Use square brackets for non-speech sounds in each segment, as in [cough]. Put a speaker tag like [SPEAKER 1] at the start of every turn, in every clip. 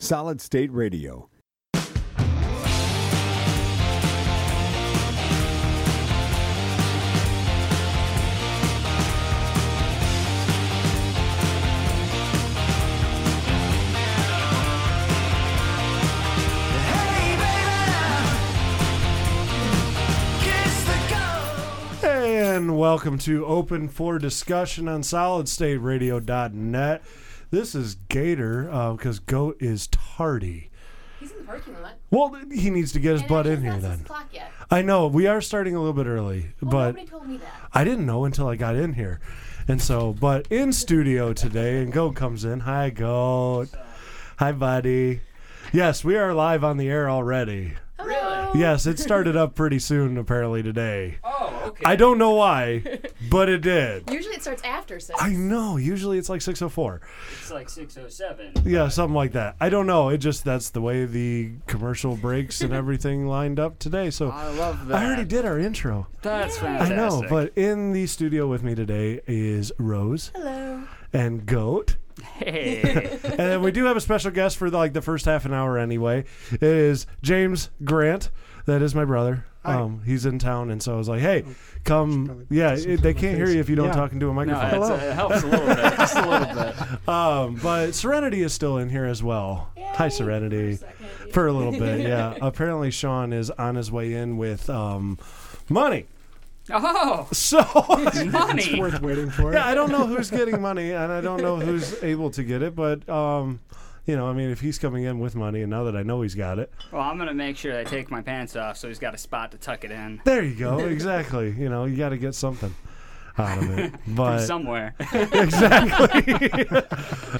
[SPEAKER 1] Solid State Radio.
[SPEAKER 2] And welcome to Open for Discussion on SolidStateRadio.net. This is Gator because Goat is tardy.
[SPEAKER 3] He's in the parking lot.
[SPEAKER 2] Well, he needs to get his
[SPEAKER 3] And
[SPEAKER 2] butt
[SPEAKER 3] actually,
[SPEAKER 2] in
[SPEAKER 3] it's not
[SPEAKER 2] here
[SPEAKER 3] six
[SPEAKER 2] then.
[SPEAKER 3] o'clock yet.
[SPEAKER 2] I know we are starting a little bit early,
[SPEAKER 3] Well,
[SPEAKER 2] but
[SPEAKER 3] nobody told me that.
[SPEAKER 2] I didn't know until I got in here. And so, but in studio today, and Goat comes in. Hi, Goat. Hi, buddy. Yes, we are live on the air already.
[SPEAKER 3] Hello.
[SPEAKER 2] Yes, it started up pretty soon apparently today.
[SPEAKER 4] Oh, okay.
[SPEAKER 2] I don't know
[SPEAKER 3] [laughs]
[SPEAKER 2] why, but it did. [laughs]
[SPEAKER 3] Usually it starts after six.
[SPEAKER 2] I know. Usually it's like 604.
[SPEAKER 4] it's like 607.
[SPEAKER 2] Yeah, something like that. I don't know. It just that's the way the commercial breaks and everything lined up today. So
[SPEAKER 4] I love that.
[SPEAKER 2] I already did our intro.
[SPEAKER 4] That's
[SPEAKER 2] I
[SPEAKER 4] fantastic.
[SPEAKER 2] know, but in the studio with me today is Rose
[SPEAKER 3] Hello.
[SPEAKER 2] and Goat.
[SPEAKER 4] hey.
[SPEAKER 2] [laughs] and then we do have a special guest for like the first half an hour anyway. It is James Grant. That is my brother. Um, he's in town, and so I was like,
[SPEAKER 4] Oh,
[SPEAKER 2] "Hey, come!" Yeah, it, they can't hear you if you don't
[SPEAKER 5] Yeah.
[SPEAKER 2] talk into
[SPEAKER 4] no,
[SPEAKER 2] a microphone.
[SPEAKER 4] it's, uh, it helps a little bit. Just a little bit.
[SPEAKER 2] Um, but Serenity is still in here as well. Hi, Serenity. For a little bit,
[SPEAKER 4] [laughs]
[SPEAKER 2] yeah. Apparently, Sean is on his way in with um, money.
[SPEAKER 4] Oh,
[SPEAKER 2] So, [laughs]
[SPEAKER 4] money.
[SPEAKER 5] worth waiting for.
[SPEAKER 2] yeah, I don't know who's getting money, and I don't know who's able to get it. But, um, you know, I mean, if he's coming in with money, and now that I know he's got it,
[SPEAKER 4] Well, I'm going to make sure I take my pants off so he's got a spot to tuck it in.
[SPEAKER 2] there you
[SPEAKER 4] [laughs]
[SPEAKER 2] go. Exactly. You know, you got to get something out of it.
[SPEAKER 4] [laughs] From
[SPEAKER 2] But
[SPEAKER 4] somewhere.
[SPEAKER 2] [laughs]
[SPEAKER 4] [laughs]
[SPEAKER 2] exactly.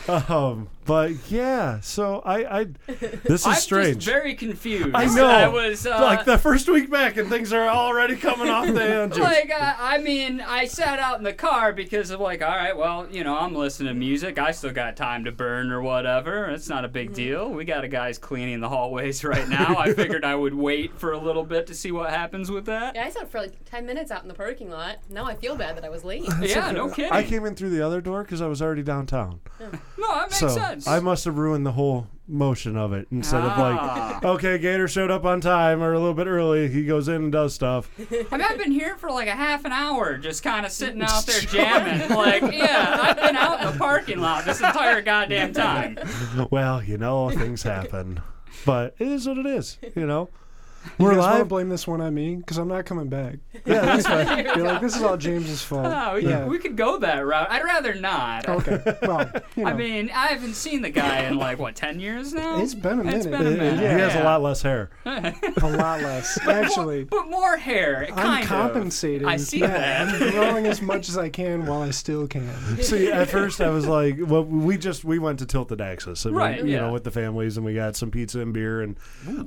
[SPEAKER 2] [laughs] um, but yeah. So I, I this is
[SPEAKER 4] I'm
[SPEAKER 2] strange.
[SPEAKER 4] just very confused.
[SPEAKER 2] I know.
[SPEAKER 4] I was uh,
[SPEAKER 2] like the [laughs] first week back, and things are already coming off
[SPEAKER 4] [laughs]
[SPEAKER 2] the hand. juice.
[SPEAKER 4] Like uh, I mean, I sat out in the car because of like, all right, well, you know, I'm listening to music. I still got time to burn or whatever. It's not a
[SPEAKER 2] Mm-hmm.
[SPEAKER 4] big deal. We got a guy's cleaning the hallways [laughs] right now.
[SPEAKER 2] [laughs]
[SPEAKER 4] I figured I would wait for a little bit to see what happens with that.
[SPEAKER 3] Yeah, I sat for like ten minutes out in the parking lot. Now I feel bad that I was
[SPEAKER 2] [laughs]
[SPEAKER 3] late.
[SPEAKER 4] Yeah, no kidding.
[SPEAKER 2] I came in through the other door because I was already downtown.
[SPEAKER 4] no, that makes
[SPEAKER 2] so
[SPEAKER 4] sense.
[SPEAKER 2] I must have ruined the whole motion of it instead
[SPEAKER 4] Ah.
[SPEAKER 2] of like, okay, Gator showed up on time or a little bit early. He goes in and
[SPEAKER 4] [laughs]
[SPEAKER 2] does stuff.
[SPEAKER 4] I mean, I've been here for like a half an hour, just kind of sitting out there jamming.
[SPEAKER 5] [laughs]
[SPEAKER 4] like, yeah, I've been out in the parking lot this entire goddamn time.
[SPEAKER 2] well, you know, things happen, but it is what it is. [laughs] You know,
[SPEAKER 5] You
[SPEAKER 2] we're
[SPEAKER 5] guys wanna
[SPEAKER 2] live.
[SPEAKER 5] blame this one on me because I'm not coming back.
[SPEAKER 2] [laughs] Yeah, that's right.
[SPEAKER 4] [laughs]
[SPEAKER 5] You're like, this is all James's fault.
[SPEAKER 4] Oh, we,
[SPEAKER 5] yeah.
[SPEAKER 4] we could go that route. I'd rather not.
[SPEAKER 5] okay.
[SPEAKER 4] [laughs]
[SPEAKER 5] Well, you know,
[SPEAKER 4] I mean, I haven't seen the guy in like what ten years now. [laughs]
[SPEAKER 5] it's been a minute.
[SPEAKER 4] It's been a minute.
[SPEAKER 2] He has a
[SPEAKER 4] Yeah.
[SPEAKER 2] lot less hair.
[SPEAKER 5] [laughs] a lot less, actually.
[SPEAKER 4] but more hair. [laughs]
[SPEAKER 5] I'm
[SPEAKER 4] Kind of.
[SPEAKER 5] compensating.
[SPEAKER 4] I see
[SPEAKER 5] Yeah,
[SPEAKER 4] that.
[SPEAKER 5] I'm growing as much as I can while I still can.
[SPEAKER 2] [laughs] See, at first I was
[SPEAKER 4] [laughs]
[SPEAKER 2] like, well, we just we went to Tilted Axis, and we-
[SPEAKER 4] Right,
[SPEAKER 2] you
[SPEAKER 4] yeah.
[SPEAKER 2] know, with the families, and we got some pizza and beer and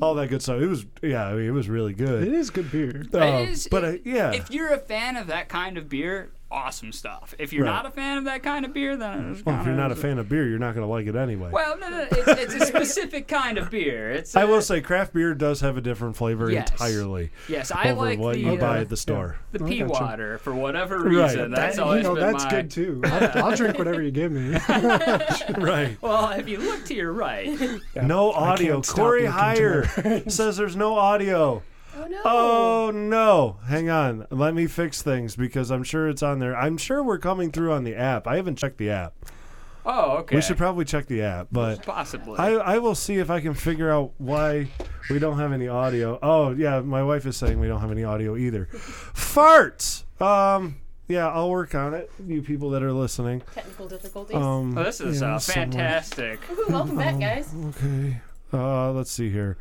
[SPEAKER 2] all that good stuff. It was, yeah, I mean, it was really
[SPEAKER 5] It
[SPEAKER 2] good.
[SPEAKER 5] is good beer.
[SPEAKER 2] Uh,
[SPEAKER 4] is-
[SPEAKER 2] but uh, yeah,
[SPEAKER 4] If you're a fan of that kind of beer, awesome stuff. If you're
[SPEAKER 2] Right.
[SPEAKER 4] not a fan of that kind of beer, then it's
[SPEAKER 2] well, if you're
[SPEAKER 4] kinda-
[SPEAKER 2] not a fan of beer, you're not going to like it anyway.
[SPEAKER 4] Well, no, no, it's, it's a specific kind of beer. It's
[SPEAKER 2] I will
[SPEAKER 4] uh,
[SPEAKER 2] say, craft beer does have a different flavor
[SPEAKER 4] Yes.
[SPEAKER 2] entirely
[SPEAKER 4] Yes, I
[SPEAKER 2] over
[SPEAKER 4] like
[SPEAKER 2] what
[SPEAKER 4] the
[SPEAKER 2] you
[SPEAKER 4] uh,
[SPEAKER 2] buy at the store.
[SPEAKER 4] the
[SPEAKER 5] I
[SPEAKER 4] pea
[SPEAKER 5] gotcha.
[SPEAKER 4] water for whatever
[SPEAKER 2] Right.
[SPEAKER 4] reason. That's
[SPEAKER 5] That- you
[SPEAKER 4] always
[SPEAKER 5] know,
[SPEAKER 4] been
[SPEAKER 5] that's
[SPEAKER 4] my- [laughs]
[SPEAKER 5] good too. I'll, I'll drink whatever you give me.
[SPEAKER 2] [laughs] right.
[SPEAKER 4] Well, if you look to your
[SPEAKER 5] [laughs]
[SPEAKER 4] right,
[SPEAKER 2] No audio.
[SPEAKER 5] can't stop
[SPEAKER 2] Corey
[SPEAKER 5] looking to
[SPEAKER 2] [laughs] Heyer says there's no audio.
[SPEAKER 3] Oh no.
[SPEAKER 2] Oh no! Hang on, let me fix things because I'm sure it's on there. I'm sure we're coming through on the app. I haven't checked the app.
[SPEAKER 4] oh, okay,
[SPEAKER 2] We should probably check the app, but
[SPEAKER 4] possibly.
[SPEAKER 2] I, I will see if I can figure out why we don't have any audio. Oh yeah, my wife is saying we don't have any audio either. Farts. Um. Yeah, I'll work on it. You people that are listening.
[SPEAKER 3] Technical difficulties.
[SPEAKER 2] Um.
[SPEAKER 4] Well, this is
[SPEAKER 2] yeah,
[SPEAKER 4] uh,
[SPEAKER 2] somewhere.
[SPEAKER 4] fantastic.
[SPEAKER 3] Woohoo, welcome
[SPEAKER 5] Oh,
[SPEAKER 3] back, guys.
[SPEAKER 2] Okay. Uh. Let's see here.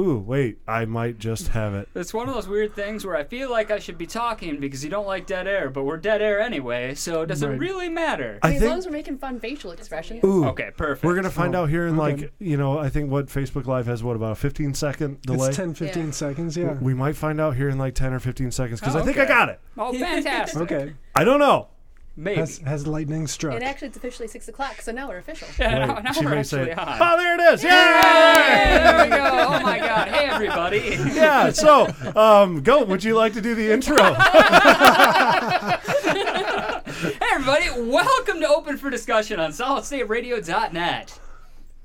[SPEAKER 2] Ooh, wait. I might just have it.
[SPEAKER 4] It's one of those weird things where I feel like I should be talking because you don't like dead air, but we're dead air anyway, so does it
[SPEAKER 5] Right.
[SPEAKER 4] really matter?
[SPEAKER 3] I
[SPEAKER 2] I
[SPEAKER 3] mean, as long
[SPEAKER 2] think.
[SPEAKER 3] as we're making fun facial expressions.
[SPEAKER 2] Ooh.
[SPEAKER 4] okay, perfect.
[SPEAKER 2] We're gonna find
[SPEAKER 5] Oh,
[SPEAKER 2] out here in
[SPEAKER 5] okay.
[SPEAKER 2] like you know I think what Facebook Live has what about a 15 second delay.
[SPEAKER 5] It's 10, 15
[SPEAKER 3] Yeah.
[SPEAKER 5] seconds. Yeah.
[SPEAKER 2] We might find out here in like 10 or 15 seconds because
[SPEAKER 4] Oh,
[SPEAKER 2] I think I
[SPEAKER 4] okay.
[SPEAKER 2] got it.
[SPEAKER 3] [laughs]
[SPEAKER 4] Oh, fantastic.
[SPEAKER 5] Okay.
[SPEAKER 2] I don't know.
[SPEAKER 4] Maybe.
[SPEAKER 5] Has, has lightning struck?
[SPEAKER 3] And actually, it's officially six o'clock, so now we're official.
[SPEAKER 4] [laughs] Yeah,
[SPEAKER 2] Wait,
[SPEAKER 4] now
[SPEAKER 2] she
[SPEAKER 4] we're
[SPEAKER 2] may
[SPEAKER 4] actually
[SPEAKER 2] say,
[SPEAKER 4] on.
[SPEAKER 2] "Oh, there it is! Yeah,
[SPEAKER 4] Hey, there we go. Oh
[SPEAKER 3] [laughs]
[SPEAKER 4] my god. Hey [laughs] everybody.
[SPEAKER 2] yeah." So, um, go. Would you like to do the
[SPEAKER 4] [laughs]
[SPEAKER 2] intro?
[SPEAKER 4] Hey everybody, welcome to Open for Discussion on SolidStateRadio.net.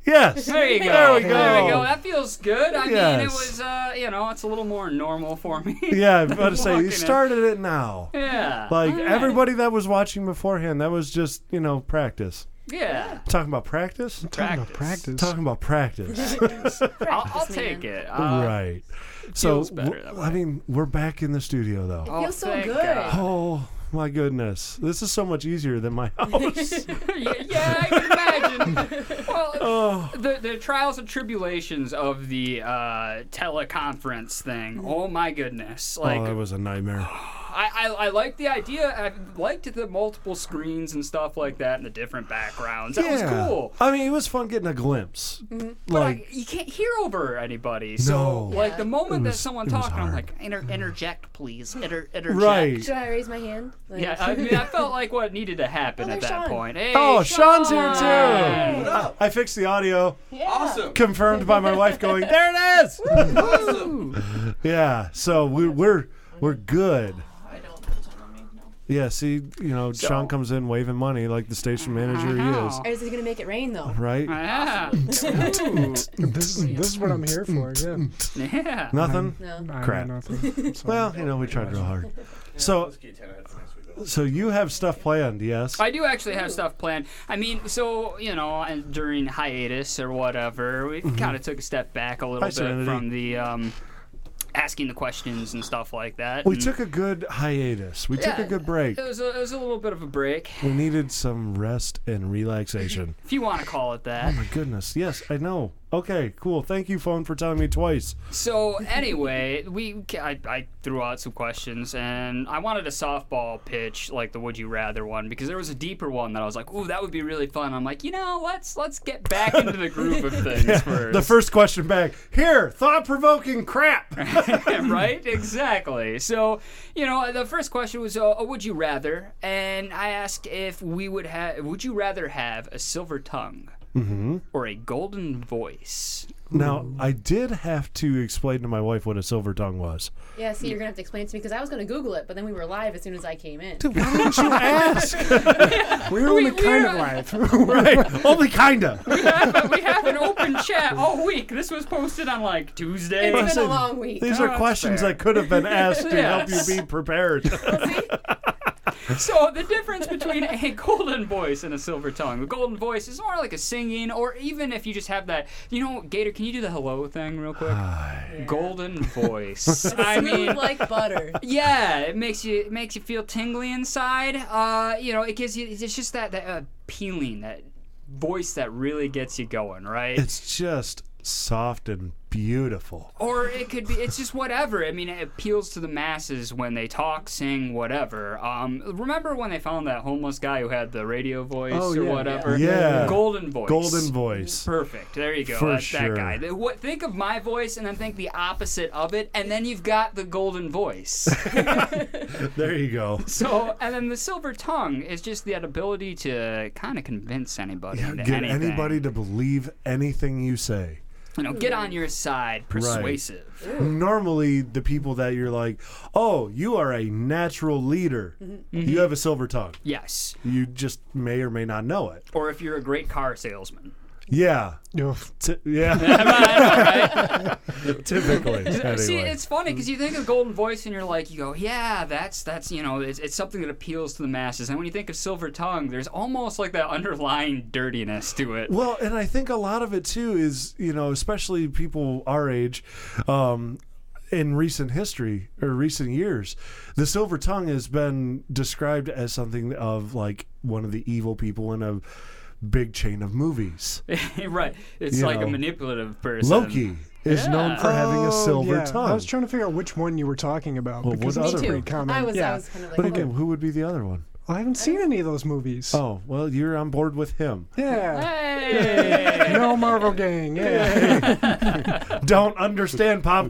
[SPEAKER 2] Yes.
[SPEAKER 4] There you go.
[SPEAKER 2] There we go.
[SPEAKER 4] There we go. That feels good. I mean, it
[SPEAKER 2] Yes.
[SPEAKER 4] was, uh, you know, it's a little more normal for me.
[SPEAKER 2] [laughs]
[SPEAKER 4] [laughs]
[SPEAKER 2] Yeah, I was about to say
[SPEAKER 4] Walking
[SPEAKER 2] you
[SPEAKER 4] it. [laughs]
[SPEAKER 2] started it now.
[SPEAKER 4] Yeah.
[SPEAKER 2] Like
[SPEAKER 4] All right.
[SPEAKER 2] everybody that was watching beforehand, that was just you know practice.
[SPEAKER 4] Yeah.
[SPEAKER 2] Talking about practice.
[SPEAKER 5] Talking about
[SPEAKER 4] Practice.
[SPEAKER 5] practice.
[SPEAKER 2] Talking
[SPEAKER 4] [laughs]
[SPEAKER 2] about practice. [laughs]
[SPEAKER 4] I'll, I'll
[SPEAKER 3] man.
[SPEAKER 4] take it. Uh,
[SPEAKER 2] right. So
[SPEAKER 4] feels better that
[SPEAKER 2] I mean, we're back in the studio though.
[SPEAKER 4] Oh,
[SPEAKER 3] feels so
[SPEAKER 4] thank
[SPEAKER 3] good.
[SPEAKER 4] God.
[SPEAKER 2] Oh my goodness, this is so much easier than my [laughs] house.
[SPEAKER 4] yeah, yeah, I can
[SPEAKER 2] [laughs]
[SPEAKER 4] imagine. well,
[SPEAKER 2] oh.
[SPEAKER 4] the, the trials and tribulations of the uh, teleconference thing. Oh my goodness! Like
[SPEAKER 2] oh, that was a nightmare.
[SPEAKER 4] I, I, I like the idea. I liked the multiple screens and stuff like that, and the different backgrounds. [gasps] That was cool.
[SPEAKER 2] I mean, it was fun getting a glimpse.
[SPEAKER 4] But I-
[SPEAKER 2] Like,
[SPEAKER 4] you can't hear over anybody. So
[SPEAKER 2] No.
[SPEAKER 4] like the moment
[SPEAKER 2] It
[SPEAKER 4] that
[SPEAKER 2] was-
[SPEAKER 4] someone
[SPEAKER 2] it was
[SPEAKER 4] talking, I'm
[SPEAKER 2] hard. Mm.
[SPEAKER 4] like, Inter- interject, please.
[SPEAKER 2] [laughs]
[SPEAKER 4] Inter- interject.
[SPEAKER 2] [laughs] right.
[SPEAKER 3] Should I raise my hand? Like-
[SPEAKER 4] Yeah, I
[SPEAKER 3] [laughs]
[SPEAKER 4] mean, I felt like what needed to happen
[SPEAKER 3] Oh,
[SPEAKER 4] at
[SPEAKER 3] there's
[SPEAKER 4] that
[SPEAKER 3] Sean.
[SPEAKER 4] point. Hey,
[SPEAKER 2] Oh, Sean's here too.
[SPEAKER 4] Sean!
[SPEAKER 1] What up?
[SPEAKER 2] I fixed the audio,
[SPEAKER 3] Yeah.
[SPEAKER 1] Awesome.
[SPEAKER 2] confirmed by my wife going, "There it is."
[SPEAKER 1] Awesome.
[SPEAKER 2] Yeah, so we're we're we're good.
[SPEAKER 1] I don't put some on me. No.
[SPEAKER 2] Yeah, see, you know, Sean comes in waving money like the station manager he is,
[SPEAKER 4] Wow.
[SPEAKER 3] Or is it gonna make it rain though?
[SPEAKER 2] right?
[SPEAKER 3] [laughs]
[SPEAKER 4] Yeah.
[SPEAKER 5] This is this is what I'm here
[SPEAKER 2] [laughs]
[SPEAKER 5] for. Yeah.
[SPEAKER 4] yeah.
[SPEAKER 2] Nothing.
[SPEAKER 3] No.
[SPEAKER 5] I know
[SPEAKER 2] Crap.
[SPEAKER 5] nothing.
[SPEAKER 2] [laughs]
[SPEAKER 5] I'm sorry.
[SPEAKER 2] Well, you know, we tried real hard. So,
[SPEAKER 1] Let's get 10 out of 10 next week. though.
[SPEAKER 2] so you have stuff planned, yes?
[SPEAKER 4] I do actually have stuff planned. I mean, so you know, and during hiatus or whatever, we kind of took a step back a little
[SPEAKER 2] Mm-hmm. Hi,
[SPEAKER 4] bit
[SPEAKER 2] Serenity.
[SPEAKER 4] from the um, asking the questions and stuff like that.
[SPEAKER 2] We
[SPEAKER 4] and
[SPEAKER 2] took a good hiatus. We took a
[SPEAKER 4] Yeah.
[SPEAKER 2] good break.
[SPEAKER 4] It was, a, it was a little bit of a break,
[SPEAKER 2] We needed some rest
[SPEAKER 5] [laughs]
[SPEAKER 2] and relaxation. Oh
[SPEAKER 4] if you want to call it that.
[SPEAKER 2] My goodness. Yes, I know. Okay, cool. Thank you, phone, for telling me twice.
[SPEAKER 4] So anyway, we I, I threw out some questions, and I wanted a softball pitch like the Would You Rather one because there was a deeper one that I was like, ooh, that would be really fun. I'm like, you know, let's let's get back into the groove of things first. [laughs]
[SPEAKER 2] The first question back. Here, thought provoking crap.
[SPEAKER 4] right? Exactly. So, you know, the first question was, uh, a "Would you rather?" And I asked if we would have, would you rather have a silver tongue or a golden voice?
[SPEAKER 2] Now, I did have to explain to my wife what a silver tongue was.
[SPEAKER 3] Yeah. See, you're gonna have to explain it to me because I was gonna Google it, but then we were live as soon as I came in.
[SPEAKER 2] Why didn't
[SPEAKER 3] [laughs]
[SPEAKER 2] you ask?
[SPEAKER 5] We're only
[SPEAKER 4] we-
[SPEAKER 5] kind
[SPEAKER 4] we're-
[SPEAKER 5] of live.
[SPEAKER 2] [laughs] right. Only kinda.
[SPEAKER 4] we, have a, [laughs] we have an open chat all week. This was posted on like Tuesday.
[SPEAKER 3] It's been
[SPEAKER 2] Listen,
[SPEAKER 3] a long week.
[SPEAKER 2] These
[SPEAKER 4] Oh,
[SPEAKER 2] are
[SPEAKER 4] that's
[SPEAKER 2] questions
[SPEAKER 4] fair.
[SPEAKER 2] that could
[SPEAKER 3] [laughs]
[SPEAKER 2] have been asked to
[SPEAKER 4] Yes.
[SPEAKER 2] help you be [laughs] prepared.
[SPEAKER 4] So the difference between a golden voice and a silver tongue. The golden voice is more like a singing, or even if you just have that, you know, Gator, can you do the hello thing real quick?
[SPEAKER 3] [laughs]
[SPEAKER 4] Golden voice. I mean,
[SPEAKER 3] Smooth like butter.
[SPEAKER 4] yeah, it makes you it makes you feel tingly inside. Uh, you know, it gives you it's just that uh, that appealing that voice that really gets you going, right?
[SPEAKER 2] it's just soft and beautiful.
[SPEAKER 4] or it could be it's just whatever i mean it appeals to the masses when they talk sing whatever um, remember when they found that homeless guy who had the radio voice
[SPEAKER 5] Oh,
[SPEAKER 4] or
[SPEAKER 5] yeah.
[SPEAKER 4] whatever
[SPEAKER 2] Yeah.
[SPEAKER 4] golden voice
[SPEAKER 2] Golden voice.
[SPEAKER 4] perfect there you go
[SPEAKER 2] For
[SPEAKER 4] that's
[SPEAKER 2] sure.
[SPEAKER 4] that guy Th- what, think of my voice and then think the opposite of it and then you've got the golden
[SPEAKER 2] [laughs]
[SPEAKER 4] voice
[SPEAKER 2] [laughs] There you go.
[SPEAKER 4] [laughs] so and then the silver tongue is just that ability to kind of convince anybody into
[SPEAKER 2] Get
[SPEAKER 4] anything.
[SPEAKER 2] anybody to believe anything you say.
[SPEAKER 4] you know get on your side persuasive
[SPEAKER 2] Normally, the people that you're like, oh, you are a natural leader.
[SPEAKER 3] Mm-hmm.
[SPEAKER 4] Mm-hmm.
[SPEAKER 2] You have a silver tongue.
[SPEAKER 4] yes
[SPEAKER 2] You just may or may not know it.
[SPEAKER 4] or if you're a great car salesman
[SPEAKER 2] Yeah.
[SPEAKER 5] Oof.
[SPEAKER 2] T-
[SPEAKER 4] [laughs]
[SPEAKER 2] yeah. [laughs] Typically.
[SPEAKER 4] See,
[SPEAKER 2] anyway.
[SPEAKER 4] it's funny because you think of Golden Voice and you're like, you go, yeah, that's that's you know, it's, it's something that appeals to the masses. And when you think of Silver Tongue, there's almost like that underlying dirtiness to it.
[SPEAKER 2] [laughs] Well, and I think a lot of it too is you know, especially people our age, um, in recent history or recent years, the silver tongue has been described as something of like one of the evil people in a big chain of movies.
[SPEAKER 4] [laughs] right? It's
[SPEAKER 2] You
[SPEAKER 4] like
[SPEAKER 2] know.
[SPEAKER 4] a manipulative person.
[SPEAKER 2] Loki is known for having a
[SPEAKER 5] Oh,
[SPEAKER 2] silver
[SPEAKER 5] yeah.
[SPEAKER 2] tongue.
[SPEAKER 5] I was trying to figure out which one you were talking about
[SPEAKER 2] Well,
[SPEAKER 5] because
[SPEAKER 2] what
[SPEAKER 5] it's
[SPEAKER 2] other
[SPEAKER 5] pretty
[SPEAKER 2] one?
[SPEAKER 5] common.
[SPEAKER 3] I was.
[SPEAKER 5] yeah.
[SPEAKER 3] I was kind of like.
[SPEAKER 2] but again, who would be the other one?
[SPEAKER 5] Well, I haven't seen any of those movies.
[SPEAKER 2] Oh, well, you're on board with him.
[SPEAKER 5] Yeah.
[SPEAKER 4] Hey!
[SPEAKER 5] No Marvel gang. Yeah.
[SPEAKER 2] [laughs] Don't understand pop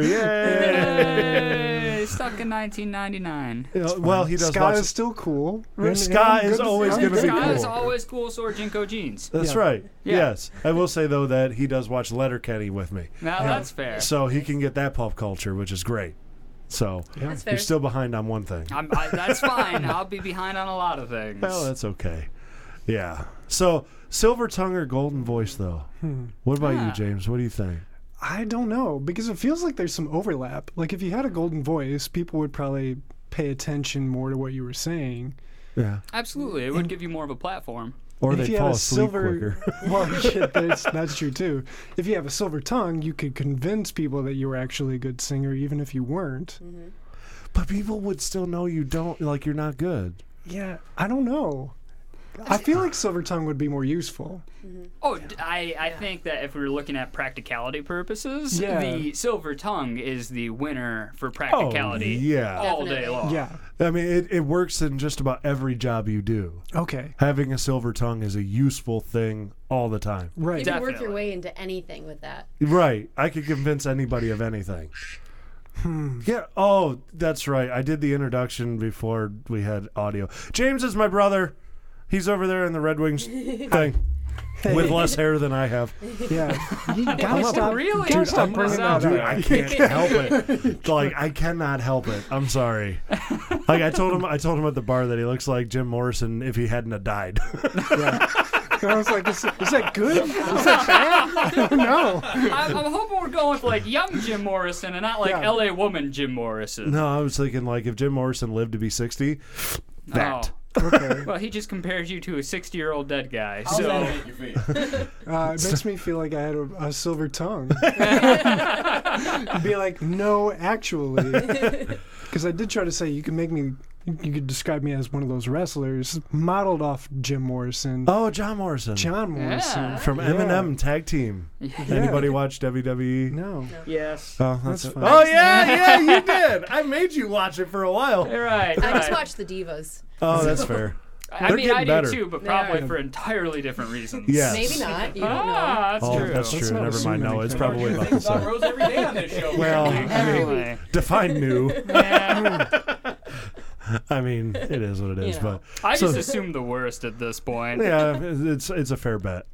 [SPEAKER 4] [laughs]
[SPEAKER 2] Yay!
[SPEAKER 4] Hey, Stuck in 1999.
[SPEAKER 2] You know, well, he does
[SPEAKER 5] Sky
[SPEAKER 2] watch-
[SPEAKER 5] is still cool.
[SPEAKER 2] [laughs] Sky
[SPEAKER 5] I'm
[SPEAKER 2] is
[SPEAKER 5] good-
[SPEAKER 2] always
[SPEAKER 5] I'm
[SPEAKER 2] gonna
[SPEAKER 5] good-
[SPEAKER 2] be
[SPEAKER 4] Scott is
[SPEAKER 2] cool.
[SPEAKER 4] always cool, sword Jinko jeans.
[SPEAKER 2] That's
[SPEAKER 5] Yeah.
[SPEAKER 2] right.
[SPEAKER 4] Yeah.
[SPEAKER 2] Yes. I will say though that he does watch Letterkenny with me.
[SPEAKER 4] Now that's fair.
[SPEAKER 2] So he can get that pop culture, which is great. So
[SPEAKER 3] That's fair.
[SPEAKER 2] you're still behind on one thing. [laughs]
[SPEAKER 4] I'm, I, that's fine. I'll be behind on a lot of things.
[SPEAKER 2] Well, that's okay. Yeah. So silver tongue or golden voice though?
[SPEAKER 5] Hmm.
[SPEAKER 2] What about
[SPEAKER 4] Ah.
[SPEAKER 2] you, James? What do you think?
[SPEAKER 5] I don't know because it feels like there's some overlap. Like if you had a golden voice, people would probably pay attention more to what you were saying.
[SPEAKER 2] Yeah.
[SPEAKER 4] Absolutely, it would give you more of a platform.
[SPEAKER 2] Or
[SPEAKER 5] if
[SPEAKER 2] they
[SPEAKER 5] you
[SPEAKER 2] fall
[SPEAKER 5] had a
[SPEAKER 2] asleep
[SPEAKER 5] silver, [laughs]
[SPEAKER 2] quicker.
[SPEAKER 5] well, yeah, that's, that's true too. If you have a silver tongue, you could convince people that you were actually a good singer, even if you weren't.
[SPEAKER 2] But people would still know you don't like you're not good.
[SPEAKER 5] Yeah, I don't know. I feel like silver tongue would be more useful.
[SPEAKER 4] Oh, d- I, I think that if we were looking at practicality purposes,
[SPEAKER 5] Yeah. Oh,
[SPEAKER 4] the silver tongue is the winner for practicality
[SPEAKER 2] yeah.
[SPEAKER 4] all day
[SPEAKER 3] Definitely.
[SPEAKER 4] long. [laughs]
[SPEAKER 5] Yeah.
[SPEAKER 2] I mean it, it works in just about every job you do.
[SPEAKER 5] Okay.
[SPEAKER 2] Having a silver tongue is a useful thing all the time.
[SPEAKER 5] Right.
[SPEAKER 3] You can work your
[SPEAKER 4] Definitely.
[SPEAKER 3] way into anything with that.
[SPEAKER 2] Right. I could convince anybody of anything.
[SPEAKER 5] Hmm.
[SPEAKER 2] Yeah. Oh, that's right. I did the introduction before we had audio. James is my brother. He's over there in the
[SPEAKER 3] [laughs]
[SPEAKER 2] Red Wings thing with less hair than I have.
[SPEAKER 5] Yeah. You gotta
[SPEAKER 4] up-
[SPEAKER 5] stop.
[SPEAKER 4] Really?
[SPEAKER 5] Gotta
[SPEAKER 4] Dude,
[SPEAKER 5] stop
[SPEAKER 4] I'm
[SPEAKER 5] bringing
[SPEAKER 4] up.
[SPEAKER 5] that
[SPEAKER 2] Dude,
[SPEAKER 5] up.
[SPEAKER 2] I can't help
[SPEAKER 5] [laughs]
[SPEAKER 2] it. Like I cannot help it.
[SPEAKER 4] [laughs]
[SPEAKER 2] I'm sorry. Like I told him, I told him at the bar that he looks like Jim Morrison if he hadn't have died. [laughs]
[SPEAKER 4] [laughs]
[SPEAKER 5] I was like, is, is that good? Is that bad? [laughs] I don't know.
[SPEAKER 4] I'm, I'm hoping we're going with like young Jim Morrison and not like
[SPEAKER 5] Yeah.
[SPEAKER 4] LA woman Jim Morrison.
[SPEAKER 2] no, I was thinking like if Jim Morrison lived to be 60, that.
[SPEAKER 4] Oh. [laughs]
[SPEAKER 5] Okay.
[SPEAKER 4] Well, he just compares you to a 60 year old dead guy.
[SPEAKER 1] How's that
[SPEAKER 4] So
[SPEAKER 1] make you feel?
[SPEAKER 5] [laughs] Uh,
[SPEAKER 2] [laughs]
[SPEAKER 5] it makes me feel like I had a, a silver tongue. [laughs] Be like, no, actually,
[SPEAKER 2] [laughs]
[SPEAKER 5] because I did try to say you can make me, you could describe me as one of those wrestlers modeled off Jim Morrison,
[SPEAKER 2] Oh, John Morrison.
[SPEAKER 5] John Morrison.
[SPEAKER 4] Yeah.
[SPEAKER 2] from Eminem tag team. Anybody watch WWE?
[SPEAKER 5] No,
[SPEAKER 4] yes.
[SPEAKER 2] Oh, that's,
[SPEAKER 5] That's
[SPEAKER 2] fine.
[SPEAKER 5] fine.
[SPEAKER 2] Oh yeah, yeah, you did. I made you watch it for a while.
[SPEAKER 4] All right.
[SPEAKER 3] I just
[SPEAKER 4] right.
[SPEAKER 3] watched the divas.
[SPEAKER 2] Oh, that's fair.
[SPEAKER 4] I
[SPEAKER 2] They're
[SPEAKER 4] mean,
[SPEAKER 2] getting
[SPEAKER 4] I
[SPEAKER 2] better.
[SPEAKER 4] do too, but
[SPEAKER 3] They
[SPEAKER 4] probably
[SPEAKER 3] are.
[SPEAKER 4] for entirely different reasons.
[SPEAKER 2] Yes.
[SPEAKER 3] Maybe not. You don't know.
[SPEAKER 4] Ah, that's
[SPEAKER 2] oh,
[SPEAKER 4] true.
[SPEAKER 2] that's
[SPEAKER 5] Let's
[SPEAKER 2] true.
[SPEAKER 5] not
[SPEAKER 2] Never
[SPEAKER 5] assume
[SPEAKER 2] mind. No, it's
[SPEAKER 5] anything.
[SPEAKER 2] probably about the
[SPEAKER 1] About
[SPEAKER 2] same.
[SPEAKER 1] Rose every day on this show.
[SPEAKER 2] Well, I mean,
[SPEAKER 4] Anyway.
[SPEAKER 2] define new.
[SPEAKER 4] [laughs] Yeah.
[SPEAKER 2] I mean, it is what it is,
[SPEAKER 3] You know.
[SPEAKER 2] but
[SPEAKER 4] I
[SPEAKER 2] So-
[SPEAKER 4] just assume the worst at this point.
[SPEAKER 2] yeah, it's it's a fair bet.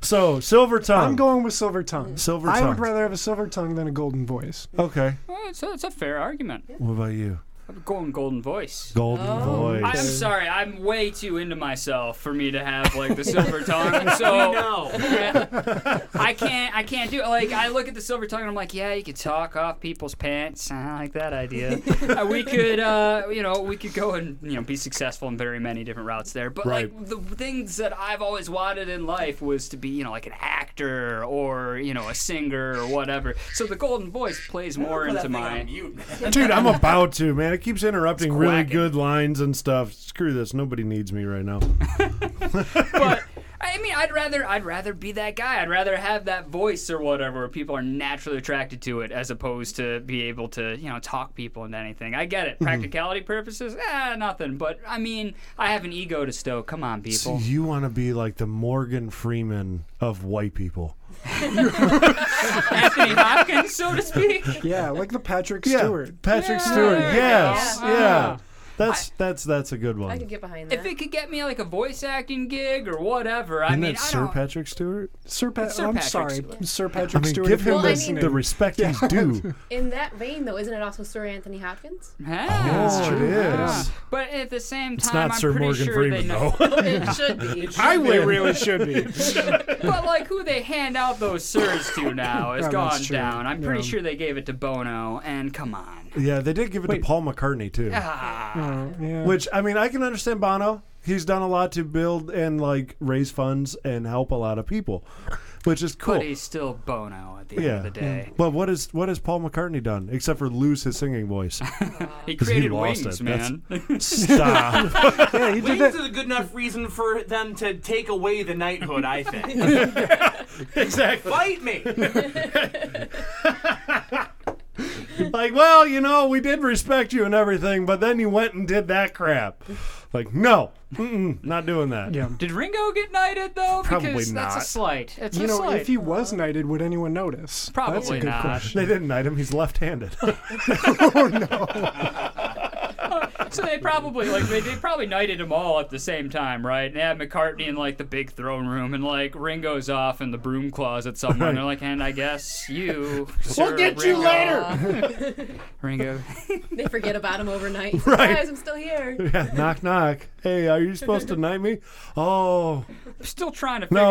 [SPEAKER 2] [laughs] so silver tongue.
[SPEAKER 5] I'm going with silver tongue.
[SPEAKER 2] Silver
[SPEAKER 5] I would
[SPEAKER 2] tongue.
[SPEAKER 5] rather have a silver tongue than a golden voice.
[SPEAKER 2] Okay.
[SPEAKER 4] Well, it's, a, it's a fair argument.
[SPEAKER 2] What about you?
[SPEAKER 4] I'm going golden voice. Oh.
[SPEAKER 2] Golden voice.
[SPEAKER 4] I'm sorry, I'm way too into myself for me to have like the silver
[SPEAKER 2] [laughs]
[SPEAKER 4] tongue. So [laughs] I can't, I can't do it. Like I look at the silver tongue and I'm like, yeah, you could talk off people's pants. uh, I like that idea. Uh, [laughs] we could, uh, you know, we could go and you know be successful in very many different routes there. But like
[SPEAKER 2] Right.
[SPEAKER 4] the things that I've always wanted in life was to be, you know, like an actor or you know a singer or whatever. So the golden voice plays more
[SPEAKER 1] Put that
[SPEAKER 4] into
[SPEAKER 1] thing on
[SPEAKER 4] my.
[SPEAKER 1] mute.
[SPEAKER 2] Dude, I'm about to, man. It keeps interrupting really
[SPEAKER 4] quacking.
[SPEAKER 2] good lines and stuff. Screw this. Nobody needs me right now.
[SPEAKER 4] but I mean, I'd rather I'd rather be that guy. I'd rather have that voice or whatever where people are naturally attracted to it, as opposed to be able to you know talk people into anything. I get it, practicality purposes, eh, nothing. But I mean, I have an ego to stoke. Come on, people.
[SPEAKER 2] You want to be like the Morgan Freeman of white people.
[SPEAKER 4] [laughs] Anthony Hopkins, so
[SPEAKER 2] [laughs]
[SPEAKER 4] to speak.
[SPEAKER 5] Yeah, like the Patrick Stewart.
[SPEAKER 4] Yeah,
[SPEAKER 2] Patrick
[SPEAKER 4] Uh-huh.
[SPEAKER 2] Stewart.
[SPEAKER 4] there you
[SPEAKER 2] Yes,
[SPEAKER 4] go.
[SPEAKER 2] yeah.
[SPEAKER 4] Yeah.
[SPEAKER 2] That's that's that's a good
[SPEAKER 3] I
[SPEAKER 2] one.
[SPEAKER 3] could get behind that.
[SPEAKER 4] If it could get me like a voice acting gig or whatever, I
[SPEAKER 2] Isn't
[SPEAKER 4] mean,
[SPEAKER 2] that
[SPEAKER 4] I
[SPEAKER 2] Sir
[SPEAKER 4] don't-
[SPEAKER 2] Patrick Stewart?
[SPEAKER 5] Sir, Pat-
[SPEAKER 4] Sir
[SPEAKER 5] I'm
[SPEAKER 4] Patrick
[SPEAKER 5] sorry,
[SPEAKER 4] Stewart.
[SPEAKER 5] Sir
[SPEAKER 2] I
[SPEAKER 5] Patrick
[SPEAKER 2] mean,
[SPEAKER 5] Stewart.
[SPEAKER 2] give
[SPEAKER 5] if you're
[SPEAKER 2] him
[SPEAKER 3] Well, I
[SPEAKER 2] the,
[SPEAKER 5] listening.
[SPEAKER 2] the respect he's
[SPEAKER 5] [laughs]
[SPEAKER 2] due.
[SPEAKER 3] In that vein, though, isn't it also Sir Anthony Hopkins?
[SPEAKER 4] Yeah.
[SPEAKER 2] Oh, it is.
[SPEAKER 4] But at the same time,
[SPEAKER 2] It's not
[SPEAKER 4] I'm
[SPEAKER 2] Sir
[SPEAKER 4] pretty
[SPEAKER 2] Morgan
[SPEAKER 4] sure they
[SPEAKER 2] Freeman
[SPEAKER 4] know. [laughs]
[SPEAKER 2] though.
[SPEAKER 3] it should be.
[SPEAKER 2] I win.
[SPEAKER 5] should be.
[SPEAKER 2] [laughs]
[SPEAKER 4] But like who they hand out those sirs to now is
[SPEAKER 5] Oh, that's
[SPEAKER 4] gone
[SPEAKER 5] true.
[SPEAKER 4] down. I'm pretty
[SPEAKER 5] Yeah.
[SPEAKER 4] sure they gave it to Bono, and come on.
[SPEAKER 2] yeah, they did give it
[SPEAKER 5] Wait.
[SPEAKER 2] to Paul McCartney too.
[SPEAKER 4] Ah.
[SPEAKER 5] Oh, yeah.
[SPEAKER 2] Which I mean, I can understand Bono. He's done a lot to build and like raise funds and help a lot of people, which is cool.
[SPEAKER 4] But he's still Bono at the end
[SPEAKER 2] yeah.
[SPEAKER 4] of the day.
[SPEAKER 2] But what is what has Paul McCartney done except for lose his singing voice?
[SPEAKER 4] [laughs] He
[SPEAKER 2] 'Cause he
[SPEAKER 4] created
[SPEAKER 2] lost
[SPEAKER 4] wings,
[SPEAKER 2] it. That's-
[SPEAKER 4] man.
[SPEAKER 2] [laughs] Stop.
[SPEAKER 5] [laughs] yeah, he did
[SPEAKER 1] Wings
[SPEAKER 5] that.
[SPEAKER 1] is a good enough reason for them to take away the knighthood, I think.
[SPEAKER 2] [laughs] exactly.
[SPEAKER 1] Fight me!
[SPEAKER 2] [laughs] Like, well, you know, we did respect you and everything, but then you went and did that crap. Like, no, mm-mm, not doing that.
[SPEAKER 5] Yeah.
[SPEAKER 4] Did Ringo get knighted though?
[SPEAKER 2] Probably
[SPEAKER 4] because
[SPEAKER 2] not.
[SPEAKER 4] That's a slight. It's
[SPEAKER 5] You
[SPEAKER 4] a
[SPEAKER 5] know,
[SPEAKER 4] slight.
[SPEAKER 5] if he was knighted, would anyone notice? That's a
[SPEAKER 4] Probably
[SPEAKER 5] good
[SPEAKER 4] not.
[SPEAKER 5] question.
[SPEAKER 2] [laughs] They didn't knight him. He's left-handed.
[SPEAKER 4] [laughs] So they probably like they, they probably knighted them all at the same time, right? And they had McCartney in like the big throne room, and like Ringo's off in the broom closet somewhere. And they're like, and I guess
[SPEAKER 2] [laughs]
[SPEAKER 4] you. Sir
[SPEAKER 2] get you
[SPEAKER 4] Ringo-
[SPEAKER 2] later."
[SPEAKER 4] Ringo.
[SPEAKER 3] [laughs] They forget about him overnight.
[SPEAKER 2] [laughs] Right.
[SPEAKER 3] Guys, I'm still here.
[SPEAKER 2] [laughs] [laughs] Yeah, knock knock. Hey, are you supposed to knight me? Oh,
[SPEAKER 4] Still trying
[SPEAKER 2] [laughs]
[SPEAKER 4] to figure
[SPEAKER 2] No.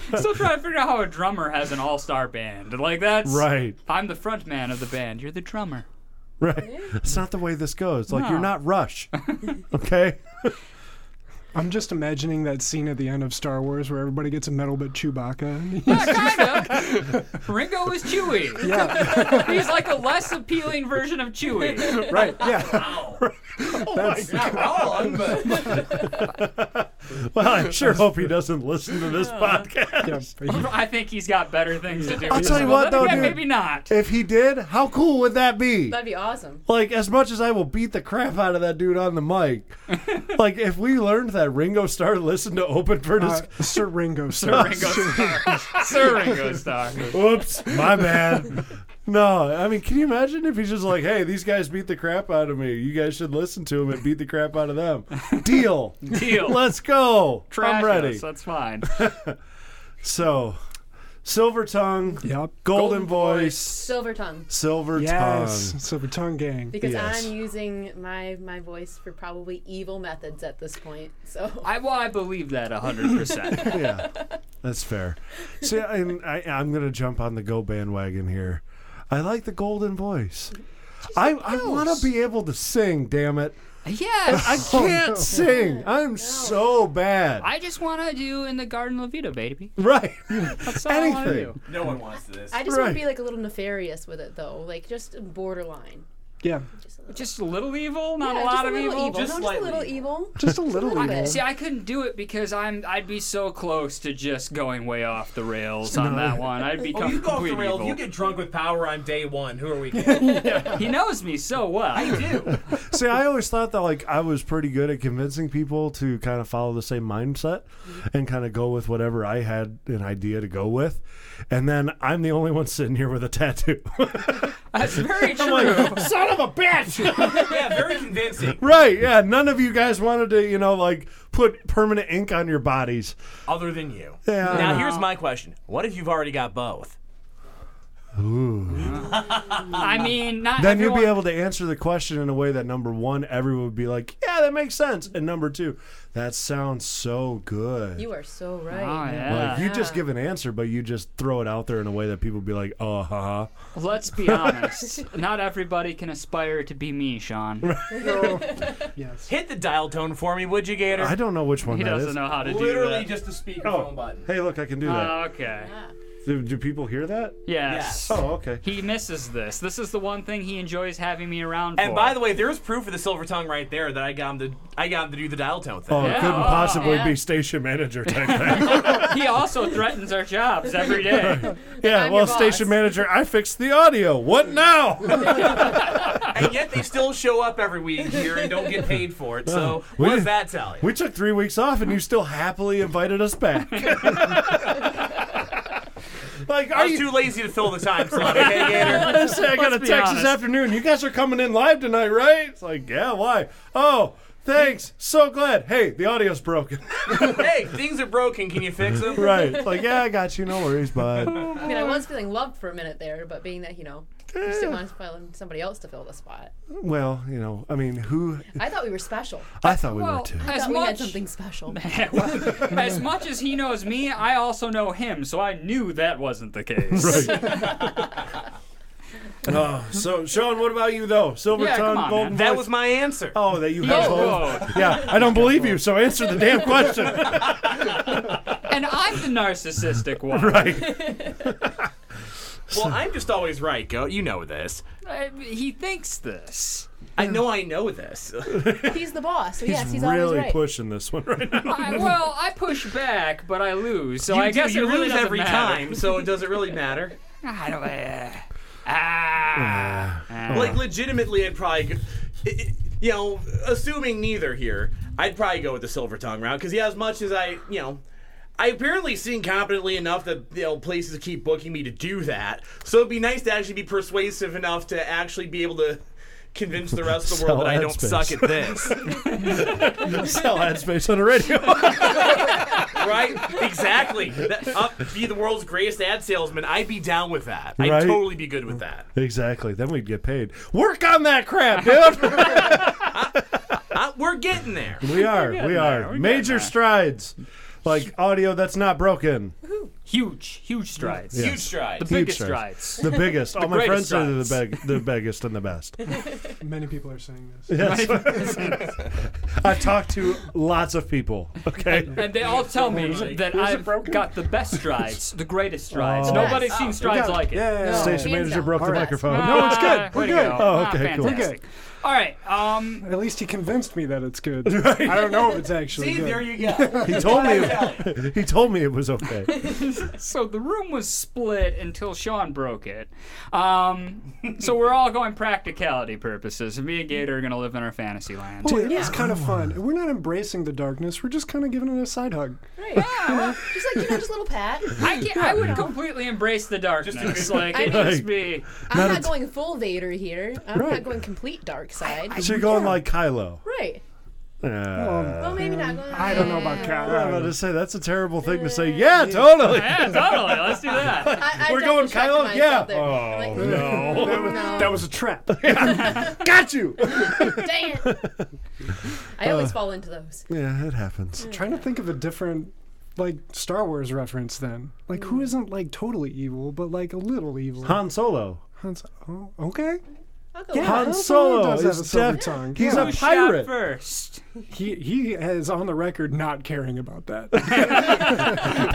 [SPEAKER 4] out. Still trying to figure out how a drummer has an all-star band. Like that's
[SPEAKER 2] right,
[SPEAKER 4] I'm the front man of the band. You're the drummer.
[SPEAKER 2] [laughs] right. It's not the way this goes. Like
[SPEAKER 4] No.
[SPEAKER 2] you're
[SPEAKER 4] [laughs]
[SPEAKER 2] not Rush, okay?
[SPEAKER 5] I'm just imagining that scene at the end of Star Wars where everybody gets a medal but Chewbacca. [laughs]
[SPEAKER 4] Yeah, [laughs] kind of. Ringo is Chewy. [laughs]
[SPEAKER 5] yeah,
[SPEAKER 4] He's like a less appealing version of Chewy.
[SPEAKER 5] [laughs] right. Yeah,
[SPEAKER 2] Oh
[SPEAKER 1] Not wrong, but
[SPEAKER 5] [laughs]
[SPEAKER 4] [laughs]
[SPEAKER 2] Well, I sure hope he doesn't listen to this
[SPEAKER 4] Oh,
[SPEAKER 2] podcast.
[SPEAKER 5] yeah.
[SPEAKER 4] [laughs] I think he's got better things to do.
[SPEAKER 2] I'll
[SPEAKER 4] He's
[SPEAKER 2] tell you
[SPEAKER 4] like,
[SPEAKER 2] what, though,
[SPEAKER 4] yeah,
[SPEAKER 2] dude.
[SPEAKER 4] maybe not.
[SPEAKER 2] If he did, how cool would that be?
[SPEAKER 3] That'd be awesome.
[SPEAKER 2] Like as much as I will beat the crap out of that dude on the
[SPEAKER 4] [laughs]
[SPEAKER 2] mic, like if we learned that Ringo Starr listened to Open for
[SPEAKER 5] Uh,
[SPEAKER 2] Dis-
[SPEAKER 5] Sir
[SPEAKER 2] [laughs]
[SPEAKER 5] Ringo. Sir
[SPEAKER 4] Ringo Starr. Sir Ringo Starr.
[SPEAKER 2] Oops, my bad. No, I mean, can you imagine if he's just like, "Hey, these guys beat the crap out of me. You guys should listen to them and beat the crap out
[SPEAKER 4] [laughs]
[SPEAKER 2] of them." Deal.
[SPEAKER 4] Deal.
[SPEAKER 2] Let's go.
[SPEAKER 4] Trash
[SPEAKER 2] I'm ready.
[SPEAKER 4] us, That's fine.
[SPEAKER 2] [laughs] So, silver tongue, golden,
[SPEAKER 5] Yep.
[SPEAKER 2] voice,
[SPEAKER 3] Silver tongue.
[SPEAKER 2] silver
[SPEAKER 5] Yes.
[SPEAKER 2] tongue.
[SPEAKER 5] Silver
[SPEAKER 4] [laughs]
[SPEAKER 5] Tongue Gang.
[SPEAKER 3] Because
[SPEAKER 2] Yes.
[SPEAKER 3] I'm using my my voice for probably evil methods at this point. So
[SPEAKER 4] I, well, I believe that 100%.
[SPEAKER 2] [laughs] Yeah, that's fair. See, and I, I'm gonna jump on the go bandwagon here. I like the golden voice. I, I want to be able to sing. Damn it,
[SPEAKER 4] yes. Oh,
[SPEAKER 2] I
[SPEAKER 4] I,
[SPEAKER 2] can't sing. I'm so bad. [laughs]
[SPEAKER 4] just want to do in the Garden Levita, baby.
[SPEAKER 2] right.
[SPEAKER 4] That's all I want to
[SPEAKER 2] Anything.
[SPEAKER 4] do.
[SPEAKER 1] no one wants this.
[SPEAKER 3] I just want
[SPEAKER 2] Right.
[SPEAKER 3] to be like a little nefarious with it though, like just borderline.
[SPEAKER 5] Yeah,
[SPEAKER 3] Just a little,
[SPEAKER 4] Just a little evil, not
[SPEAKER 3] Yeah,
[SPEAKER 4] a lot
[SPEAKER 3] just
[SPEAKER 4] of
[SPEAKER 3] little
[SPEAKER 4] evil.
[SPEAKER 3] No,
[SPEAKER 1] Just
[SPEAKER 3] just a little
[SPEAKER 1] slightly.
[SPEAKER 3] evil.
[SPEAKER 5] just a little
[SPEAKER 3] Love
[SPEAKER 5] evil.
[SPEAKER 3] it.
[SPEAKER 4] See, I couldn't do it because I'm I'd be so close to just going way off the rails on that one. I'd
[SPEAKER 1] Oh,
[SPEAKER 4] become
[SPEAKER 1] you go off the
[SPEAKER 4] complete
[SPEAKER 1] rail.
[SPEAKER 4] evil.
[SPEAKER 1] You get drunk with power on day one. Who are we
[SPEAKER 2] [laughs]
[SPEAKER 1] kidding?
[SPEAKER 4] He knows me so well. I do.
[SPEAKER 2] See, I always thought that like I was pretty good at convincing people to kind of follow the same mindset
[SPEAKER 4] Mm-hmm.
[SPEAKER 2] and kind of go with whatever I had an idea to go with. And then I'm the only one sitting here with a tattoo.
[SPEAKER 4] [laughs] That's very true.
[SPEAKER 2] Son of a bitch!
[SPEAKER 1] [laughs] yeah, very convincing.
[SPEAKER 2] right, yeah. None of you guys wanted to, you know, like put permanent ink on your bodies.
[SPEAKER 1] Other than you.
[SPEAKER 2] Yeah.
[SPEAKER 1] Now here's my question: What if you've already got both?
[SPEAKER 4] I mean, not
[SPEAKER 2] Then you'll be
[SPEAKER 4] everyone-
[SPEAKER 2] able to answer the question in a way that number one, everyone would be like, yeah, that makes sense. And number two, that sounds so good.
[SPEAKER 3] You are so right.
[SPEAKER 4] Oh, yeah.
[SPEAKER 2] Like you just
[SPEAKER 3] Yeah.
[SPEAKER 2] give an answer, but you just throw it out there in a way that people be like, "Oh, haha."
[SPEAKER 4] Let's be honest. Not everybody can aspire to be
[SPEAKER 3] [laughs]
[SPEAKER 4] me, Sean.
[SPEAKER 1] [laughs]
[SPEAKER 5] Yes.
[SPEAKER 1] Hit the dial tone for me, would you, Gator?
[SPEAKER 2] I don't know which one
[SPEAKER 4] He
[SPEAKER 2] that is.
[SPEAKER 4] doesn't know how to
[SPEAKER 1] Literally
[SPEAKER 4] do
[SPEAKER 1] just the speakerphone
[SPEAKER 2] Oh.
[SPEAKER 1] button.
[SPEAKER 2] Hey, look, I can do
[SPEAKER 4] that.
[SPEAKER 2] that.
[SPEAKER 4] Oh, okay.
[SPEAKER 3] Yeah.
[SPEAKER 2] Do, do people hear that?
[SPEAKER 4] Yes.
[SPEAKER 1] Yes.
[SPEAKER 2] Oh, okay.
[SPEAKER 4] He misses this. This is the one thing he enjoys having me around for.
[SPEAKER 1] And by the way, there's proof of the silver tongue right there that I got him to I got him to do the dial tone thing.
[SPEAKER 2] Oh, it
[SPEAKER 4] Yeah.
[SPEAKER 2] couldn't
[SPEAKER 4] Oh,
[SPEAKER 2] possibly
[SPEAKER 3] yeah.
[SPEAKER 2] be station manager type thing.
[SPEAKER 4] [laughs] he also threatens our jobs every
[SPEAKER 2] [laughs]
[SPEAKER 4] day.
[SPEAKER 2] yeah,
[SPEAKER 3] I'm
[SPEAKER 2] well,
[SPEAKER 3] your
[SPEAKER 2] station
[SPEAKER 3] boss.
[SPEAKER 2] manager, I fixed the audio. What now? [laughs]
[SPEAKER 1] And yet they still show up every week here and don't get paid for it. So
[SPEAKER 2] we
[SPEAKER 1] what does
[SPEAKER 2] didn't-
[SPEAKER 1] that tell you?
[SPEAKER 2] we took three weeks off, and you still happily invited
[SPEAKER 4] [laughs]
[SPEAKER 2] us back. like,
[SPEAKER 1] I
[SPEAKER 2] are
[SPEAKER 1] was
[SPEAKER 2] you?
[SPEAKER 1] too lazy to fill the time slot.
[SPEAKER 2] [laughs]
[SPEAKER 1] Okay, Gator.
[SPEAKER 2] Honestly, I got a
[SPEAKER 4] Let's be
[SPEAKER 2] text this
[SPEAKER 4] honest.
[SPEAKER 2] afternoon. You guys are coming in live tonight, right? It's like, yeah, why? Oh, thanks. So glad. Hey, the audio's broken.
[SPEAKER 1] [laughs]
[SPEAKER 4] [laughs]
[SPEAKER 1] hey, things are broken. Can you fix them?
[SPEAKER 2] right. It's like, yeah, I got you. No worries, bud.
[SPEAKER 3] I mean, I was feeling loved for a minute there, but being that you know, you just didn't want to find somebody else to fill the spot.
[SPEAKER 2] Well, you know, I
[SPEAKER 4] [laughs]
[SPEAKER 2] mean, who?
[SPEAKER 3] I thought we were special.
[SPEAKER 2] I thought we were
[SPEAKER 4] Well,
[SPEAKER 2] too.
[SPEAKER 3] I
[SPEAKER 4] as
[SPEAKER 3] thought we had
[SPEAKER 4] much
[SPEAKER 3] something special.
[SPEAKER 4] [laughs] as much as he knows me, I also know him, so I knew that wasn't the case.
[SPEAKER 2] Right. oh, so Sean, what about you though? Silver
[SPEAKER 4] Yeah,
[SPEAKER 2] tongue,
[SPEAKER 4] come on,
[SPEAKER 2] golden
[SPEAKER 4] man.
[SPEAKER 1] That
[SPEAKER 2] voice.
[SPEAKER 1] was my answer.
[SPEAKER 2] Oh, that you have
[SPEAKER 4] Oh,
[SPEAKER 2] both.
[SPEAKER 4] whoa.
[SPEAKER 2] Yeah, I don't believe you. So answer
[SPEAKER 4] [laughs]
[SPEAKER 2] the damn question.
[SPEAKER 4] And I'm the narcissistic one.
[SPEAKER 2] [laughs] right.
[SPEAKER 1] Well, I'm just always right, Go. You know this.
[SPEAKER 4] [laughs] I- he
[SPEAKER 3] [laughs]
[SPEAKER 4] thinks this.
[SPEAKER 1] I know I know
[SPEAKER 2] [laughs]
[SPEAKER 1] this.
[SPEAKER 3] he's the boss, so yes, he's always
[SPEAKER 2] really
[SPEAKER 3] right.
[SPEAKER 2] pushing this one right now.
[SPEAKER 4] I, well, I push back, but I lose, so
[SPEAKER 1] you
[SPEAKER 4] I
[SPEAKER 1] do,
[SPEAKER 4] guess
[SPEAKER 1] you
[SPEAKER 4] it really
[SPEAKER 1] lose
[SPEAKER 4] doesn't
[SPEAKER 1] every
[SPEAKER 4] matter.
[SPEAKER 1] time, so
[SPEAKER 4] [laughs]
[SPEAKER 1] it doesn't really matter.
[SPEAKER 4] I don't. Uh, ah. ah.
[SPEAKER 1] Like legitimately, I'd probably, go, it- it- you know, assuming neither here, I'd probably go with the silver tongue route because yeah, as much as I, you know. I apparently sing competently enough that you know places keep booking me to do that. So it'd be nice to actually be persuasive enough to actually be able to, convince the rest of the
[SPEAKER 2] Sell
[SPEAKER 1] world that I
[SPEAKER 2] ad
[SPEAKER 1] don't
[SPEAKER 2] space.
[SPEAKER 1] suck at this.
[SPEAKER 2] [laughs] Sell ad space on the
[SPEAKER 1] [laughs]
[SPEAKER 2] radio.
[SPEAKER 1] right? Exactly. That, up, be the world's greatest ad salesman. I'd be down with that.
[SPEAKER 2] Right?
[SPEAKER 1] I'd totally be good with that.
[SPEAKER 2] [laughs] exactly. Then we'd get paid. Work on that crap, dude.
[SPEAKER 1] [laughs] I, we're getting there.
[SPEAKER 2] [laughs] we are. We
[SPEAKER 4] getting there. We're
[SPEAKER 2] are.
[SPEAKER 4] getting
[SPEAKER 2] Major
[SPEAKER 4] there.
[SPEAKER 2] strides. Like audio that's not broken.
[SPEAKER 4] Huge, huge strides.
[SPEAKER 2] Yeah.
[SPEAKER 1] Huge strides.
[SPEAKER 4] The biggest
[SPEAKER 2] strides.
[SPEAKER 4] strides.
[SPEAKER 2] The
[SPEAKER 4] [laughs]
[SPEAKER 2] biggest. All my friends
[SPEAKER 4] greatest
[SPEAKER 2] say they're the, big, the biggest and
[SPEAKER 4] [laughs]
[SPEAKER 2] the best.
[SPEAKER 5] Many people are saying this.
[SPEAKER 2] Yes. [laughs] I've talked to lots of people. Okay.
[SPEAKER 4] And they all tell me that I've got the best strides, the greatest strides.
[SPEAKER 2] Oh.
[SPEAKER 4] Nobody's
[SPEAKER 3] Yes.
[SPEAKER 4] seen strides like it.
[SPEAKER 5] Yeah.
[SPEAKER 3] No.
[SPEAKER 2] Station
[SPEAKER 3] Hands
[SPEAKER 2] manager
[SPEAKER 3] down.
[SPEAKER 2] broke the
[SPEAKER 5] All right.
[SPEAKER 2] microphone.
[SPEAKER 5] No, it's good.
[SPEAKER 4] Ah,
[SPEAKER 5] We're
[SPEAKER 4] way to
[SPEAKER 5] good.
[SPEAKER 4] go.
[SPEAKER 2] Oh,
[SPEAKER 4] Ah,
[SPEAKER 2] okay, cool. We're good.
[SPEAKER 4] fantastic. All right. Um,
[SPEAKER 5] At least he convinced me that it's
[SPEAKER 2] [laughs]
[SPEAKER 5] good. I don't know if it's actually
[SPEAKER 1] See,
[SPEAKER 5] good.
[SPEAKER 1] there you
[SPEAKER 5] [laughs]
[SPEAKER 1] go.
[SPEAKER 2] He
[SPEAKER 4] [laughs]
[SPEAKER 2] told me. [laughs] he told me it was okay.
[SPEAKER 4] so the room was split until Sean broke it. Um, so we're all going practicality purposes. and Me and Gator are going to live in our fantasy land.
[SPEAKER 5] Boy, it was kind of fun. We're not embracing the darkness. We're just kind of giving it a side hug.
[SPEAKER 3] Right.
[SPEAKER 5] [laughs]
[SPEAKER 3] Just like, you know, just a little pat.
[SPEAKER 4] I, can't, I would
[SPEAKER 2] [laughs]
[SPEAKER 4] completely embrace the darkness. Like, it
[SPEAKER 3] I
[SPEAKER 4] would just be.
[SPEAKER 3] I'm
[SPEAKER 2] Not
[SPEAKER 3] not,
[SPEAKER 2] a-
[SPEAKER 3] going full Vader here. I'm
[SPEAKER 2] Right.
[SPEAKER 3] not going complete dark side.
[SPEAKER 2] So you're going like Kylo.
[SPEAKER 3] right.
[SPEAKER 2] Uh,
[SPEAKER 3] Well, maybe not going
[SPEAKER 5] I don't know about
[SPEAKER 2] I'm about
[SPEAKER 5] Kyle.
[SPEAKER 2] to say that's a terrible thing to say. Yeah, totally.
[SPEAKER 4] Oh, Yeah, totally. Let's do
[SPEAKER 2] [laughs]
[SPEAKER 3] [laughs]
[SPEAKER 4] that. Oh,
[SPEAKER 3] I, I
[SPEAKER 2] We're going
[SPEAKER 3] double-checked
[SPEAKER 2] Kylo? Yeah.
[SPEAKER 3] myself there. I'm like,
[SPEAKER 5] That was,
[SPEAKER 3] Oh, No.
[SPEAKER 5] that was a trap.
[SPEAKER 4] [laughs]
[SPEAKER 2] Got you.
[SPEAKER 3] Dang it.
[SPEAKER 5] [laughs]
[SPEAKER 3] I
[SPEAKER 5] Uh,
[SPEAKER 3] always fall into those.
[SPEAKER 2] Yeah, it happens.
[SPEAKER 5] trying to think of a different like Star Wars reference then. Like
[SPEAKER 3] Mm.
[SPEAKER 5] who isn't like totally evil, but like a little evil.
[SPEAKER 2] Han Solo.
[SPEAKER 5] Han's, oh, okay.
[SPEAKER 3] I'll go
[SPEAKER 5] Yeah.
[SPEAKER 2] Han
[SPEAKER 5] Han Solo
[SPEAKER 2] Solo
[SPEAKER 5] does have
[SPEAKER 2] is
[SPEAKER 5] a silver
[SPEAKER 2] def-
[SPEAKER 5] tongue.
[SPEAKER 2] He's
[SPEAKER 5] Yeah.
[SPEAKER 2] a
[SPEAKER 4] Who shot
[SPEAKER 2] pirate.
[SPEAKER 4] first?
[SPEAKER 5] He he is on the record not caring about that.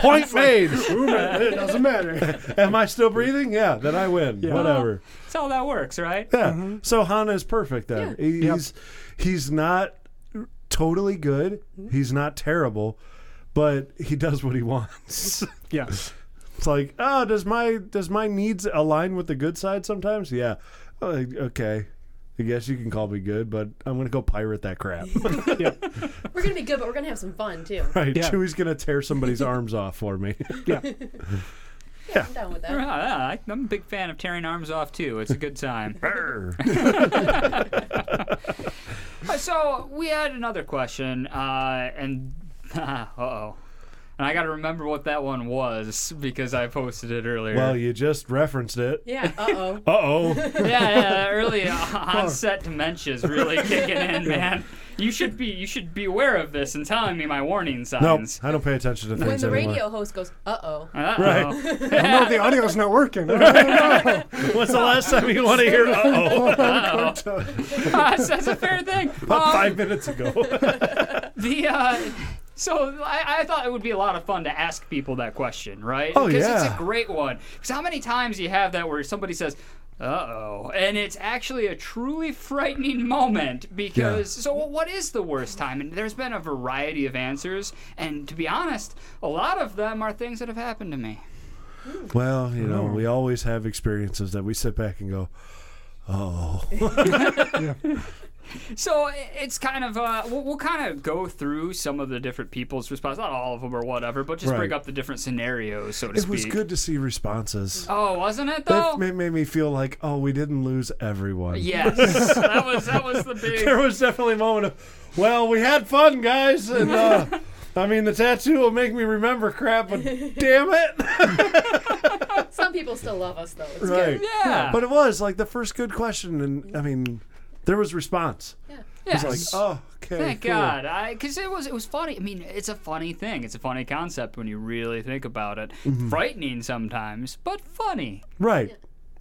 [SPEAKER 5] [laughs]
[SPEAKER 2] Point made.
[SPEAKER 5] it doesn't matter.
[SPEAKER 2] Am I still breathing? Yeah, then I win.
[SPEAKER 5] Yeah.
[SPEAKER 2] Whatever.
[SPEAKER 4] That's how that works, right?
[SPEAKER 2] Yeah.
[SPEAKER 3] Mm-hmm.
[SPEAKER 2] So Han is perfect then. He's he's not totally good.
[SPEAKER 3] Mm-hmm.
[SPEAKER 2] He's not terrible, but he does what he
[SPEAKER 3] [laughs]
[SPEAKER 2] [laughs] wants.
[SPEAKER 5] Yes.
[SPEAKER 2] it's like, oh, does my does my needs align with the good side sometimes? Yeah. Uh, okay. I guess you can call me good, but I'm gonna go pirate
[SPEAKER 3] [laughs]
[SPEAKER 2] that crap.
[SPEAKER 3] We're gonna be good, but we're gonna have some fun too.
[SPEAKER 2] [laughs] right?
[SPEAKER 5] Yeah.
[SPEAKER 2] Chewie's gonna tear
[SPEAKER 3] [laughs]
[SPEAKER 2] somebody's arms off for me.
[SPEAKER 3] I'm down with
[SPEAKER 4] Yeah,
[SPEAKER 3] that.
[SPEAKER 4] yeah, I- I'm a big fan of tearing arms off too. It's a good
[SPEAKER 2] [laughs]
[SPEAKER 4] time.
[SPEAKER 2] Arr.
[SPEAKER 4] Uh, [laughs] so we had another question, uh, and [laughs] uh oh, and I got to remember what that one was because I posted it earlier.
[SPEAKER 2] [laughs] well, you just referenced it.
[SPEAKER 3] Yeah. Uh
[SPEAKER 2] [laughs]
[SPEAKER 3] oh.
[SPEAKER 2] Uh oh.
[SPEAKER 4] [laughs] yeah, yeah, that
[SPEAKER 2] [laughs]
[SPEAKER 4] early onset dementia is really kicking in, man. You should be you should be aware of this and telling me my warning
[SPEAKER 2] nope.
[SPEAKER 4] signs.
[SPEAKER 2] I don't pay attention to
[SPEAKER 3] When
[SPEAKER 2] things
[SPEAKER 3] the
[SPEAKER 2] anymore.
[SPEAKER 3] radio host goes, uh oh.
[SPEAKER 4] Uh-oh.
[SPEAKER 2] Right.
[SPEAKER 4] [laughs]
[SPEAKER 5] No, the audio's not working. I don't know.
[SPEAKER 2] [laughs] What's the last time you want to hear? Uh oh.
[SPEAKER 4] [laughs] That's that's a fair thing.
[SPEAKER 2] [laughs] About
[SPEAKER 4] Um,
[SPEAKER 2] five minutes ago.
[SPEAKER 4] The uh, so I, I thought it would be a lot of fun to ask people that question, right?
[SPEAKER 2] Oh,
[SPEAKER 4] because it's
[SPEAKER 2] yeah.
[SPEAKER 4] a great one. Because how many times you have that where somebody says, "Uh oh," and it's actually a truly frightening moment. Because so what is the worst time? And there's been a variety of answers, and to be honest, a lot of them are things that have happened to me.
[SPEAKER 2] Well, you
[SPEAKER 4] Oh.
[SPEAKER 2] know, we always have experiences that we sit back and go, "Oh,
[SPEAKER 4] So i- it's kind of uh, we'll, we'll kind of go through some of the different people's response. Not all of them or whatever, but just
[SPEAKER 2] Right.
[SPEAKER 4] bring up the different scenarios, so to
[SPEAKER 2] it
[SPEAKER 4] speak.
[SPEAKER 2] was good to see responses."
[SPEAKER 4] Oh, wasn't it though?
[SPEAKER 2] That ma- made me feel like, "Oh, we didn't lose everyone." [laughs]
[SPEAKER 4] Yes, that was
[SPEAKER 5] [laughs]
[SPEAKER 4] that was the
[SPEAKER 2] There
[SPEAKER 4] big.
[SPEAKER 2] was definitely a moment of, "Well, we had fun, guys," and uh,
[SPEAKER 4] [laughs]
[SPEAKER 2] I mean, the tattoo will make me remember crap, but damn it!
[SPEAKER 3] [laughs] Some people still love us though. It's
[SPEAKER 2] right?
[SPEAKER 3] good.
[SPEAKER 4] Yeah.
[SPEAKER 2] But it was like the first good question, and I mean, there was response.
[SPEAKER 3] Yeah.
[SPEAKER 4] Yes.
[SPEAKER 2] Like, oh, okay.
[SPEAKER 4] Thank
[SPEAKER 2] cool."
[SPEAKER 4] God, I because it was it was funny. I mean, it's a funny thing. It's a funny concept when you really think about it.
[SPEAKER 2] Mm-hmm.
[SPEAKER 4] Frightening sometimes, but funny,
[SPEAKER 2] Right.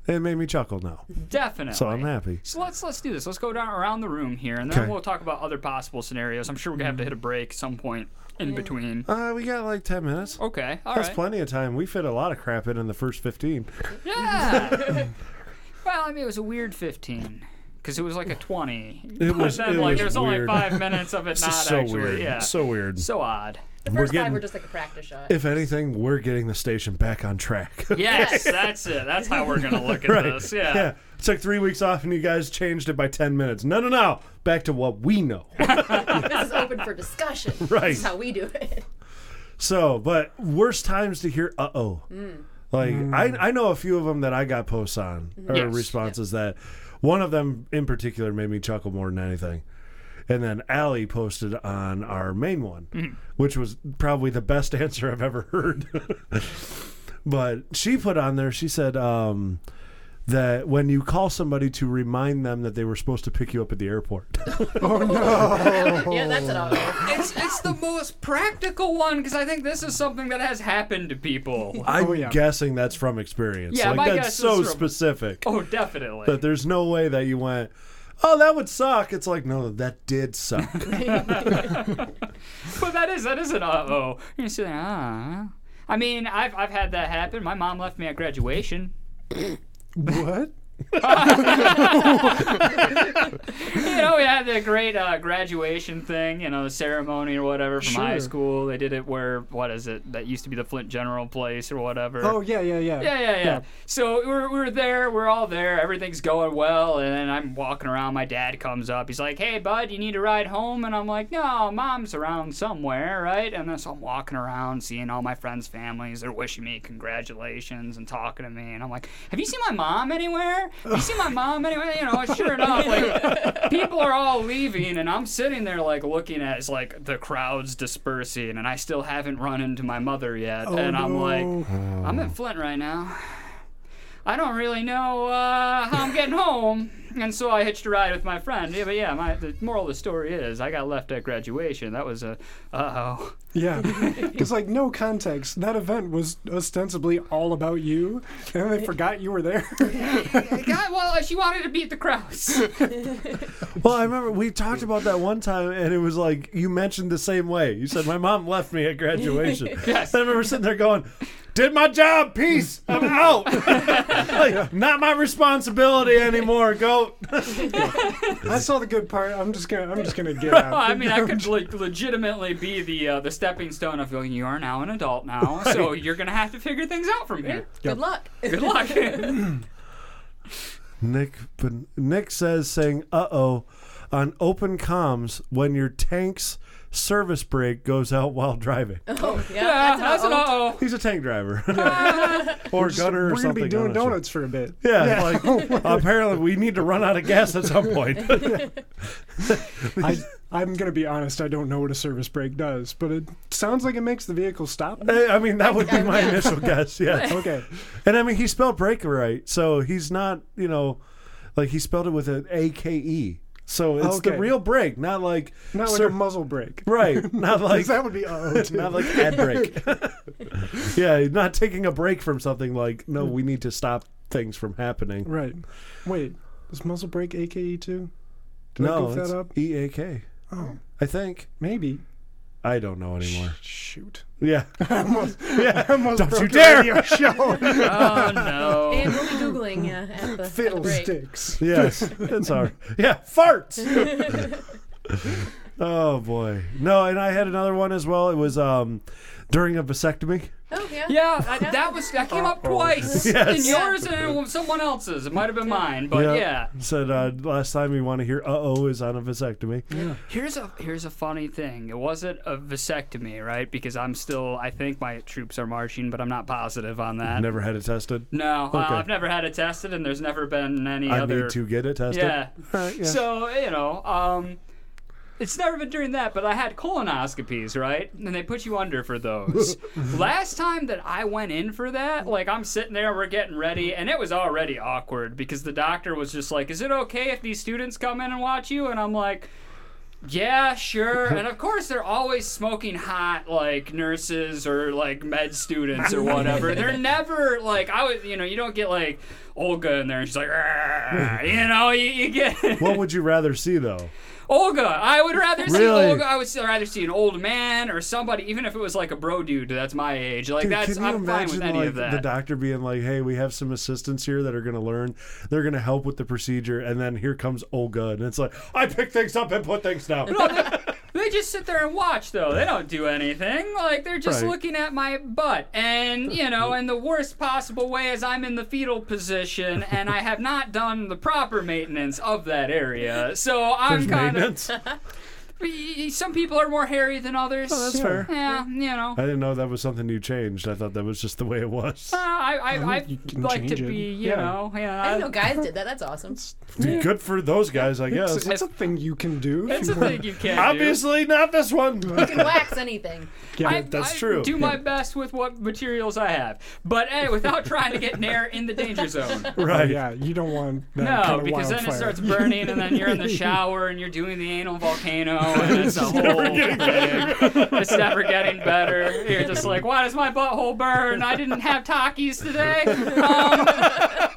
[SPEAKER 2] It made me chuckle now,
[SPEAKER 4] definitely.
[SPEAKER 2] so I'm happy.
[SPEAKER 4] So let's let's do this. Let's go down around the room here, and then
[SPEAKER 2] Okay. Mm-hmm.
[SPEAKER 4] we'll talk about other possible scenarios. I'm sure we're gonna have to hit a break at some point in between.
[SPEAKER 2] Uh, we got like ten minutes.
[SPEAKER 4] Okay, all
[SPEAKER 2] That's
[SPEAKER 4] right.
[SPEAKER 2] plenty of time. We fit a lot of crap in in the first 15.
[SPEAKER 4] Yeah. well, I mean, it was a weird 15 because it was like a [laughs] 20.
[SPEAKER 2] It
[SPEAKER 4] But
[SPEAKER 2] was,
[SPEAKER 4] then,
[SPEAKER 2] it
[SPEAKER 4] like,
[SPEAKER 2] was
[SPEAKER 4] there's only
[SPEAKER 2] weird.
[SPEAKER 4] five minutes of it
[SPEAKER 2] It's
[SPEAKER 4] not
[SPEAKER 2] just so
[SPEAKER 4] actually.
[SPEAKER 2] weird.
[SPEAKER 4] Yeah.
[SPEAKER 2] So weird.
[SPEAKER 4] So odd.
[SPEAKER 3] The first
[SPEAKER 2] getting-
[SPEAKER 3] five were just like a practice shot.
[SPEAKER 2] If anything, we're getting the station back on track.
[SPEAKER 4] [laughs]
[SPEAKER 2] [laughs]
[SPEAKER 4] Yes, that's it. That's how we're gonna look at this. Yeah.
[SPEAKER 2] yeah. It took three weeks off and you guys changed it by 10 minutes. No, no, no. Back to what
[SPEAKER 4] [laughs]
[SPEAKER 2] we know.
[SPEAKER 3] this is open for discussion.
[SPEAKER 2] Right.
[SPEAKER 3] This is how we do it.
[SPEAKER 2] so, but worst times to hear uh
[SPEAKER 3] Hmm.
[SPEAKER 5] Mm.
[SPEAKER 2] oh. Like, I, I know a few of them that I got posts on or
[SPEAKER 4] Mm-hmm. Yes.
[SPEAKER 2] responses that One of them in particular made me chuckle more than anything. And then Allie posted on our main one,
[SPEAKER 4] Mm-hmm.
[SPEAKER 2] which was probably the best [laughs] answer I've ever heard. [laughs] but she put on there, she said um, that when you call somebody to remind them that they were supposed to pick you up at the airport.
[SPEAKER 3] [laughs] yeah, that's an audio.
[SPEAKER 4] It's it's the most practical one because I think this is something that has happened to
[SPEAKER 2] [laughs]
[SPEAKER 4] people.
[SPEAKER 2] I'm
[SPEAKER 5] Oh, yeah.
[SPEAKER 2] guessing that's from experience.
[SPEAKER 4] Yeah,
[SPEAKER 2] like,
[SPEAKER 4] my
[SPEAKER 2] that's
[SPEAKER 4] guess
[SPEAKER 2] so
[SPEAKER 4] is from-
[SPEAKER 2] specific.
[SPEAKER 4] Oh, definitely.
[SPEAKER 2] But there's no way that you went, oh, that would suck. It's like, no, that did suck.
[SPEAKER 4] But that is that is an uh oh. You see, ah. I mean, I've I've had that happen. My mom left me at graduation.
[SPEAKER 5] What?
[SPEAKER 4] [laughs] You know, we had the great uh, graduation thing. You know, the ceremony or whatever from high
[SPEAKER 5] Sure.
[SPEAKER 4] school. They did it where what is it? That used to be the Flint General Place or whatever.
[SPEAKER 5] Oh yeah, yeah, yeah.
[SPEAKER 4] Yeah, yeah, yeah. So we're, we're there, we're all there, everything's going well, and then I'm walking around. My dad comes up, he's like, "Hey, bud, you need to ride home?" And I'm like, "No, mom's around somewhere, right?" And then so I'm walking around, seeing all my friends' families, they're wishing me congratulations and talking to me, and I'm like, "Have you seen my mom anywhere? Have you seen my mom anywhere?" You know, sure enough, like people are all leaving, and I'm sitting there like looking at it's like the crowds dispersing, and I still haven't run into my mother yet, and I'm like. I'm in Flint right now. I don't really know uh, how I'm getting home, and so I hitched a ride with my friend. Yeah, but yeah, my, the moral of the story is I got left at graduation. That was a uh oh.
[SPEAKER 5] Yeah. Because, like, no context. That event was ostensibly all about you, and they forgot you were [laughs] there.
[SPEAKER 4] God, well, she wanted to beat the [laughs] crowds.
[SPEAKER 2] Well, I remember we talked about that one time, and it was like you mentioned the same way. You said my mom left me at graduation. yes. I remember sitting there going, "Did my job, peace. I'm out. [laughs] like, not my responsibility anymore. Go."
[SPEAKER 5] [laughs] I saw the good part. I'm just gonna, I'm just
[SPEAKER 4] [laughs]
[SPEAKER 5] gonna get
[SPEAKER 4] Well, I
[SPEAKER 5] out.
[SPEAKER 4] mean, I could like legitimately be the uh, the stepping stone of going. You are now an adult
[SPEAKER 2] [laughs]
[SPEAKER 4] now, so you're gonna have to figure things out from here.
[SPEAKER 3] Good luck.
[SPEAKER 4] Good luck. [laughs]
[SPEAKER 2] Nick, but Nick says saying "uh oh" on open comms when your tank's service brake goes out while driving.
[SPEAKER 3] Oh, yeah,
[SPEAKER 4] yeah,
[SPEAKER 3] that's an
[SPEAKER 4] that's an
[SPEAKER 3] audio.
[SPEAKER 2] [laughs]
[SPEAKER 4] uh-oh.
[SPEAKER 2] He's a tank driver or gunner or
[SPEAKER 5] We're gonna
[SPEAKER 2] something.
[SPEAKER 5] be
[SPEAKER 2] I'm
[SPEAKER 5] doing
[SPEAKER 2] not sure.
[SPEAKER 5] donuts for a bit. oh,
[SPEAKER 2] Yeah, [laughs] like apparently we need to run out of gas at some
[SPEAKER 5] [laughs]
[SPEAKER 2] point.
[SPEAKER 5] I, I'm gonna be honest. I don't know what a service brake does, but it sounds like it makes the vehicle stop.
[SPEAKER 2] Eh, I mean, that would be my initial
[SPEAKER 3] [laughs]
[SPEAKER 2] guess. Yeah.
[SPEAKER 5] [laughs] Okay.
[SPEAKER 2] And I mean, he spelled break right, so he's not, you know, like he spelled it with an A K E. So it's the
[SPEAKER 5] Okay.
[SPEAKER 2] real break, not like
[SPEAKER 5] Not like
[SPEAKER 2] sir-
[SPEAKER 5] a
[SPEAKER 2] [laughs]
[SPEAKER 5] muzzle brake. [laughs]
[SPEAKER 2] right, not like
[SPEAKER 5] 'Cause that would be uh
[SPEAKER 2] [laughs] not like
[SPEAKER 5] [laughs]
[SPEAKER 2] ad break. [laughs] yeah, not taking a break from something like no, we need to stop things from happening.
[SPEAKER 5] Right. Wait. Is muzzle brake AKE E too? Did I
[SPEAKER 2] No,
[SPEAKER 5] goof
[SPEAKER 2] it's
[SPEAKER 5] that up?
[SPEAKER 2] E A K.
[SPEAKER 5] Oh,
[SPEAKER 2] I think
[SPEAKER 5] maybe.
[SPEAKER 2] I don't know anymore.
[SPEAKER 5] Shoot. [laughs]
[SPEAKER 2] Yeah,
[SPEAKER 5] Almost,
[SPEAKER 2] [laughs] [laughs] yeah.
[SPEAKER 5] [laughs] almost
[SPEAKER 2] Don't
[SPEAKER 5] broke
[SPEAKER 2] you
[SPEAKER 5] the
[SPEAKER 2] dare.
[SPEAKER 3] [laughs]
[SPEAKER 5] radio
[SPEAKER 2] [laughs]
[SPEAKER 5] Show.
[SPEAKER 4] Oh no.
[SPEAKER 3] And we'll be googling yeah, at the at the break.
[SPEAKER 5] Fiddlesticks.
[SPEAKER 2] [laughs] Yes, that's our yeah
[SPEAKER 3] [laughs]
[SPEAKER 2] farts. oh boy, no, and I had another one as well. It was um during a vasectomy.
[SPEAKER 3] [laughs] Oh yeah.
[SPEAKER 4] Yeah, Uh, I, that was that came
[SPEAKER 2] Oh,
[SPEAKER 4] up [laughs] twice in
[SPEAKER 2] Yes.
[SPEAKER 4] yours and in someone else's. It might have been mine, but yeah.
[SPEAKER 2] said uh, last time we want to hear uh oh is on a vasectomy.
[SPEAKER 4] Here's a here's a funny thing. It wasn't a vasectomy, right? Because I'm still I think my troops are marching, but I'm not positive on that.
[SPEAKER 2] Never had it tested.
[SPEAKER 4] No, uh,
[SPEAKER 2] Okay.
[SPEAKER 4] I've never had it tested, and there's never been any
[SPEAKER 2] I
[SPEAKER 4] other.
[SPEAKER 2] need to get it tested.
[SPEAKER 4] Yeah.
[SPEAKER 2] Alright, yeah.
[SPEAKER 4] So you know, um, it's never been during that. But I had colonoscopies, right? And they put you under for those. Last time that I went in for that, like I'm sitting there, we're getting ready, and it was already awkward because the doctor was just like, "Is it okay if these students come in and watch you?" And I'm like. Yeah,
[SPEAKER 2] [laughs]
[SPEAKER 4] sure. And of course, they're always smoking hot, like nurses or like med students
[SPEAKER 2] [laughs]
[SPEAKER 4] or whatever. they're never like, I would, you know, you don't get like Olga in there and she's like, "Argh," you know, you, you get
[SPEAKER 2] What would you rather see though?
[SPEAKER 4] Olga. I would rather see
[SPEAKER 2] Really?
[SPEAKER 4] Olga. I would s- rather see an old man or somebody, even if it was like a bro dude that's my age. [laughs] Like,
[SPEAKER 2] Dude,
[SPEAKER 4] that's,
[SPEAKER 2] can you
[SPEAKER 4] I'm fine
[SPEAKER 2] imagine
[SPEAKER 4] with any
[SPEAKER 2] like,
[SPEAKER 4] of that.
[SPEAKER 2] the doctor being like, "Hey, we have some assistants here that are going to learn. They're going to help with the procedure." And then here comes Olga, and it's like, "I pick things up and put things down."
[SPEAKER 4] They just sit there and watch, though. They don't do anything. Like, they're just
[SPEAKER 2] Right.
[SPEAKER 4] looking at my butt. And, you know, in the worst possible way is I'm in the fetal position and I have not done the proper maintenance of that area. So I'm
[SPEAKER 2] There's
[SPEAKER 4] kind [laughs]
[SPEAKER 2] maintenance.
[SPEAKER 4] of. But some people are more hairy than others.
[SPEAKER 2] Oh, that's
[SPEAKER 5] Yeah.
[SPEAKER 2] fair.
[SPEAKER 4] yeah, you know.
[SPEAKER 2] [laughs] I didn't know that was something you changed. I thought that was just the way it was.
[SPEAKER 4] Uh, [laughs] I, I, I
[SPEAKER 5] You can
[SPEAKER 4] like to
[SPEAKER 5] change it.
[SPEAKER 4] be, you
[SPEAKER 5] Yeah.
[SPEAKER 4] know, yeah.
[SPEAKER 3] I didn't know guys did that. That's awesome.
[SPEAKER 2] Good for those guys, I
[SPEAKER 5] It's,
[SPEAKER 2] guess.
[SPEAKER 5] it's a thing you can do. if
[SPEAKER 4] That's
[SPEAKER 5] you
[SPEAKER 4] a
[SPEAKER 5] want.
[SPEAKER 4] thing you can
[SPEAKER 2] Obviously, not
[SPEAKER 5] [laughs]
[SPEAKER 2] this one.
[SPEAKER 3] You can wax anything.
[SPEAKER 5] Yeah.
[SPEAKER 4] I,
[SPEAKER 2] that's
[SPEAKER 4] I
[SPEAKER 2] true.
[SPEAKER 4] do my best with what materials I have, but hey, without trying to get near in the danger zone.
[SPEAKER 2] [laughs] right.
[SPEAKER 5] Yeah, you don't want that kind
[SPEAKER 4] No,
[SPEAKER 5] of
[SPEAKER 4] because then it
[SPEAKER 5] wildfire.
[SPEAKER 4] starts burning, and then you're
[SPEAKER 5] [laughs]
[SPEAKER 2] [laughs]
[SPEAKER 4] in the shower, and you're doing the anal volcano, Oh, and it's a whole thing. It's never getting better. You're just
[SPEAKER 3] [laughs]
[SPEAKER 4] like, why does my butthole burn? I didn't have Takis today. Um,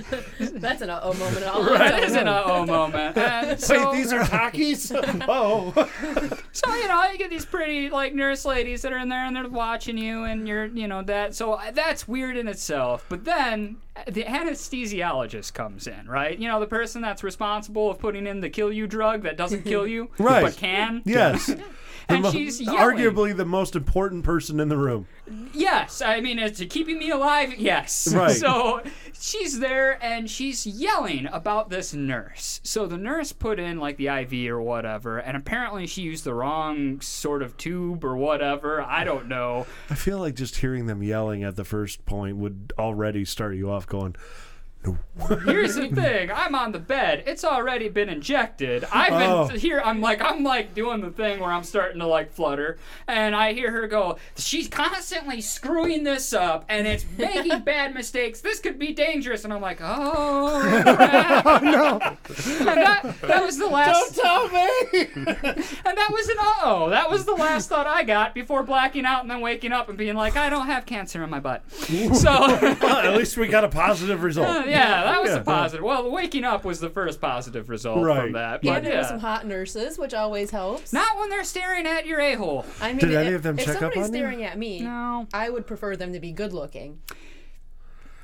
[SPEAKER 3] [laughs] That's an uh-oh moment at all.
[SPEAKER 4] that isn't a
[SPEAKER 3] [laughs]
[SPEAKER 4] oh moment. And so,
[SPEAKER 2] Wait, these are
[SPEAKER 4] [laughs]
[SPEAKER 2] Takis? oh.
[SPEAKER 4] So you know, you get these pretty like nurse ladies that are in there and they're watching you, and you're you know that. So I- that's weird in itself. But then uh, the anesthesiologist comes in, right? You know, the person that's responsible of putting in the kill you drug that doesn't kill you,
[SPEAKER 2] [laughs] Right.
[SPEAKER 4] But can. [laughs]
[SPEAKER 2] Yes. The
[SPEAKER 4] And
[SPEAKER 2] mo-
[SPEAKER 4] she's yelling.
[SPEAKER 2] arguably the most important person in the room.
[SPEAKER 4] Yes, I mean, as to keeping me alive, yes.
[SPEAKER 2] Right.
[SPEAKER 4] So she's there and she's yelling about this nurse. So the nurse put in like the IV or whatever, and apparently she used the wrong sort of tube or whatever. I don't know.
[SPEAKER 2] I feel like just hearing them yelling at the first point would already start you off going,
[SPEAKER 4] Here's the thing: I'm on the bed. It's already been injected. I've been
[SPEAKER 2] Oh.
[SPEAKER 4] here. I'm like, I'm like doing the thing where I'm starting to like flutter, and I hear her go. She's constantly screwing this up, and it's
[SPEAKER 2] [laughs]
[SPEAKER 4] making bad mistakes. This could be dangerous. And I'm like, oh, crap. no. And that, that was the last.
[SPEAKER 2] Tell me!
[SPEAKER 4] [laughs] And that was an uh oh. That was the last thought I got before blacking out and then waking up and being like, I don't have cancer in my butt.
[SPEAKER 2] [laughs]
[SPEAKER 4] So.
[SPEAKER 2] At least we got a positive
[SPEAKER 4] Uh, [laughs]
[SPEAKER 2] result.
[SPEAKER 4] yeah, that was
[SPEAKER 2] Yeah.
[SPEAKER 4] a positive. Well, waking up was the first positive result
[SPEAKER 2] Right.
[SPEAKER 4] from that.
[SPEAKER 2] Yeah,
[SPEAKER 4] But
[SPEAKER 3] And there were
[SPEAKER 4] yeah.
[SPEAKER 3] some hot nurses, which always helps.
[SPEAKER 4] Not when they're staring at your a hole.
[SPEAKER 3] I mean,
[SPEAKER 2] Did
[SPEAKER 3] if,
[SPEAKER 2] any of them
[SPEAKER 3] if
[SPEAKER 2] check up
[SPEAKER 3] somebody's
[SPEAKER 2] on you?
[SPEAKER 3] staring at me,
[SPEAKER 4] No.
[SPEAKER 3] I would prefer them to be good looking.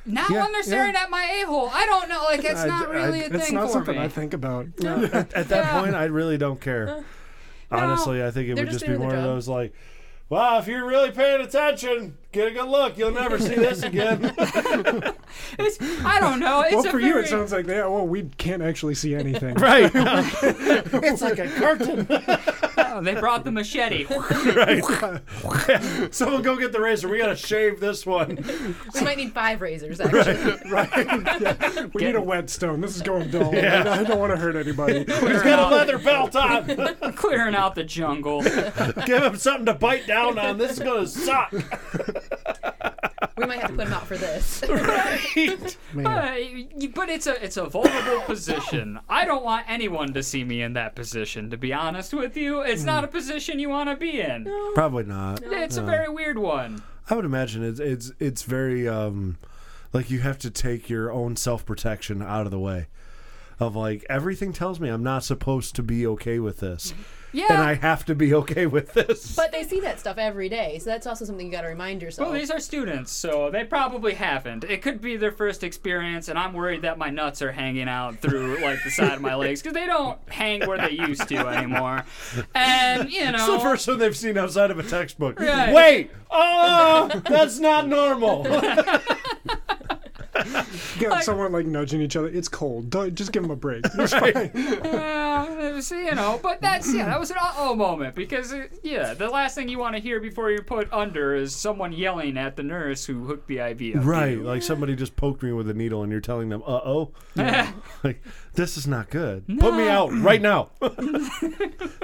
[SPEAKER 4] Not
[SPEAKER 2] Yeah,
[SPEAKER 4] when they're staring
[SPEAKER 2] yeah.
[SPEAKER 4] at my a hole. I don't know. Like, it's [laughs]
[SPEAKER 2] I-
[SPEAKER 4] not
[SPEAKER 2] I-
[SPEAKER 4] really a
[SPEAKER 2] it's
[SPEAKER 5] It's
[SPEAKER 4] thing
[SPEAKER 5] not
[SPEAKER 4] for
[SPEAKER 5] something
[SPEAKER 4] me.
[SPEAKER 5] I think about.
[SPEAKER 2] [laughs] At that
[SPEAKER 4] Yeah.
[SPEAKER 2] point, I really don't care. Honestly, I think it
[SPEAKER 3] they're
[SPEAKER 2] would
[SPEAKER 3] just
[SPEAKER 2] just be
[SPEAKER 3] doing their
[SPEAKER 2] one of
[SPEAKER 3] job.
[SPEAKER 2] those like, wow, if you're really paying attention, get a good look. You'll never see
[SPEAKER 4] [laughs]
[SPEAKER 2] this again.
[SPEAKER 4] It's, I don't know. It's
[SPEAKER 5] well,
[SPEAKER 4] a
[SPEAKER 5] for
[SPEAKER 4] very,
[SPEAKER 5] you, it sounds like, yeah, well, we can't actually see anything.
[SPEAKER 2] [laughs]
[SPEAKER 5] [laughs]
[SPEAKER 2] right. [laughs] it's like a cartoon.
[SPEAKER 4] [laughs] Oh, they brought the machete.
[SPEAKER 2] [laughs] Right. Someone go get the razor. We got to shave this one.
[SPEAKER 3] I might need five razors, actually.
[SPEAKER 5] We need a whetstone. This is going dull. I don't want to hurt anybody.
[SPEAKER 2] [laughs] He's
[SPEAKER 4] Clearing
[SPEAKER 2] got
[SPEAKER 4] out,
[SPEAKER 2] a leather belt on.
[SPEAKER 4] [laughs] clearing out the jungle.
[SPEAKER 2] [laughs] Give him something to bite down on. This is going to suck.
[SPEAKER 3] We might have to put them out for [laughs] this.
[SPEAKER 2] [laughs]
[SPEAKER 4] Uh, y- but it's a it's a vulnerable position. I don't want anyone to see me in that position. To be honest with you,
[SPEAKER 2] Hmm.
[SPEAKER 4] it's not a position you want to be in.
[SPEAKER 2] Probably not. Uh,
[SPEAKER 4] It's a very weird one.
[SPEAKER 2] I would imagine it's it's it's very um like you have to take your own self protection out of the way. Of like everything tells me I'm not supposed to be okay with this.
[SPEAKER 4] Yeah.
[SPEAKER 2] And I have to be okay with this.
[SPEAKER 3] but they see that stuff every day, so that's also something you got to remind yourself.
[SPEAKER 4] Well, these are students, so they probably haven't. It could be their first experience, and I'm worried that my nuts are hanging out through like the side of my legs because they don't hang where they used to anymore. And you know,
[SPEAKER 2] It's the first one they've seen outside of a
[SPEAKER 4] [laughs]
[SPEAKER 2] textbook.
[SPEAKER 4] Right.
[SPEAKER 2] Wait!
[SPEAKER 4] [laughs]
[SPEAKER 2] Oh that's not normal.
[SPEAKER 5] You got someone like nudging each other. It's cold. Don't, just give them
[SPEAKER 4] [laughs]
[SPEAKER 5] a break.
[SPEAKER 4] Yeah, it was, you know, but that's yeah, that was an uh-oh moment because uh, yeah, the last thing you want to hear before you're put under is someone yelling at the nurse who hooked the IV up.
[SPEAKER 2] right. Like somebody just poked me with a needle and you're telling them, uh oh. [laughs] like, this is not good. Put me out right now. I'm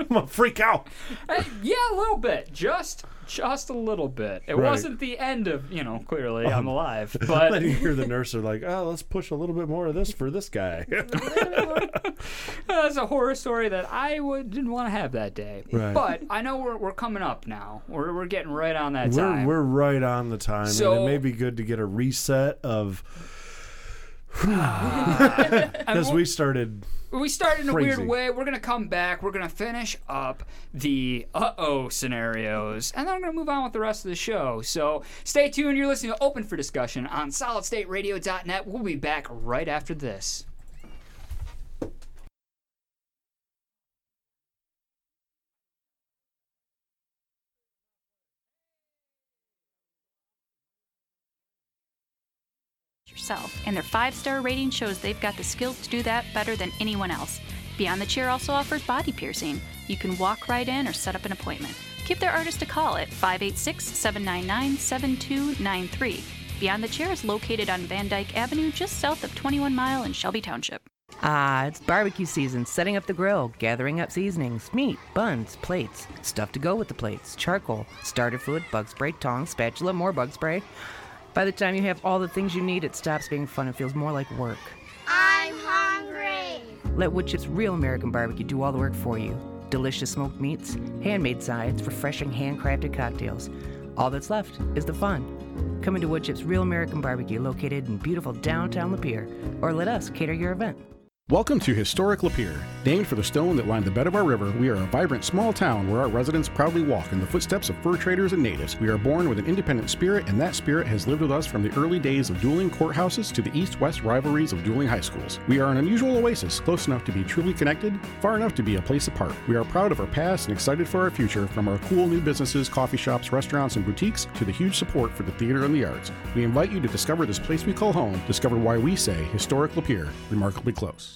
[SPEAKER 2] gonna freak out.
[SPEAKER 4] Uh, yeah, a little bit, just just a little bit. It
[SPEAKER 2] Right.
[SPEAKER 4] wasn't the end of you know. Clearly,
[SPEAKER 2] Um,
[SPEAKER 4] I'm alive,
[SPEAKER 2] [laughs]
[SPEAKER 4] but
[SPEAKER 2] Then you hear the nurse are like, oh, let's push a little bit more of this for this guy.
[SPEAKER 4] [laughs]
[SPEAKER 2] [laughs]
[SPEAKER 4] That's a horror story that I would, didn't want to have that day.
[SPEAKER 2] Right.
[SPEAKER 4] But I know we're, we're coming up now. We're, we're getting right on that
[SPEAKER 2] we're,
[SPEAKER 4] time.
[SPEAKER 2] we're right on the time. and
[SPEAKER 4] So-
[SPEAKER 2] it may be good to get a reset
[SPEAKER 4] [sighs]
[SPEAKER 2] of.
[SPEAKER 4] And
[SPEAKER 2] Because
[SPEAKER 4] we'll-
[SPEAKER 2] we started.
[SPEAKER 4] we start in a
[SPEAKER 2] Crazy.
[SPEAKER 4] weird way. We're going to come back. We're going to finish up the uh oh scenarios. And then I'm going to move on with the rest of the show. So stay tuned. You're listening to Open for Discussion on solidstateradio.net. We'll be back right after this.
[SPEAKER 6] yourself, and their five star rating shows they've got the skills to do that better than anyone else. Beyond the Chair also offers body piercing. You can walk right in or set up an appointment. Give their artist a call at 586 799 7293. Beyond the Chair is located on Van Dyke Avenue just south of 21 Mile in Shelby Township.
[SPEAKER 7] Ah, it's barbecue season. Setting up the grill, gathering up seasonings, meat, buns, plates, stuff to go with the plates, charcoal, starter food, bug spray, tongs, spatula, more bug spray. By the time you have all the things you need, it stops being fun and feels more like work.
[SPEAKER 8] I'm hungry.
[SPEAKER 7] Let Wood Chip's real American barbecue do all the work for you. Delicious smoked meats, handmade sides, refreshing handcrafted cocktails. All that's left is the fun. Come into Wood Chip's Real American Barbecue located in beautiful downtown Lapeer, or let us cater your event.
[SPEAKER 9] Welcome to historic Lapeer. Named for the stone that lined the bed of our river, we are a vibrant small town where our residents proudly walk in the footsteps of fur traders and natives. We are born with an independent spirit, and that spirit has lived with us from the early days of dueling courthouses to the east west rivalries of dueling high schools. We are an unusual oasis, close enough to be truly connected, far enough to be a place apart. We are proud of our past and excited for our future, from our cool new businesses, coffee shops, restaurants, and boutiques to the huge support for the theater and the arts. We invite you to discover this place we call home, discover why we say historic Lapeer, remarkably close.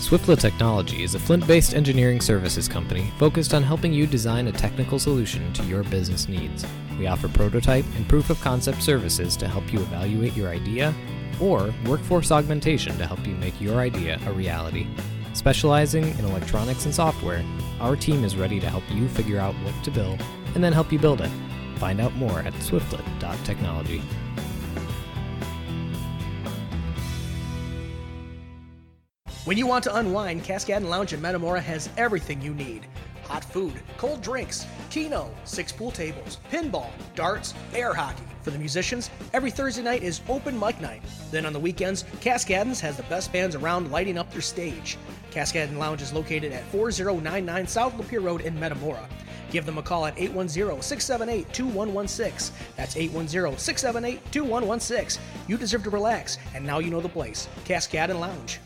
[SPEAKER 10] Swiftlet Technology is a Flint based engineering services company focused on helping you design a technical solution to your business needs. We offer prototype and proof of concept services to help you evaluate your idea or workforce augmentation to help you make your idea a reality. Specializing in electronics and software, our team is ready to help you figure out what to build and then help you build it. Find out more at swiftlet.technology.
[SPEAKER 11] When you want to unwind, Cascadon Lounge in Metamora has everything you need hot food, cold drinks, keno, six pool tables, pinball, darts, air hockey. For the musicians, every Thursday night is open mic night. Then on the weekends, Cascadons has the best bands around lighting up their stage. Cascadon Lounge is located at 4099 South Lapeer Road in Metamora. Give them a call at 810 678 2116. That's 810 678 2116. You deserve to relax, and now you know the place Cascadon Lounge.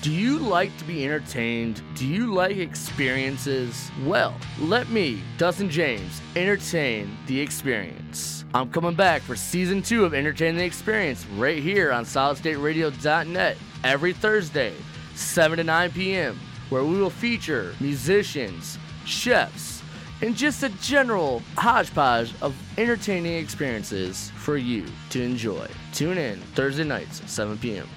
[SPEAKER 12] Do you like to be entertained? Do you like experiences? Well, let me, Dustin James, entertain the experience. I'm coming back for season two of Entertain the Experience right here on solidstateradio.net every Thursday, 7 to 9 p.m., where we will feature musicians, chefs, and just a general hodgepodge of entertaining experiences for you to enjoy. Tune in Thursday nights, 7 p.m.
[SPEAKER 13] [laughs]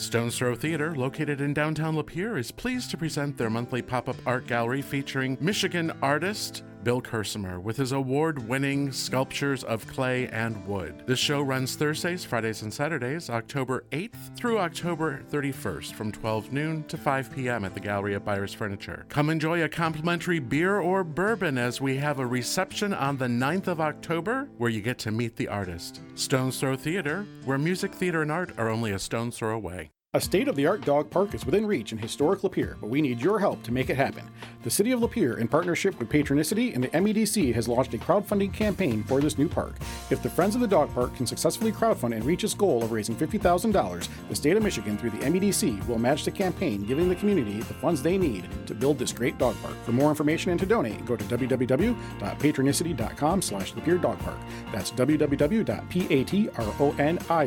[SPEAKER 13] Stones Throw Theater, located in downtown Lapeer, is pleased to present their monthly pop up art gallery featuring Michigan artist Bill Kersimer with his award winning sculptures of clay and wood. The show runs Thursdays, Fridays, and Saturdays, October 8th through October 31st from 12 noon to 5 p.m. at the Gallery at Byers Furniture. Come enjoy a complimentary beer or bourbon as we have a reception on the 9th of October where you get to meet the artist. Stones Throw Theater, where music, theater, and art are only a stone's throw away.
[SPEAKER 9] A state of the art dog park is within reach in historic Lapeer, but we need your help to make it happen. The City of Lapeer, in partnership with Patronicity and the MEDC, has launched a crowdfunding campaign for this new park. If the Friends of the Dog Park can successfully crowdfund and reach its goal of raising $50,000, the state of Michigan, through the E MEDC, will match the campaign, giving the community the funds they need to build this great dog park. For more information and to donate, go to www.patronicity.com slash Lapeer Dog Park. That's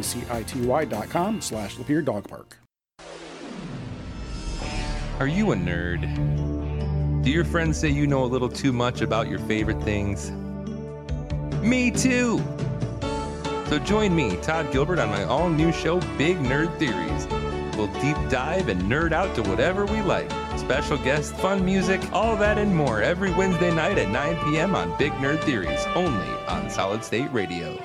[SPEAKER 9] www.patronicity.com slash Lapeer Dog Park.
[SPEAKER 14] Are you a nerd? Do your friends say you know a little too much about your favorite things? Me too! So join me, Todd Gilbert, on my all new show, Big Nerd Theories. We'll deep dive and nerd out to whatever we like. Special guests, fun music, all that and more every Wednesday night at 9 p.m. on Big Nerd Theories, only on Solid State Radio.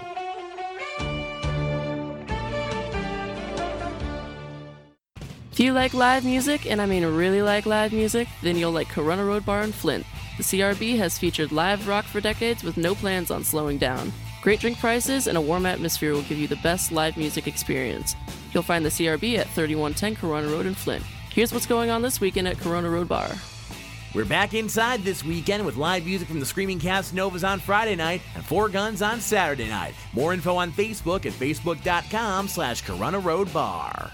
[SPEAKER 15] If you like live music, and I mean really like live music, then you'll like Corona Road Bar in Flint. The CRB has featured live rock for decades with no plans on slowing down. Great drink prices and a warm atmosphere will give you the best live music experience. You'll find the CRB at 3110 Corona Road in Flint. Here's what's going on this weekend at Corona Road Bar.
[SPEAKER 16] We're back inside this weekend with live music from the Screaming Cast Novas on Friday night and Four Guns on Saturday night. More info on Facebook at facebook.com slash Corona Road Bar.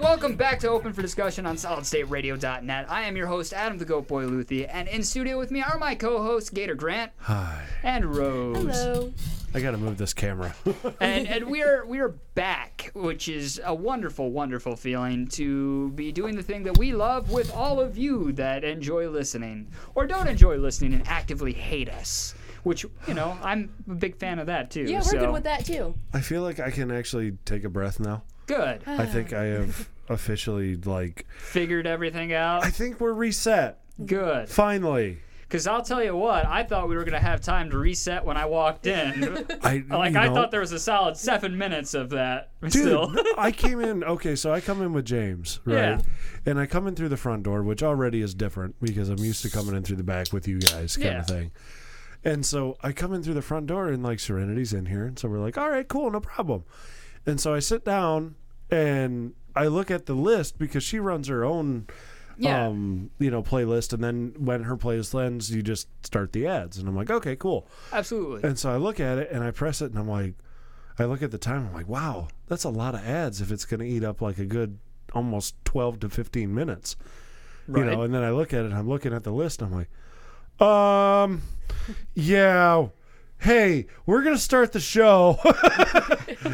[SPEAKER 4] Welcome back to Open for Discussion on SolidStateRadio.net. I am your host, Adam the Goat Boy Luthi, and in studio with me are my co-hosts Gator Grant
[SPEAKER 2] Hi.
[SPEAKER 4] and Rose.
[SPEAKER 2] I gotta move this camera. [laughs]
[SPEAKER 4] and and
[SPEAKER 3] [laughs]
[SPEAKER 4] we are we are back, which is a wonderful, wonderful feeling to be doing the thing that we love with all of you that enjoy listening or don't enjoy listening and actively hate us. Which you know, I'm a big fan of that too.
[SPEAKER 3] Yeah, we're
[SPEAKER 4] so.
[SPEAKER 3] good with that too.
[SPEAKER 2] I feel like I can actually take a breath now.
[SPEAKER 4] Good.
[SPEAKER 2] I think I have officially like
[SPEAKER 4] Figured everything out. I
[SPEAKER 2] think we're reset.
[SPEAKER 4] Good.
[SPEAKER 2] finally.
[SPEAKER 4] Because I'll tell you what, I thought we were going to have time to reset when I walked in.
[SPEAKER 2] [laughs] I
[SPEAKER 4] [laughs] like,
[SPEAKER 2] you
[SPEAKER 4] I
[SPEAKER 2] know-
[SPEAKER 4] thought there was a solid seven minutes of that
[SPEAKER 2] Dude,
[SPEAKER 4] still. [laughs]
[SPEAKER 2] I came in. Okay, so I come in with James, right?
[SPEAKER 4] Yeah.
[SPEAKER 2] And I come in through the front door, which already is different because I'm used to coming in through the back with you guys, kind
[SPEAKER 4] Yeah.
[SPEAKER 2] of thing. And so I come in through the front door, and like Serenity's in here, and so we're like, all right, cool, no problem. And so I sit down and I look at the list because she runs her own.
[SPEAKER 4] Yeah.
[SPEAKER 2] Um, you know, playlist, and then when her playlist ends, you just start the ads, and I'm like, okay, cool.
[SPEAKER 4] Absolutely.
[SPEAKER 2] And so [laughs] I look at it and I press it and I'm like, I look at the time. I'm like, wow, that's a lot of ads if it's going to eat up like a good almost 12 to 15 minutes. You
[SPEAKER 17] Right.
[SPEAKER 2] know, and then I look at it. I'm looking at the list. And I'm like, um, yeah. Hey, we're gonna start the show. [laughs]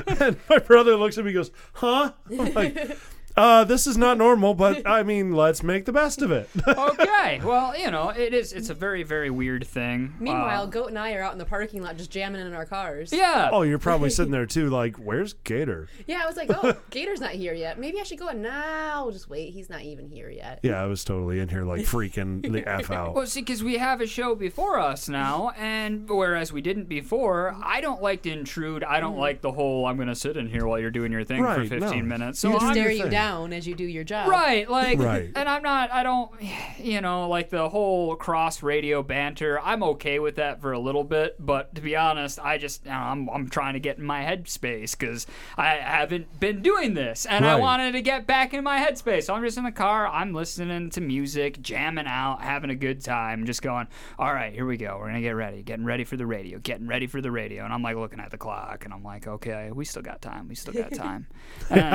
[SPEAKER 2] and my brother looks at me, and goes, "Huh?"
[SPEAKER 1] [laughs]
[SPEAKER 2] I'm like, uh, "This is not normal, but I mean, let's make the best of it."
[SPEAKER 4] okay. Well, you know, it is. It's a very, very weird thing.
[SPEAKER 3] Meanwhile, Goat and I are out in the parking lot just jamming in our cars.
[SPEAKER 2] [laughs] Oh, you're probably sitting there too, like, "Where's Gator?"
[SPEAKER 3] Yeah, I was like,
[SPEAKER 2] [laughs]
[SPEAKER 3] oh, Gator's not here yet. Maybe I should go. Now, just wait. He's not even here yet.
[SPEAKER 2] Yeah, I was totally in here like freaking the f out.
[SPEAKER 4] Well, see, because we have a show before us now, and whereas we didn't before, I don't like to intrude. I
[SPEAKER 3] Mm.
[SPEAKER 4] don't like the whole I'm going to sit in here while you're doing your thing for
[SPEAKER 2] Right,
[SPEAKER 4] 15
[SPEAKER 2] no.
[SPEAKER 4] minutes.
[SPEAKER 3] So
[SPEAKER 4] So
[SPEAKER 3] He'll
[SPEAKER 4] I'm
[SPEAKER 3] stare you down as you do your job.
[SPEAKER 4] Right, like,
[SPEAKER 2] Right.
[SPEAKER 4] and I'm not, I don't, you know, like the whole cross radio banter. I'm okay with that for a little bit, but to be honest, I just, I'm, I'm trying to get in my headspace because I haven't been doing this, and I
[SPEAKER 17] Right.
[SPEAKER 4] wanted to get back in my headspace. So I'm just in the car, I'm listening to music, jamming out, having a good time, just going, all right, here we go. We're gonna get ready, getting ready for the radio, getting ready for the radio, and I'm like looking at the clock, and I'm like, okay, we still got time, we still got time. and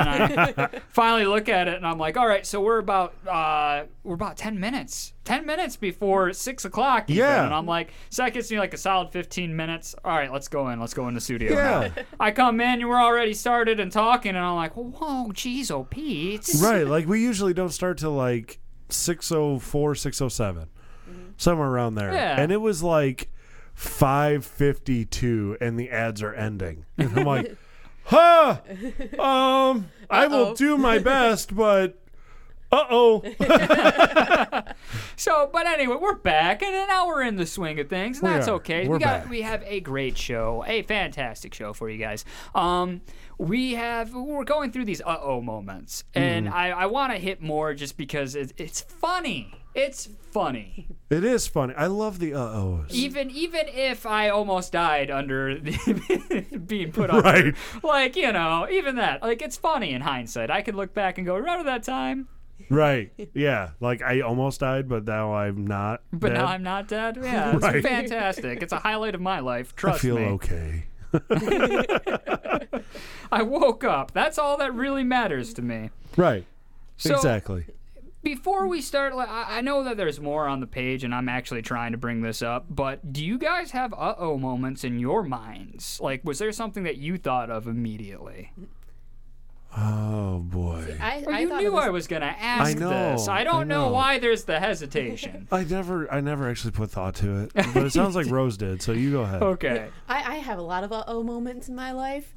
[SPEAKER 6] [laughs]
[SPEAKER 4] I [laughs] finally look at it and I'm like, all right, so we're about uh, we're about ten minutes, ten minutes before six o'clock. even."
[SPEAKER 17] Yeah.
[SPEAKER 4] and I'm like, so that gives me like a solid fifteen minutes. All right, let's go in, let's go in the studio.
[SPEAKER 17] Yeah.
[SPEAKER 4] now. I come in, you were already started and talking, and I'm like, whoa, jeez, oh Pete,
[SPEAKER 2] right like we usually don't start till like 604 607 somewhere around there
[SPEAKER 4] Yeah.
[SPEAKER 2] and it was like 552 and the ads are ending and i'm like huh um i will
[SPEAKER 4] Uh-oh.
[SPEAKER 2] do my best but uh-oh [laughs]
[SPEAKER 4] So, but anyway, we're back, and now we're in the swing of things, and
[SPEAKER 17] We
[SPEAKER 4] that's
[SPEAKER 17] are.
[SPEAKER 4] okay.
[SPEAKER 17] We're
[SPEAKER 4] we got
[SPEAKER 17] back.
[SPEAKER 4] we have a great show, a fantastic show for you guys. Um, we have we're going through these uh oh moments, and
[SPEAKER 2] Mhm.
[SPEAKER 4] I I want to hit more just because it, it's funny. It's funny,
[SPEAKER 2] it is funny i love the uh-ohs
[SPEAKER 4] even even if I almost died under the, [laughs] being put on,
[SPEAKER 2] [laughs] Right.
[SPEAKER 4] like you know, even that, like it's funny in hindsight. I could look back and go, remember that time?
[SPEAKER 2] right yeah like i almost died but now i'm not
[SPEAKER 4] But
[SPEAKER 2] dead.
[SPEAKER 4] now I'm not dead. Yeah, it's
[SPEAKER 2] Right.
[SPEAKER 4] fantastic. It's a highlight of my life. Trust
[SPEAKER 2] i feel
[SPEAKER 4] me.
[SPEAKER 2] okay
[SPEAKER 4] I woke up. That's all that really matters to me.
[SPEAKER 2] right
[SPEAKER 4] So-
[SPEAKER 2] exactly
[SPEAKER 4] Before we start, like, I I know that there's more on the page, and I'm actually trying to bring this up. But do you guys have uh-oh moments in your minds? Like, was there something that you thought of immediately?
[SPEAKER 2] oh boy
[SPEAKER 3] I,
[SPEAKER 4] Well,
[SPEAKER 3] I
[SPEAKER 4] you
[SPEAKER 3] thought
[SPEAKER 4] knew
[SPEAKER 3] it was-
[SPEAKER 4] I was gonna ask this.
[SPEAKER 2] know,
[SPEAKER 4] I don't
[SPEAKER 2] I
[SPEAKER 4] know.
[SPEAKER 2] know.
[SPEAKER 4] why there's the
[SPEAKER 3] [laughs]
[SPEAKER 4] hesitation.
[SPEAKER 2] I never, I never actually put thought to it, but it
[SPEAKER 4] [laughs]
[SPEAKER 2] sounds like Rose did. So you go ahead.
[SPEAKER 4] okay,
[SPEAKER 3] I, I have a lot of uh oh moments in my
[SPEAKER 4] [laughs]
[SPEAKER 3] life.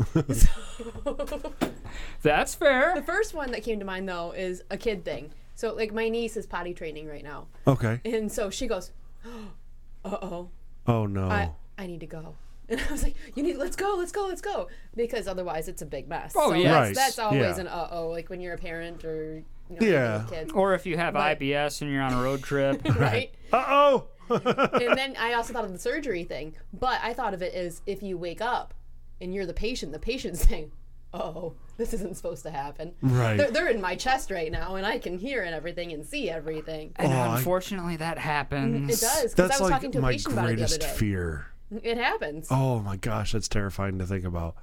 [SPEAKER 4] that's fair.
[SPEAKER 3] The first one that came to mind though is a kid thing. So like my niece is potty training right now,
[SPEAKER 2] Okay.
[SPEAKER 3] and so she goes, [gasps] "Uh oh,
[SPEAKER 2] Oh no.
[SPEAKER 3] I I need to go." And I was like, "You need, let's go, let's go, let's go," because otherwise it's a big mess.
[SPEAKER 4] Oh,
[SPEAKER 3] so
[SPEAKER 4] yeah.
[SPEAKER 3] that's,
[SPEAKER 4] Right,
[SPEAKER 3] that's always
[SPEAKER 4] yeah.
[SPEAKER 3] an uh oh, like when you're a parent or you know,
[SPEAKER 4] yeah.
[SPEAKER 3] kids.
[SPEAKER 4] Or if you have
[SPEAKER 3] But-
[SPEAKER 4] IBS and you're on a road trip.
[SPEAKER 3] [laughs] right.
[SPEAKER 2] Uh oh.
[SPEAKER 3] and then I also thought of the surgery thing, but I thought of it as if you wake up and you're the patient, the patient's [laughs] saying, "Oh, this isn't supposed to happen."
[SPEAKER 4] Right.
[SPEAKER 3] They're, they're in my chest right now, and I can hear and everything and see everything.
[SPEAKER 4] And unfortunately, that happens.
[SPEAKER 3] It does. Because
[SPEAKER 2] Mm. That's
[SPEAKER 3] I was
[SPEAKER 2] like
[SPEAKER 3] talking to a
[SPEAKER 2] my
[SPEAKER 3] patient about it the other
[SPEAKER 2] greatest
[SPEAKER 3] day.
[SPEAKER 2] fear.
[SPEAKER 4] Oh.
[SPEAKER 3] It happens.
[SPEAKER 2] Oh my gosh, that's terrifying to think about.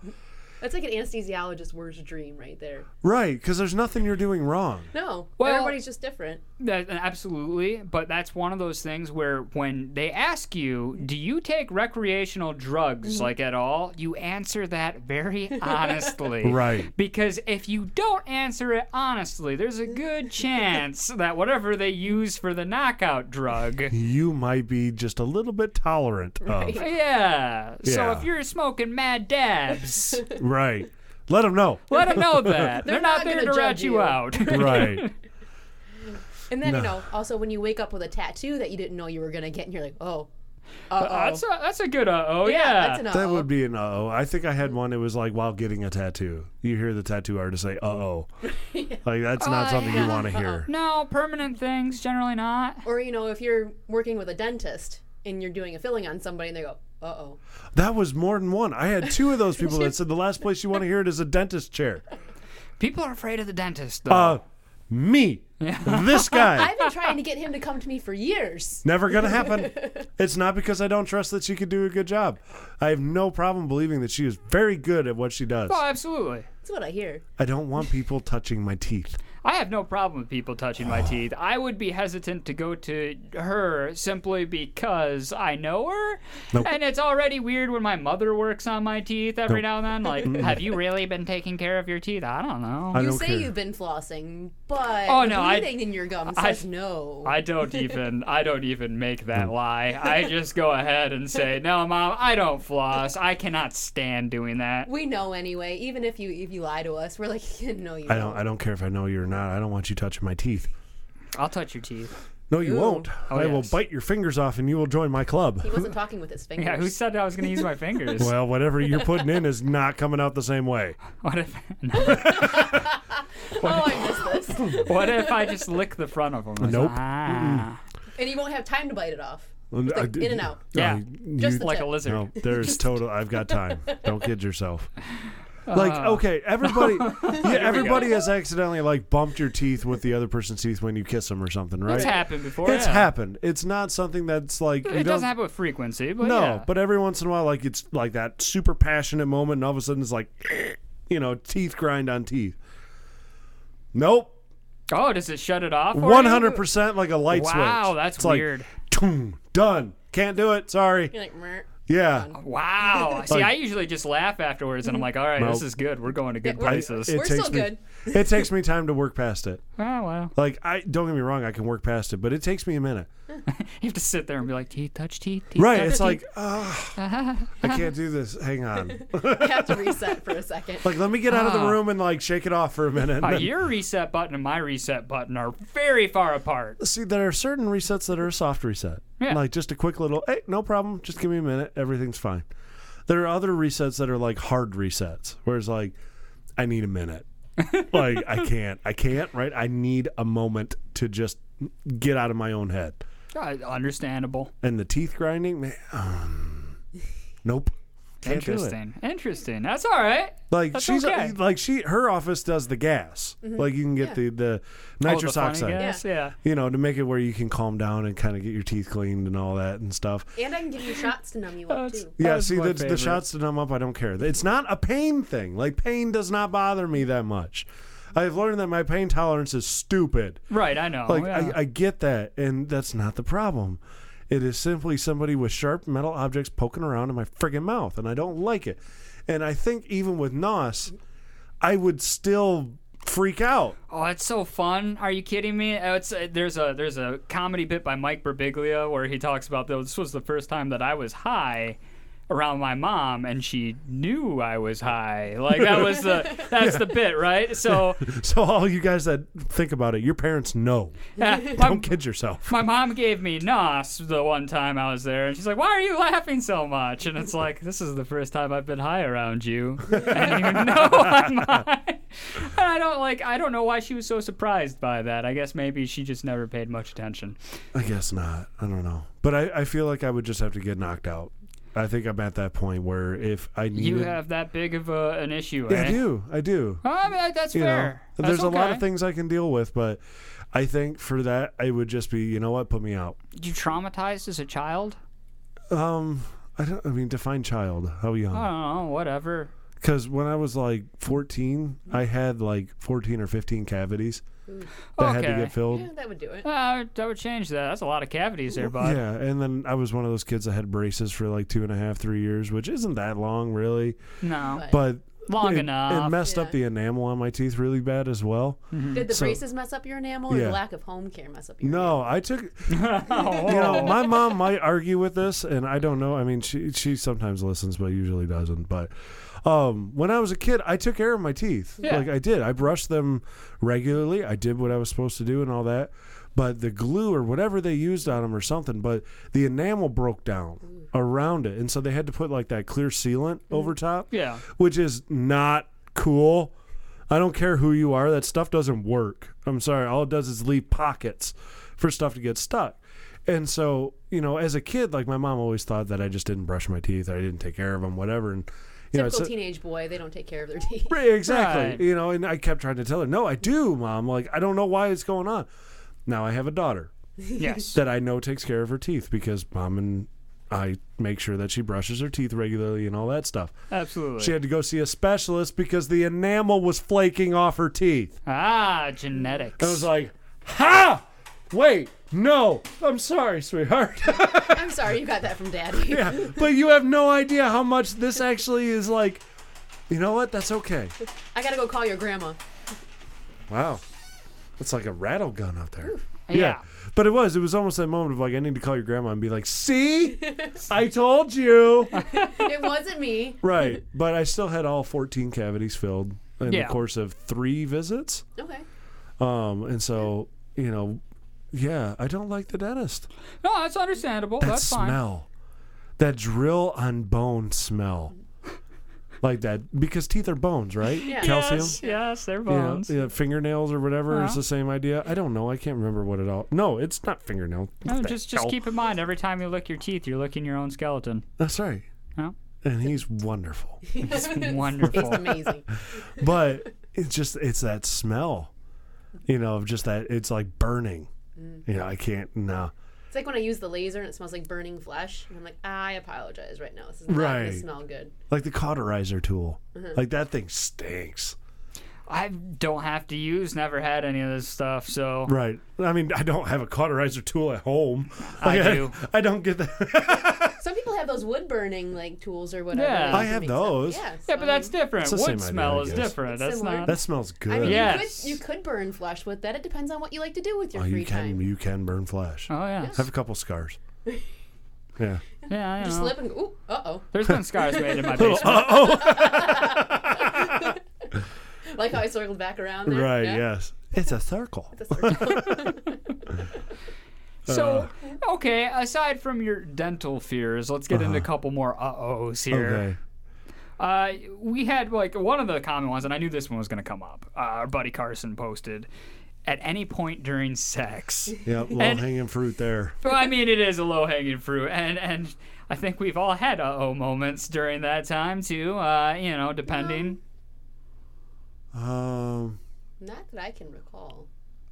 [SPEAKER 3] That's like an anesthesiologist's worst dream right there.
[SPEAKER 2] Right, because there's nothing you're doing wrong.
[SPEAKER 3] No,
[SPEAKER 4] Well-
[SPEAKER 3] everybody's just different.
[SPEAKER 4] That, absolutely, but that's one of those things where when they ask you, "Do you take recreational drugs
[SPEAKER 3] Mm-hmm.
[SPEAKER 17] Mhm.
[SPEAKER 4] like at all?" you answer that
[SPEAKER 3] [laughs]
[SPEAKER 4] very honestly.
[SPEAKER 17] Right.
[SPEAKER 4] Because if you don't answer it honestly,
[SPEAKER 3] [laughs]
[SPEAKER 4] there's a good chance that whatever they use for the knockout drug
[SPEAKER 2] You might be just a little bit tolerant of.
[SPEAKER 4] Yeah. So
[SPEAKER 2] Yeah.
[SPEAKER 4] if you're smoking
[SPEAKER 3] [laughs]
[SPEAKER 4] Mad Dabs,
[SPEAKER 2] Right. Let them know.
[SPEAKER 4] let them know that. They're, not, there
[SPEAKER 3] gonna
[SPEAKER 4] to rat
[SPEAKER 3] judge
[SPEAKER 4] you,
[SPEAKER 3] you.
[SPEAKER 4] out.
[SPEAKER 2] right.
[SPEAKER 3] And then,
[SPEAKER 2] No.
[SPEAKER 3] you know, also when you wake up with a tattoo that you didn't know you were going to get, and you're like, oh, uh oh.
[SPEAKER 4] That's a,
[SPEAKER 3] [laughs]
[SPEAKER 4] that's a good uh oh,
[SPEAKER 3] Yeah,
[SPEAKER 4] yeah.
[SPEAKER 3] that's an
[SPEAKER 2] That would be an uh oh. I think I had one. It was like while getting a tattoo. You hear the tattoo artist say, uh oh. Like, that's not
[SPEAKER 3] Oh,
[SPEAKER 4] Uh,
[SPEAKER 2] something
[SPEAKER 4] yeah.
[SPEAKER 2] you want to hear.
[SPEAKER 4] No, permanent things, generally not.
[SPEAKER 3] Or, you know, if you're working with a dentist and you're doing a filling on somebody and they go, uh oh.
[SPEAKER 2] That was more than one. I had two of those people that said the last place you want to hear it is a dentist chair.
[SPEAKER 4] People are afraid of the dentist, though.
[SPEAKER 2] Uh, me.
[SPEAKER 3] [laughs]
[SPEAKER 2] This guy.
[SPEAKER 3] I've been trying to get him to come to me for years.
[SPEAKER 2] Never gonna
[SPEAKER 3] [laughs]
[SPEAKER 2] happen. It's not because I don't trust that she could do a good job. I have no problem believing that she is very good at what she does.
[SPEAKER 4] oh, absolutely.
[SPEAKER 3] That's what I hear.
[SPEAKER 2] I don't want people touching my teeth.
[SPEAKER 4] I have no problem with people touching my teeth. I would be hesitant to go to her simply because I know her.
[SPEAKER 2] Nope.
[SPEAKER 4] And it's already weird when my mother works on my teeth every now
[SPEAKER 2] Nope.
[SPEAKER 4] and then.
[SPEAKER 2] Mm-mm.
[SPEAKER 4] Like, have you really been taking care of your teeth? I don't know.
[SPEAKER 2] I
[SPEAKER 3] you
[SPEAKER 2] don't
[SPEAKER 3] say
[SPEAKER 2] care.
[SPEAKER 3] you've been flossing, but
[SPEAKER 4] Oh,
[SPEAKER 3] the
[SPEAKER 4] no, I-
[SPEAKER 3] bleeding in your gum
[SPEAKER 4] I-
[SPEAKER 3] says no.
[SPEAKER 4] I don't even I don't even make that lie. I just go ahead and say, "No, mom, I don't floss. I cannot stand doing
[SPEAKER 3] [laughs]
[SPEAKER 4] that."
[SPEAKER 3] We know anyway. Even if you if you lie to us, we're like, [laughs] no, you
[SPEAKER 2] I don't. I don't care if I know you or not. I don't want you touching my teeth.
[SPEAKER 4] I'll touch your teeth.
[SPEAKER 2] No, you won't.
[SPEAKER 4] Oh,
[SPEAKER 2] I will
[SPEAKER 4] yes.
[SPEAKER 2] bite your fingers off, and you will join my club. [laughs]
[SPEAKER 3] He wasn't talking with his fingers.
[SPEAKER 4] [laughs] Yeah, who said I was going to
[SPEAKER 3] [laughs]
[SPEAKER 4] use my fingers?
[SPEAKER 2] Well, whatever you're
[SPEAKER 4] [laughs]
[SPEAKER 2] putting in is not coming out the same way.
[SPEAKER 4] What if?
[SPEAKER 3] Oh, I missed this.
[SPEAKER 4] what if I just lick the front of them?
[SPEAKER 2] Nope.
[SPEAKER 4] Ah.
[SPEAKER 3] And you won't have time to bite it off.
[SPEAKER 2] Mm,
[SPEAKER 3] It's
[SPEAKER 2] I
[SPEAKER 3] like
[SPEAKER 2] did-
[SPEAKER 3] in and out.
[SPEAKER 4] Yeah.
[SPEAKER 2] you-
[SPEAKER 4] Just the Like a tip. lizard.
[SPEAKER 2] No,
[SPEAKER 4] [laughs]
[SPEAKER 2] there's total. I've got time. Don't kid yourself. Like
[SPEAKER 4] Uh.
[SPEAKER 2] okay, everybody,
[SPEAKER 5] [laughs]
[SPEAKER 4] [laughs]
[SPEAKER 2] yeah,
[SPEAKER 4] go.
[SPEAKER 2] everybody has accidentally like bumped your teeth with the other person's teeth when you kiss them or something, right?
[SPEAKER 4] It's happened before,
[SPEAKER 2] It's
[SPEAKER 4] yeah.
[SPEAKER 2] happened. It's not something that's like you
[SPEAKER 4] It
[SPEAKER 2] don't-
[SPEAKER 4] doesn't happen with frequency, but
[SPEAKER 2] no,
[SPEAKER 4] yeah.
[SPEAKER 2] but every once in a while, like it's like that super passionate moment, and all of a sudden it's like, [clears throat] you know, teeth grind on teeth. Nope,
[SPEAKER 4] Oh, does it shut it off? for you?
[SPEAKER 2] one hundred percent like a light switch.
[SPEAKER 4] Wow, that's
[SPEAKER 2] It's like,
[SPEAKER 4] weird.
[SPEAKER 2] "Toom, done. Can't do it. Sorry.
[SPEAKER 3] You're like, "Mer."
[SPEAKER 2] Yeah. [laughs]
[SPEAKER 4] Wow. See,
[SPEAKER 2] Like-
[SPEAKER 4] I usually just laugh afterwards, and I'm like, all right, this
[SPEAKER 2] Nope.
[SPEAKER 4] is good. We're going to good
[SPEAKER 2] I-
[SPEAKER 4] places.
[SPEAKER 2] it takes me, [laughs] it takes me time to work past it.
[SPEAKER 4] [laughs] Oh, wow.
[SPEAKER 2] Like I don't get me wrong, I can work past it, but it takes me a minute.
[SPEAKER 4] [laughs] You have to sit there and be like, teeth touch teeth. teeth
[SPEAKER 2] Right?
[SPEAKER 4] touch
[SPEAKER 2] It's like
[SPEAKER 4] teeth."
[SPEAKER 2] "Ah,
[SPEAKER 3] [laughs]
[SPEAKER 2] I
[SPEAKER 4] [laughs]
[SPEAKER 2] can't do this. Hang on.
[SPEAKER 3] I have to reset for a second.
[SPEAKER 2] Like let me get out of the
[SPEAKER 4] Ah.
[SPEAKER 2] room and like shake it off for a minute.
[SPEAKER 4] Uh,
[SPEAKER 2] [laughs] and then-
[SPEAKER 4] your reset button and my reset button are very far apart.
[SPEAKER 2] See, there are certain resets that are a soft reset.
[SPEAKER 4] Yeah.
[SPEAKER 2] Like just a quick little, hey, no problem. Just give me a minute. Everything's fine. There are other resets that are like hard resets, where it's like, I need
[SPEAKER 4] [laughs]
[SPEAKER 2] a minute. like I can't, I can't. Right? I need a moment to just get out of my own head.
[SPEAKER 4] Uh, understandable.
[SPEAKER 2] And the teeth grinding, man. um, nope. Can't do it.
[SPEAKER 4] Interesting. Interesting. That's all right.
[SPEAKER 2] Like
[SPEAKER 4] That's
[SPEAKER 2] she's
[SPEAKER 4] okay.
[SPEAKER 2] like she her office does the gas.
[SPEAKER 4] Mhm.
[SPEAKER 2] Like you can get
[SPEAKER 4] Yeah.
[SPEAKER 2] the the
[SPEAKER 4] Oh, the
[SPEAKER 2] nitrous
[SPEAKER 4] funny
[SPEAKER 2] oxide.
[SPEAKER 4] gas, Yeah.
[SPEAKER 2] You know, to make it where you can calm down and kind of get your teeth cleaned and all that and stuff.
[SPEAKER 3] And I can give you shots to numb you up too.
[SPEAKER 2] Yeah, see the, the shots to numb up, I don't care. It's not a pain thing. Like pain does not bother me that much. I've learned that my pain tolerance is stupid.
[SPEAKER 4] Right, I know.
[SPEAKER 2] Like
[SPEAKER 4] yeah.
[SPEAKER 2] I, I get that, and that's not the problem. It is simply somebody with sharp metal objects poking around in my friggin' mouth, and I don't like it. And I think even with Nos, I would still freak out.
[SPEAKER 4] Oh, it's so fun! Are you kidding me? Uh, It's uh, there's a there's a comedy bit by Mike Birbiglia where he talks about though this was the first time that I was high around my mom and she knew I was high. Like that was
[SPEAKER 2] [laughs]
[SPEAKER 4] the that's the bit, right? So
[SPEAKER 2] So all you guys that think about it, your parents
[SPEAKER 4] [laughs]
[SPEAKER 2] know.
[SPEAKER 4] Yeah,
[SPEAKER 2] [laughs] don't kid yourself.
[SPEAKER 4] my mom gave me nos the one time I was there, and she's like, "Why are you laughing so much?" And it's like, "This is the first time I've been high around you, and
[SPEAKER 2] [laughs]
[SPEAKER 4] you know I'm high." And I don't like. I don't know why she was so surprised by that. I guess maybe she just never paid much attention.
[SPEAKER 2] I guess not. I don't know. But I, I feel like I would just have to get knocked out. I think I'm at that point where if I need
[SPEAKER 4] You have that big of a, an issue.
[SPEAKER 2] Yeah,
[SPEAKER 4] eh?
[SPEAKER 2] I do. I do.
[SPEAKER 4] Oh, I mean, that- that's
[SPEAKER 2] You know,
[SPEAKER 4] fair. That's
[SPEAKER 2] there's a lot of
[SPEAKER 4] okay.
[SPEAKER 2] things I can deal with, but I think for that I would just be, you know what, put me out.
[SPEAKER 4] You traumatized as a child?
[SPEAKER 2] Um, I don't. I mean, define child. How young?
[SPEAKER 4] Oh. I don't know. Whatever.
[SPEAKER 2] Because when I was like 14, I had like 14 or 15 cavities that had to get filled.
[SPEAKER 3] that would do it.
[SPEAKER 4] Uh, that would change that. That's a lot of cavities there, bud.
[SPEAKER 2] Yeah, and then I was one of those kids that had braces for like two and a half, three years, which isn't that long, really.
[SPEAKER 4] No.
[SPEAKER 2] but
[SPEAKER 4] Long
[SPEAKER 2] it,
[SPEAKER 4] enough.
[SPEAKER 2] It messed up the enamel on my teeth really bad as well.
[SPEAKER 3] Did the
[SPEAKER 2] So-
[SPEAKER 3] braces mess up your enamel, or
[SPEAKER 2] Yeah.
[SPEAKER 3] the lack of home care mess up your? Oh.
[SPEAKER 2] No,
[SPEAKER 3] [laughs]
[SPEAKER 2] I took. you know, my mom might argue with this, and I don't know. I mean, she she sometimes listens, but usually doesn't. But um, when I was a kid, I took care of my teeth.
[SPEAKER 17] Yeah.
[SPEAKER 2] Like I did. I brushed them regularly. I did what I was supposed to do and all that. But the glue or whatever they used on them or something, but the enamel broke down around it, and so they had to put like that clear sealant
[SPEAKER 3] Mm-hmm.
[SPEAKER 2] over top.
[SPEAKER 4] [laughs] Yeah.
[SPEAKER 2] which is not cool. I don't care who you are. That stuff doesn't work. I'm sorry. All it does is leave pockets for stuff to get stuck. And so, you know, as a kid, like my mom always thought that I just didn't brush my teeth, or I didn't take care of them, whatever. And you know,
[SPEAKER 3] Typical
[SPEAKER 2] it's-
[SPEAKER 3] teenage boy, they don't take care of
[SPEAKER 2] [laughs]
[SPEAKER 3] their teeth.
[SPEAKER 2] Right, exactly. You know, and I kept trying to tell her, no, I do, mom. Like, I don't know why it's going on. Now I have a daughter.
[SPEAKER 4] Yes.
[SPEAKER 2] That I know takes care of her teeth because mom and I make sure that she brushes her teeth regularly and all that stuff.
[SPEAKER 4] Absolutely.
[SPEAKER 2] She had to go see a specialist because the enamel was flaking off her teeth.
[SPEAKER 4] Ah, genetics.
[SPEAKER 2] I was like, ha! Wait, no. I'm sorry, sweetheart.
[SPEAKER 3] [laughs]
[SPEAKER 2] [laughs]
[SPEAKER 3] I'm sorry, you got that from daddy.
[SPEAKER 2] yeah, but you have no idea how much this actually is like. You know what? That's okay.
[SPEAKER 3] I gotta go call your grandma.
[SPEAKER 2] Wow. That's like a rattle gun out there.
[SPEAKER 3] Yeah.
[SPEAKER 2] But it was. It was almost that moment of like, I need to call your grandma and be like, see? I
[SPEAKER 4] [laughs]
[SPEAKER 2] told you.
[SPEAKER 3] it wasn't me.
[SPEAKER 2] right. But I still had all 14 cavities filled in
[SPEAKER 3] Yeah.
[SPEAKER 2] the course of three visits.
[SPEAKER 3] Okay.
[SPEAKER 2] Um, and so, you know, yeah, I don't like the dentist.
[SPEAKER 4] No, that's understandable.
[SPEAKER 2] that
[SPEAKER 4] Oh, that's fine.
[SPEAKER 2] smell. That drill on bone smell. like that. Because teeth are bones, right? Calcium.
[SPEAKER 4] Yes, yes, they're
[SPEAKER 2] You know,
[SPEAKER 4] bones.
[SPEAKER 2] yeah, fingernails or whatever
[SPEAKER 4] Uh-huh.
[SPEAKER 2] is the same idea. I don't know. I can't remember what it all. No, it's not fingernail.
[SPEAKER 4] No,
[SPEAKER 2] What the
[SPEAKER 4] just just
[SPEAKER 2] hell?
[SPEAKER 4] keep in mind every time you lick your teeth, you're licking your own skeleton.
[SPEAKER 2] That's right.
[SPEAKER 4] No.
[SPEAKER 2] And
[SPEAKER 3] [laughs]
[SPEAKER 2] he's wonderful.
[SPEAKER 4] It's wonderful.
[SPEAKER 3] It's amazing.
[SPEAKER 2] but it's just it's that smell, you know, of just that it's like burning.
[SPEAKER 3] Mm.
[SPEAKER 2] You know, I can't. No.
[SPEAKER 3] It's like when I use the laser and it smells like burning flesh, and I'm like, "Ah, I apologize right now. This is not
[SPEAKER 2] right.
[SPEAKER 3] gonna smell good.
[SPEAKER 2] Like the cauterizer tool.
[SPEAKER 3] Mhm.
[SPEAKER 2] Like that thing stinks.
[SPEAKER 4] I don't have to use, never had any of this stuff, so
[SPEAKER 2] Right. I mean, I don't have a cauterizer tool at home. [laughs]
[SPEAKER 4] I
[SPEAKER 2] Like,
[SPEAKER 4] do.
[SPEAKER 2] I don't get that.
[SPEAKER 3] Some people have those wood burning like tools or whatever.
[SPEAKER 4] Yeah.
[SPEAKER 3] that
[SPEAKER 4] I
[SPEAKER 3] you
[SPEAKER 2] have
[SPEAKER 3] make stuff-
[SPEAKER 2] those.
[SPEAKER 3] Yeah,
[SPEAKER 4] Yeah, but that's different.
[SPEAKER 2] It's the
[SPEAKER 4] Wood
[SPEAKER 2] same idea,
[SPEAKER 4] smell
[SPEAKER 2] I
[SPEAKER 4] is
[SPEAKER 2] guess.
[SPEAKER 4] different.
[SPEAKER 3] It's
[SPEAKER 4] That's
[SPEAKER 3] similar.
[SPEAKER 4] not.
[SPEAKER 2] That smells good.
[SPEAKER 3] I mean,
[SPEAKER 4] Yes.
[SPEAKER 3] you, could, you could burn flesh with that. It depends on what you like to do with your
[SPEAKER 2] oh,
[SPEAKER 3] free
[SPEAKER 2] you can
[SPEAKER 3] time.
[SPEAKER 2] you can burn flesh.
[SPEAKER 4] Oh yeah.
[SPEAKER 2] Have a couple scars. Yeah.
[SPEAKER 4] Yeah, I
[SPEAKER 3] Just
[SPEAKER 4] know.
[SPEAKER 3] slip and go, ooh, uh oh.
[SPEAKER 4] There's been scars made in
[SPEAKER 2] [laughs]
[SPEAKER 4] my
[SPEAKER 2] Little
[SPEAKER 4] basement.
[SPEAKER 3] [laughs] Like how I circled back around there.
[SPEAKER 2] Right,
[SPEAKER 3] Yeah.
[SPEAKER 2] yes. It's
[SPEAKER 3] [laughs]
[SPEAKER 2] a circle. Uh,
[SPEAKER 4] So, okay, aside from your dental fears, let's get into a couple more uh ohs here.
[SPEAKER 2] Uh-huh. Okay.
[SPEAKER 4] Uh, we had like one of the common ones, and I knew this one was going to come up. Uh, our buddy Carson posted at any point during sex.
[SPEAKER 2] Yeah, low
[SPEAKER 4] And-
[SPEAKER 2] hanging fruit there.
[SPEAKER 4] Well, I mean, it is a low hanging fruit, and and I think we've all had uh oh moments during that time too. Uh, you know, depending.
[SPEAKER 2] Um
[SPEAKER 3] Not that I can recall.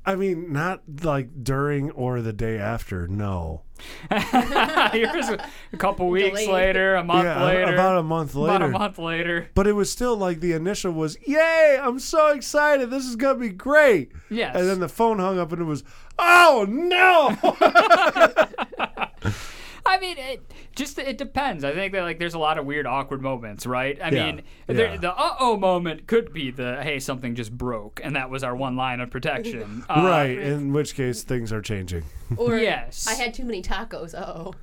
[SPEAKER 2] I mean, not like during or the day after. No.
[SPEAKER 4] [laughs] Here's a a couple weeks
[SPEAKER 3] Delayed.
[SPEAKER 4] later, a month
[SPEAKER 2] Yeah, a-
[SPEAKER 4] later,
[SPEAKER 2] about a month
[SPEAKER 4] about a
[SPEAKER 2] later.
[SPEAKER 4] month later.
[SPEAKER 2] But it was still like the initial was, "Yay! I'm so excited. This is gonna be great."
[SPEAKER 4] Yes.
[SPEAKER 2] And then the phone hung up, and it was, "Oh
[SPEAKER 3] [laughs]
[SPEAKER 2] no!"
[SPEAKER 4] I mean, it just it depends. I think that like there's a lot of weird, awkward moments, right? I
[SPEAKER 2] Yeah,
[SPEAKER 4] mean, there-
[SPEAKER 2] yeah.
[SPEAKER 4] the uh oh moment could be the hey, something just broke, and that was our one line of protection. Uh,
[SPEAKER 2] [laughs] right. In which case, things are changing.
[SPEAKER 3] Or
[SPEAKER 4] Yes.
[SPEAKER 3] I had too many tacos. Uh oh.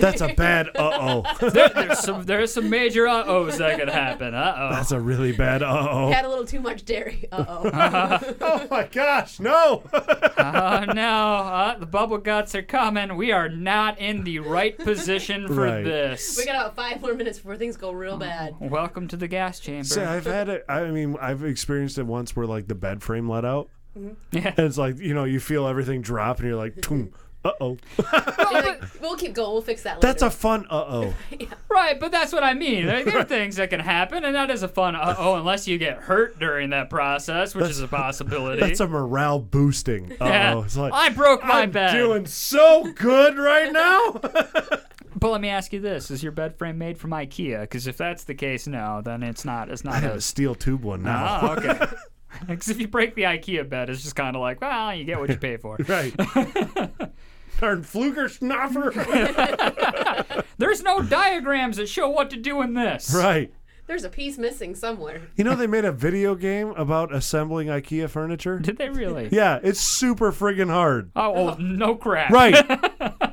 [SPEAKER 2] That's
[SPEAKER 3] [laughs]
[SPEAKER 2] a bad uh oh.
[SPEAKER 4] [laughs] there, there's some there's some major uh ohs that could happen. Uh oh.
[SPEAKER 2] That's a really bad uh oh.
[SPEAKER 3] Had a little too much dairy. Uh
[SPEAKER 4] [laughs]
[SPEAKER 3] oh.
[SPEAKER 2] [laughs] oh my gosh, no! [laughs]
[SPEAKER 4] Oh no! Uh, the bubble guts are coming. We are not in the right position for
[SPEAKER 2] Right.
[SPEAKER 4] this.
[SPEAKER 3] we got about five more minutes before things go real bad.
[SPEAKER 2] Oh.
[SPEAKER 4] Welcome to the gas chamber.
[SPEAKER 2] See, I've had it. I mean, I've experienced it once where like the bed frame let out.
[SPEAKER 3] Mhm.
[SPEAKER 4] Yeah.
[SPEAKER 2] And it's like, you know, you feel everything drop and you're like, uh oh.
[SPEAKER 3] You're like, we'll keep going. We'll fix that later.
[SPEAKER 2] That's a fun uh oh.
[SPEAKER 4] Right, but that's what I mean. There,
[SPEAKER 2] [laughs]
[SPEAKER 4] there are things that can happen, and that is a fun uh oh, unless you get hurt during that process, which is a possibility.
[SPEAKER 2] That's a [laughs] morale boosting uh oh.
[SPEAKER 4] Yeah.
[SPEAKER 2] It's like,
[SPEAKER 4] I broke my
[SPEAKER 2] I'm
[SPEAKER 4] bed.
[SPEAKER 2] doing so good right now.
[SPEAKER 4] But let me ask you this: Is your bed frame made from IKEA? Because if that's the case, no, then it's not. It's
[SPEAKER 2] I
[SPEAKER 4] not
[SPEAKER 2] have a
[SPEAKER 4] us.
[SPEAKER 2] steel tube one now. [laughs]
[SPEAKER 4] Ah, okay. [laughs] Because if you break the IKEA bed, it's just kind of like, well, you get what you pay for.
[SPEAKER 2] [laughs]
[SPEAKER 4] [laughs]
[SPEAKER 2] right. Darn fluger schnapper.
[SPEAKER 4] There's no diagrams that show what to do in this.
[SPEAKER 2] right.
[SPEAKER 3] There's a piece missing somewhere.
[SPEAKER 2] You know they made a video game about assembling IKEA furniture?
[SPEAKER 4] Did they really?
[SPEAKER 2] Yeah, it's super friggin' hard.
[SPEAKER 4] Oh, oh, no crap.
[SPEAKER 2] Right.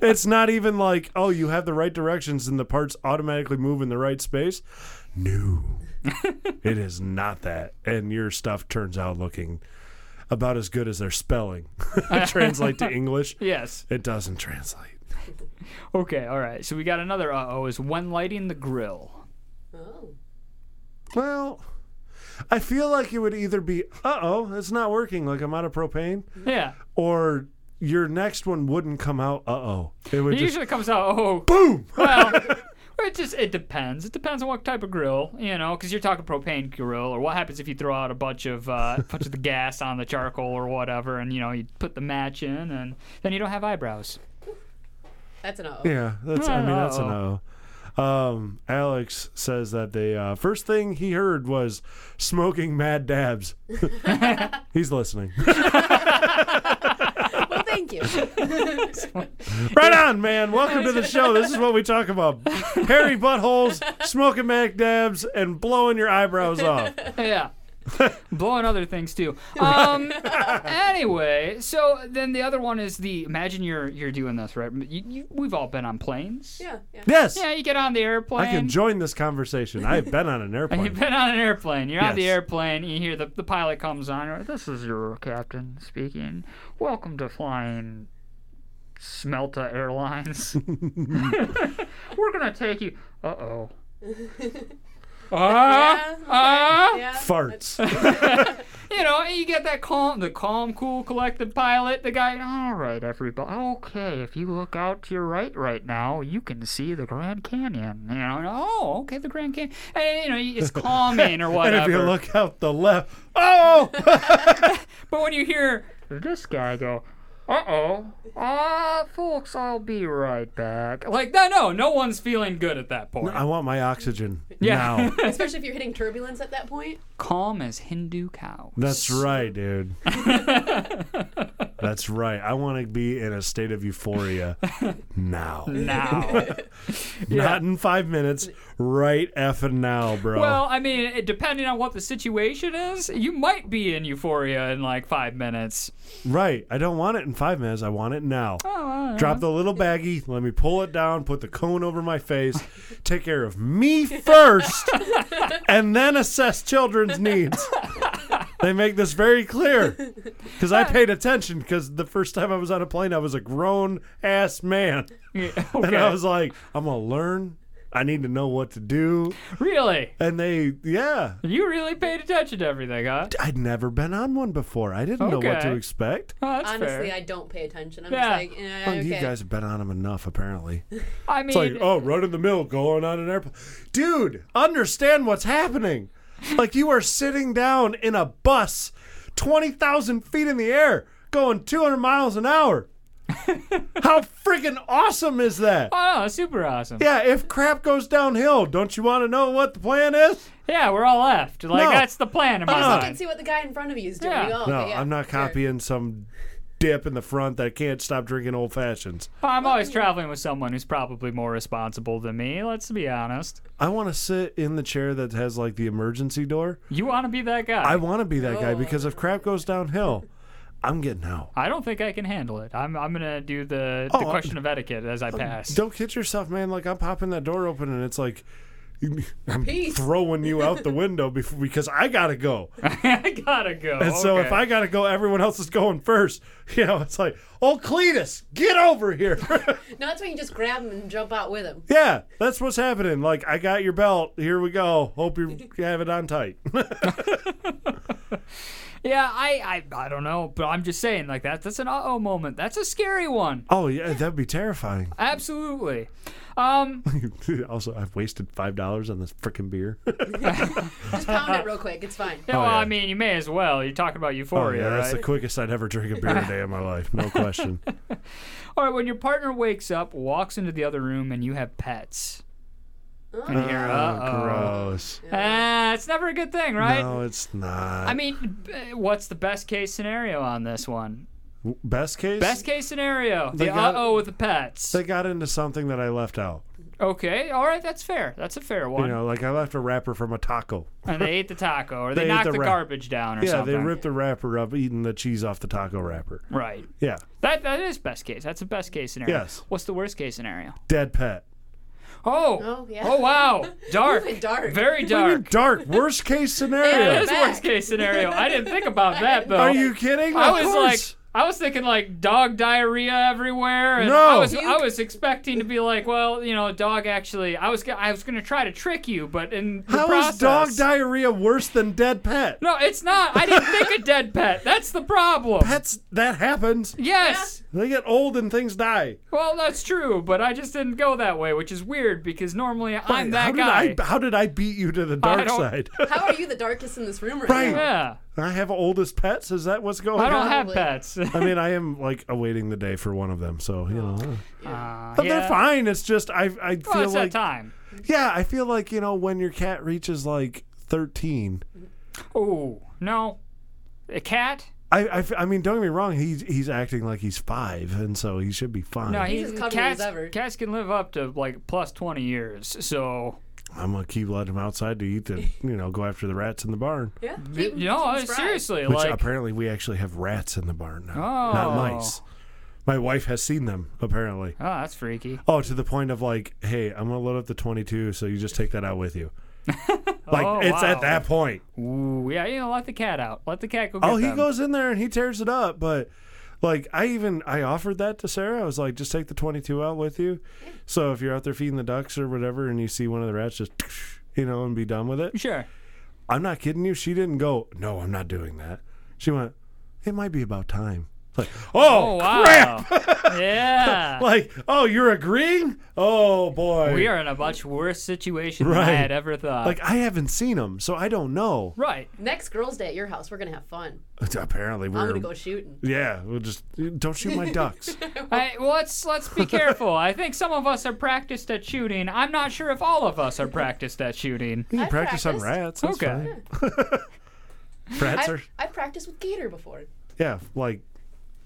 [SPEAKER 2] it's not even like, oh, you have the right directions and the parts automatically move in the right space. No. it is not that. And your stuff turns out looking about as good as their spelling. [laughs] translate to English.
[SPEAKER 4] Yes.
[SPEAKER 2] It doesn't translate.
[SPEAKER 4] [laughs] Okay. All right. So we got another. Uh oh. Is when lighting the grill.
[SPEAKER 2] Well, I feel like it would either be, uh oh, it's not working, like I'm out of propane.
[SPEAKER 4] Yeah.
[SPEAKER 2] Or your next one wouldn't come out, uh oh. It would
[SPEAKER 4] it
[SPEAKER 2] just
[SPEAKER 4] usually comes out. Oh, boom. [laughs] Well, it just it depends. It depends on what type of grill, you know, because you're talking propane grill, or what happens if you throw out a bunch of uh, bunch of the gas on the charcoal or whatever, and you know you put the match in, and then you don't have eyebrows.
[SPEAKER 3] That's an O.
[SPEAKER 2] Yeah, that's. I mean,
[SPEAKER 3] Oh.
[SPEAKER 2] that's a
[SPEAKER 4] [laughs] Uh-oh.
[SPEAKER 2] no. Um, Alex says that the uh, first thing he heard was smoking mad dabs. He's listening.
[SPEAKER 3] well, thank you.
[SPEAKER 2] [laughs] right on, man. Welcome to the show. This is what we talk about: hairy buttholes, smoking mad dabs, and blowing your eyebrows off.
[SPEAKER 4] [laughs] yeah. Blowing other things
[SPEAKER 2] [laughs]
[SPEAKER 4] too. Um, anyway, so then the other one is the imagine you're you're doing this right. You, you, we've all been on planes.
[SPEAKER 3] Yeah, yeah.
[SPEAKER 2] Yes.
[SPEAKER 4] Yeah, you get on the airplane.
[SPEAKER 2] I can join this conversation. I've been on an
[SPEAKER 4] And
[SPEAKER 2] airplane.
[SPEAKER 4] You've been on an airplane. You're on the
[SPEAKER 2] Yes.
[SPEAKER 4] airplane. You hear the, the pilot comes on. you're like, This is your captain speaking. Welcome to flying Smelta
[SPEAKER 2] [laughs]
[SPEAKER 4] Airlines. [laughs] We're gonna take you. Uh oh.
[SPEAKER 3] Yeah,
[SPEAKER 4] Ah,
[SPEAKER 3] okay,
[SPEAKER 4] ah.
[SPEAKER 3] yeah.
[SPEAKER 2] Uh-huh.
[SPEAKER 3] [laughs]
[SPEAKER 2] Farts.
[SPEAKER 4] you know, you get that calm, the calm, cool, collected pilot. The guy. All right, everybody. Okay, if you look out to your right right now, you can see the Grand Canyon. You know. and, Oh, okay, the Grand Canyon. And you know, it's calming or whatever.
[SPEAKER 2] [laughs] and if you look out the left, oh.
[SPEAKER 4] [laughs] But when you hear this guy go, uh oh, ah, folks, I'll be right back. Like, no, no, no one's feeling good at that point.
[SPEAKER 2] I want my oxygen now.
[SPEAKER 3] Especially if you're hitting turbulence at that point.
[SPEAKER 4] Calm as Hindu cow.
[SPEAKER 2] That's
[SPEAKER 4] [laughs]
[SPEAKER 2] right, dude. That's right. I want to be in a state of euphoria now.
[SPEAKER 4] [laughs] Now.
[SPEAKER 2] [laughs] Not in five minutes. Right effing now, bro.
[SPEAKER 4] Well, I mean, it- depending on what the situation is, you might be in euphoria in like five minutes.
[SPEAKER 2] right. I don't want it in five minutes. I want it now.
[SPEAKER 3] Uh-huh.
[SPEAKER 4] Oh,
[SPEAKER 2] Drop the little baggie. Let me pull it down. Put the cone over my face. Take care of
[SPEAKER 3] [laughs]
[SPEAKER 2] me first, and then assess children's needs. They make this very clear because I paid attention. Because the first time I was on a plane, I was a grown ass man, [laughs] and I
[SPEAKER 4] okay.
[SPEAKER 2] was like, "I'm gonna learn. I need to know what to do."
[SPEAKER 4] Really?
[SPEAKER 2] And they, yeah,
[SPEAKER 4] You really paid attention to everything, huh?
[SPEAKER 2] I'd never been on one before. I didn't know what to
[SPEAKER 4] Okay.
[SPEAKER 2] expect.
[SPEAKER 4] Oh, that's
[SPEAKER 3] Honestly,
[SPEAKER 4] fair.
[SPEAKER 3] I don't pay attention. I'm
[SPEAKER 4] Yeah.
[SPEAKER 3] just like, eh,
[SPEAKER 2] Oh,
[SPEAKER 3] okay.
[SPEAKER 2] you guys have been on them enough, apparently.
[SPEAKER 4] [laughs] I
[SPEAKER 2] It's like,
[SPEAKER 4] mean-
[SPEAKER 2] oh, right in the middle, going on an airplane. Dude, understand what's happening. Like, you are sitting down in a bus 20,000 feet in the air, going 200 miles
[SPEAKER 4] [laughs]
[SPEAKER 2] an hour. How freaking awesome is that?
[SPEAKER 4] Oh, no, super awesome.
[SPEAKER 2] Yeah, if crap goes downhill, don't you want to know what the plan is?
[SPEAKER 4] Yeah, we're all left. Like,
[SPEAKER 2] No. Uh-huh.
[SPEAKER 4] that's the plan in my
[SPEAKER 3] Also, you
[SPEAKER 4] mind.
[SPEAKER 3] can see what the guy in front of you is doing.
[SPEAKER 4] Yeah.
[SPEAKER 3] Oh,
[SPEAKER 2] no,
[SPEAKER 3] okay, yeah.
[SPEAKER 2] I'm not copying some dip in the front that can't stop drinking old fashions.
[SPEAKER 4] I'm always traveling with someone who's probably more responsible than me. Let's be honest.
[SPEAKER 2] I want to sit in the chair that has like the emergency door.
[SPEAKER 4] You want to be that guy?
[SPEAKER 2] I want to be that guy because if crap goes downhill, I'm getting out.
[SPEAKER 4] I don't think I can handle it. I'm, I'm gonna do the, the
[SPEAKER 2] Oh, I-
[SPEAKER 4] question of etiquette as I pass.
[SPEAKER 2] Don't kid yourself, man. Like I'm popping that door open and it's like [laughs] I'm
[SPEAKER 4] Peace.
[SPEAKER 2] throwing you out the window before, because I
[SPEAKER 4] [laughs]
[SPEAKER 2] gotta go.
[SPEAKER 4] I gotta go.
[SPEAKER 2] and so if
[SPEAKER 4] Oh, okay.
[SPEAKER 2] I gotta go, everyone else is going first. [laughs] You know, it's like, oh Cletus, get over here. [laughs]
[SPEAKER 3] No, that's when you just grab him and jump out with him.
[SPEAKER 2] yeah, that's what's happening. Like I got your belt. Here we go. Hope you have it on tight.
[SPEAKER 4] Yeah, I, I, I don't know, but I'm just saying, like that. That's an uh oh moment. That's a scary one.
[SPEAKER 2] Oh yeah, that'd be terrifying.
[SPEAKER 4] Absolutely. Um,
[SPEAKER 2] [laughs] also, I've wasted five dollars on this
[SPEAKER 4] [laughs]
[SPEAKER 2] freaking beer.
[SPEAKER 3] [laughs] Just pound it real quick. It's fine.
[SPEAKER 4] yeah, well, I mean, you may as well. You're talking about euphoria,
[SPEAKER 2] Oh, yeah,
[SPEAKER 4] right?
[SPEAKER 2] that's the quickest I'd ever drink a beer a day in my life,
[SPEAKER 4] [laughs]
[SPEAKER 2] no question.
[SPEAKER 4] All right, when your partner wakes up, walks into the other room, and you have pets. And you're,
[SPEAKER 2] Oh,
[SPEAKER 4] "Uh-oh."
[SPEAKER 2] gross.
[SPEAKER 4] Ah, it's never a good thing, right?
[SPEAKER 2] No, it's not.
[SPEAKER 4] I mean, b- what's the best case scenario on this one?
[SPEAKER 2] W- best case.
[SPEAKER 4] Best case scenario,
[SPEAKER 2] They
[SPEAKER 4] the
[SPEAKER 2] got-
[SPEAKER 4] uh oh with the pets.
[SPEAKER 2] They got into something that I left out.
[SPEAKER 4] Okay, all right, that's fair. That's a fair one.
[SPEAKER 2] You know, like I left a wrapper from a taco.
[SPEAKER 4] and they ate the taco, or
[SPEAKER 2] [laughs] They
[SPEAKER 4] they,
[SPEAKER 2] ate
[SPEAKER 4] knocked
[SPEAKER 2] the
[SPEAKER 4] the,
[SPEAKER 2] wrap.
[SPEAKER 4] garbage down, or
[SPEAKER 2] yeah,
[SPEAKER 4] something.
[SPEAKER 2] they ripped the wrapper up, eating the cheese off the taco wrapper.
[SPEAKER 4] Right.
[SPEAKER 2] Yeah,
[SPEAKER 4] That that is best case. That's the best case scenario.
[SPEAKER 2] Yes.
[SPEAKER 4] What's the worst case scenario?
[SPEAKER 2] dead pet.
[SPEAKER 4] Oh.
[SPEAKER 3] Oh, yeah.
[SPEAKER 4] Oh
[SPEAKER 3] [laughs]
[SPEAKER 4] wow. Dark.
[SPEAKER 3] Even dark.
[SPEAKER 4] Very
[SPEAKER 2] What do you mean
[SPEAKER 4] dark. [laughs]
[SPEAKER 2] dark. Worst case scenario.
[SPEAKER 4] That is worst case scenario. I didn't think about that though.
[SPEAKER 2] Are you kidding?
[SPEAKER 4] I
[SPEAKER 2] Of
[SPEAKER 4] was
[SPEAKER 2] course.
[SPEAKER 4] like I was thinking like dog diarrhea everywhere, and
[SPEAKER 2] No.
[SPEAKER 4] I was
[SPEAKER 2] Puke.
[SPEAKER 4] I was expecting to be like, well, you know, dog actually. I was go- I was gonna try to trick you, but in the
[SPEAKER 2] How
[SPEAKER 4] process,
[SPEAKER 2] is dog diarrhea worse than dead pet?
[SPEAKER 4] No, it's not. I didn't think a
[SPEAKER 2] [laughs]
[SPEAKER 4] dead pet. That's the problem.
[SPEAKER 2] Pets that happens.
[SPEAKER 4] Yes.
[SPEAKER 2] They get old and things die.
[SPEAKER 4] Well, that's true, but I just didn't go that way, which is weird because normally I'm
[SPEAKER 2] how
[SPEAKER 4] that
[SPEAKER 2] did
[SPEAKER 4] guy.
[SPEAKER 2] I, how did I beat you to the
[SPEAKER 4] I
[SPEAKER 2] dark
[SPEAKER 4] don't-
[SPEAKER 2] side?
[SPEAKER 3] How are you the darkest in this room right,
[SPEAKER 2] Right.
[SPEAKER 3] now?
[SPEAKER 2] I have oldest pets. Is that what's going on?
[SPEAKER 4] I don't have Probably. pets.
[SPEAKER 2] [laughs] I mean, I am like awaiting the day for one of them. So you know,
[SPEAKER 4] Uh,
[SPEAKER 2] but
[SPEAKER 4] yeah.
[SPEAKER 2] they're fine. It's just I I feel
[SPEAKER 4] Well, it's that
[SPEAKER 2] like
[SPEAKER 4] time.
[SPEAKER 2] Yeah, I feel like you know when your cat reaches like thirteen.
[SPEAKER 4] Oh no, a cat?
[SPEAKER 2] I, I, I mean, don't get me wrong. He's he's acting like he's five, and so he should be fine.
[SPEAKER 4] No,
[SPEAKER 3] He's as
[SPEAKER 4] he's,
[SPEAKER 3] covered as
[SPEAKER 4] cats, cats can live up to like plus twenty years. So
[SPEAKER 2] I'm gonna keep letting him outside to eat the you know go after the rats in the barn.
[SPEAKER 3] yeah,
[SPEAKER 4] you no, seriously,
[SPEAKER 2] Which
[SPEAKER 4] like
[SPEAKER 2] apparently we actually have rats in the barn now,
[SPEAKER 4] Oh.
[SPEAKER 2] not mice. My wife has seen them apparently.
[SPEAKER 4] oh, that's freaky.
[SPEAKER 2] Oh, to the point of like, hey, I'm gonna load up the 22, so you just take that out
[SPEAKER 4] [laughs]
[SPEAKER 2] with you. like
[SPEAKER 4] Oh,
[SPEAKER 2] it's
[SPEAKER 4] wow.
[SPEAKER 2] at that point.
[SPEAKER 4] Ooh, yeah, you know, let the cat out. Let the cat go. Get
[SPEAKER 2] Oh, he
[SPEAKER 4] them.
[SPEAKER 2] goes in there and he tears it up, but like I even I offered that to Sarah. I was like, just take the 22 out with you. So if you're out there feeding the ducks or whatever, and you see one of the rats, just [sniffs] you know, and be done with it.
[SPEAKER 4] Sure.
[SPEAKER 2] I'm not kidding you. She didn't go. No, I'm not doing that. She went. It might be about time. It's Like, oh,
[SPEAKER 4] wow.
[SPEAKER 2] crap!
[SPEAKER 4] [laughs]
[SPEAKER 2] [laughs]
[SPEAKER 4] yeah.
[SPEAKER 2] like, oh, you're agreeing? Oh boy,
[SPEAKER 4] we are uh, in a much worse situation than I
[SPEAKER 2] Right.
[SPEAKER 4] had ever thought.
[SPEAKER 2] Like I haven't seen them, so I don't know. [laughs]
[SPEAKER 4] right.
[SPEAKER 3] Next girls' day at your house, we're gonna have fun.
[SPEAKER 2] Apparently, we're
[SPEAKER 3] I'm gonna go shooting.
[SPEAKER 2] Yeah, we'll just don't shoot Oh
[SPEAKER 3] [laughs]
[SPEAKER 2] my ducks.
[SPEAKER 4] I, well, let's let's
[SPEAKER 2] [laughs]
[SPEAKER 4] be careful. I think some of us are practiced at shooting. I'm not sure if all of us are practiced at shooting.
[SPEAKER 2] You can practice on rats. That's
[SPEAKER 4] okay.
[SPEAKER 2] fine. Rats are
[SPEAKER 3] I've, I've practiced with gator before,
[SPEAKER 2] yeah, like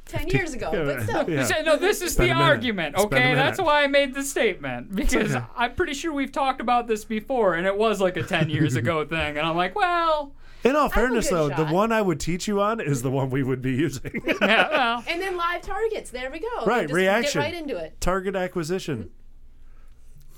[SPEAKER 3] ten years ago,
[SPEAKER 2] [laughs] Yeah,
[SPEAKER 3] but still.
[SPEAKER 2] yeah.
[SPEAKER 4] So, no, this is
[SPEAKER 2] Spend
[SPEAKER 4] the
[SPEAKER 2] a minute.
[SPEAKER 4] argument.
[SPEAKER 2] Spend a
[SPEAKER 4] Okay,
[SPEAKER 2] minute.
[SPEAKER 4] that's why I made the
[SPEAKER 2] [laughs]
[SPEAKER 4] statement because I'm pretty sure we've talked about this before, and it was like a 10 years ago thing. And I'm like, well,
[SPEAKER 2] In all fairness,
[SPEAKER 3] good
[SPEAKER 2] though, the
[SPEAKER 3] shot.
[SPEAKER 2] one I would teach you on is the one we would be using. [laughs]
[SPEAKER 3] And then live targets. There we go.
[SPEAKER 2] right,
[SPEAKER 3] Just
[SPEAKER 2] reaction.
[SPEAKER 3] Get right into it.
[SPEAKER 2] Target acquisition.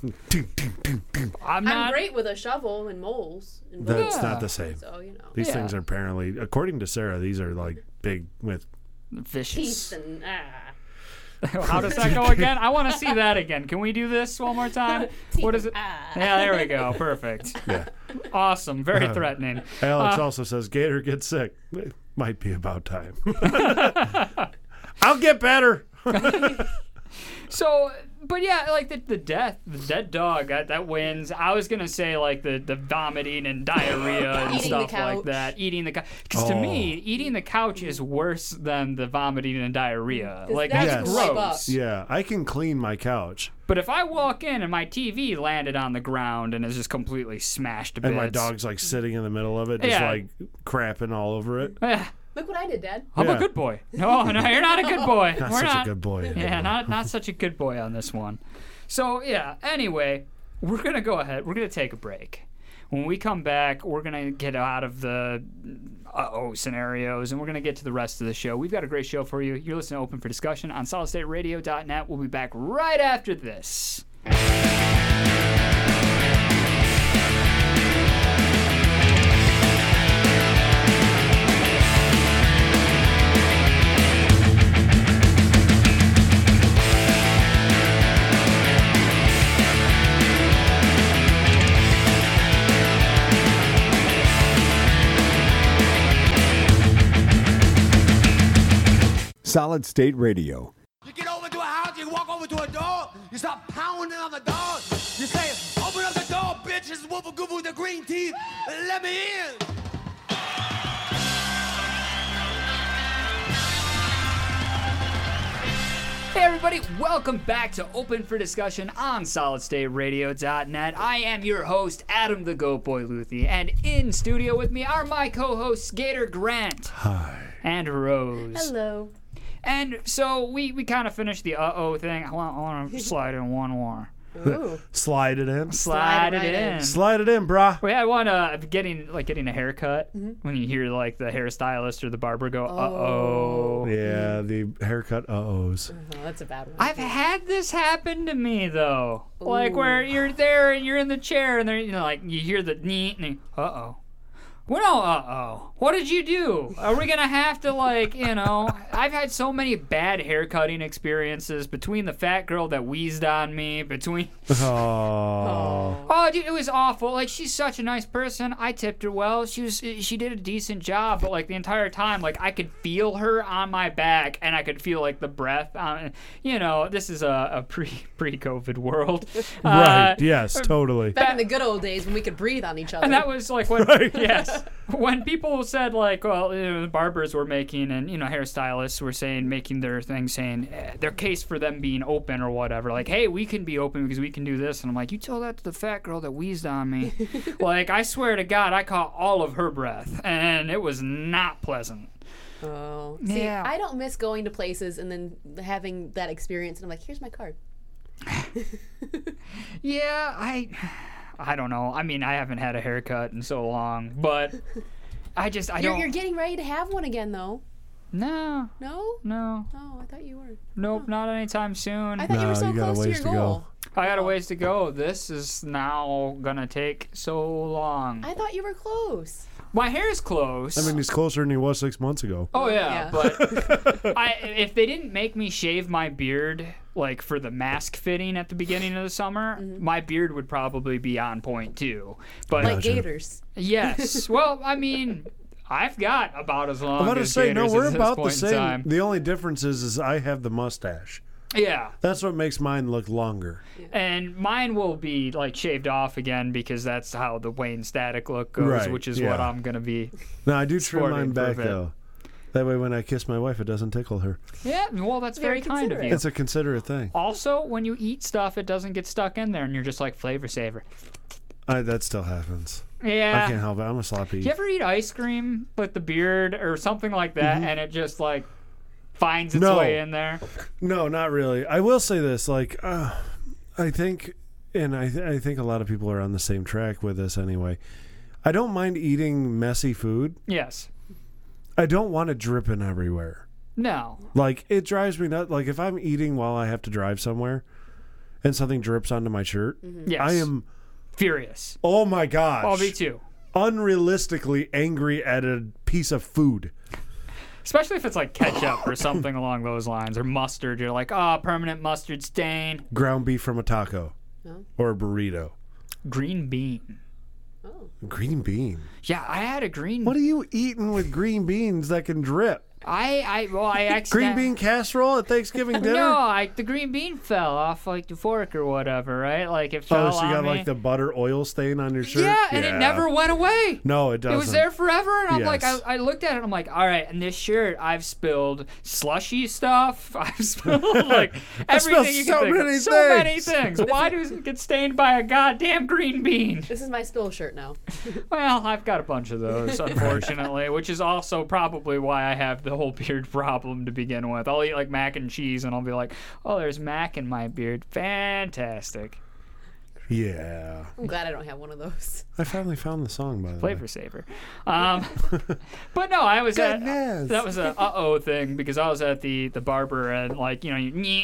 [SPEAKER 4] I'm
[SPEAKER 3] Mm-hmm. I'm,
[SPEAKER 4] not.
[SPEAKER 3] great with a shovel and moles. And
[SPEAKER 2] That's
[SPEAKER 3] bullets.
[SPEAKER 2] not the same.
[SPEAKER 3] So you know,
[SPEAKER 2] These things are apparently, according to Sarah, these are like big with.
[SPEAKER 3] teeth
[SPEAKER 4] Vicious.
[SPEAKER 3] and ah.
[SPEAKER 4] [laughs] How does
[SPEAKER 2] [laughs]
[SPEAKER 4] that go again? I want to see that again. Can we do this one
[SPEAKER 3] [laughs]
[SPEAKER 4] more time? What is it? Yeah, there we
[SPEAKER 3] uh.
[SPEAKER 4] go. Perfect.
[SPEAKER 2] Yeah.
[SPEAKER 4] Awesome. [laughs] Very
[SPEAKER 2] Uh,
[SPEAKER 4] threatening.
[SPEAKER 2] Alex
[SPEAKER 4] Uh,
[SPEAKER 2] also says Gator gets sick. It might be
[SPEAKER 4] [laughs]
[SPEAKER 2] about time. I'll get better. [laughs]
[SPEAKER 4] So, but yeah, like the, the death, the dead dog, that, that wins. I was gonna say like the, the vomiting and diarrhea and
[SPEAKER 3] Eating the
[SPEAKER 4] stuff like
[SPEAKER 3] couch.
[SPEAKER 4] that. Eating the couch, because to
[SPEAKER 2] Oh.
[SPEAKER 4] me, eating the couch is worse than the vomiting and diarrhea.
[SPEAKER 3] 'Cause
[SPEAKER 4] Like
[SPEAKER 3] that
[SPEAKER 4] that's
[SPEAKER 3] can wipe
[SPEAKER 4] gross.
[SPEAKER 2] Yeah, I can clean my couch,
[SPEAKER 4] But if I walk in and my TV landed on the ground and is just completely smashed to bits,
[SPEAKER 2] and my dog's like sitting in the middle of it, just
[SPEAKER 4] Yeah.
[SPEAKER 2] like crapping all over it.
[SPEAKER 4] Yeah,
[SPEAKER 3] Look what I did, Dad.
[SPEAKER 4] I'm
[SPEAKER 2] Yeah.
[SPEAKER 4] a
[SPEAKER 3] [laughs]
[SPEAKER 4] good boy. No, [laughs] no, you're not a good boy.
[SPEAKER 2] Not
[SPEAKER 4] We're
[SPEAKER 2] such a
[SPEAKER 4] not-
[SPEAKER 2] good boy.
[SPEAKER 4] Yeah, not not such a good boy on this one. So yeah. Anyway, we're gonna go ahead. We're gonna take a break. When we come back, we're gonna get out of the uh oh scenarios and we're gonna get to the rest of the show. We've got a great show for you. You're listening to Open for Discussion on SolidStateRadio.net. We'll be back right after this.
[SPEAKER 17] Solid State Radio.
[SPEAKER 18] You get over to a house, you walk over to a door, you start pounding on the door. You say, open up the door, bitch, it's Woofa Goofy with the green teeth, let me in.
[SPEAKER 4] Hey everybody, welcome back to Open for Discussion on SolidStateRadio.net. I am your host, Adam the Goat Boy Luthi, and in studio with me are my co-hosts Gator Grant. Hi. And Rose.
[SPEAKER 3] Hello.
[SPEAKER 4] And so we, we kind of finished the uh-oh thing. I want, I want to slide in one more.
[SPEAKER 2] Slide it in.
[SPEAKER 4] Slide it in.
[SPEAKER 2] Slide it in, brah.
[SPEAKER 4] Well, yeah, I want uh, getting like getting a haircut
[SPEAKER 3] Mm-hmm.
[SPEAKER 4] when you hear like the hairstylist or the barber go, "Uh oh."
[SPEAKER 2] Yeah, the haircut uh-ohs.
[SPEAKER 3] Oh, Mm-hmm. that's a bad one.
[SPEAKER 4] I've had this happen to me though, like where you're there and you're in the chair and they're you know, like you hear the nee, uh oh. Well, no, uh oh. What did you do? Are we gonna have to like you know? [laughs] I've had so many bad haircutting experiences between the fat girl that wheezed on me, between
[SPEAKER 2] Oh.
[SPEAKER 4] Oh, dude, it was awful. Like she's such a nice person. I tipped her well. She was she did a decent job, but like the entire time, like I could feel her on my back, and I could feel like the breath. On, you know, this is a, a pre [laughs] pre COVID world,
[SPEAKER 2] Right.
[SPEAKER 4] Uh,
[SPEAKER 2] yes, totally.
[SPEAKER 3] Back in the good old days when we could breathe on each other.
[SPEAKER 4] and that was like
[SPEAKER 2] [laughs]
[SPEAKER 4] when yes, [laughs] when people said like, well, you know, the barbers were making and you know hairstylists were saying making their thing saying eh, their case for them being open or whatever. Like, hey, we can be open because we can do this. And I'm like, you tell that to the fat girl that wheezed
[SPEAKER 3] [laughs]
[SPEAKER 4] on me. like, I swear to God, I caught all of her breath, and it was not pleasant.
[SPEAKER 3] Oh, [laughs] See,
[SPEAKER 4] Yeah.
[SPEAKER 3] I don't miss going to places and then having that experience, and I'm like, here's my card.
[SPEAKER 4] [laughs] yeah, I I don't know. I mean, I haven't had a haircut in so long, but
[SPEAKER 3] [laughs]
[SPEAKER 4] I just I
[SPEAKER 3] you're,
[SPEAKER 4] don't.
[SPEAKER 3] you're getting ready to have one again, though.
[SPEAKER 4] No.
[SPEAKER 3] No?
[SPEAKER 4] No.
[SPEAKER 3] Oh, I thought you were.
[SPEAKER 4] Nope, not anytime soon.
[SPEAKER 3] I thought you were so close to your goal.
[SPEAKER 4] I got a ways to go. This is now gonna take so long.
[SPEAKER 3] I thought you were close.
[SPEAKER 4] My hair's close.
[SPEAKER 2] I mean, he's closer than he was six months ago.
[SPEAKER 4] Oh
[SPEAKER 3] Yeah.
[SPEAKER 4] yeah,
[SPEAKER 2] [laughs]
[SPEAKER 4] but I, if they didn't make me shave my beard like for the mask fitting at the beginning of the summer, my beard would probably be on point too. But
[SPEAKER 3] Mm-hmm. like gators. [laughs]
[SPEAKER 4] Yes. Well, I mean, I've got about as long.
[SPEAKER 2] I'm about to
[SPEAKER 4] as
[SPEAKER 2] say, no,
[SPEAKER 4] gators
[SPEAKER 2] we're
[SPEAKER 4] at this
[SPEAKER 2] about the
[SPEAKER 4] point in
[SPEAKER 2] same.
[SPEAKER 4] time.
[SPEAKER 2] The only difference is, is I have the mustache.
[SPEAKER 4] Yeah.
[SPEAKER 2] That's what makes mine look longer.
[SPEAKER 4] And mine will be like shaved off again because that's how the Wayne Static look goes,
[SPEAKER 2] Right,
[SPEAKER 4] which is what
[SPEAKER 2] yeah.
[SPEAKER 4] I'm gonna be.
[SPEAKER 2] Now I do trim
[SPEAKER 4] Sporting
[SPEAKER 2] mine
[SPEAKER 4] for a
[SPEAKER 2] back
[SPEAKER 4] bit.
[SPEAKER 2] though. That way, when I kiss my wife, it doesn't tickle her.
[SPEAKER 4] Yeah. Well, that's very,
[SPEAKER 3] Very
[SPEAKER 4] kind of you.
[SPEAKER 2] It's a considerate thing.
[SPEAKER 4] also, when you eat stuff, it doesn't get stuck in there, and you're just like flavor saver.
[SPEAKER 2] I, that still happens.
[SPEAKER 4] Yeah.
[SPEAKER 2] I can't help it. I'm a sloppy.
[SPEAKER 4] You ever eat ice cream, but the beard or something like that, and it just like finds its
[SPEAKER 2] Mm-hmm. No.
[SPEAKER 4] way in there?
[SPEAKER 2] No, not really. I will say this: like, uh, I think, and I, th- I think a lot of people are on the same track with this anyway. I don't mind eating messy food.
[SPEAKER 4] Yes.
[SPEAKER 2] I don't want it dripping everywhere.
[SPEAKER 4] No.
[SPEAKER 2] Like it drives me nuts. Like if I'm eating while I have to drive somewhere, and something drips onto my shirt,
[SPEAKER 4] Mhm. Yes.
[SPEAKER 2] I am
[SPEAKER 4] furious.
[SPEAKER 2] Oh my gosh!
[SPEAKER 4] Oh, me too.
[SPEAKER 2] Unrealistically angry at a piece of food.
[SPEAKER 4] Especially if it's like ketchup or
[SPEAKER 2] [laughs]
[SPEAKER 4] something along those lines, or mustard. You're like, ah, permanent mustard stain.
[SPEAKER 2] Ground beef from a taco,
[SPEAKER 3] No.
[SPEAKER 2] or a burrito.
[SPEAKER 4] Green bean.
[SPEAKER 2] Green bean.
[SPEAKER 4] Yeah, I had a green.
[SPEAKER 2] What are you eating with green beans that can drip?
[SPEAKER 4] I, I, well, I accidentally.
[SPEAKER 2] Green bean casserole at Thanksgiving dinner.
[SPEAKER 4] [laughs] Oh,
[SPEAKER 2] Oh,
[SPEAKER 4] No, I, the green bean fell off like the fork or whatever, right? Like it fell
[SPEAKER 2] oh, so you
[SPEAKER 4] on
[SPEAKER 2] got
[SPEAKER 4] me.
[SPEAKER 2] like the butter oil stain on your shirt.
[SPEAKER 4] yeah, and it never went away.
[SPEAKER 2] No, it doesn't.
[SPEAKER 4] It was there forever, and I'm like,
[SPEAKER 2] Yes.
[SPEAKER 4] I, I looked at it, and I'm like, all right, in this shirt, I've spilled slushy stuff. [laughs] I've spilled like
[SPEAKER 2] [laughs] I
[SPEAKER 4] everything
[SPEAKER 2] spilled
[SPEAKER 4] you
[SPEAKER 2] so
[SPEAKER 4] can think
[SPEAKER 2] many
[SPEAKER 4] of. So many
[SPEAKER 2] things.
[SPEAKER 4] things.
[SPEAKER 2] [laughs]
[SPEAKER 4] Why does it get stained by a goddamn green bean?
[SPEAKER 3] This is my spill shirt now. [laughs]
[SPEAKER 4] [laughs] Well, I've got a bunch of those, unfortunately, which is also probably why I have the whole beard [laughs] problem to begin with. I'll eat like mac and cheese, and I'll be like, oh, there's mac in my beard. Fantastic.
[SPEAKER 2] Yeah.
[SPEAKER 3] I'm glad I don't have one of those.
[SPEAKER 2] I finally found the song by the way.
[SPEAKER 4] Flavor saver. Um, [laughs] but no, I was
[SPEAKER 2] Goodness.
[SPEAKER 4] at that was a uh oh thing because I was at the the barber and like you know you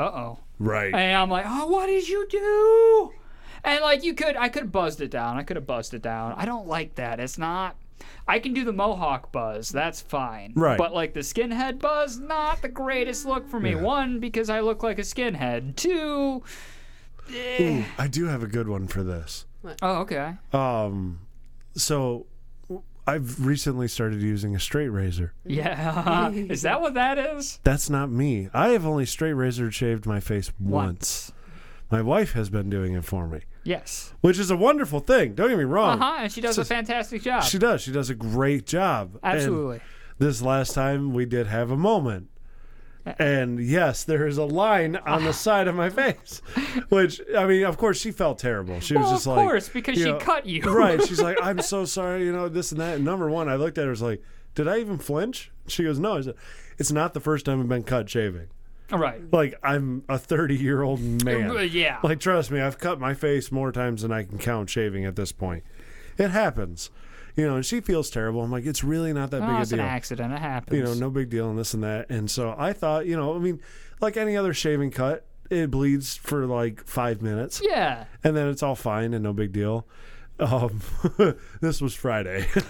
[SPEAKER 4] uh oh
[SPEAKER 2] Right.
[SPEAKER 4] and I'm like oh what did you do and like you could I could have buzzed it down I could have buzzed it down I don't like that it's not I can do the mohawk buzz that's fine
[SPEAKER 2] Right.
[SPEAKER 4] but like the skinhead buzz not the greatest look for me one because I look like a skinhead two Eh.
[SPEAKER 2] Ooh, I do have a good one for this.
[SPEAKER 4] oh okay
[SPEAKER 2] Um, so w- I've recently started using a straight razor.
[SPEAKER 4] Yeah. [laughs] is that what that is?
[SPEAKER 2] That's not me. I have only straight razor shaved my face once. My wife has been doing it for me,
[SPEAKER 4] Yes.
[SPEAKER 2] which is a wonderful thing. Don't get me
[SPEAKER 4] Uh
[SPEAKER 2] wrong.
[SPEAKER 4] huh. And she does a
[SPEAKER 2] It's
[SPEAKER 4] fantastic job.
[SPEAKER 2] Oh. She does. She does a great job. And
[SPEAKER 4] Absolutely.
[SPEAKER 2] this last time we did have a moment.
[SPEAKER 4] Uh-uh.
[SPEAKER 2] And yes, there is a line
[SPEAKER 4] [laughs]
[SPEAKER 2] on the side of my face, which I mean, of course, she felt terrible. She was
[SPEAKER 4] Well,
[SPEAKER 2] just
[SPEAKER 4] of
[SPEAKER 2] like,
[SPEAKER 4] course, because
[SPEAKER 2] you
[SPEAKER 4] she
[SPEAKER 2] know,
[SPEAKER 4] cut you.
[SPEAKER 2] [laughs] right? She's like,
[SPEAKER 4] [laughs]
[SPEAKER 2] I'm so sorry, you know, this and that. And number one, I looked at her, I was like, did I even flinch? She goes, no. I said, it's not the first time I've been cut shaving.
[SPEAKER 4] Right.
[SPEAKER 2] Like I'm a 30 year old man.
[SPEAKER 4] Uh, Yeah.
[SPEAKER 2] Like trust me, I've cut my face more times than I can count shaving at this point. It happens. You know, and she feels terrible. I'm like, it's really not that
[SPEAKER 4] Oh,
[SPEAKER 2] big a
[SPEAKER 4] it's an
[SPEAKER 2] deal.
[SPEAKER 4] accident. It happens.
[SPEAKER 2] You know, no big deal and this and that. And so I thought, you know, I mean, like any other shaving cut, it bleeds for like five minutes.
[SPEAKER 4] Yeah.
[SPEAKER 2] And then it's all fine and no big deal. Um, [laughs] this was Friday. [laughs]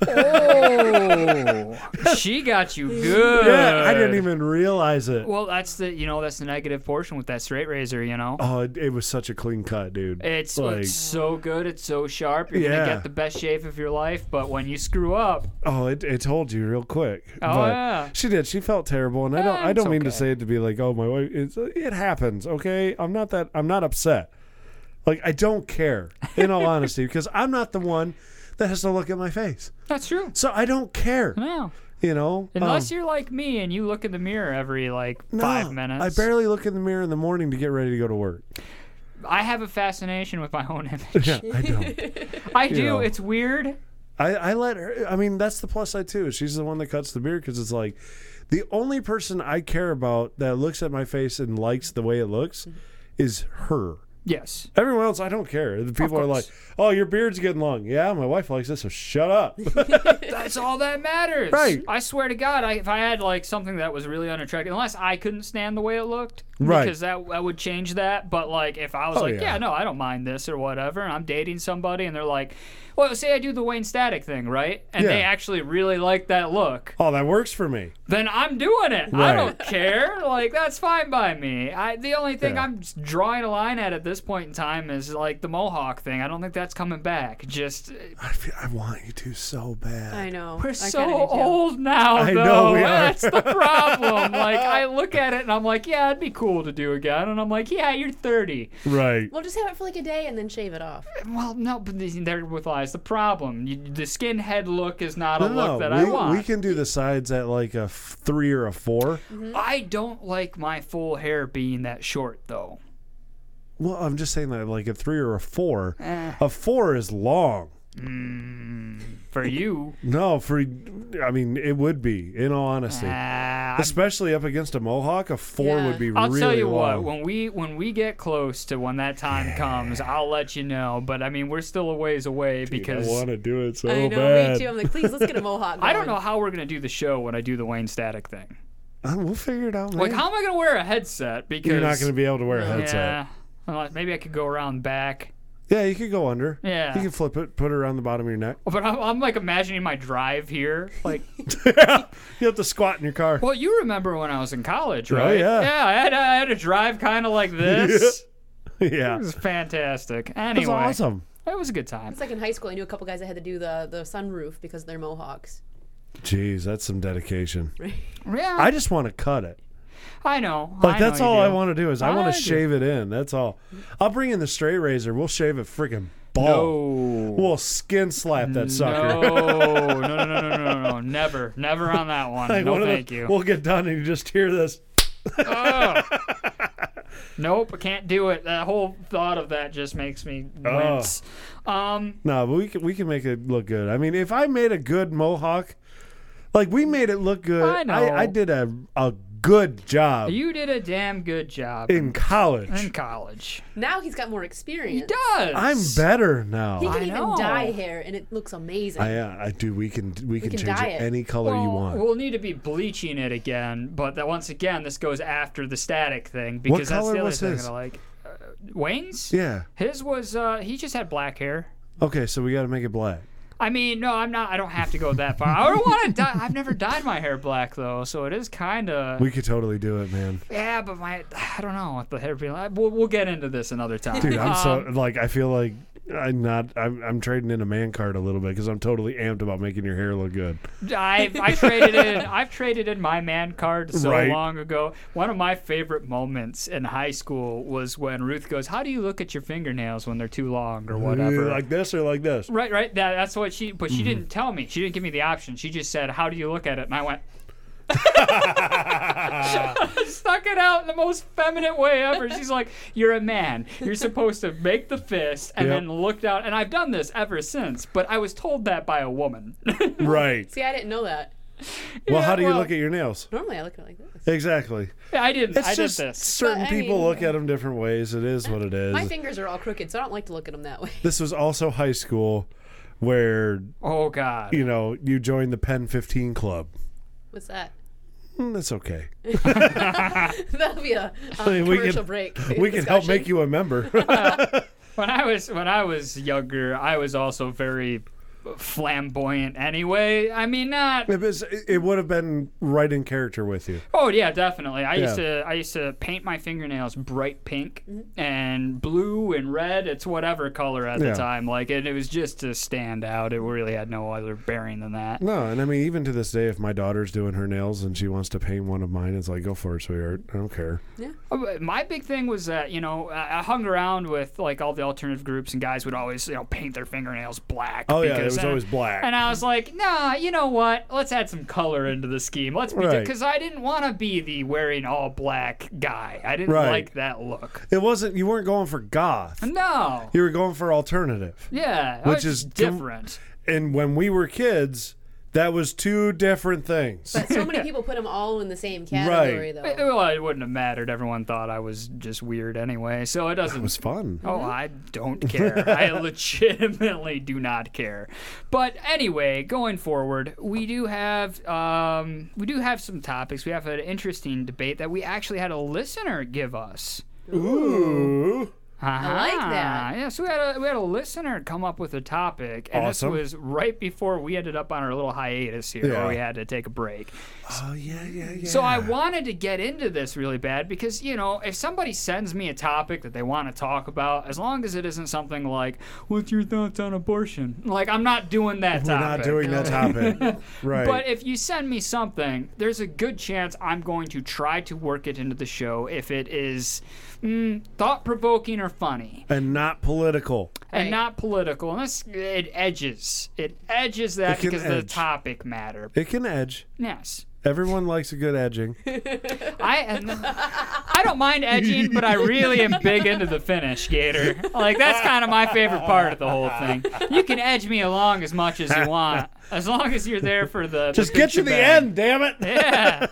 [SPEAKER 4] Oh, she got you good.
[SPEAKER 2] Yeah, I didn't even realize it.
[SPEAKER 4] Well, that's the you know that's the negative portion with that straight razor. You know,
[SPEAKER 2] Oh, it, it was such a clean cut, dude.
[SPEAKER 4] it's it's so good, it's so sharp. You're
[SPEAKER 2] Yeah.
[SPEAKER 4] gonna get the best shave of your life. But when you screw up,
[SPEAKER 2] Oh, it, it told you real quick. Oh,
[SPEAKER 4] yeah.
[SPEAKER 2] She did. She felt terrible, and I don't.
[SPEAKER 4] Eh,
[SPEAKER 2] I
[SPEAKER 4] it's
[SPEAKER 2] don't mean to say it to be like, oh my wife. It's, it happens. Okay, I'm not that. I'm not upset. Like I don't care,
[SPEAKER 4] [laughs]
[SPEAKER 2] in all honesty, because I'm not the one that has to look at my face.
[SPEAKER 4] That's true.
[SPEAKER 2] So I don't care.
[SPEAKER 4] No.
[SPEAKER 2] You know,
[SPEAKER 4] unless
[SPEAKER 2] um,
[SPEAKER 4] you're like me and you look in the mirror every like five minutes,
[SPEAKER 2] I barely look in the mirror in the morning to get ready to go to work.
[SPEAKER 4] I have a fascination with my own image.
[SPEAKER 2] [laughs] Yeah, I don't.
[SPEAKER 4] [laughs] I
[SPEAKER 2] You
[SPEAKER 4] do.
[SPEAKER 2] know.
[SPEAKER 4] It's weird.
[SPEAKER 2] I, I let her. I mean, that's the plus side too. She's the one that cuts the beard because it's like the only person I care about that looks at my face and likes the way it looks is her.
[SPEAKER 4] Mm-hmm. Yes.
[SPEAKER 2] Everyone else, I don't care. The people are like,
[SPEAKER 4] course.
[SPEAKER 2] "Oh, your beard's getting long." Yeah, my wife likes this, so
[SPEAKER 4] [laughs]
[SPEAKER 2] shut up.
[SPEAKER 4] That's all that matters.
[SPEAKER 2] Right.
[SPEAKER 4] I swear to God, I, if I had like something that was really unattractive, unless I couldn't stand the way it looked,
[SPEAKER 2] Right.
[SPEAKER 4] Because that I would change that. But like, if I was
[SPEAKER 2] Oh,
[SPEAKER 4] like,
[SPEAKER 2] yeah.
[SPEAKER 4] yeah. no, I don't mind this or whatever, and I'm dating somebody, and they're like, well, say I do the Wayne Static thing, right? And they
[SPEAKER 2] Yeah.
[SPEAKER 4] actually really like that look,
[SPEAKER 2] oh, that works for me.
[SPEAKER 4] then I'm doing it. I
[SPEAKER 2] Right.
[SPEAKER 4] don't care. Like that's fine by me. I the only thing
[SPEAKER 2] Yeah.
[SPEAKER 4] I'm just drawing a line at at this point in time is like the mohawk thing. I don't think that's coming back. Just uh,
[SPEAKER 2] I, feel, I want you to so bad.
[SPEAKER 3] I know.
[SPEAKER 4] We're
[SPEAKER 3] I
[SPEAKER 4] so
[SPEAKER 3] kinda do too.
[SPEAKER 4] old now,
[SPEAKER 2] I
[SPEAKER 4] though. [laughs]
[SPEAKER 2] know we are.
[SPEAKER 4] That's the problem. like, I look at it and I'm like, yeah, it'd be cool to do again. And I'm like, yeah, you're 30.
[SPEAKER 2] Right.
[SPEAKER 3] Well, just have it for like a day and then shave it off.
[SPEAKER 4] Well, no, but th- there with lies the problem. You, the skinhead look is not a
[SPEAKER 2] no,
[SPEAKER 4] look
[SPEAKER 2] no,
[SPEAKER 4] that
[SPEAKER 2] we,
[SPEAKER 4] I want.
[SPEAKER 2] we can do the sides at like a f- three or a four.
[SPEAKER 3] Mm-hmm.
[SPEAKER 4] I don't like my full hair being that short, though.
[SPEAKER 2] Well, I'm just saying that like a three or a four.
[SPEAKER 4] Eh.
[SPEAKER 2] A four is long.
[SPEAKER 4] Mm, for you.
[SPEAKER 2] [laughs] No, for I mean it would be in all honesty, especially up against a mohawk. A four would be
[SPEAKER 4] Ah, I'll
[SPEAKER 2] really
[SPEAKER 4] tell you
[SPEAKER 2] long.
[SPEAKER 4] what, when we when we get close to when that time comes, I'll let you know. But I mean, we're still a ways away because
[SPEAKER 2] I want to do it so
[SPEAKER 3] I know,
[SPEAKER 2] bad.
[SPEAKER 3] me too. I'm like, please, let's get a mohawk.
[SPEAKER 4] [laughs] I don't
[SPEAKER 3] going."
[SPEAKER 4] know how we're gonna do the show when I do the Wayne Static thing.
[SPEAKER 2] Uh, we'll figure it out.
[SPEAKER 4] Like,
[SPEAKER 2] man.
[SPEAKER 4] how am I gonna wear a headset? Because
[SPEAKER 2] You're not going to be able to wear a headset.
[SPEAKER 4] Yeah, Unless- maybe I could go around back.
[SPEAKER 2] Yeah, you could go under.
[SPEAKER 4] Yeah.
[SPEAKER 2] you can flip it, put it around the bottom of your neck.
[SPEAKER 4] Oh, But I'm, I'm like imagining my drive here. Like,
[SPEAKER 2] You have to squat in your car.
[SPEAKER 4] well, you remember when I was in college,
[SPEAKER 2] [laughs] Oh,
[SPEAKER 4] right?
[SPEAKER 2] yeah.
[SPEAKER 4] Yeah, I had, I had a drive kind of
[SPEAKER 2] [laughs]
[SPEAKER 4] like this.
[SPEAKER 2] yeah,
[SPEAKER 4] It was fantastic. Anyway,
[SPEAKER 2] That's awesome.
[SPEAKER 4] It was a good time.
[SPEAKER 3] It's like in high school, I knew a couple guys that had to do the the sunroof because they're mohawks. [laughs]
[SPEAKER 2] Jeez, that's some dedication.
[SPEAKER 4] Yeah,
[SPEAKER 2] I just want to cut it.
[SPEAKER 4] I know.
[SPEAKER 2] Like
[SPEAKER 4] I
[SPEAKER 2] that's
[SPEAKER 4] know you
[SPEAKER 2] all I
[SPEAKER 4] do.
[SPEAKER 2] want to do is I, want
[SPEAKER 4] I
[SPEAKER 2] to
[SPEAKER 4] do.
[SPEAKER 2] shave it in. That's all. I'll bring in the straight razor. We'll shave it freaking bald. We'll skin slap that sucker.
[SPEAKER 4] No, no, no, no, no,
[SPEAKER 2] [laughs]
[SPEAKER 4] no, no, never, never on that one.
[SPEAKER 2] Like,
[SPEAKER 4] no,
[SPEAKER 2] one of the-
[SPEAKER 4] thank you.
[SPEAKER 2] We'll get done and you just hear this.
[SPEAKER 4] [laughs] Nope, I can't do it. That whole thought of that just makes me
[SPEAKER 2] Oh.
[SPEAKER 4] wince. Um,
[SPEAKER 2] No, but we can we can make it look good. I mean, if I made a good mohawk, like we made it look good.
[SPEAKER 4] I know.
[SPEAKER 2] I, did a a good job
[SPEAKER 4] you did a damn good job
[SPEAKER 2] Uh, in college.
[SPEAKER 4] in college.
[SPEAKER 3] Now he's got more experience. He
[SPEAKER 4] does.
[SPEAKER 2] I'm better now.
[SPEAKER 3] He can even
[SPEAKER 4] know.
[SPEAKER 3] dye hair, and it looks amazing.
[SPEAKER 2] Oh. I, uh, I do. We can we, can,
[SPEAKER 3] can
[SPEAKER 2] change
[SPEAKER 3] dye
[SPEAKER 2] it
[SPEAKER 3] it.
[SPEAKER 2] any color you
[SPEAKER 4] Well,
[SPEAKER 2] want.
[SPEAKER 4] We'll need to be bleaching it again, but that once again, this goes after the static thing
[SPEAKER 2] What
[SPEAKER 4] because that's
[SPEAKER 2] color
[SPEAKER 4] the other
[SPEAKER 2] was
[SPEAKER 4] thing
[SPEAKER 2] his?
[SPEAKER 4] that I like. Uh, Wayne's.
[SPEAKER 2] Yeah.
[SPEAKER 4] His was uh, he just had black hair.
[SPEAKER 2] Okay, so we got to make it black.
[SPEAKER 4] I mean, no, I'm not. I don't have to go that far. I don't want [laughs] to dye. I've never dyed my hair black though, so it is kind of.
[SPEAKER 2] We could totally do it, man.
[SPEAKER 4] Yeah, but my I don't know what the hair be like. We'll, we'll get into this another
[SPEAKER 3] [laughs]
[SPEAKER 4] time.
[SPEAKER 2] Dude, I'm so
[SPEAKER 4] Um,
[SPEAKER 2] like I feel like I'm not. I'm, I'm trading in a man card a little bit because I'm totally amped about making your hair look good.
[SPEAKER 4] I've, I traded in I've traded in my man card so
[SPEAKER 2] Right.
[SPEAKER 4] long ago. One of my favorite moments in high school was when Ruth goes, "How do you look at your fingernails when they're too long or whatever?"
[SPEAKER 2] like this or
[SPEAKER 3] [laughs]
[SPEAKER 2] like this.
[SPEAKER 4] right, right. That, that's what she. But she
[SPEAKER 2] Mhm.
[SPEAKER 4] didn't tell me. She didn't give me the option. She just said, "How do you look at it?" And I went. [laughs] Stuck it out in the most feminine way ever. She's like, "You're a man. You're supposed to make the fist and
[SPEAKER 2] Yep.
[SPEAKER 4] then look down." And I've done this ever since, but I was told that by a woman.
[SPEAKER 2] Right.
[SPEAKER 3] See, I didn't know that.
[SPEAKER 2] [laughs] Well, how do you
[SPEAKER 4] well-
[SPEAKER 2] look at your nails?
[SPEAKER 3] Normally, I look at it like this.
[SPEAKER 2] Exactly.
[SPEAKER 4] Yeah, I didn't.
[SPEAKER 2] It's
[SPEAKER 4] I
[SPEAKER 2] just
[SPEAKER 4] did this.
[SPEAKER 2] certain
[SPEAKER 3] But, I
[SPEAKER 2] people
[SPEAKER 3] mean-
[SPEAKER 2] look at them different ways. It is what it is.
[SPEAKER 3] My fingers are all crooked, so I don't like to look at them that way. [laughs]
[SPEAKER 2] this was also high school, where
[SPEAKER 4] oh god,
[SPEAKER 2] you know, you joined the Pen 15 Club.
[SPEAKER 3] What's
[SPEAKER 2] [laughs]
[SPEAKER 3] that? [laughs]
[SPEAKER 2] Mm, that's okay.
[SPEAKER 3] That'll be a, a
[SPEAKER 2] I mean, [laughs] we
[SPEAKER 3] Uh, commercial
[SPEAKER 2] can,
[SPEAKER 3] break.
[SPEAKER 2] We can help make you a member.
[SPEAKER 4] when I was when I was younger, I was also very flamboyant. Anyway, I mean, not.
[SPEAKER 2] It, was, it would have been right in character with you.
[SPEAKER 4] Oh yeah, definitely. I used
[SPEAKER 2] Yeah.
[SPEAKER 4] to I used to paint my fingernails bright pink and blue and red. It's whatever color at
[SPEAKER 2] Yeah.
[SPEAKER 4] the time. Like it, it was just to stand out. It really had no other bearing than that.
[SPEAKER 2] No, and I mean, even to this day, if my daughter's doing her nails and she wants to paint one of mine, it's like, go for it, sweetheart. I don't care.
[SPEAKER 4] Yeah. Uh, My big thing was that you know I I hung around with like all the alternative groups and guys would always you know paint their fingernails black.
[SPEAKER 2] Oh, yeah, it
[SPEAKER 4] because-
[SPEAKER 2] was
[SPEAKER 4] and-
[SPEAKER 2] always black.
[SPEAKER 4] And I was like, nah, you know what? Let's add some color into the scheme. Let's be
[SPEAKER 2] Right.
[SPEAKER 4] because I didn't want to be the wearing all black guy. I didn't
[SPEAKER 2] Right.
[SPEAKER 4] like that look.
[SPEAKER 2] It wasn't, you weren't going for goth.
[SPEAKER 4] No.
[SPEAKER 2] You were going for alternative.
[SPEAKER 4] Yeah,
[SPEAKER 2] Which
[SPEAKER 4] it's
[SPEAKER 2] is com-
[SPEAKER 4] different.
[SPEAKER 2] And when we were kids, that was two different things.
[SPEAKER 3] But [laughs] so many people put them all in the same category,
[SPEAKER 4] Right.
[SPEAKER 3] though.
[SPEAKER 4] Well, it wouldn't have mattered. Everyone thought I was just weird anyway, so it doesn't. It was
[SPEAKER 2] fun.
[SPEAKER 4] Oh,
[SPEAKER 3] Mm-hmm.
[SPEAKER 4] I don't care. [laughs] I legitimately do not care. But anyway, going forward, we do have um, we do have some topics. We have an interesting debate that we actually had a listener give us.
[SPEAKER 2] Ooh.
[SPEAKER 3] I like that.
[SPEAKER 4] Uh-huh. Yeah, so we had a we had a listener come up with a topic, and
[SPEAKER 2] Awesome.
[SPEAKER 4] this was right before we ended up on our little hiatus here,
[SPEAKER 2] Yeah.
[SPEAKER 4] where we had to take a break.
[SPEAKER 2] Oh, yeah, yeah, yeah.
[SPEAKER 4] So I wanted to get into this really bad because, you know, if somebody sends me a topic that they want to talk about, as long as it isn't something like, what's your thoughts on abortion? Like, I'm not doing that
[SPEAKER 2] We're
[SPEAKER 4] topic.
[SPEAKER 2] not doing that
[SPEAKER 4] [laughs]
[SPEAKER 2] topic. right.
[SPEAKER 4] But if you send me something, there's a good chance I'm going to try to work it into the show if it is mm, thought provoking or funny
[SPEAKER 2] and not political.
[SPEAKER 4] and not political. And that's, it edges. It edges that
[SPEAKER 2] It can
[SPEAKER 4] because the
[SPEAKER 2] edge.
[SPEAKER 4] topic
[SPEAKER 2] [laughs]
[SPEAKER 4] matter.
[SPEAKER 2] It can edge.
[SPEAKER 4] Yes.
[SPEAKER 2] Everyone likes a good edging.
[SPEAKER 4] I and I don't mind
[SPEAKER 2] [laughs]
[SPEAKER 4] edging, but I really am big into the finish, Gator. Like that's kind of my favorite part of the whole thing. You can edge me along as much as you want, as long as you're there for the. the
[SPEAKER 2] Just
[SPEAKER 4] big
[SPEAKER 2] get to the
[SPEAKER 4] shebang.
[SPEAKER 2] end, damn it. [laughs]
[SPEAKER 4] Yeah.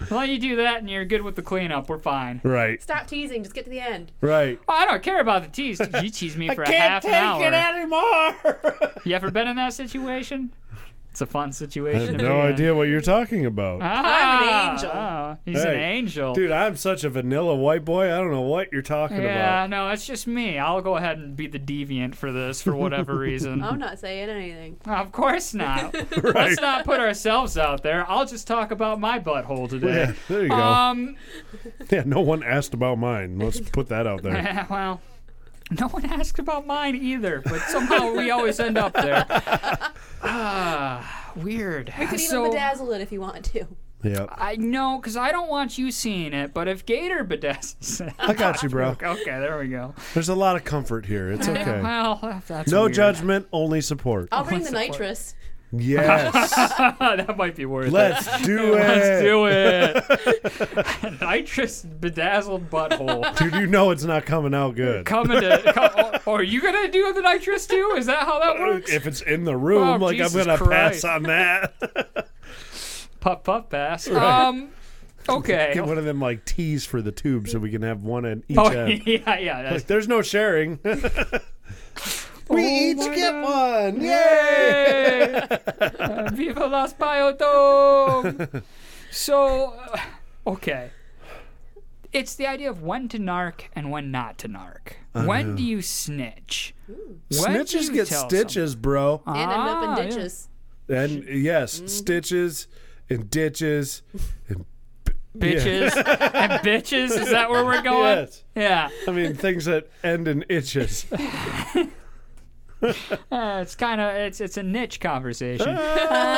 [SPEAKER 4] As long as you do that and you're good with the cleanup, we're fine. Oh,
[SPEAKER 2] Right.
[SPEAKER 3] Stop teasing. Just get to the end.
[SPEAKER 2] Right.
[SPEAKER 4] I don't care about the tease. You tease me for a half an hour. You ever been in that situation? It's a fun
[SPEAKER 2] I
[SPEAKER 4] situation.
[SPEAKER 2] have
[SPEAKER 4] to
[SPEAKER 2] no
[SPEAKER 4] be in.
[SPEAKER 2] idea what you're talking about.
[SPEAKER 4] Ah,
[SPEAKER 3] I'm an angel.
[SPEAKER 4] ah, he's an
[SPEAKER 2] Hey,
[SPEAKER 4] angel.
[SPEAKER 2] Dude, I'm such a vanilla white boy. I don't know what you're talking
[SPEAKER 4] yeah,
[SPEAKER 2] about.
[SPEAKER 4] no, it's just me. I'll go ahead and be the deviant for this for whatever
[SPEAKER 3] [laughs]
[SPEAKER 4] reason. [laughs]
[SPEAKER 3] I'm not saying anything.
[SPEAKER 4] Of
[SPEAKER 3] [laughs]
[SPEAKER 4] course not. Let's not put ourselves out there. I'll just talk about my butthole today.
[SPEAKER 2] Yeah, [laughs] there you go.
[SPEAKER 4] Um,
[SPEAKER 2] Yeah, no one asked about mine.
[SPEAKER 4] [laughs]
[SPEAKER 2] Let's put that out there.
[SPEAKER 4] well, no one asked about mine either, but somehow we always end
[SPEAKER 3] [laughs]
[SPEAKER 4] up there. Ah, weird.
[SPEAKER 3] We could even
[SPEAKER 4] So-
[SPEAKER 3] bedazzle it if you want to.
[SPEAKER 2] Yeah.
[SPEAKER 4] I know, because I don't want you seeing it, but if Gator bedazzles it.
[SPEAKER 2] I got you, bro.
[SPEAKER 4] Okay, there we go.
[SPEAKER 2] There's a lot of comfort here.
[SPEAKER 4] [laughs]
[SPEAKER 2] It's okay.
[SPEAKER 4] Well, that's
[SPEAKER 2] no
[SPEAKER 4] weird. Oh.
[SPEAKER 2] judgment, only support.
[SPEAKER 3] I'll bring the nitrous.
[SPEAKER 2] Yes.
[SPEAKER 4] [laughs] that might be worth
[SPEAKER 2] Let's
[SPEAKER 4] it. [laughs]
[SPEAKER 2] do
[SPEAKER 4] Let's
[SPEAKER 2] it.
[SPEAKER 4] do
[SPEAKER 2] [laughs]
[SPEAKER 4] it. Nitrous bedazzled butthole.
[SPEAKER 2] Dude, you know it's not coming out good.
[SPEAKER 4] Coming to. Come, oh, are you going to do the nitrous too? Is that how that works?
[SPEAKER 2] if it's in the room,
[SPEAKER 4] Oh,
[SPEAKER 2] like
[SPEAKER 4] Jesus
[SPEAKER 2] I'm gonna
[SPEAKER 4] Christ.
[SPEAKER 2] pass on that.
[SPEAKER 4] [laughs] Puff, puff, pass.
[SPEAKER 2] Right.
[SPEAKER 4] Um, okay.
[SPEAKER 2] Get one of them like tees for the tube so we can have one at each uh,
[SPEAKER 4] Oh,
[SPEAKER 2] end.
[SPEAKER 4] [laughs] yeah, yeah. That's,
[SPEAKER 2] Like, there's no sharing. [laughs] we each get
[SPEAKER 4] Oh
[SPEAKER 2] one.
[SPEAKER 4] Yay! Uh, [laughs] Viva las
[SPEAKER 2] [laughs]
[SPEAKER 4] biodome! so, uh, okay. It's the idea of when to narc and when not to narc.
[SPEAKER 2] I
[SPEAKER 4] when
[SPEAKER 2] know.
[SPEAKER 4] do you snitch? When do
[SPEAKER 2] Snitches
[SPEAKER 4] you
[SPEAKER 2] get
[SPEAKER 4] tell
[SPEAKER 2] stitches, bro.
[SPEAKER 4] someone-
[SPEAKER 3] And end up
[SPEAKER 4] Ah,
[SPEAKER 3] in
[SPEAKER 4] yeah.
[SPEAKER 3] ditches.
[SPEAKER 2] And yes,
[SPEAKER 4] Mm-hmm.
[SPEAKER 2] stitches and ditches and b- [laughs]
[SPEAKER 4] Bitches and bitches. Is that where we're going?
[SPEAKER 2] Yes.
[SPEAKER 4] Yeah.
[SPEAKER 2] I mean, things that end in itches.
[SPEAKER 4] [laughs] Uh, it's kind of it's it's a niche
[SPEAKER 2] [laughs]
[SPEAKER 4] conversation.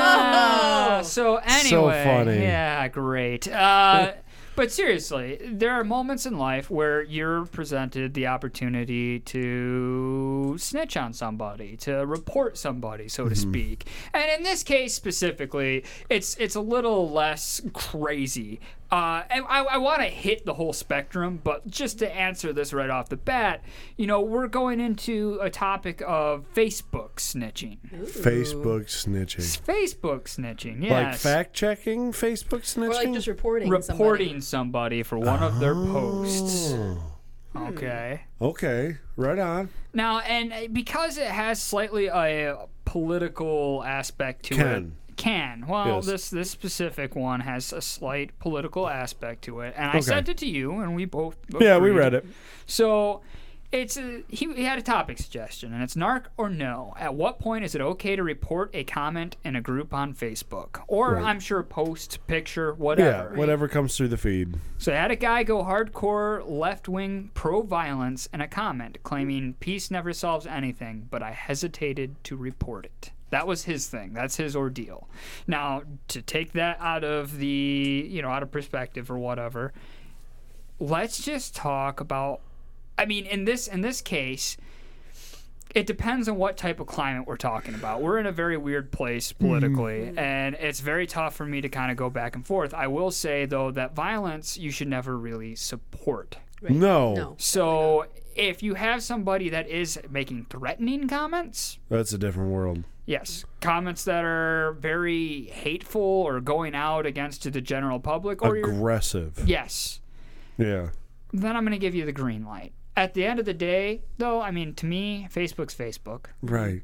[SPEAKER 4] Uh, so anyway,
[SPEAKER 2] funny.
[SPEAKER 4] yeah, great. Uh, but seriously, there are moments in life where you're presented the opportunity to snitch on somebody, to report somebody, so to
[SPEAKER 17] Mhm.
[SPEAKER 2] Mm-hmm.
[SPEAKER 4] speak. And in this case specifically, it's it's a little less crazy. Uh, and I, I want to hit the whole spectrum, but just to answer this right off the bat, you know, we're going into a topic of Facebook snitching.
[SPEAKER 2] Facebook snitching.
[SPEAKER 4] Facebook snitching, yes.
[SPEAKER 2] Like fact checking Facebook snitching?
[SPEAKER 3] reporting
[SPEAKER 4] reporting somebody. for one of their posts.
[SPEAKER 2] Oh.
[SPEAKER 4] Okay.
[SPEAKER 2] Okay, right on.
[SPEAKER 4] Now, and uh, because it has slightly a political aspect to
[SPEAKER 2] Can.
[SPEAKER 4] it. Can. Well,
[SPEAKER 2] Yes.
[SPEAKER 4] this this specific one has a slight political aspect to it. And I
[SPEAKER 2] Okay.
[SPEAKER 4] sent it to you and we both
[SPEAKER 2] Yeah, we
[SPEAKER 4] agreed.
[SPEAKER 2] read it.
[SPEAKER 4] So it's a, he, he had a topic suggestion and it's narc or no. At what point is it okay to report a comment in a group on Facebook or
[SPEAKER 2] Right.
[SPEAKER 4] I'm sure post, picture, whatever.
[SPEAKER 2] Yeah, whatever comes through the feed.
[SPEAKER 4] So I had a guy go hardcore left wing pro violence in a comment claiming peace never solves anything, but I hesitated to report it. That was his thing. That's his ordeal. Now, to take that out of the, you know, out of perspective or whatever, let's just talk about I mean, in this in this case, it depends on what type of climate we're talking about. We're in a very weird place politically, and it's very tough for me to kind of go back and forth. I will say though that violence you should never really support.
[SPEAKER 2] No. No,
[SPEAKER 4] So if you have somebody that is making threatening comments,
[SPEAKER 2] That's a different world.
[SPEAKER 4] Yes, comments that are very hateful or going out against the general public, or you're,
[SPEAKER 2] Aggressive.
[SPEAKER 4] yes,
[SPEAKER 2] Yeah.
[SPEAKER 4] then I'm going to give you the green light. At the end of the day, though, I mean, to me, Facebook's Facebook.
[SPEAKER 2] Right.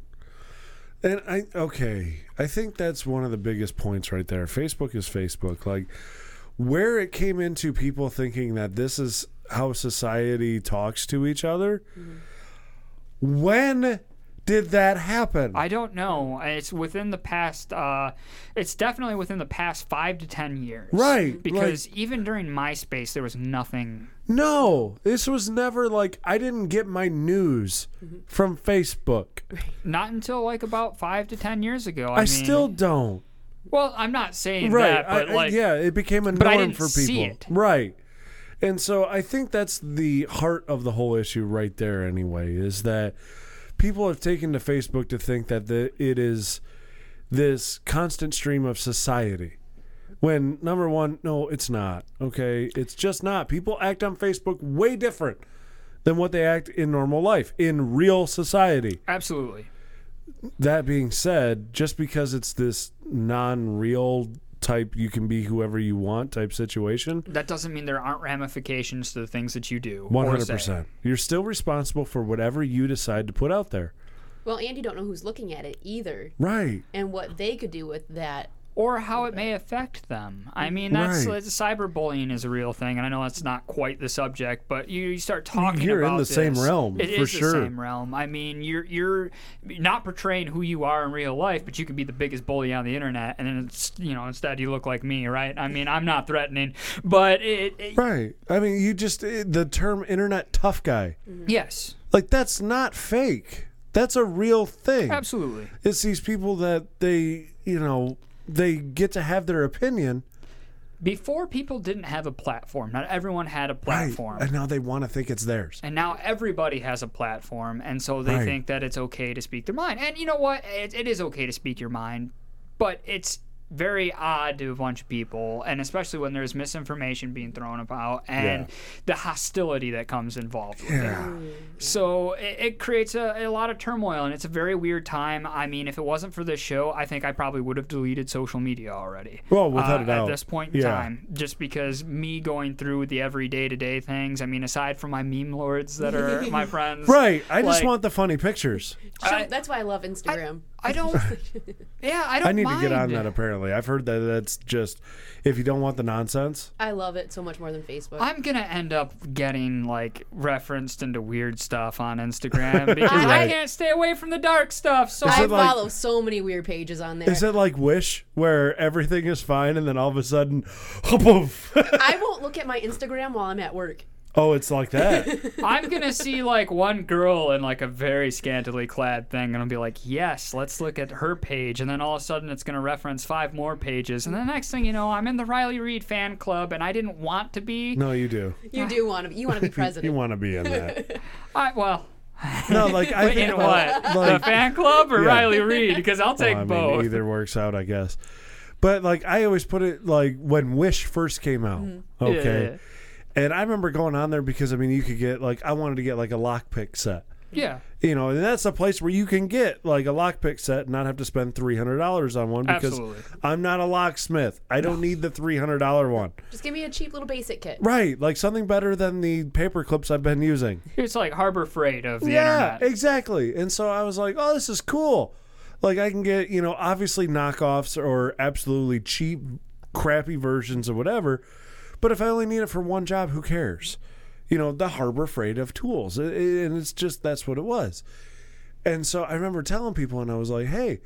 [SPEAKER 2] And I okay, I think that's one of the biggest points right there. Facebook is Facebook. Like where it came into people thinking that this is how society talks to each other. When did that happen?
[SPEAKER 4] I don't know. It's within the past. Uh, it's definitely within the past five to ten years.
[SPEAKER 2] Right, like-
[SPEAKER 4] Because even during MySpace, there was nothing.
[SPEAKER 2] No, this was never like I didn't get my news
[SPEAKER 4] Mm-hmm.
[SPEAKER 2] from Facebook.
[SPEAKER 4] Not until like about five to ten years ago. I,
[SPEAKER 2] I,
[SPEAKER 4] mean,
[SPEAKER 2] still don't.
[SPEAKER 4] Well, I'm not saying
[SPEAKER 2] right.
[SPEAKER 4] that, but
[SPEAKER 2] I- I-
[SPEAKER 4] like.
[SPEAKER 2] yeah, it became a norm
[SPEAKER 4] but I didn't
[SPEAKER 2] for people.
[SPEAKER 4] see it.
[SPEAKER 2] Right. And so I think that's the heart of the whole issue right there anyway is that people have taken to Facebook to think that the, it is this constant stream of society. When number one, no, it's not. Okay, it's just not. People act on Facebook way different than what they act in normal life, in real society.
[SPEAKER 4] Absolutely.
[SPEAKER 2] That being said, just because it's this non-real type, you can be whoever you want type situation.
[SPEAKER 4] That doesn't mean there aren't ramifications to the things that you do.
[SPEAKER 2] One
[SPEAKER 4] or
[SPEAKER 2] hundred
[SPEAKER 4] say.
[SPEAKER 2] percent. You're still responsible for whatever you decide to put out there.
[SPEAKER 3] Well, and you don't know who's looking at it either,
[SPEAKER 2] Right.
[SPEAKER 3] and what they could do with that.
[SPEAKER 4] Or how it may affect them. I mean, that's
[SPEAKER 2] Right.
[SPEAKER 4] that's- cyberbullying is a real thing, and I know that's not quite the subject, but you, you start talking.
[SPEAKER 2] You're in
[SPEAKER 4] about
[SPEAKER 2] the same
[SPEAKER 4] this,
[SPEAKER 2] realm,
[SPEAKER 4] It
[SPEAKER 2] for
[SPEAKER 4] is
[SPEAKER 2] sure.
[SPEAKER 4] the same realm. I mean, you're you're not portraying who you are in real life, but you could be the biggest bully on the internet, and then it's you know instead you look like me, right? I mean, I'm not threatening, but it, it
[SPEAKER 2] Right. I mean, you just it, the term internet tough guy.
[SPEAKER 4] yes,
[SPEAKER 2] Like that's not fake. That's a real thing.
[SPEAKER 4] absolutely.
[SPEAKER 2] It's these people that they, you know, they get to have their opinion.
[SPEAKER 4] Before people didn't have a platform. Not everyone had a platform.
[SPEAKER 2] And now they want to think it's
[SPEAKER 4] [laughs]
[SPEAKER 2] theirs.
[SPEAKER 4] And now everybody has a platform, and so they
[SPEAKER 2] Right.
[SPEAKER 4] think that it's okay to speak their mind. And you know what? It, it is okay to speak your mind, but it's very odd to a bunch of people, and especially when there's misinformation being thrown about and
[SPEAKER 17] Yeah.
[SPEAKER 4] the hostility that comes involved with
[SPEAKER 17] Yeah.
[SPEAKER 4] it. So it, it creates a, a lot of turmoil, and it's a very weird time. I mean, if it wasn't for this show, I think I probably would have deleted social media already.
[SPEAKER 2] Well, without
[SPEAKER 4] uh,
[SPEAKER 2] a doubt.
[SPEAKER 4] At this point in
[SPEAKER 2] Yeah.
[SPEAKER 4] time, just because me going through the every day to day things, I mean, aside from my meme lords that
[SPEAKER 2] [laughs]
[SPEAKER 4] are my friends.
[SPEAKER 2] Right. I just
[SPEAKER 4] like,
[SPEAKER 2] want the funny pictures.
[SPEAKER 3] So that's why I love Instagram. [laughs]
[SPEAKER 4] I, don't. yeah, I
[SPEAKER 2] I, need to get on that apparently. I've heard that that's just if you don't want the nonsense.
[SPEAKER 3] I love it so much more than Facebook.
[SPEAKER 4] I'm gonna end up getting like referenced into weird stuff on Instagram
[SPEAKER 2] [laughs]
[SPEAKER 3] [laughs]
[SPEAKER 4] because
[SPEAKER 3] You're
[SPEAKER 4] I
[SPEAKER 2] right.
[SPEAKER 4] can't stay away from the dark stuff. So
[SPEAKER 2] Is
[SPEAKER 3] I
[SPEAKER 2] it like-
[SPEAKER 3] follow so many weird pages on there. [laughs]
[SPEAKER 2] Is it like Wish where [laughs] everything is fine and then all of a sudden, poof.
[SPEAKER 3] I won't look at my Instagram while I'm at work.
[SPEAKER 2] Oh, it's like that.
[SPEAKER 4] I'm gonna see like one girl in like a very scantily clad thing, and I'll be like, "Yes, let's look at her page." And then all of a sudden, it's gonna reference five more pages, and the next thing you know, I'm in the Riley Reed fan club, and I didn't want to be.
[SPEAKER 2] no, you do.
[SPEAKER 3] You
[SPEAKER 2] [laughs]
[SPEAKER 3] do want to. [laughs] You want to be president.
[SPEAKER 2] you want to be
[SPEAKER 4] [laughs]
[SPEAKER 2] in that.
[SPEAKER 4] I well.
[SPEAKER 2] No, like I
[SPEAKER 4] Wait,
[SPEAKER 2] think
[SPEAKER 4] in
[SPEAKER 2] about-
[SPEAKER 4] what?
[SPEAKER 2] like-
[SPEAKER 4] the fan club or
[SPEAKER 2] Yeah.
[SPEAKER 4] Riley Reed? Because I'll take
[SPEAKER 2] [laughs] Well, I mean,
[SPEAKER 4] both.
[SPEAKER 2] Either works out, I guess. But like I always put it like when Wish first came out.
[SPEAKER 4] Mhm.
[SPEAKER 3] Mm-hmm.
[SPEAKER 2] Okay.
[SPEAKER 4] Yeah.
[SPEAKER 2] And I remember going on there because I mean you could get like I wanted to get like a lockpick set.
[SPEAKER 4] Yeah.
[SPEAKER 2] You know, and that's a place where you can get like a lockpick set and not have to spend three hundred dollars on one because
[SPEAKER 4] Absolutely.
[SPEAKER 2] I'm not a locksmith. I don't need the three hundred dollar one.
[SPEAKER 3] Just give me a cheap little basic kit.
[SPEAKER 2] Right, like something better than the paper clips I've been using.
[SPEAKER 4] It's like Harbor Freight of the
[SPEAKER 2] yeah,
[SPEAKER 4] internet.
[SPEAKER 2] exactly. And so I was like, oh, this is cool. Like I can get, you know, obviously knockoffs or absolutely cheap, crappy versions of whatever. But if I only need it for one job, who cares? You know, the harbor freight of tools. I- I- And it's just that's what it was. And so I remember telling people and I was like, hey,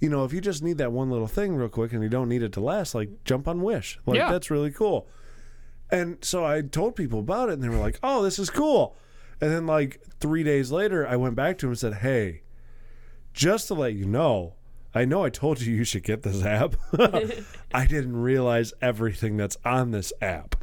[SPEAKER 2] you know, if you just need that one little thing real quick and you don't need it to last, like jump on Wish. Like
[SPEAKER 18] Yeah.
[SPEAKER 2] that's really cool. And so I told people about it, and they were like, "Oh, this is cool." And then like three days later, I went back to him and said, "Hey, just to let you know, I know I told you you should get
[SPEAKER 3] [laughs]
[SPEAKER 2] this app. [laughs] I didn't realize everything that's on this app.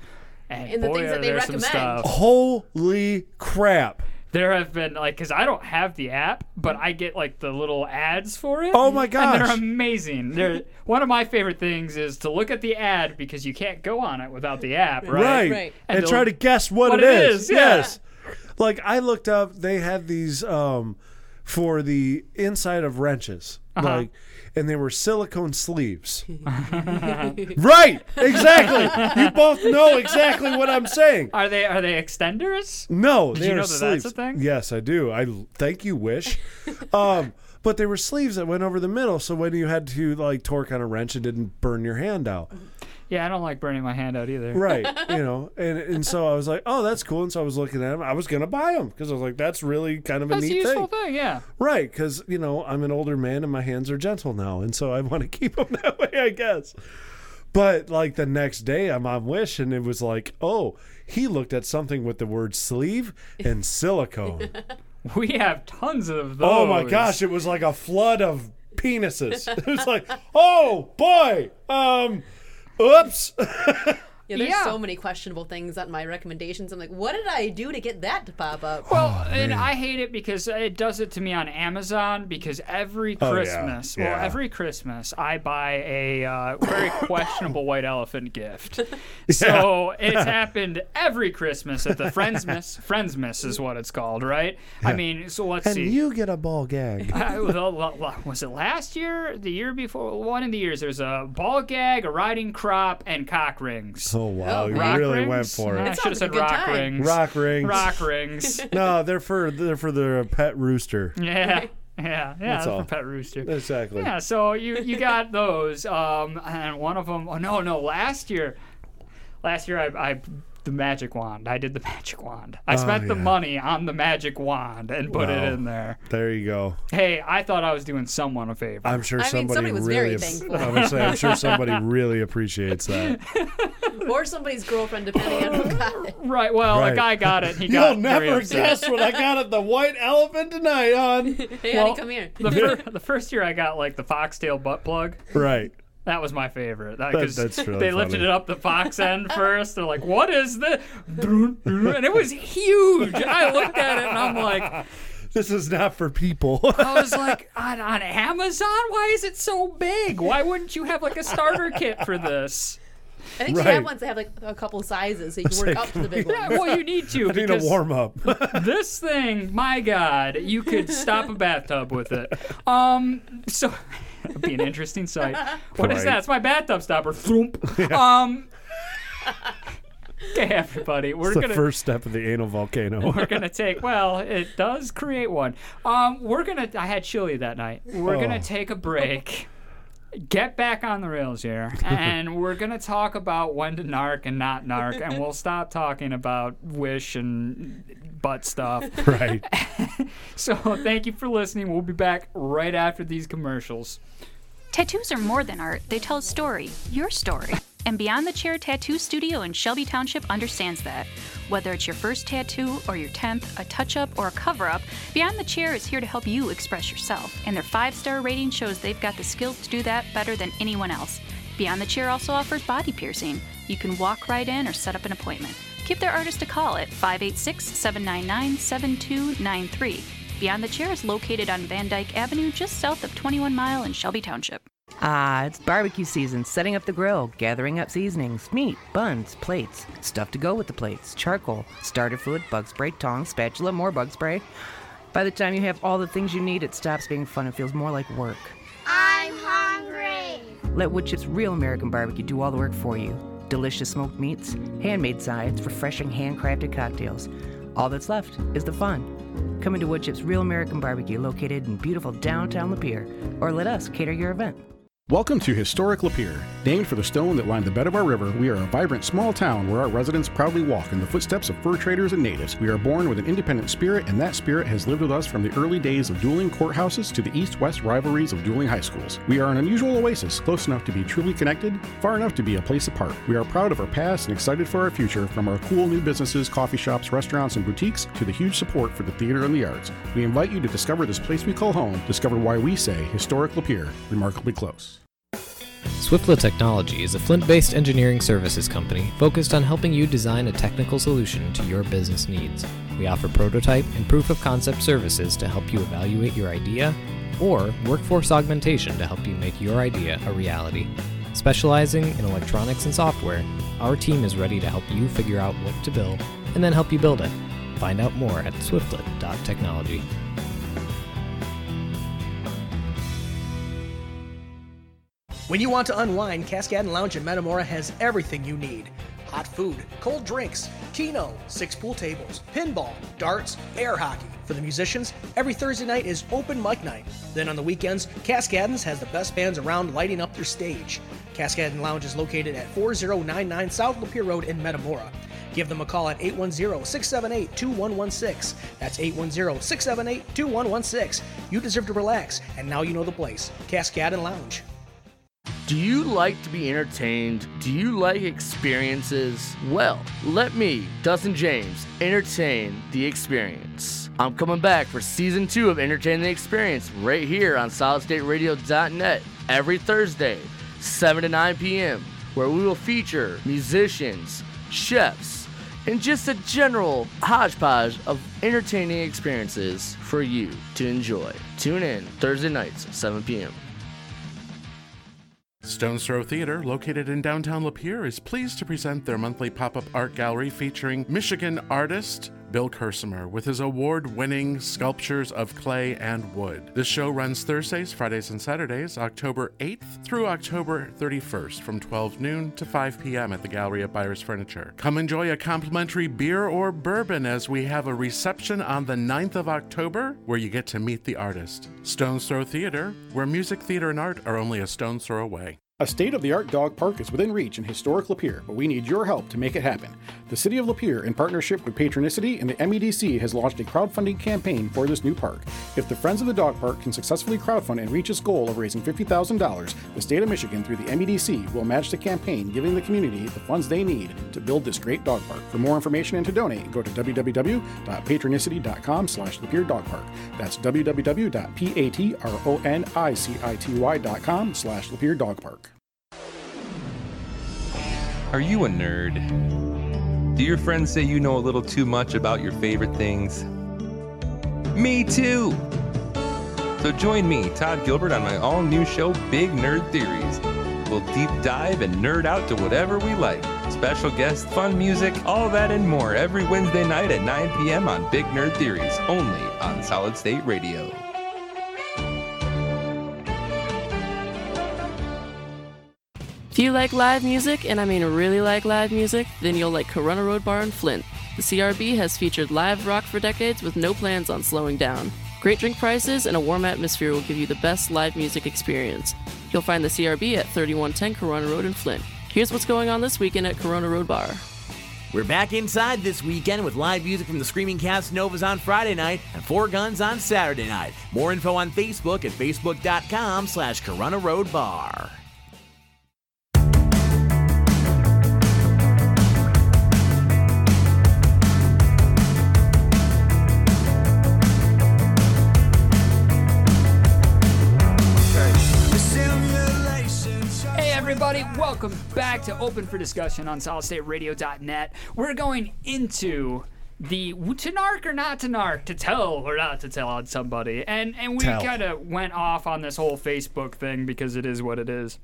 [SPEAKER 4] And,
[SPEAKER 3] And the
[SPEAKER 4] boy,
[SPEAKER 3] things that
[SPEAKER 4] are
[SPEAKER 3] they
[SPEAKER 4] there some
[SPEAKER 3] recommend.
[SPEAKER 4] stuff.
[SPEAKER 2] Holy crap!
[SPEAKER 4] There have been like because I don't have the app, but I get like the little ads for it.
[SPEAKER 2] Oh my
[SPEAKER 4] And they're
[SPEAKER 2] gosh.
[SPEAKER 4] amazing. They're one of my favorite things is to look at the ad because you can't go on it without the app, right?
[SPEAKER 2] Right. And, try to guess what,
[SPEAKER 4] what
[SPEAKER 2] it
[SPEAKER 4] it
[SPEAKER 2] is.
[SPEAKER 4] is, yeah.
[SPEAKER 2] Yes. Like I looked up, they had these um, for the inside of wrenches,
[SPEAKER 18] Uh-huh.
[SPEAKER 2] like, and they were
[SPEAKER 4] [laughs]
[SPEAKER 2] silicone sleeves.
[SPEAKER 4] Uh-huh.
[SPEAKER 2] right.
[SPEAKER 4] [laughs]
[SPEAKER 2] Exactly. you both know exactly what I'm saying.
[SPEAKER 4] Are they are they extenders?
[SPEAKER 2] No,
[SPEAKER 4] Did
[SPEAKER 2] they
[SPEAKER 4] you
[SPEAKER 2] are
[SPEAKER 4] know that that's
[SPEAKER 2] sleeves.
[SPEAKER 4] a thing?
[SPEAKER 2] Yes, I do. I thank you, Wish. um, but they were sleeves that went over the middle, so when you had to like torque on a wrench, it didn't burn your hand out.
[SPEAKER 4] Yeah, I don't like burning my hand out either.
[SPEAKER 2] Right. You know, and and so I was like, oh, that's cool. And so I was looking at them. I was gonna buy them because I was like, that's really kind of a
[SPEAKER 4] That's a
[SPEAKER 2] neat
[SPEAKER 4] useful
[SPEAKER 2] thing.
[SPEAKER 4] thing. yeah.
[SPEAKER 2] Right, because you know I'm an older man and my hands are gentle now, and so I want to keep them [laughs] that way, I guess. But like the next day, I'm on Wish, and it was like, oh, he looked at something with the word sleeve
[SPEAKER 4] [laughs]
[SPEAKER 2] and silicone.
[SPEAKER 4] [laughs] We have tons of those.
[SPEAKER 2] oh my gosh, it was like a flood of penises. [laughs] it was like, oh boy, um, oops.
[SPEAKER 3] Yeah, there's
[SPEAKER 4] Yeah.
[SPEAKER 3] so many questionable things on my recommendations. I'm like, what did I do to get that to pop up?
[SPEAKER 4] Well,
[SPEAKER 2] Oh,
[SPEAKER 4] and I hate it because it does it to me on Amazon because every
[SPEAKER 18] Oh, yeah.
[SPEAKER 4] Christmas,
[SPEAKER 18] Yeah.
[SPEAKER 4] well, every Christmas, I buy a uh, very questionable white elephant gift. So
[SPEAKER 18] Yeah.
[SPEAKER 4] it's happened every Christmas at the Friendsmas. Friendsmas is what it's called, right? I
[SPEAKER 2] Yeah.
[SPEAKER 4] mean, so let's
[SPEAKER 2] [laughs] and
[SPEAKER 4] see.
[SPEAKER 2] you get a ball
[SPEAKER 4] [laughs]
[SPEAKER 2] gag.
[SPEAKER 4] I- well, la- la- was it last year? The year before? One of the years. There's a ball gag, a riding crop, and cock rings. [laughs]
[SPEAKER 2] Oh wow, you
[SPEAKER 4] Rock
[SPEAKER 2] really
[SPEAKER 4] rings?
[SPEAKER 2] went for
[SPEAKER 4] No,
[SPEAKER 2] it.
[SPEAKER 4] I should have said rock rings.
[SPEAKER 2] Rock rings.
[SPEAKER 4] Rock rings.
[SPEAKER 2] no, they're for they're for their pet rooster.
[SPEAKER 4] Yeah, yeah, yeah.
[SPEAKER 2] That's
[SPEAKER 4] for
[SPEAKER 2] all.
[SPEAKER 4] pet rooster.
[SPEAKER 2] Exactly.
[SPEAKER 4] Yeah, so you
[SPEAKER 2] [laughs]
[SPEAKER 4] you got those, um, and one of them. Oh no, no. Last year, last year I, I the magic wand. I did the [laughs] magic wand. I
[SPEAKER 2] Oh,
[SPEAKER 4] spent the
[SPEAKER 2] yeah.
[SPEAKER 4] money on the magic wand and put it
[SPEAKER 2] Wow.
[SPEAKER 4] in there.
[SPEAKER 2] There you go.
[SPEAKER 4] Hey, I thought I was doing someone a favor.
[SPEAKER 2] I'm sure somebody, really. [laughs] ap-
[SPEAKER 3] thankful.
[SPEAKER 2] I would say I'm sure somebody really appreciates that.
[SPEAKER 3] [laughs] or somebody's girlfriend, depending on
[SPEAKER 4] [laughs]
[SPEAKER 3] who got it.
[SPEAKER 4] Right. [laughs] Well,
[SPEAKER 2] Right.
[SPEAKER 4] a guy got it. He
[SPEAKER 2] [laughs] You'll
[SPEAKER 4] got very
[SPEAKER 2] never
[SPEAKER 4] upset.
[SPEAKER 2] guess what I got at
[SPEAKER 4] [laughs]
[SPEAKER 2] the White Elephant tonight, on.
[SPEAKER 3] Hey,
[SPEAKER 4] Well,
[SPEAKER 3] honey, come here.
[SPEAKER 4] The, fir- the first year I got like the foxtail butt plug.
[SPEAKER 2] Right.
[SPEAKER 4] That was my favorite. That,
[SPEAKER 2] That-
[SPEAKER 4] 'cause
[SPEAKER 2] that's really
[SPEAKER 4] they lifted
[SPEAKER 2] funny.
[SPEAKER 4] it up the fox
[SPEAKER 3] [laughs]
[SPEAKER 4] end first. They're like, "What is this?" [laughs] And it was huge. I looked at it and I'm like,
[SPEAKER 2] [laughs] This is not for people.
[SPEAKER 4] I was
[SPEAKER 2] [laughs]
[SPEAKER 4] like, on, on Amazon, why is it so big? Why wouldn't you have like a starter kit for this?
[SPEAKER 3] [laughs] I think she
[SPEAKER 4] Right.
[SPEAKER 3] had ones that have like a couple sizes, so you can work up to the
[SPEAKER 2] [laughs]
[SPEAKER 3] big
[SPEAKER 4] [laughs] Yeah,
[SPEAKER 3] one.
[SPEAKER 4] well, you need to.
[SPEAKER 2] I need a
[SPEAKER 4] because-
[SPEAKER 2] warm [laughs] up.
[SPEAKER 4] this thing, my God, you could stop a bathtub with it. Um, so [laughs] it'd be an interesting sight. What is
[SPEAKER 18] Right.
[SPEAKER 4] that? It's my bathtub stopper.
[SPEAKER 2] [laughs]
[SPEAKER 4] Thump. Um. [laughs] Okay, everybody, we're
[SPEAKER 2] It's the
[SPEAKER 4] gonna
[SPEAKER 2] first step of the anal volcano.
[SPEAKER 4] we're
[SPEAKER 2] [laughs]
[SPEAKER 4] gonna take. Well, it does create one. Um, we're gonna. I had chili that night. We're
[SPEAKER 2] Oh.
[SPEAKER 4] gonna take a break. Get back on the rails
[SPEAKER 2] [laughs]
[SPEAKER 4] here, and we're gonna talk about when to narc and not narc, and we'll stop talking about wish and butt stuff.
[SPEAKER 2] Right.
[SPEAKER 4] [laughs] So thank you for listening. We'll be back right after these commercials.
[SPEAKER 6] Tattoos are more than art, they tell a story, your story. And Beyond the Chair Tattoo Studio in Shelby Township understands that. Whether it's your first tattoo or your 10th, a touch up, or a cover up, Beyond the Chair is here to help you express yourself. And their five star rating shows they've got the skills to do that better than anyone else. Beyond the Chair also offers body piercing. You can walk right in or set up an appointment. Give their artist a call at 586 799 7293. Beyond the Chair is located on Van Dyke Avenue just south of 21 Mile in Shelby Township.
[SPEAKER 7] Ah, it's barbecue season, setting up the grill, gathering up seasonings, meat, buns, plates, stuff to go with the plates, charcoal, starter food, bug spray, tongs, spatula, more bug spray. By the time you have all the things you need, it stops being fun and feels more like work.
[SPEAKER 8] I'm hungry.
[SPEAKER 7] Let Wood Chip's real American barbecue do all the work for you. Delicious smoked meats, handmade sides, refreshing handcrafted cocktails. All that's left is the fun. Come into Wood Chip's Real American Barbecue, located in beautiful downtown Lapeer, or let us cater your event.
[SPEAKER 9] Welcome to historic Lapeer. Named for the stone that lined the bed of our river, we are a vibrant small town where our residents proudly walk in the footsteps of fur traders and natives. We are born with an independent spirit, and that spirit has lived with us from the early days of dueling courthouses to the east west rivalries of dueling high schools. We are an unusual oasis, close enough to be truly connected, far enough to be a place apart. We are proud of our past and excited for our future, from our cool new businesses, coffee shops, restaurants, and boutiques to the huge support for the theater and the arts. We invite you to discover this place we call home, discover why we say historic Lapeer, remarkably close.
[SPEAKER 10] Swiftlet Technology is a Flint based engineering services company focused on helping you design a technical solution to your business needs. We offer prototype and proof of concept services to help you evaluate your idea or workforce augmentation to help you make your idea a reality. Specializing in electronics and software, our team is ready to help you figure out what to build and then help you build it. Find out more at swiftlet.technology.
[SPEAKER 11] When you want to unwind, Cascade Lounge in Metamora has everything you need. Hot food, cold drinks, keno, six pool tables, pinball, darts, air hockey. For the musicians, every Thursday night is open mic night. Then on the weekends, Cascadens has the best bands around lighting up their stage. Cascaden Lounge is located at 4099 South Lapeer Road in Metamora. Give them a call at 810-678-2116. That's 810-678-2116. You deserve to relax, and now you know the place, Cascaden Lounge.
[SPEAKER 12] Do you like to be entertained? Do you like experiences? Well, let me, Dustin James, entertain the experience. I'm coming back for season two of Entertain the Experience right here on solidstateradio.net every Thursday, 7 to 9 p.m., where we will feature musicians, chefs, and just a general hodgepodge of entertaining experiences for you to enjoy. Tune in Thursday nights, 7 p.m.
[SPEAKER 13] Stone's Throw Theater, located in downtown Lapeer, is pleased to present their monthly pop up art gallery featuring Michigan artist Bill Kersimer with his award winning sculptures of clay and wood. The show runs Thursdays, Fridays, and Saturdays, October 8th through October 31st from 12 noon to 5 p.m. at the Gallery of Buyers Furniture. Come enjoy a complimentary beer or bourbon as we have a reception on the 9th of October where you get to meet the artist. Stone's Throw Theater, where music, theater, and art are only a stone's throw away.
[SPEAKER 9] A state of the art dog park is within reach in historic Lapeer, but we need your help to make it happen. The City of Lapeer, in partnership with Patronicity and the MEDC, has launched a crowdfunding campaign for this new park. If the Friends of the Dog Park can successfully crowdfund and reach its goal of raising $50,000, the state of Michigan, through the E MEDC, will match the campaign, giving the community the funds they need to build this great dog park. For more information and to donate, go to www.patronicity.com slash Lapeer Dog Park. That's www.patronicity.com slash Lapeer Dog Park.
[SPEAKER 14] Are you a nerd? Do your friends say you know a little too much about your favorite things? Me too! So join me, Todd Gilbert, on my all new show, Big Nerd Theories. We'll deep dive and nerd out to whatever we like. Special guests, fun music, all that and more every Wednesday night at 9 p.m. on Big Nerd Theories, only on Solid State Radio.
[SPEAKER 15] If you like live music, and I mean really like live music, then you'll like Corona Road Bar in Flint. The CRB has featured live rock for decades with no plans on slowing down. Great drink prices and a warm atmosphere will give you the best live music experience. You'll find the CRB at 3110 Corona Road in Flint. Here's what's going on this weekend at Corona Road Bar.
[SPEAKER 16] We're back inside this weekend with live music from the Screaming Cast Novas on Friday night and Four Guns on Saturday night. More info on Facebook at facebook.com slash Corona Road Bar.
[SPEAKER 4] welcome back to Open for Discussion on SolidStateRadio.net. We're going into the w- to narc or not to narc, to tell or not to tell on somebody, and and we
[SPEAKER 17] Tell.
[SPEAKER 4] kind of went off on this whole Facebook thing because it is what it is.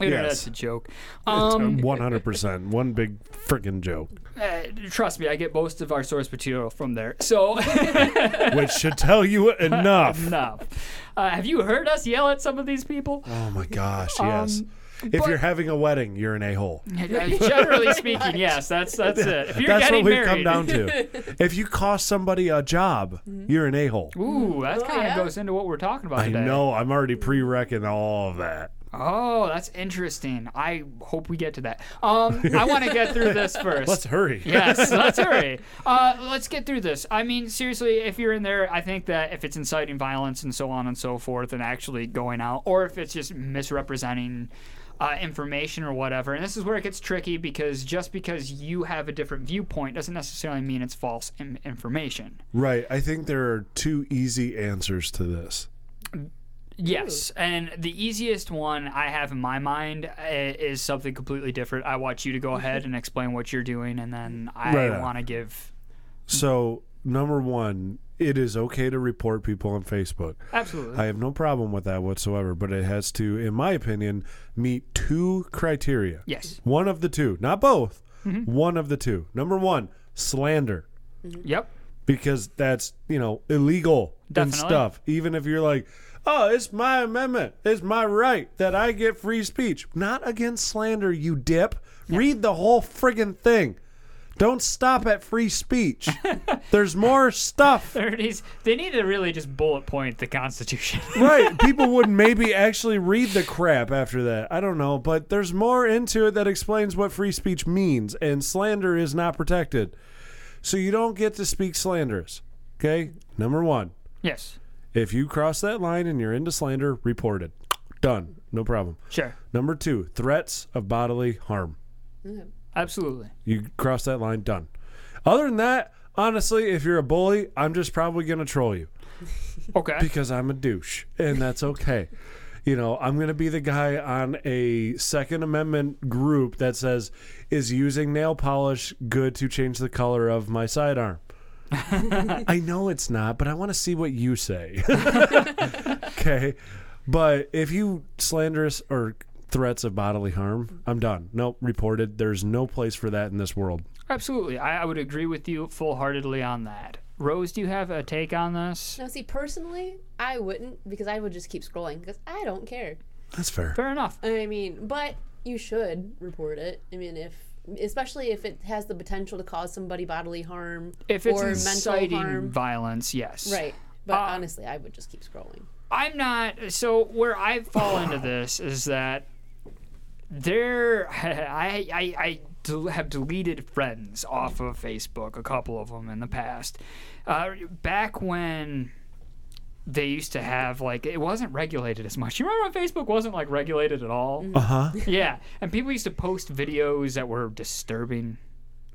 [SPEAKER 4] Internet's a
[SPEAKER 2] [laughs]
[SPEAKER 4] joke. Um,
[SPEAKER 2] One hundred percent, one big freaking joke,
[SPEAKER 4] Uh, trust me, I get most of our source material from there. So [laughs] uh,
[SPEAKER 2] which should tell you enough.
[SPEAKER 4] enough. Uh, have you heard us yell at some of these people?
[SPEAKER 2] Oh my gosh, yes.
[SPEAKER 4] Um,
[SPEAKER 2] if
[SPEAKER 4] but-
[SPEAKER 2] you're having a wedding, you're an a hole.
[SPEAKER 4] [laughs] Generally speaking, yes. That's
[SPEAKER 2] [laughs]
[SPEAKER 4] that's it. If you're
[SPEAKER 2] Uh, That's
[SPEAKER 4] getting
[SPEAKER 2] what we've come
[SPEAKER 4] married- [laughs]
[SPEAKER 2] down to. If you cost somebody a job, you're an a hole.
[SPEAKER 4] Mm-hmm. Ooh, that kind of goes into what we're talking about
[SPEAKER 2] I
[SPEAKER 4] today.
[SPEAKER 2] know. I'm already pre-reckoning all of that.
[SPEAKER 4] Oh, that's interesting. I hope we get to that. Um, I want to get through
[SPEAKER 2] [laughs]
[SPEAKER 4] this first.
[SPEAKER 2] Let's hurry.
[SPEAKER 4] Yes,
[SPEAKER 2] [laughs]
[SPEAKER 4] let's hurry. Uh, let's get through this. I mean, seriously, if you're in there, I think that if it's inciting violence and so on and so forth, and actually going out, or if it's just misrepresenting uh, information or whatever, and this is where it gets tricky because just because you have a different viewpoint doesn't necessarily mean it's false in- information.
[SPEAKER 2] Right. I think there are two easy answers to this.
[SPEAKER 4] Yes, and the easiest one I have in my mind uh, is something completely different. I want you to
[SPEAKER 3] Mm-hmm.
[SPEAKER 4] go ahead and explain what you're doing, and then I
[SPEAKER 2] Right on.
[SPEAKER 4] want to give
[SPEAKER 2] So, number one, it is okay to report people on Facebook.
[SPEAKER 4] Absolutely.
[SPEAKER 2] I have no problem with that whatsoever, but it has to, in my opinion, meet two criteria.
[SPEAKER 4] Yes. Mm-hmm.
[SPEAKER 2] One of the two, not both.
[SPEAKER 3] Mm-hmm.
[SPEAKER 2] One of the two. Number one, slander.
[SPEAKER 4] Yep.
[SPEAKER 2] Because that's, you know, illegal and
[SPEAKER 4] Definitely.
[SPEAKER 2] stuff. Even if you're like, oh, it's my amendment, it's my right that I get free speech. Not against slander, you dip. Read the whole friggin' thing. Don't stop at
[SPEAKER 4] [laughs]
[SPEAKER 2] free speech. There's more stuff.
[SPEAKER 4] 30s. They need to really just bullet point the Constitution. [laughs]
[SPEAKER 2] right. People would maybe actually read the crap after that. I don't know, but there's more into it that explains what free speech means, and slander is not protected. So you don't get to speak slanderous. Okay? Number one.
[SPEAKER 4] Yes.
[SPEAKER 2] If you cross that line and you're into slander, report it. Done. No problem.
[SPEAKER 4] Sure.
[SPEAKER 2] Number two, threats of bodily harm.
[SPEAKER 3] Mm-hmm.
[SPEAKER 4] Absolutely.
[SPEAKER 2] You cross that line, done. Other than that, honestly, if you're a bully, I'm just probably going to troll you.
[SPEAKER 4] Okay.
[SPEAKER 2] Because I'm a douche, and that's okay. You know, I'm going to be the guy on a Second Amendment group that says, Is using nail polish good to change the color of my sidearm? I know it's not, but I want to see what you say. [laughs] okay. But if you slanderous or threats of bodily harm, I'm done. Nope, reported. There's no place for that in this world.
[SPEAKER 4] Absolutely. I, I would agree with you full heartedly on that. Rose, do you have a take on this?
[SPEAKER 3] [laughs] Now, see, personally, I wouldn't because I would just keep scrolling because I don't care.
[SPEAKER 2] That's fair.
[SPEAKER 4] Fair enough.
[SPEAKER 3] I mean, but you should report it. I mean, if especially if it has the potential to cause somebody bodily harm
[SPEAKER 4] If it's
[SPEAKER 3] or mental
[SPEAKER 4] inciting
[SPEAKER 3] harm,
[SPEAKER 4] violence, yes.
[SPEAKER 3] right?
[SPEAKER 4] Um,
[SPEAKER 3] But honestly, I would just keep scrolling.
[SPEAKER 4] I'm not. So where I fall into this is that there, [laughs] I, I, I del- have deleted friends off of Facebook, a couple of them in the past. Uh, back when they used to have like it wasn't regulated as much. You remember when Facebook wasn't like regulated at all?
[SPEAKER 2] Uh-huh.
[SPEAKER 4] Yeah, and people used to post videos that were disturbing.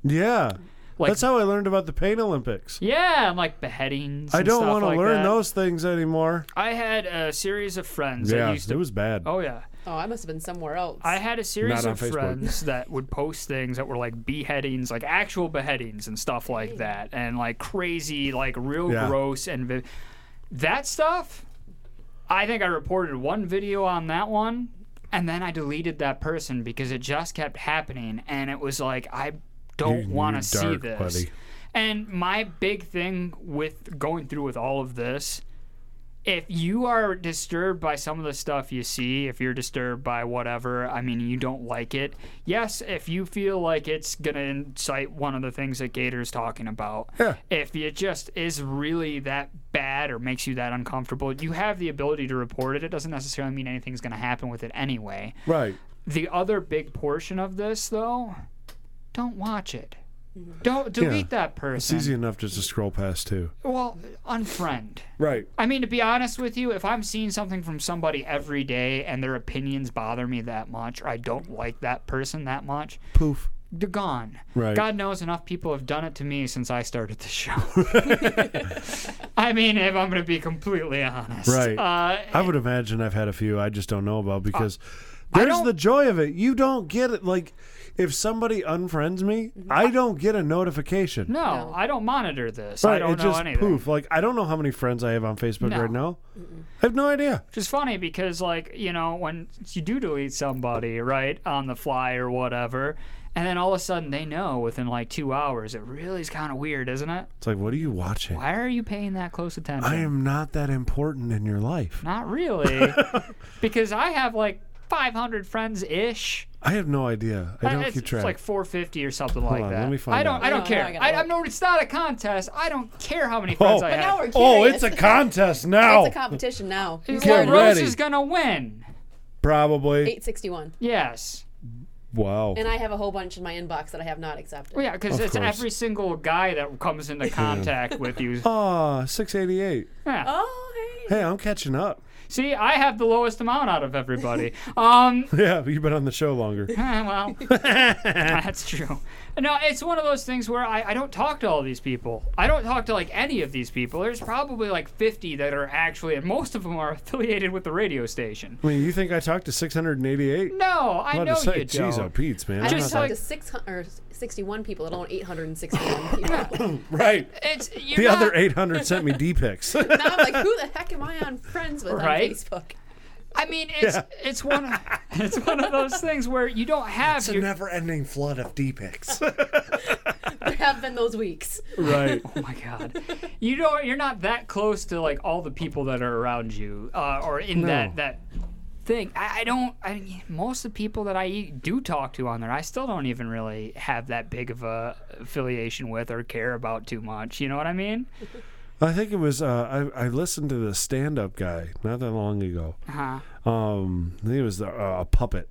[SPEAKER 2] Yeah. That's how I learned about the Pain Olympics.
[SPEAKER 4] Yeah, and like beheadings.
[SPEAKER 2] I
[SPEAKER 4] and
[SPEAKER 2] don't
[SPEAKER 4] stuff
[SPEAKER 2] want to
[SPEAKER 4] like that.
[SPEAKER 2] learn those things anymore.
[SPEAKER 4] I had a series of friends
[SPEAKER 2] Yeah,
[SPEAKER 4] that used to.
[SPEAKER 2] it was bad.
[SPEAKER 4] Oh yeah.
[SPEAKER 3] Oh, I must have been somewhere else.
[SPEAKER 4] I had a series
[SPEAKER 2] Not on
[SPEAKER 4] of
[SPEAKER 2] Facebook.
[SPEAKER 4] friends that would post things that were like beheadings, like actual beheadings and stuff like that, and like crazy, like real
[SPEAKER 17] Yeah.
[SPEAKER 4] gross and vi- that stuff. I think I reported one video on that one, and then I deleted that person because it just kept happening, and it was like I don't
[SPEAKER 2] You-
[SPEAKER 4] want
[SPEAKER 2] you
[SPEAKER 4] to see
[SPEAKER 2] dark,
[SPEAKER 4] this.
[SPEAKER 2] buddy.
[SPEAKER 4] And my big thing with going through with all of this if you are disturbed by some of the stuff you see, if you're disturbed by whatever, I mean, you don't like it. Yes, if you feel like it's going to incite one of the things that Gator's talking about, if it just is really that bad or makes you that uncomfortable, you have the ability to report it. It doesn't necessarily mean anything's going to happen with it anyway.
[SPEAKER 2] Right.
[SPEAKER 4] The other big portion of this, though, don't watch it. Don't
[SPEAKER 2] Yeah.
[SPEAKER 4] delete that person.
[SPEAKER 2] It's easy enough just to scroll past, too.
[SPEAKER 4] Well, unfriend.
[SPEAKER 2] Right.
[SPEAKER 4] I mean, to be honest with you, if I'm seeing something from somebody every day and their opinions bother me that much, or I don't like that person that much,
[SPEAKER 2] poof,
[SPEAKER 4] they're gone.
[SPEAKER 2] Right.
[SPEAKER 4] God knows enough people have done it to me since I started the
[SPEAKER 2] [laughs]
[SPEAKER 4] show. [laughs] I mean, if I'm going to be completely honest,
[SPEAKER 2] Right.
[SPEAKER 4] Uh,
[SPEAKER 2] I would imagine I've had a few I just don't know about because There's the joy of it. You don't get it. Like, if somebody unfriends me, I don't get a notification.
[SPEAKER 4] Mm-hmm. No, I don't monitor this.
[SPEAKER 2] Right,
[SPEAKER 4] I don't
[SPEAKER 2] it
[SPEAKER 4] know
[SPEAKER 2] just
[SPEAKER 4] anything.
[SPEAKER 2] poof. Like I don't know how many friends I have on Facebook
[SPEAKER 4] No.
[SPEAKER 2] right now. I have no idea.
[SPEAKER 4] Which is funny because, like, you know, when you do delete somebody, right, on the fly or whatever, and then all of a sudden they know within like two hours, it really is kind of weird, isn't it?
[SPEAKER 2] It's like, what are you watching?
[SPEAKER 4] Why are you paying that close attention?
[SPEAKER 2] I am not that important in your life.
[SPEAKER 4] Not
[SPEAKER 2] [laughs]
[SPEAKER 4] really. because I have like 500 friends ish.
[SPEAKER 2] I have no idea. I don't
[SPEAKER 4] it's,
[SPEAKER 2] keep track.
[SPEAKER 4] It's like 450 or something
[SPEAKER 2] Hold
[SPEAKER 4] like
[SPEAKER 2] on,
[SPEAKER 4] that.
[SPEAKER 2] let me find
[SPEAKER 4] I don't.
[SPEAKER 2] out.
[SPEAKER 4] I
[SPEAKER 2] No,
[SPEAKER 4] don't care.
[SPEAKER 3] I gotta
[SPEAKER 4] I, I'm no. It's not a contest. I don't care how many
[SPEAKER 2] oh,
[SPEAKER 4] friends I have.
[SPEAKER 2] oh, it's a contest now.
[SPEAKER 3] It's a competition now.
[SPEAKER 4] Who's
[SPEAKER 2] Get
[SPEAKER 4] like, Rose
[SPEAKER 2] ready.
[SPEAKER 4] is gonna win.
[SPEAKER 2] Probably.
[SPEAKER 3] 861.
[SPEAKER 4] Yes.
[SPEAKER 2] Wow.
[SPEAKER 3] And I have a whole bunch in my inbox that I have not accepted.
[SPEAKER 4] Well, yeah, because
[SPEAKER 2] Of
[SPEAKER 4] it's
[SPEAKER 2] course.
[SPEAKER 4] every single guy that comes
[SPEAKER 2] [laughs]
[SPEAKER 4] into contact with you.
[SPEAKER 2] Ah, six eighty eight.
[SPEAKER 4] [laughs] Oh,
[SPEAKER 2] Hey, I'm catching up.
[SPEAKER 4] See, I have the lowest amount out of everybody. Um,
[SPEAKER 2] [laughs] yeah, but you've been on the
[SPEAKER 4] [laughs]
[SPEAKER 2] show longer.
[SPEAKER 4] Eh,
[SPEAKER 2] [laughs]
[SPEAKER 4] well, that's true. No, it's one of those things where I, I don't talk to all these people. I don't talk to like any of these people. There's probably like 50 that are actually, and most of them are [laughs] affiliated with the radio station. [laughs]
[SPEAKER 2] I mean, you think I talked to six hundred and eighty eight?
[SPEAKER 4] No, I know you
[SPEAKER 2] Jeez,
[SPEAKER 4] don't.
[SPEAKER 2] oh, Pete's man.
[SPEAKER 3] I
[SPEAKER 2] I'm
[SPEAKER 3] just
[SPEAKER 2] not
[SPEAKER 3] talked to 600, or 61 people. I don't want
[SPEAKER 2] [laughs]
[SPEAKER 3] 861 people. [laughs]
[SPEAKER 2] that- [laughs] right.
[SPEAKER 4] It's you're
[SPEAKER 2] the
[SPEAKER 4] not-
[SPEAKER 2] other eight hundred
[SPEAKER 4] [laughs]
[SPEAKER 2] sent me D pics. [laughs]
[SPEAKER 3] now I'm like, who the heck am I on friends with
[SPEAKER 4] Right?
[SPEAKER 3] on Facebook?
[SPEAKER 4] I mean, it's it's one of, it's one of those things where you don't have
[SPEAKER 2] It's a
[SPEAKER 4] your-
[SPEAKER 2] never-ending flood of
[SPEAKER 4] [laughs]
[SPEAKER 2] D pics.
[SPEAKER 3] [laughs] There have been those weeks.
[SPEAKER 2] Right.
[SPEAKER 4] oh my god. You don't you're not that close to like all the people that are around you [laughs] uh, or in
[SPEAKER 15] No.
[SPEAKER 4] that that thing. I, I don't I most of the people that I do talk to on there, I still don't even really have that big of a affiliation with or care about too much. You know what I mean?
[SPEAKER 2] I think it was uh, I, I listened to the stand up guy not that long ago.
[SPEAKER 4] Uh-huh.
[SPEAKER 2] Um, I think it was the, uh, a puppet.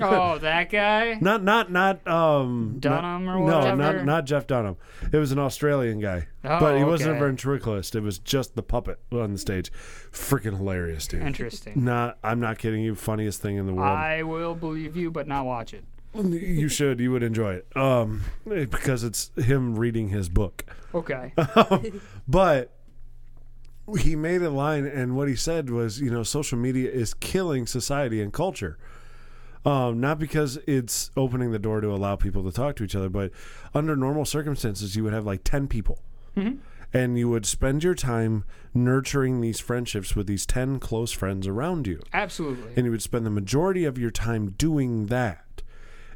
[SPEAKER 4] oh, that
[SPEAKER 2] [laughs]
[SPEAKER 4] guy?
[SPEAKER 2] Not not not um not-
[SPEAKER 4] Dunham or
[SPEAKER 2] No,
[SPEAKER 4] whatever?
[SPEAKER 2] not not Jeff Dunham. It was an Australian guy.
[SPEAKER 4] Oh,
[SPEAKER 2] but he wasn't a
[SPEAKER 4] okay.
[SPEAKER 2] ventriloquist. It was just the puppet on the stage. Freaking hilarious, dude.
[SPEAKER 4] Interesting.
[SPEAKER 2] Not I'm not kidding you, funniest thing in the world.
[SPEAKER 4] I will believe you but not watch it.
[SPEAKER 2] you should, you would enjoy it. Um because it's him reading his book. [laughs] Um,
[SPEAKER 4] Okay.
[SPEAKER 2] But he made a line, and what he said was, you know, social media is killing society and culture. Um, not because it's opening the door to allow people to talk to each other, but under normal circumstances, you would have like 10 people. And you would spend your time nurturing these friendships with these 10 close friends around you.
[SPEAKER 4] Absolutely.
[SPEAKER 2] And you would spend the majority of your time doing that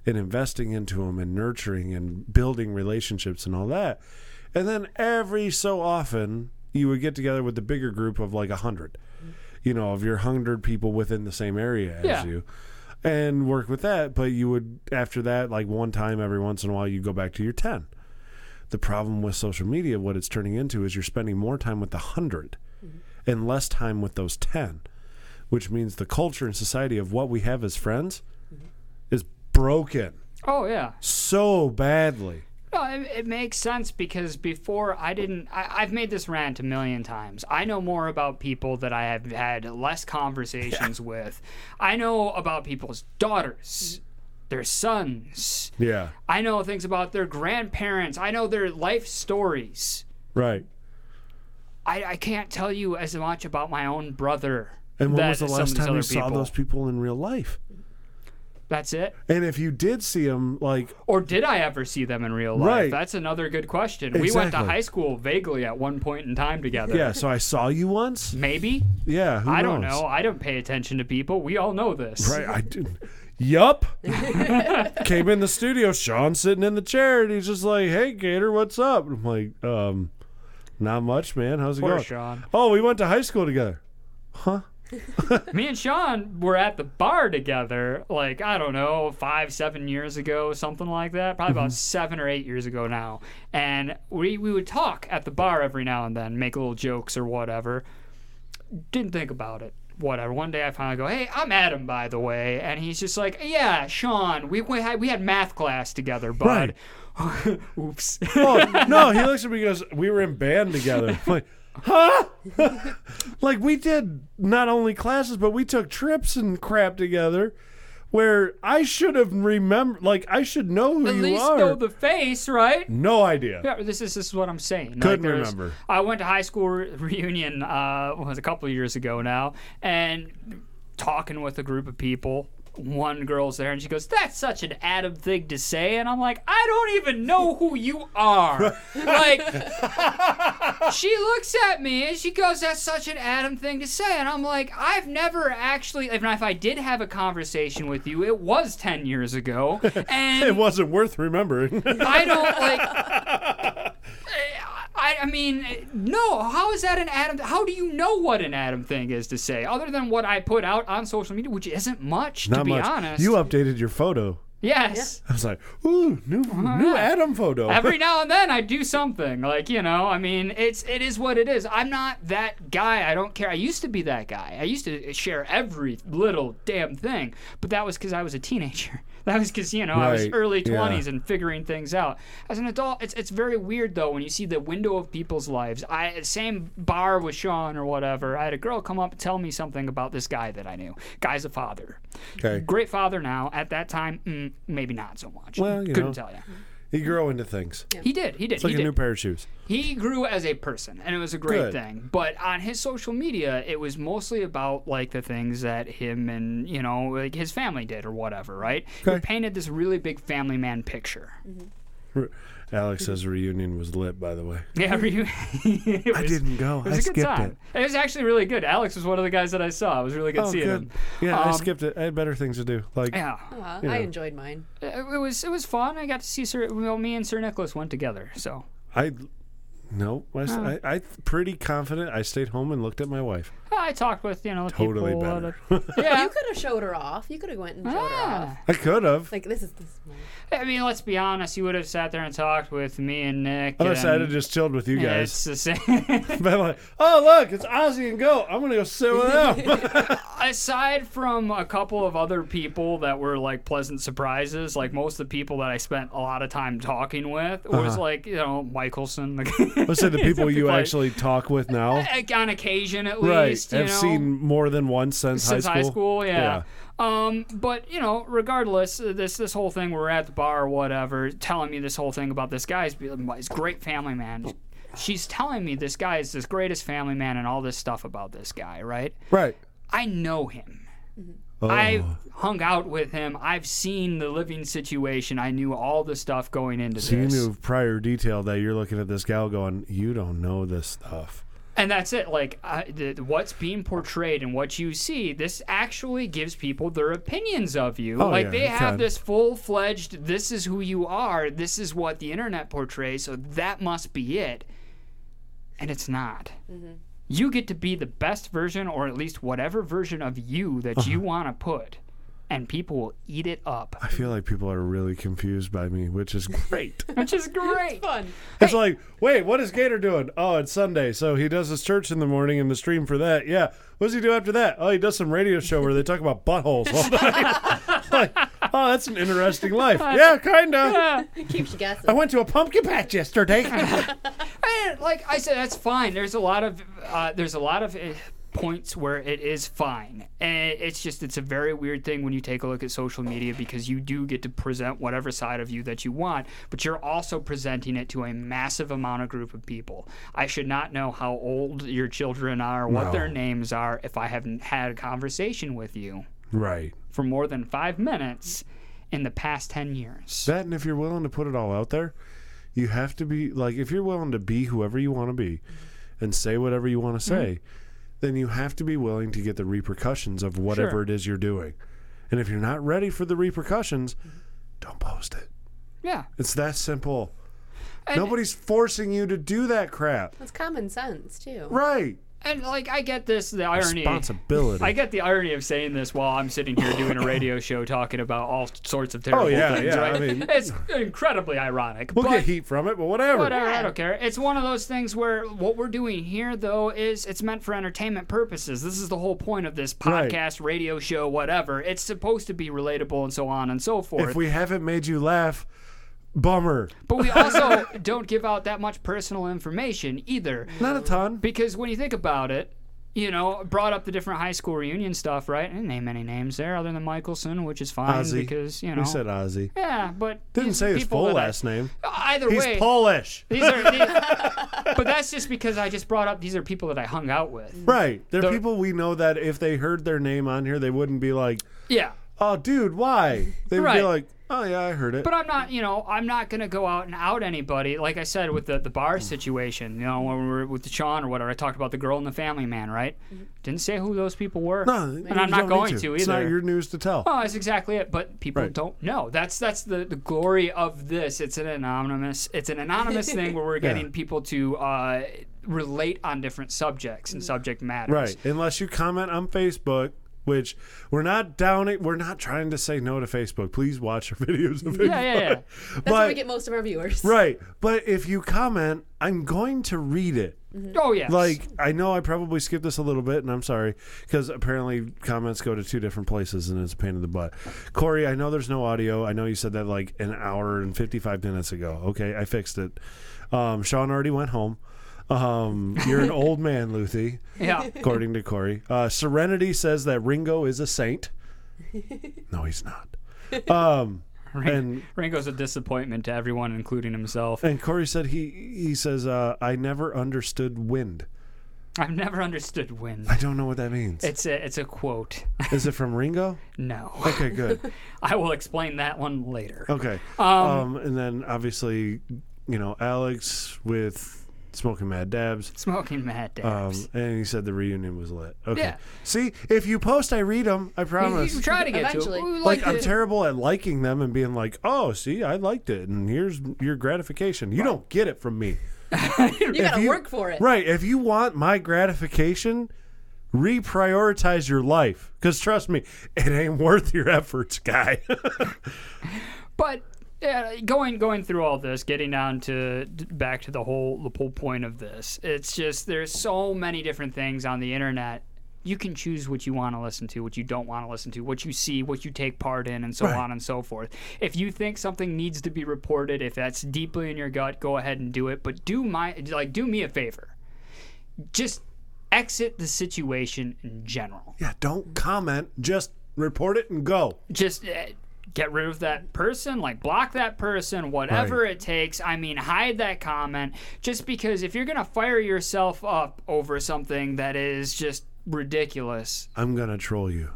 [SPEAKER 2] and investing into them and nurturing and building relationships and all that. And then every so often, you would get together with the bigger group of like a 100, you know, of your 100 people within the same area as
[SPEAKER 4] Yeah.
[SPEAKER 2] you and work with that. But you would, after that, like one time every once in a while, you go back to your 10. The problem with social media, what it's turning into is you're spending more time with the 100 and less time with those 10, which means the culture and society of what we have as friends
[SPEAKER 4] Mm-hmm.
[SPEAKER 2] is broken
[SPEAKER 4] Oh yeah.
[SPEAKER 2] so badly.
[SPEAKER 4] No, it, it makes sense because before I didn't. I, I've made this rant a million times. I know more about people that I have had less conversations with. I know about people's daughters, their sons.
[SPEAKER 2] Yeah.
[SPEAKER 4] I know things about their grandparents. I know their life stories.
[SPEAKER 2] Right.
[SPEAKER 4] I, I can't tell you as much about my own brother.
[SPEAKER 2] And when
[SPEAKER 4] that
[SPEAKER 2] was the
[SPEAKER 4] some
[SPEAKER 2] last
[SPEAKER 4] of these
[SPEAKER 2] time you
[SPEAKER 4] other
[SPEAKER 2] saw
[SPEAKER 4] people.
[SPEAKER 2] those people in real life?
[SPEAKER 4] That's it.
[SPEAKER 2] And if you did see them, like,
[SPEAKER 4] Or did I ever see them in real life?
[SPEAKER 2] Right.
[SPEAKER 4] That's another good question. We went to
[SPEAKER 2] Exactly.
[SPEAKER 4] high school vaguely at one point in time together.
[SPEAKER 2] yeah, so I saw you once.
[SPEAKER 4] Maybe.
[SPEAKER 2] Yeah, who
[SPEAKER 4] I don't
[SPEAKER 2] knows?
[SPEAKER 4] know. I don't pay attention to people. We all know this.
[SPEAKER 2] Right. I did.
[SPEAKER 4] [laughs]
[SPEAKER 2] Yup. Came in the studio. Sean's sitting in the chair, and he's just like, "Hey, Gator, what's up?" And I'm like, "Um, not much, man. How's it
[SPEAKER 4] Poor
[SPEAKER 2] going?"
[SPEAKER 4] Sean.
[SPEAKER 2] Oh, we went to high school together.
[SPEAKER 4] Me and Sean were at the bar together, like, I don't know, five, seven years ago, something like that. Probably
[SPEAKER 2] Mm-hmm.
[SPEAKER 4] about
[SPEAKER 15] Mhm.
[SPEAKER 4] seven or eight years ago now. And we, we would talk at the bar every now and then, make little jokes or whatever. Didn't think about it. Whatever. One day I finally go, hey, I'm Adam, by the way. And he's just like, yeah, Sean, we, we, had, we had math class together, bud. [laughs] Oops. [laughs]
[SPEAKER 2] Oh no, he looks at me. and Goes, "We were in band together." I'm like, huh? [laughs] like we did not only classes, but we took trips and crap together. Where I should have remembered, like I should know who
[SPEAKER 4] At
[SPEAKER 2] you
[SPEAKER 4] least
[SPEAKER 2] are.
[SPEAKER 4] know the face, right?
[SPEAKER 2] no idea.
[SPEAKER 4] Yeah, this is this is what I'm saying.
[SPEAKER 2] Couldn't
[SPEAKER 4] there was-
[SPEAKER 2] remember.
[SPEAKER 4] I went to high school re- reunion uh, was a couple of years ago now, and talking with a group of people, one girl's there and she goes, That's such an Adam thing to say. And I'm like, I don't even know who you
[SPEAKER 2] [laughs]
[SPEAKER 4] are. like, she looks at me and she goes, That's such an Adam thing to say. And I'm like, I've never actually, even if I did have a conversation with you, it was 10 years
[SPEAKER 2] [laughs]
[SPEAKER 4] ago. And
[SPEAKER 2] it wasn't worth remembering.
[SPEAKER 4] I don't like.
[SPEAKER 2] [laughs]
[SPEAKER 4] I, I mean, no. How is that an Adam? How do you know what an Adam thing is to say, other than what I put out on social media, which isn't much,
[SPEAKER 2] Not
[SPEAKER 4] to be
[SPEAKER 2] much.
[SPEAKER 4] honest.
[SPEAKER 2] You updated your photo.
[SPEAKER 4] yes. Oh,
[SPEAKER 2] I was like, ooh, new, new
[SPEAKER 4] yeah.
[SPEAKER 2] Adam photo. [laughs]
[SPEAKER 4] Every now and then I do something. Like, you know, I mean, it's it is what it is. I'm not that guy. I don't care. I used to be that guy. I used to share every little damn thing, but that was cuz I was a teenager. [laughs] That was cuz, you know, I was
[SPEAKER 12] Right,
[SPEAKER 4] early
[SPEAKER 12] yeah.
[SPEAKER 4] 20s and figuring things out. As an adult, it's it's very weird though when you see the window of people's lives. I same bar with Sean or whatever. I had a girl come up and tell me something about this guy that I knew. Guy's a father.
[SPEAKER 2] Okay.
[SPEAKER 4] Great father now. At that time, mm, maybe not so much.
[SPEAKER 2] Well, you
[SPEAKER 4] Couldn't
[SPEAKER 2] know.
[SPEAKER 4] tell you.
[SPEAKER 2] You grow into things.
[SPEAKER 4] He did. He did.
[SPEAKER 2] It's like
[SPEAKER 4] he
[SPEAKER 2] a
[SPEAKER 4] did.
[SPEAKER 2] new pair of shoes.
[SPEAKER 4] He grew as a person, and it was a great
[SPEAKER 2] Good.
[SPEAKER 4] thing. But on his social media, it was mostly about like the things that him and you know like his family did or whatever, right? He painted this really big family man picture. [laughs]
[SPEAKER 2] Re- Alex says reunion was lit, by the way.
[SPEAKER 4] Yeah, were you? [laughs] it
[SPEAKER 2] I
[SPEAKER 4] was- [laughs]
[SPEAKER 2] didn't go.
[SPEAKER 4] It was
[SPEAKER 2] I
[SPEAKER 4] a good
[SPEAKER 2] skipped
[SPEAKER 4] time. It. was actually really good. Alex was one of the guys that I saw. It was really good
[SPEAKER 2] Oh,
[SPEAKER 4] seeing
[SPEAKER 2] good.
[SPEAKER 4] him.
[SPEAKER 2] Yeah, I
[SPEAKER 4] Um,
[SPEAKER 2] skipped it. I had better things to do. Like,
[SPEAKER 4] Yeah.
[SPEAKER 3] Aw,
[SPEAKER 2] you
[SPEAKER 3] I
[SPEAKER 2] know.
[SPEAKER 3] enjoyed mine.
[SPEAKER 4] It, it was it was fun. I got to see Sir. Well, me and Sir Nicholas went together. So
[SPEAKER 2] I no, I,
[SPEAKER 4] Oh.
[SPEAKER 2] I, I pretty confident. I stayed home and looked at my wife.
[SPEAKER 4] I talked with you know
[SPEAKER 2] Totally [laughs]
[SPEAKER 4] people.
[SPEAKER 2] better.
[SPEAKER 4] that-
[SPEAKER 3] You could have showed her off. You could have went and showed her
[SPEAKER 4] Ah.
[SPEAKER 3] off.
[SPEAKER 2] I could have.
[SPEAKER 3] Like this is this is mine.
[SPEAKER 4] I mean, let's be honest. You would have sat there and talked with me and Nick.
[SPEAKER 2] Unless I'd
[SPEAKER 4] and-
[SPEAKER 2] have just chilled with you
[SPEAKER 4] Yeah,
[SPEAKER 2] guys.
[SPEAKER 4] It's the same.
[SPEAKER 2] [laughs] but I'm like, oh look, it's Ozzy and Go. I'm gonna go sit with them.
[SPEAKER 4] [laughs] Aside from a couple of other people that were like pleasant surprises, like most of the people that I spent a lot of time talking with was
[SPEAKER 2] Uh-huh.
[SPEAKER 4] like you know Michaelson. Like, [laughs]
[SPEAKER 2] Let's say the people you
[SPEAKER 4] Like,
[SPEAKER 2] actually talk with now.
[SPEAKER 4] like, on occasion [laughs] at
[SPEAKER 2] Right.
[SPEAKER 4] least. You
[SPEAKER 2] Have
[SPEAKER 4] know?
[SPEAKER 2] seen more than once since,
[SPEAKER 4] since high school,
[SPEAKER 2] yeah.
[SPEAKER 4] yeah. Um, but you know, regardless, uh, this this whole thing we're at the bar or whatever, telling me this whole thing about this guy's his great family man. She's telling me this guy is this greatest family man and all this stuff about this guy, right?
[SPEAKER 2] Right.
[SPEAKER 4] I know him.
[SPEAKER 2] Oh.
[SPEAKER 4] I've hung out with him. I've seen the living situation. I knew all the stuff going into
[SPEAKER 2] So you
[SPEAKER 4] this.
[SPEAKER 2] knew prior detail that you're looking at this gal going, you don't know this stuff.
[SPEAKER 4] And that's it. Like I the, what's being portrayed and what you see, this actually gives people their opinions of you.
[SPEAKER 12] Oh,
[SPEAKER 4] like
[SPEAKER 12] yeah,
[SPEAKER 4] they
[SPEAKER 12] it
[SPEAKER 4] have
[SPEAKER 12] can.
[SPEAKER 4] this full fledged. This is who you are. This is what the internet portrays. So that must be it. And it's not.
[SPEAKER 3] mm-hmm.
[SPEAKER 4] You get to be the best version, or at least whatever version of you that you
[SPEAKER 2] Uh-huh.
[SPEAKER 4] want to put, and people will eat it up.
[SPEAKER 2] [laughs] I feel like people are really confused by me, which is great.
[SPEAKER 4] Which is great.
[SPEAKER 3] fun.
[SPEAKER 2] It's like, wait, what is Gator doing? Oh, it's Sunday, so he does his church in the morning and the stream for that. Yeah. What does he do after that? Oh, he does some radio show where they talk about buttholes. all [laughs] night. Like, oh, that's an
[SPEAKER 4] [laughs]
[SPEAKER 2] interesting life. Yeah, kinda.
[SPEAKER 3] Keeps you guessing.
[SPEAKER 2] I went to a pumpkin patch yesterday.
[SPEAKER 4] And, like I said, that's fine. There's a lot of uh, there's a lot of uh, points where it is fine, and it's just it's a very weird thing when you take a look at social media because you do get to present whatever side of you that you want, but you're also presenting it to a massive amount of group of people. I should not know how old your children are, what
[SPEAKER 2] No.
[SPEAKER 4] their names are, if I haven't had a conversation with you
[SPEAKER 2] right.
[SPEAKER 4] for more than five minutes in the past ten years.
[SPEAKER 2] That, and if you're willing to put it all out there, you have to be like, if you're willing to be whoever you want to be
[SPEAKER 4] Mm-hmm.
[SPEAKER 2] and say whatever you want to say, then you have to be willing to get the repercussions of whatever
[SPEAKER 4] Sure.
[SPEAKER 2] it is you're doing. And if you're not ready for the repercussions, don't post it.
[SPEAKER 4] Mm-hmm. Yeah.
[SPEAKER 2] It's that simple.
[SPEAKER 4] And-
[SPEAKER 2] Nobody's forcing you to do that crap.
[SPEAKER 3] That's common sense too.
[SPEAKER 2] Right.
[SPEAKER 4] And like I get this the irony
[SPEAKER 2] Responsibility.
[SPEAKER 4] I get the irony of saying this while I'm sitting here doing a radio show talking about all sorts of terrible
[SPEAKER 2] Oh, yeah,
[SPEAKER 4] things.
[SPEAKER 2] yeah,
[SPEAKER 4] right?
[SPEAKER 2] I mean-
[SPEAKER 4] it's incredibly ironic.
[SPEAKER 2] We'll
[SPEAKER 4] but
[SPEAKER 2] get heat from it, but whatever.
[SPEAKER 4] Whatever, I don't care. It's one of those things where what we're doing here, though, is it's meant for entertainment purposes. This is the whole point of this
[SPEAKER 2] Right.
[SPEAKER 4] podcast, radio show, whatever. It's supposed to be relatable and so on and so forth.
[SPEAKER 2] If we haven't made you laugh, bummer.
[SPEAKER 4] But we also [laughs] don't give out that much personal information either.
[SPEAKER 2] Not a ton.
[SPEAKER 4] Because when you think about it, you know, brought up the different high school reunion stuff, right? I didn't name any names there other than Michelson, which is fine
[SPEAKER 2] Ozzy.
[SPEAKER 4] because, you know.
[SPEAKER 2] We said Ozzy.
[SPEAKER 4] yeah, but
[SPEAKER 2] Didn't
[SPEAKER 4] these
[SPEAKER 2] say his
[SPEAKER 4] people
[SPEAKER 2] full
[SPEAKER 4] that I-
[SPEAKER 2] last name.
[SPEAKER 4] Either
[SPEAKER 2] He's
[SPEAKER 4] way,
[SPEAKER 2] Polish.
[SPEAKER 4] these are, these,
[SPEAKER 2] [laughs]
[SPEAKER 4] but that's just because I just brought up these are people that I hung out with.
[SPEAKER 2] Right. There are people we know that if they heard their name on here, they wouldn't be like,
[SPEAKER 4] Yeah.
[SPEAKER 2] oh, dude, why? They'd be
[SPEAKER 4] Right.
[SPEAKER 2] like, oh, yeah, I heard it.
[SPEAKER 4] But I'm not, you know, I'm not gonna go out and out anybody. Like I said with the, the
[SPEAKER 2] Mm.
[SPEAKER 4] bar situation, you know, when we were with Sean or whatever, I talked about the girl and the family man, right? Didn't say who those people were.
[SPEAKER 2] No, you
[SPEAKER 4] and I'm
[SPEAKER 2] don't
[SPEAKER 4] not
[SPEAKER 2] need
[SPEAKER 4] going to, either.
[SPEAKER 2] It's not your news to tell.
[SPEAKER 4] Oh, that's exactly it. But people don't know. That's that's the, the glory of this. It's an anonymous. It's an anonymous
[SPEAKER 2] [laughs]
[SPEAKER 4] thing where we're
[SPEAKER 2] Yeah.
[SPEAKER 4] getting people to uh, relate on different subjects and subject matters.
[SPEAKER 2] Right. Unless you comment on Facebook, which we're not downing. We're not trying to say no to Facebook. Please watch our [laughs] videos of Facebook.
[SPEAKER 3] Yeah,
[SPEAKER 2] [laughs]
[SPEAKER 3] yeah, yeah. That's where we
[SPEAKER 2] But,
[SPEAKER 3] get most of our viewers.
[SPEAKER 2] right. But if you comment, I'm going to read it.
[SPEAKER 3] Mhm.
[SPEAKER 4] Oh yes.
[SPEAKER 2] Like, I know I probably skipped this a little bit, and I'm sorry, because apparently comments go to two different places, and it's a pain in the butt. Corey, I know there's no audio. I know you said that like an hour and 55 minutes ago. Okay, I fixed it. Um, Sean already went home. Um, you're an old man, Luthi.
[SPEAKER 4] [laughs] Yeah.
[SPEAKER 2] According to Corey. Uh, Serenity says that Ringo is a saint. No, he's not.
[SPEAKER 4] [laughs]
[SPEAKER 2] Um, and
[SPEAKER 4] Ringo's a disappointment to everyone, including himself.
[SPEAKER 2] and Corey said he he says uh, I never understood wind.
[SPEAKER 4] I've never understood when.
[SPEAKER 2] I don't know what that means.
[SPEAKER 4] It's a it's a quote.
[SPEAKER 2] Is it from Ringo?
[SPEAKER 4] [laughs] No.
[SPEAKER 2] Okay, good.
[SPEAKER 4] [laughs] I will explain that one later.
[SPEAKER 2] Okay.
[SPEAKER 4] [laughs] Um,
[SPEAKER 2] Um, and then obviously, you know, Alex with smoking mad dabs.
[SPEAKER 4] Smoking mad dabs.
[SPEAKER 2] Um, and he said the reunion was lit. Okay.
[SPEAKER 4] Yeah.
[SPEAKER 2] See, if you post, I read them. I promise.
[SPEAKER 4] You try to get
[SPEAKER 3] Eventually.
[SPEAKER 4] to it. We
[SPEAKER 2] like,
[SPEAKER 4] [laughs]
[SPEAKER 2] I'm
[SPEAKER 4] it.
[SPEAKER 2] terrible at liking them and being like, "Oh, see, I liked it, and here's your gratification." You don't get it from me.
[SPEAKER 3] You gotta work for it.
[SPEAKER 2] Right. If you want my gratification, reprioritize your life. Because trust me, it ain't worth your efforts, guy. [laughs]
[SPEAKER 4] But yeah, going going through all this, getting down to back to the whole the whole point of this, it's just there's so many different things on the internet. You can choose what you want to listen to, what you don't want to listen to, what you see, what you take part in, and so
[SPEAKER 17] Right.
[SPEAKER 4] on and so forth. If you think something needs to be reported, if that's deeply in your gut, go ahead and do it. But do my like do me a favor, just exit the situation in general.
[SPEAKER 2] yeah. Don't comment. Just report it and go.
[SPEAKER 4] just uh, get rid of that person, like block that person, whatever it takes. I mean, hide that comment just because if you're going to fire yourself up over something that is just ridiculous,
[SPEAKER 2] I'm gonna troll you.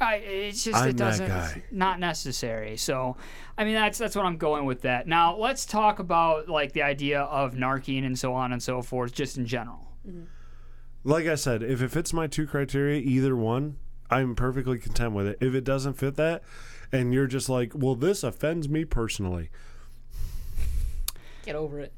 [SPEAKER 4] I, it's just
[SPEAKER 2] I'm
[SPEAKER 4] it
[SPEAKER 2] that
[SPEAKER 4] doesn't
[SPEAKER 2] guy.
[SPEAKER 4] it's not necessary. So, I mean, that's that's what I'm going with that. Now, let's talk about like the idea of narking and so on and so forth just in general.
[SPEAKER 2] Like I said, if it fits my two criteria, either one, I'm perfectly content with it. If it doesn't fit that, and you're just like, well, this offends me personally,
[SPEAKER 3] Get over it.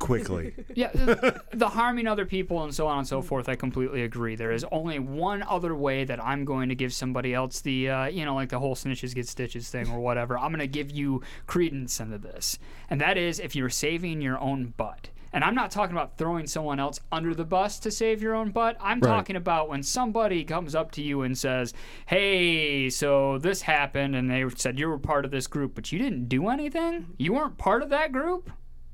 [SPEAKER 4] [laughs]
[SPEAKER 2] quickly.
[SPEAKER 4] yeah, the- the harming other people and so on and so forth. I completely agree. There is only one other way that I'm going to give somebody else the, uh, you know, like the whole snitches get stitches thing or whatever. I'm going to give you credence into this, and that is if you're saving your own butt. And I'm not talking about throwing someone else under the bus to save your own butt. I'm
[SPEAKER 17] Right.
[SPEAKER 4] talking about when somebody comes up to you and says, "Hey, so this happened," and they said you were part of this group, but you didn't do anything. You weren't part of that group.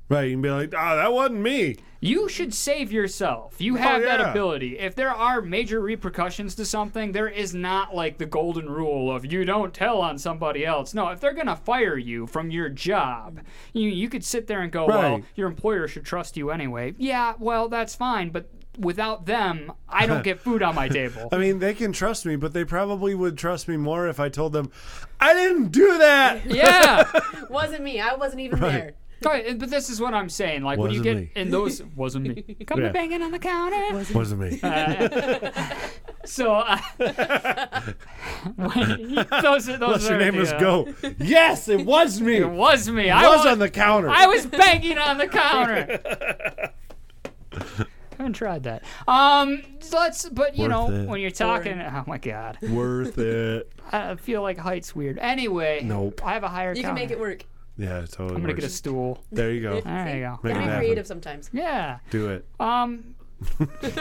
[SPEAKER 2] right. You can be like, ah, that wasn't me.
[SPEAKER 4] You should save yourself. You
[SPEAKER 2] Oh,
[SPEAKER 4] have that
[SPEAKER 2] yeah.
[SPEAKER 4] ability. If there are major repercussions to something, there is not like the golden rule of you don't tell on somebody else. No, if they're going to fire you from your job, you you could sit there and go, well,
[SPEAKER 17] Right.
[SPEAKER 4] your employer should trust you anyway. Yeah, well, that's fine, but without them, I
[SPEAKER 2] [laughs]
[SPEAKER 4] don't get food on my table.
[SPEAKER 3] [laughs]
[SPEAKER 2] I mean, they can trust me, but they probably would trust me more if I told them, I didn't do
[SPEAKER 4] [laughs]
[SPEAKER 2] that.
[SPEAKER 4] Yeah.
[SPEAKER 3] wasn't me. I wasn't even
[SPEAKER 4] [laughs]
[SPEAKER 2] Right.
[SPEAKER 3] there.
[SPEAKER 4] Right, but this is what I'm saying. Like when you get
[SPEAKER 2] Wasn't me.
[SPEAKER 3] [laughs]
[SPEAKER 4] in those, wasn't me.
[SPEAKER 2] Come Yeah.
[SPEAKER 4] banging on the counter.
[SPEAKER 2] Wasn't me.
[SPEAKER 3] [laughs]
[SPEAKER 4] so, uh, [laughs] when he- those, those
[SPEAKER 2] [laughs] Unless your
[SPEAKER 4] are
[SPEAKER 2] name
[SPEAKER 4] the,
[SPEAKER 2] is
[SPEAKER 4] uh,
[SPEAKER 2] Go. Yes, it was me. It
[SPEAKER 4] was me.
[SPEAKER 2] It
[SPEAKER 4] I
[SPEAKER 2] was
[SPEAKER 4] wa-
[SPEAKER 2] on the counter.
[SPEAKER 4] I was banging on the
[SPEAKER 2] [laughs]
[SPEAKER 4] counter. haven't tried that. Um, so let's. But you
[SPEAKER 2] Worth
[SPEAKER 4] know,
[SPEAKER 2] it.
[SPEAKER 4] when you're talking, oh my god,
[SPEAKER 2] Worth it.
[SPEAKER 4] I feel like height's weird. Anyway,
[SPEAKER 2] Nope.
[SPEAKER 4] I have a higher.
[SPEAKER 3] You can make it work.
[SPEAKER 2] Yeah, it totally.
[SPEAKER 4] I'm gonna get
[SPEAKER 2] works.
[SPEAKER 4] a stool.
[SPEAKER 2] There you go.
[SPEAKER 4] There you go.
[SPEAKER 2] Make
[SPEAKER 3] Gotta be
[SPEAKER 2] it happen.
[SPEAKER 3] creative [laughs] sometimes.
[SPEAKER 4] Yeah.
[SPEAKER 2] Do it.
[SPEAKER 3] [laughs]
[SPEAKER 4] Um,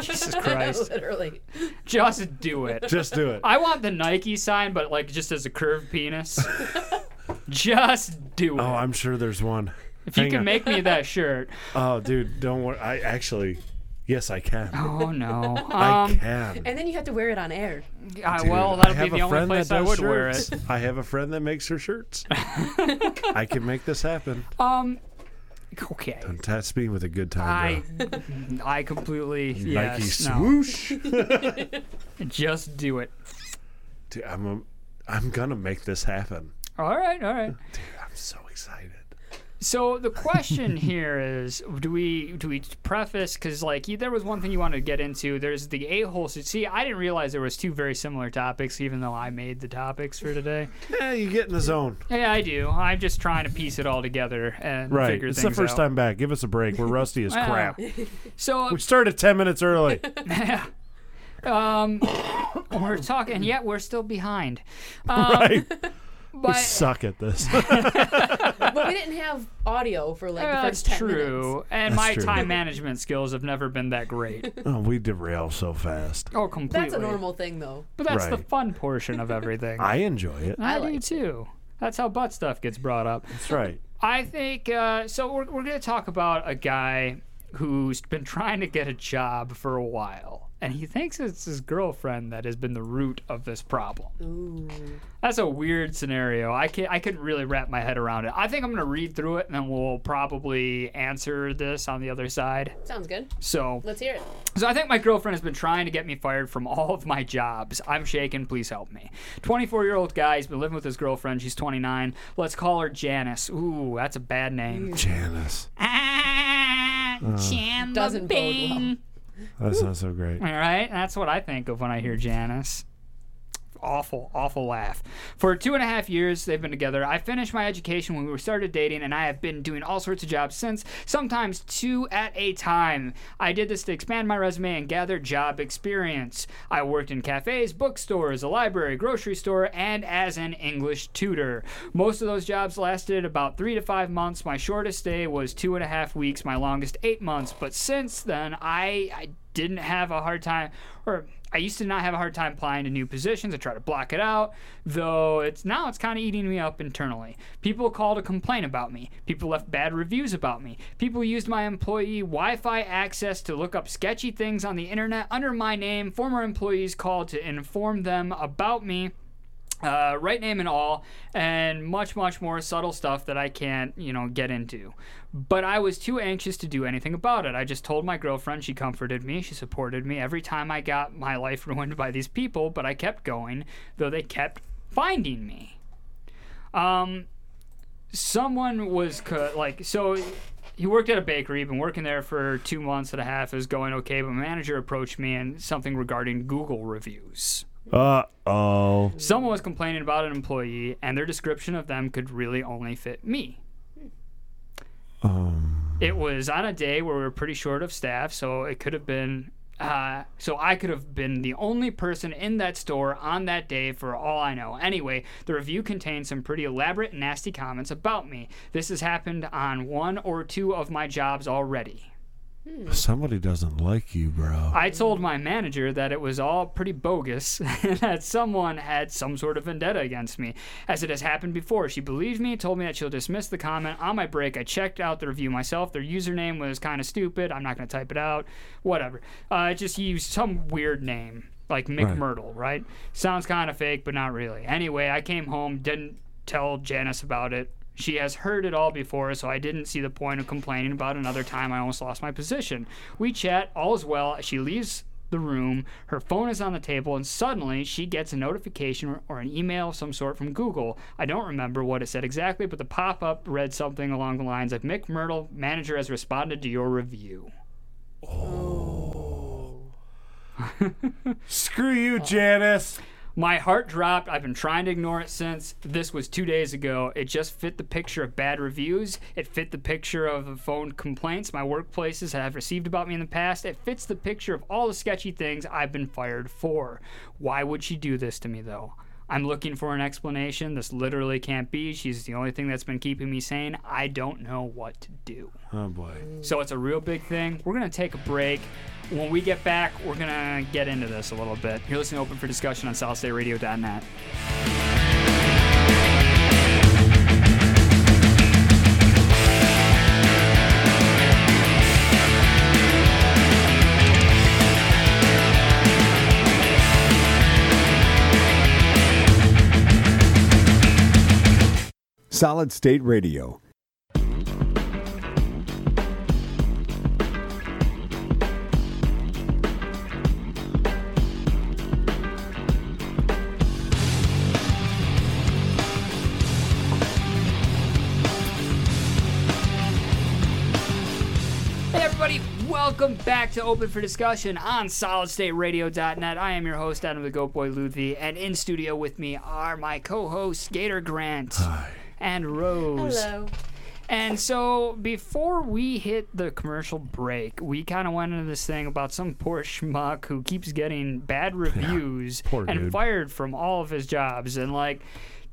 [SPEAKER 4] Jesus [laughs] Christ.
[SPEAKER 3] Literally.
[SPEAKER 4] Just do it.
[SPEAKER 2] Just do it.
[SPEAKER 4] I want the Nike sign, but like just as a curved penis. just do it.
[SPEAKER 2] Oh, I'm sure there's one.
[SPEAKER 4] if you
[SPEAKER 2] Hang
[SPEAKER 4] can
[SPEAKER 2] on.
[SPEAKER 4] make me
[SPEAKER 2] [laughs]
[SPEAKER 4] that shirt.
[SPEAKER 2] Oh, dude, don't worry. I actually, yes, I can.
[SPEAKER 4] Oh no.
[SPEAKER 2] I
[SPEAKER 4] Um,
[SPEAKER 2] can.
[SPEAKER 3] And then you have to wear it on air.
[SPEAKER 4] Ah,
[SPEAKER 2] Dude,
[SPEAKER 4] well,
[SPEAKER 2] I
[SPEAKER 4] that'll be
[SPEAKER 2] have
[SPEAKER 4] the
[SPEAKER 2] a
[SPEAKER 4] only
[SPEAKER 2] friend that
[SPEAKER 4] place I
[SPEAKER 2] does
[SPEAKER 4] would wear
[SPEAKER 2] shirts.
[SPEAKER 4] it.
[SPEAKER 2] I have a friend that makes her shirts.
[SPEAKER 4] [laughs]
[SPEAKER 2] I can make this happen.
[SPEAKER 4] Um, okay.
[SPEAKER 2] Don't touch me with a good time.
[SPEAKER 4] I, I completely
[SPEAKER 2] Nike
[SPEAKER 4] Uh, yes, no.
[SPEAKER 2] swoosh.
[SPEAKER 4] [laughs] Just do it.
[SPEAKER 2] Dude, I'm a, I'm gonna make this happen.
[SPEAKER 4] All right, all right.
[SPEAKER 2] I'm so excited.
[SPEAKER 4] So the question here is: Do we do we preface because like you, there was one thing you wanted to get into? There's the a hole. See, I didn't realize there was two very similar topics, even though I made the topics for today.
[SPEAKER 2] Yeah, you get in the zone.
[SPEAKER 4] Yeah, I do. I'm just trying to piece it all together and
[SPEAKER 2] Right.
[SPEAKER 4] figure
[SPEAKER 2] It's the
[SPEAKER 4] things
[SPEAKER 2] first
[SPEAKER 4] out.
[SPEAKER 2] time back. Give us a break. We're
[SPEAKER 4] [laughs]
[SPEAKER 2] rusty as
[SPEAKER 4] Wow.
[SPEAKER 2] crap.
[SPEAKER 4] So
[SPEAKER 2] We started 10 minutes early.
[SPEAKER 4] [laughs] um, we're talking, yet we're still behind. Um, [laughs]
[SPEAKER 2] right. we
[SPEAKER 4] but- [laughs]
[SPEAKER 2] suck at this.
[SPEAKER 3] but we didn't have audio for like
[SPEAKER 4] Yeah,
[SPEAKER 3] the first
[SPEAKER 4] that's
[SPEAKER 3] 10
[SPEAKER 4] Uh, true.
[SPEAKER 3] minutes.
[SPEAKER 4] And
[SPEAKER 2] That's
[SPEAKER 4] my
[SPEAKER 2] true.
[SPEAKER 4] time management skills have never been that great.
[SPEAKER 2] [laughs] oh, we derail so fast.
[SPEAKER 4] Oh, completely.
[SPEAKER 3] That's a normal thing, though.
[SPEAKER 4] But that's the
[SPEAKER 2] Right.
[SPEAKER 4] fun portion of everything.
[SPEAKER 2] I enjoy it.
[SPEAKER 4] I, do too. That's how butt stuff gets brought up.
[SPEAKER 2] That's right.
[SPEAKER 4] I think uh, so. We're, we're going to talk about a guy who's been [laughs] trying to get a job for a while, and he thinks it's his girlfriend that has been the root of this problem.
[SPEAKER 3] Ooh.
[SPEAKER 4] That's a weird scenario. I can I couldn't really wrap my head around it. I think I'm going to read through it, and then we'll probably answer this on the other side.
[SPEAKER 3] Sounds good.
[SPEAKER 4] So
[SPEAKER 3] Let's hear it.
[SPEAKER 4] so I think my girlfriend has been trying to get me fired from all of my jobs. I'm shaken. Please help me. 24-year-old guy's been living with his girlfriend. She's 29. Let's call her Janice. Ooh, that's a bad name.
[SPEAKER 2] Janice.
[SPEAKER 4] Chandler
[SPEAKER 3] Doesn't bode well.
[SPEAKER 4] Bing.
[SPEAKER 2] That's not so great.
[SPEAKER 4] All right, that's what I think of when I hear Janice. Awful, awful laugh. For two and a half years, they've been together. I finished my education when we were started dating, and I have been doing all sorts of jobs since, sometimes two at a time. I did this to expand my resume and gather job experience. I worked in cafes, bookstores, a library, grocery store, and as an English tutor. Most of those jobs lasted about three to five months. My shortest day was two and a half weeks, my longest, eight months. But since then, I. I didn't have a hard time or I used to not have a hard time applying to new positions. I try to block it out, though it's now it's kind of eating me up internally. People call to complain about me. People left bad reviews about me. People used my employee Wi-Fi access to look up sketchy things on the internet under my name. Former employees called to inform them about me uh, right name and all, and much, much more subtle stuff that I can't, you know, get into. But I was too anxious to do anything about it. I just told my girlfriend, she comforted me, she supported me every time I got my life [laughs] ruined by these people, but I kept going, though they kept finding me. Um, someone was co- like so he worked at a bakery been working there for two months and a half is going okay but my manager approached me and something regarding google reviews
[SPEAKER 2] Uh oh.
[SPEAKER 4] Someone was complaining about an employee, and their description of them could really only fit me. It was on a day where we were pretty short of staff, so it could have been. Uh, so I could have been the only person in that store on that day for all I know. Anyway, the review contained some pretty elaborate, nasty comments about me. This has happened on one or two of my jobs already.
[SPEAKER 2] Somebody doesn't like you, bro.
[SPEAKER 4] I told my manager that it was all pretty bogus [laughs] and that someone had some sort of vendetta against me. As it has happened before, she believed me and told me that she'll dismiss the comment. On my break, I checked out the review myself. Their username was kind of stupid. I'm not going to type it out. Whatever. Uh, it just used some weird name, like Mick
[SPEAKER 17] Right.
[SPEAKER 4] Myrtle, right? Sounds kind of fake, but not really. Anyway, I came home, didn't tell Janice about it. She has heard it all before, so I didn't see the point of complaining about another time I almost lost my position. We chat, all's well. She leaves the room, her phone is on the table, and suddenly she gets a notification or- or an email of some sort from Google. I don't remember what it said exactly, but the pop up read something along the lines of Mick Myrtle, manager has responded to your review.
[SPEAKER 2] Screw you, Janice.
[SPEAKER 4] My heart dropped. I've been trying to ignore it since. This was two days ago. It just fit the picture of bad reviews. It fit the picture of the phone complaints my workplaces have received about me in the past. It fits the picture of all the sketchy things I've been fired for. Why would she do this to me, though? I'm looking for an explanation. This literally can't be. She's the only thing that's been keeping me sane. I don't know what to do.
[SPEAKER 2] Oh boy.
[SPEAKER 4] So it's a real big thing. We're going to take a break. When we get back, we're going to get into this a little bit. You're listening to Open for Discussion on SouthStateRadio.net.
[SPEAKER 19] Solid State Radio.
[SPEAKER 4] Welcome back to Open for Discussion on SolidStateRadio.net. I am your host, Adam the Goat Boy Ludwig, and in studio with me are my co-hosts Gator Grant and Rose.
[SPEAKER 3] Hello.
[SPEAKER 4] And so before we hit the commercial break, we kind of went into this thing about some poor schmuck who keeps getting
[SPEAKER 2] [laughs]
[SPEAKER 4] bad reviews
[SPEAKER 2] Poor
[SPEAKER 4] and
[SPEAKER 2] dude.
[SPEAKER 4] fired from all of his jobs. And like,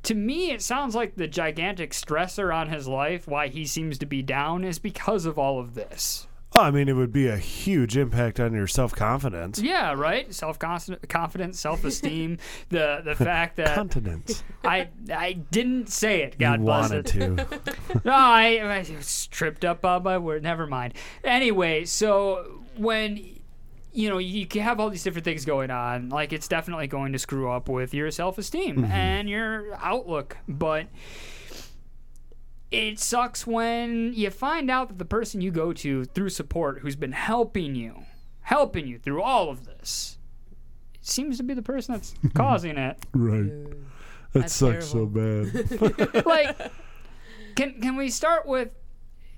[SPEAKER 4] to me, it sounds like the gigantic stressor on his life, why he seems to be down, is because of all of this.
[SPEAKER 2] Oh, I mean, it would be a huge impact on your self confidence.
[SPEAKER 4] Yeah, right. Self
[SPEAKER 2] [laughs]
[SPEAKER 4] confidence, self esteem, the the fact that
[SPEAKER 2] Continence.
[SPEAKER 4] [laughs] I I didn't say it.
[SPEAKER 2] You
[SPEAKER 4] God bless
[SPEAKER 2] wanted
[SPEAKER 4] it.
[SPEAKER 2] to.
[SPEAKER 4] [laughs] no, I, I was tripped up by my word. Never mind. Anyway, so when you know you can have all these different things going on, like it's definitely going to screw up with your self esteem
[SPEAKER 2] Mm-hmm.
[SPEAKER 17] Mhm.
[SPEAKER 4] and your outlook, but. It sucks when you find out that the person you go to through support who's been helping you, helping you through all of this, seems to be the person
[SPEAKER 2] [laughs]
[SPEAKER 4] that's causing it.
[SPEAKER 2] Right. That
[SPEAKER 4] That's
[SPEAKER 2] sucks so bad.
[SPEAKER 4] like can can we start with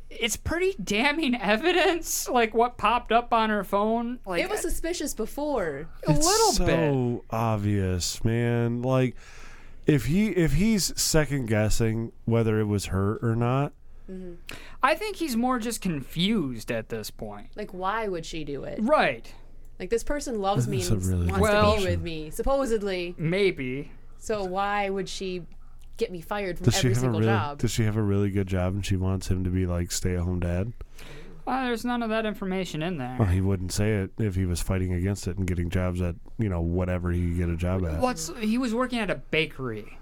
[SPEAKER 4] it's pretty damning evidence like what popped up on her phone like
[SPEAKER 3] it was suspicious before.
[SPEAKER 4] [laughs] a little
[SPEAKER 2] so
[SPEAKER 4] bit
[SPEAKER 2] obvious, man. Like if he if he's second guessing whether it was her or not,
[SPEAKER 3] Mm-hmm.
[SPEAKER 4] i think he's more just confused at this point
[SPEAKER 3] Like, why would she do it?
[SPEAKER 4] Right.
[SPEAKER 3] Like, this person loves me
[SPEAKER 4] That's
[SPEAKER 3] and
[SPEAKER 4] a really
[SPEAKER 3] wants
[SPEAKER 4] good
[SPEAKER 3] to
[SPEAKER 4] question.
[SPEAKER 3] be with me, supposedly.
[SPEAKER 4] maybe
[SPEAKER 3] So why would she get me fired from
[SPEAKER 2] does she
[SPEAKER 3] every
[SPEAKER 2] have a
[SPEAKER 3] single
[SPEAKER 2] really
[SPEAKER 3] job?
[SPEAKER 2] does she have a really good job and she wants him to be like stay at home dad?
[SPEAKER 4] uh, there's none of that information in there
[SPEAKER 2] Well, he wouldn't say it if he was fighting against it and getting jobs at you know whatever he could get a job at.
[SPEAKER 4] what's he was working at a bakery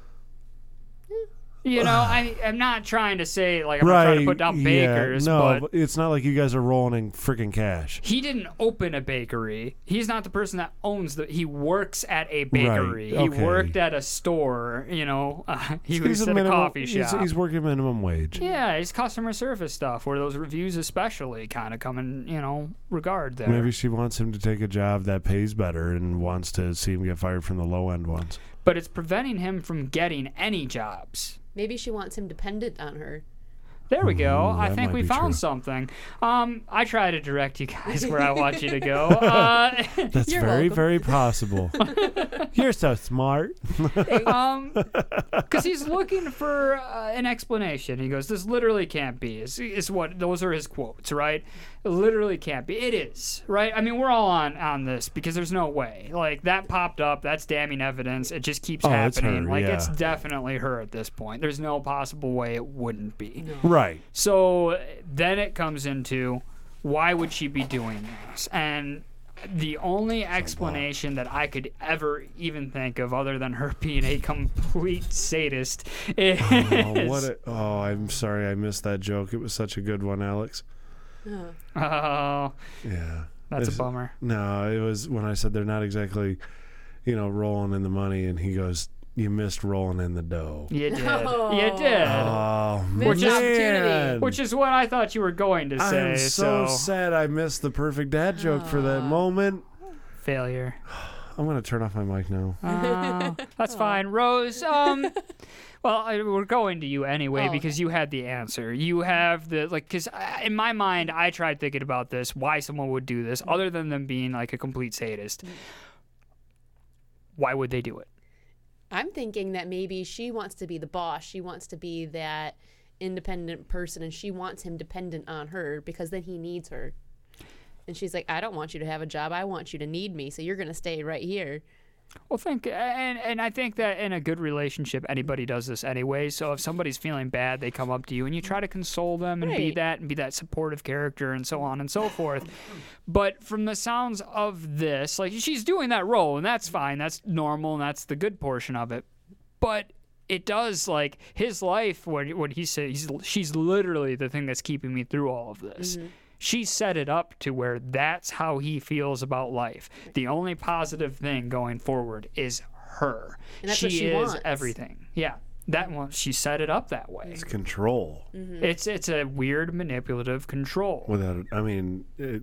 [SPEAKER 2] [sighs]
[SPEAKER 4] you know I, i'm not trying to say like i'm not trying to put down
[SPEAKER 2] yeah,
[SPEAKER 4] bakers
[SPEAKER 2] no,
[SPEAKER 4] but
[SPEAKER 2] it's not like you guys are rolling in freaking cash.
[SPEAKER 4] He didn't open a bakery. He's not the person that owns the. He works at a bakery.
[SPEAKER 2] Right, okay.
[SPEAKER 4] He worked at a store. You know, [laughs] uh, he
[SPEAKER 2] He's
[SPEAKER 4] was at
[SPEAKER 2] minimum-
[SPEAKER 4] a coffee shop.
[SPEAKER 2] he's- he's working minimum wage.
[SPEAKER 4] yeah, it's customer service stuff where those reviews, especially, kind of come in you know regard there.
[SPEAKER 2] Maybe she wants him to take a job that pays better and wants to see him get fired from the low end ones.
[SPEAKER 4] But it's preventing him from getting any jobs.
[SPEAKER 3] Maybe she wants him dependent on her.
[SPEAKER 4] There we go.
[SPEAKER 2] Ooh,
[SPEAKER 4] I
[SPEAKER 2] that
[SPEAKER 4] think
[SPEAKER 2] might
[SPEAKER 4] we
[SPEAKER 2] be
[SPEAKER 4] found
[SPEAKER 2] true.
[SPEAKER 4] something. Um, I try to direct you guys where I want you to
[SPEAKER 2] [laughs]
[SPEAKER 4] go. Uh, [laughs]
[SPEAKER 2] That's very, very possible. You're
[SPEAKER 4] [laughs]
[SPEAKER 2] so smart.
[SPEAKER 4] um, because he's looking for uh, an explanation. He goes, "This literally can't be." Is is what those are his quotes, right? It literally can't be. It is, right? I mean, we're all on on this because there's no way. Like that popped up. That's damning evidence. It just keeps
[SPEAKER 2] Oh, it's
[SPEAKER 4] happening.
[SPEAKER 2] her,
[SPEAKER 4] like
[SPEAKER 2] yeah.
[SPEAKER 4] it's definitely her at this point. There's no possible way it wouldn't be.
[SPEAKER 2] Right.
[SPEAKER 4] So then it comes into why would she be doing this? And the only explanation that I could ever even think of, other than her being a complete
[SPEAKER 2] [laughs]
[SPEAKER 4] sadist, is
[SPEAKER 2] Oh, what Uh, a, oh, I'm sorry I missed that joke. It was such a good one, Alex.
[SPEAKER 4] Oh.
[SPEAKER 2] Yeah.
[SPEAKER 4] That's a
[SPEAKER 2] It's-
[SPEAKER 4] bummer.
[SPEAKER 2] No, it was when I said they're not exactly, you know, rolling in the money, and he goes, You missed rolling in the dough.
[SPEAKER 4] You did.
[SPEAKER 3] Oh.
[SPEAKER 4] You did.
[SPEAKER 2] Oh,
[SPEAKER 4] which
[SPEAKER 2] man.
[SPEAKER 4] is which is what I thought you were going to say.
[SPEAKER 2] I'm so, sad I missed the perfect dad joke for that moment.
[SPEAKER 4] Failure.
[SPEAKER 2] I'm going to turn off my mic now.
[SPEAKER 4] Oh, [laughs] that's fine, Rose. Um, well, I, we're going to you anyway
[SPEAKER 17] Oh,
[SPEAKER 4] because you had the answer. You have the like, because in my mind, I tried thinking about this: why someone would do this, other than them being like a complete sadist. Why would they do it?
[SPEAKER 3] I'm thinking that maybe she wants to be the boss. She wants to be that independent person and she wants him dependent on her because then he needs her. And she's like, I don't want you to have a job. I want you to need me. So you're going to stay right here.
[SPEAKER 4] Well, think and and I think that in a good relationship, anybody does this anyway. So if somebody's feeling bad, they come up to you and you try to console them and be
[SPEAKER 17] Right.
[SPEAKER 4] that and be that supportive character and so on and so forth. But from the sounds of this, like she's doing that role and that's fine, that's normal, and that's the good portion of it. But it does like his life when when he says he's, she's literally the thing that's keeping me through all of this.
[SPEAKER 3] Mm-hmm.
[SPEAKER 17] Mhm.
[SPEAKER 4] She set it up to where that's how he feels about life. The only positive thing going forward is her.
[SPEAKER 3] And that's what she
[SPEAKER 4] is
[SPEAKER 3] wants.
[SPEAKER 4] everything. Yeah. That one she set it up that way. It's
[SPEAKER 2] control.
[SPEAKER 4] It's it's a weird manipulative control.
[SPEAKER 2] Without, I mean, it,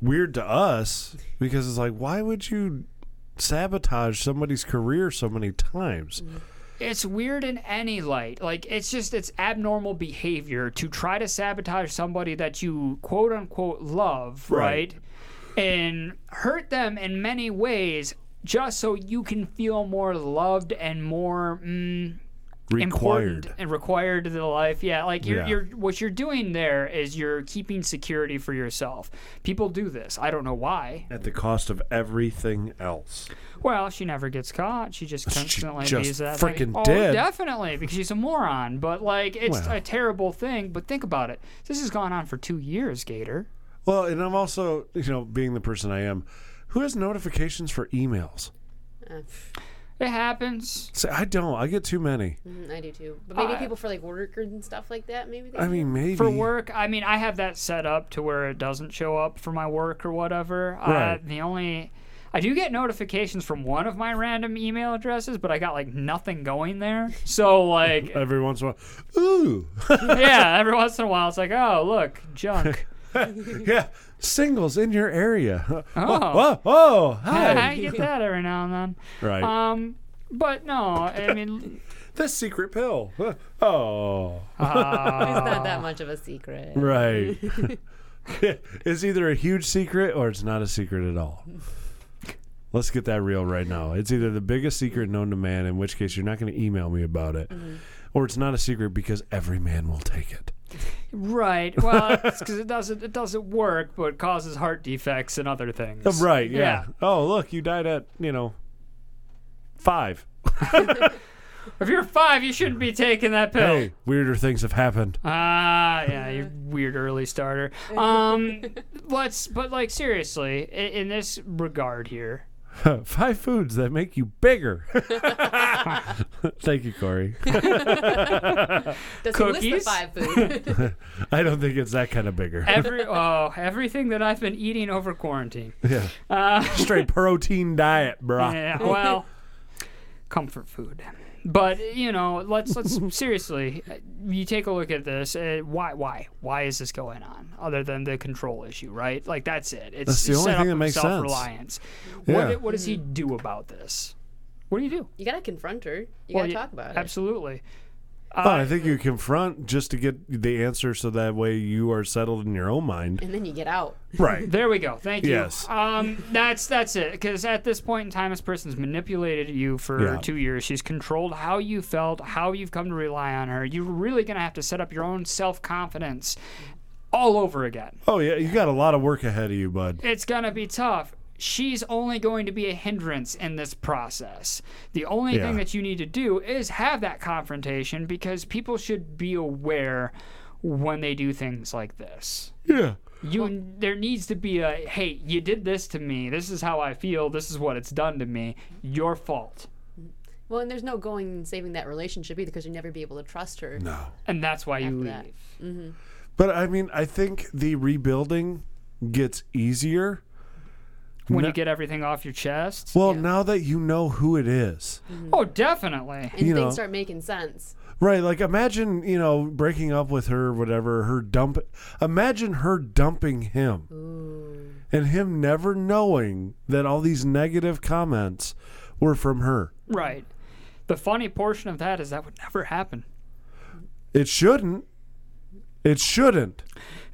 [SPEAKER 2] weird to us because it's like, why would you sabotage somebody's career so many times?
[SPEAKER 4] It's weird in any light. Like it's just it's abnormal behavior to try to sabotage somebody that you quote unquote love,
[SPEAKER 18] Right.
[SPEAKER 4] right? And hurt them in many ways just so you can feel more loved and more mm, important
[SPEAKER 18] Required.
[SPEAKER 4] and required to the life. Yeah, like you're,
[SPEAKER 18] Yeah.
[SPEAKER 4] you're what you're doing there is you're keeping security for yourself. People do this. I don't know why.
[SPEAKER 2] at the cost of everything else.
[SPEAKER 4] Well, she never gets caught. She
[SPEAKER 2] [laughs]
[SPEAKER 4] just constantly
[SPEAKER 2] just
[SPEAKER 4] leaves that.
[SPEAKER 2] freaking
[SPEAKER 4] oh,
[SPEAKER 2] dead.
[SPEAKER 4] definitely, because she's a moron. But like, it's
[SPEAKER 2] Well.
[SPEAKER 4] a terrible thing. But think about it. This has gone on for two years, Gator.
[SPEAKER 2] Well, and I'm also, you know, being the person I am, who has notifications for emails?
[SPEAKER 4] It happens.
[SPEAKER 2] See, I don't. I get too many.
[SPEAKER 3] Mm, I do too. But maybe
[SPEAKER 4] I-
[SPEAKER 3] people for like work and stuff like that. Maybe. They
[SPEAKER 2] I mean, maybe.
[SPEAKER 4] For work, I mean, I have that set up to where it doesn't show up for my work or whatever. Uh,
[SPEAKER 2] Right.
[SPEAKER 4] the only. I do get notifications from one of my random email addresses, but I got like nothing going
[SPEAKER 2] [laughs]
[SPEAKER 4] there. So like
[SPEAKER 2] every once in a
[SPEAKER 4] [laughs]
[SPEAKER 2] while, ooh,
[SPEAKER 4] yeah, every once in a while it's like, oh look, junk.
[SPEAKER 2] yeah, singles in your area. Oh,
[SPEAKER 4] Oh.
[SPEAKER 2] oh, oh,
[SPEAKER 4] I
[SPEAKER 2] hi.
[SPEAKER 4] get that every now and then.
[SPEAKER 2] Right.
[SPEAKER 4] Um, but no, I mean,
[SPEAKER 2] the secret pill. Oh,
[SPEAKER 3] [laughs] it's not
[SPEAKER 4] Ah.
[SPEAKER 2] [laughs]
[SPEAKER 3] [laughs] that much of a secret. [laughs]
[SPEAKER 2] right. it's either a huge secret or it's not a secret at all. Let's get that real right now. It's either the biggest secret known to man, in which case you're not going to email me about it,
[SPEAKER 4] Mm-hmm.
[SPEAKER 2] or it's not a secret because every man will take it.
[SPEAKER 4] right. Well, because it doesn't it doesn't work, but it causes heart defects and other things.
[SPEAKER 2] Uh, Right, yeah. Oh, look, you died at, you know, five.
[SPEAKER 4] If you're five, you shouldn't be taking that pill.
[SPEAKER 2] Hey, weirder things have happened.
[SPEAKER 4] Ah, yeah, you weird
[SPEAKER 3] [laughs]
[SPEAKER 4] early starter. Um, let's, but like seriously, in, in this
[SPEAKER 3] [laughs]
[SPEAKER 4] regard here,
[SPEAKER 2] [laughs] five foods that make you bigger. [laughs] Thank you, Corey. [laughs]
[SPEAKER 3] Does he list the Cookies? five food?
[SPEAKER 2] I don't think it's that kind of bigger.
[SPEAKER 4] [laughs] every oh, everything that I've been eating over quarantine.
[SPEAKER 2] [laughs] yeah.
[SPEAKER 4] Uh, [laughs]
[SPEAKER 2] Straight protein diet, bruh.
[SPEAKER 4] Yeah, well, comfort food. But you know, let's let's [laughs] seriously, uh, you take a look at this. Uh, why why why is this going on? Other than the control issue, right? Like that's it. It's
[SPEAKER 2] That's the only
[SPEAKER 4] set
[SPEAKER 2] thing
[SPEAKER 4] up
[SPEAKER 2] that
[SPEAKER 4] of
[SPEAKER 2] makes sense.
[SPEAKER 4] self-reliance.
[SPEAKER 2] Yeah.
[SPEAKER 4] What what does he do about this? What do you do?
[SPEAKER 3] You gotta confront her. You
[SPEAKER 4] Well,
[SPEAKER 3] gotta
[SPEAKER 4] you-
[SPEAKER 3] talk about it.
[SPEAKER 4] Absolutely.
[SPEAKER 2] Well,
[SPEAKER 4] Uh,
[SPEAKER 2] I think you confront just to get the answer so that way you are settled in your own mind.
[SPEAKER 3] And then you get out.
[SPEAKER 2] Right.
[SPEAKER 4] There we go. Thank you.
[SPEAKER 2] Yes.
[SPEAKER 4] Um, that's that's it. Because at this point in time, this person's manipulated you for
[SPEAKER 2] Yeah.
[SPEAKER 4] two years. She's controlled how you felt, how you've come to rely on her. You're really gonna have to set up your own self confidence all over again.
[SPEAKER 2] Oh, yeah. You got a lot of work ahead of you, bud.
[SPEAKER 4] It's gonna be tough. She's only going to be a hindrance in this process. The only
[SPEAKER 2] Yeah.
[SPEAKER 4] thing that you need to do is have that confrontation because people should be aware when they do things like this.
[SPEAKER 2] Yeah.
[SPEAKER 4] You there needs to be a hey, you did this to me. This is how I feel. This is what it's done to me. Your fault.
[SPEAKER 3] Well, and there's no going and saving that relationship either because you never be able to trust her.
[SPEAKER 2] No.
[SPEAKER 4] And that's why you leave.
[SPEAKER 3] Mm-hmm.
[SPEAKER 2] But I mean, I think the rebuilding gets easier.
[SPEAKER 4] When
[SPEAKER 2] No-
[SPEAKER 4] you get everything off your chest.
[SPEAKER 2] well, now that you know who it is.
[SPEAKER 4] Oh, definitely.
[SPEAKER 3] And
[SPEAKER 2] You
[SPEAKER 3] things
[SPEAKER 2] know.
[SPEAKER 3] start making sense.
[SPEAKER 2] Right, like imagine, you know, breaking up with her, whatever, her dump imagine her dumping him. And him never knowing that all these negative comments were from her.
[SPEAKER 4] Right. The funny portion of that is that would never happen.
[SPEAKER 2] It shouldn't. It shouldn't.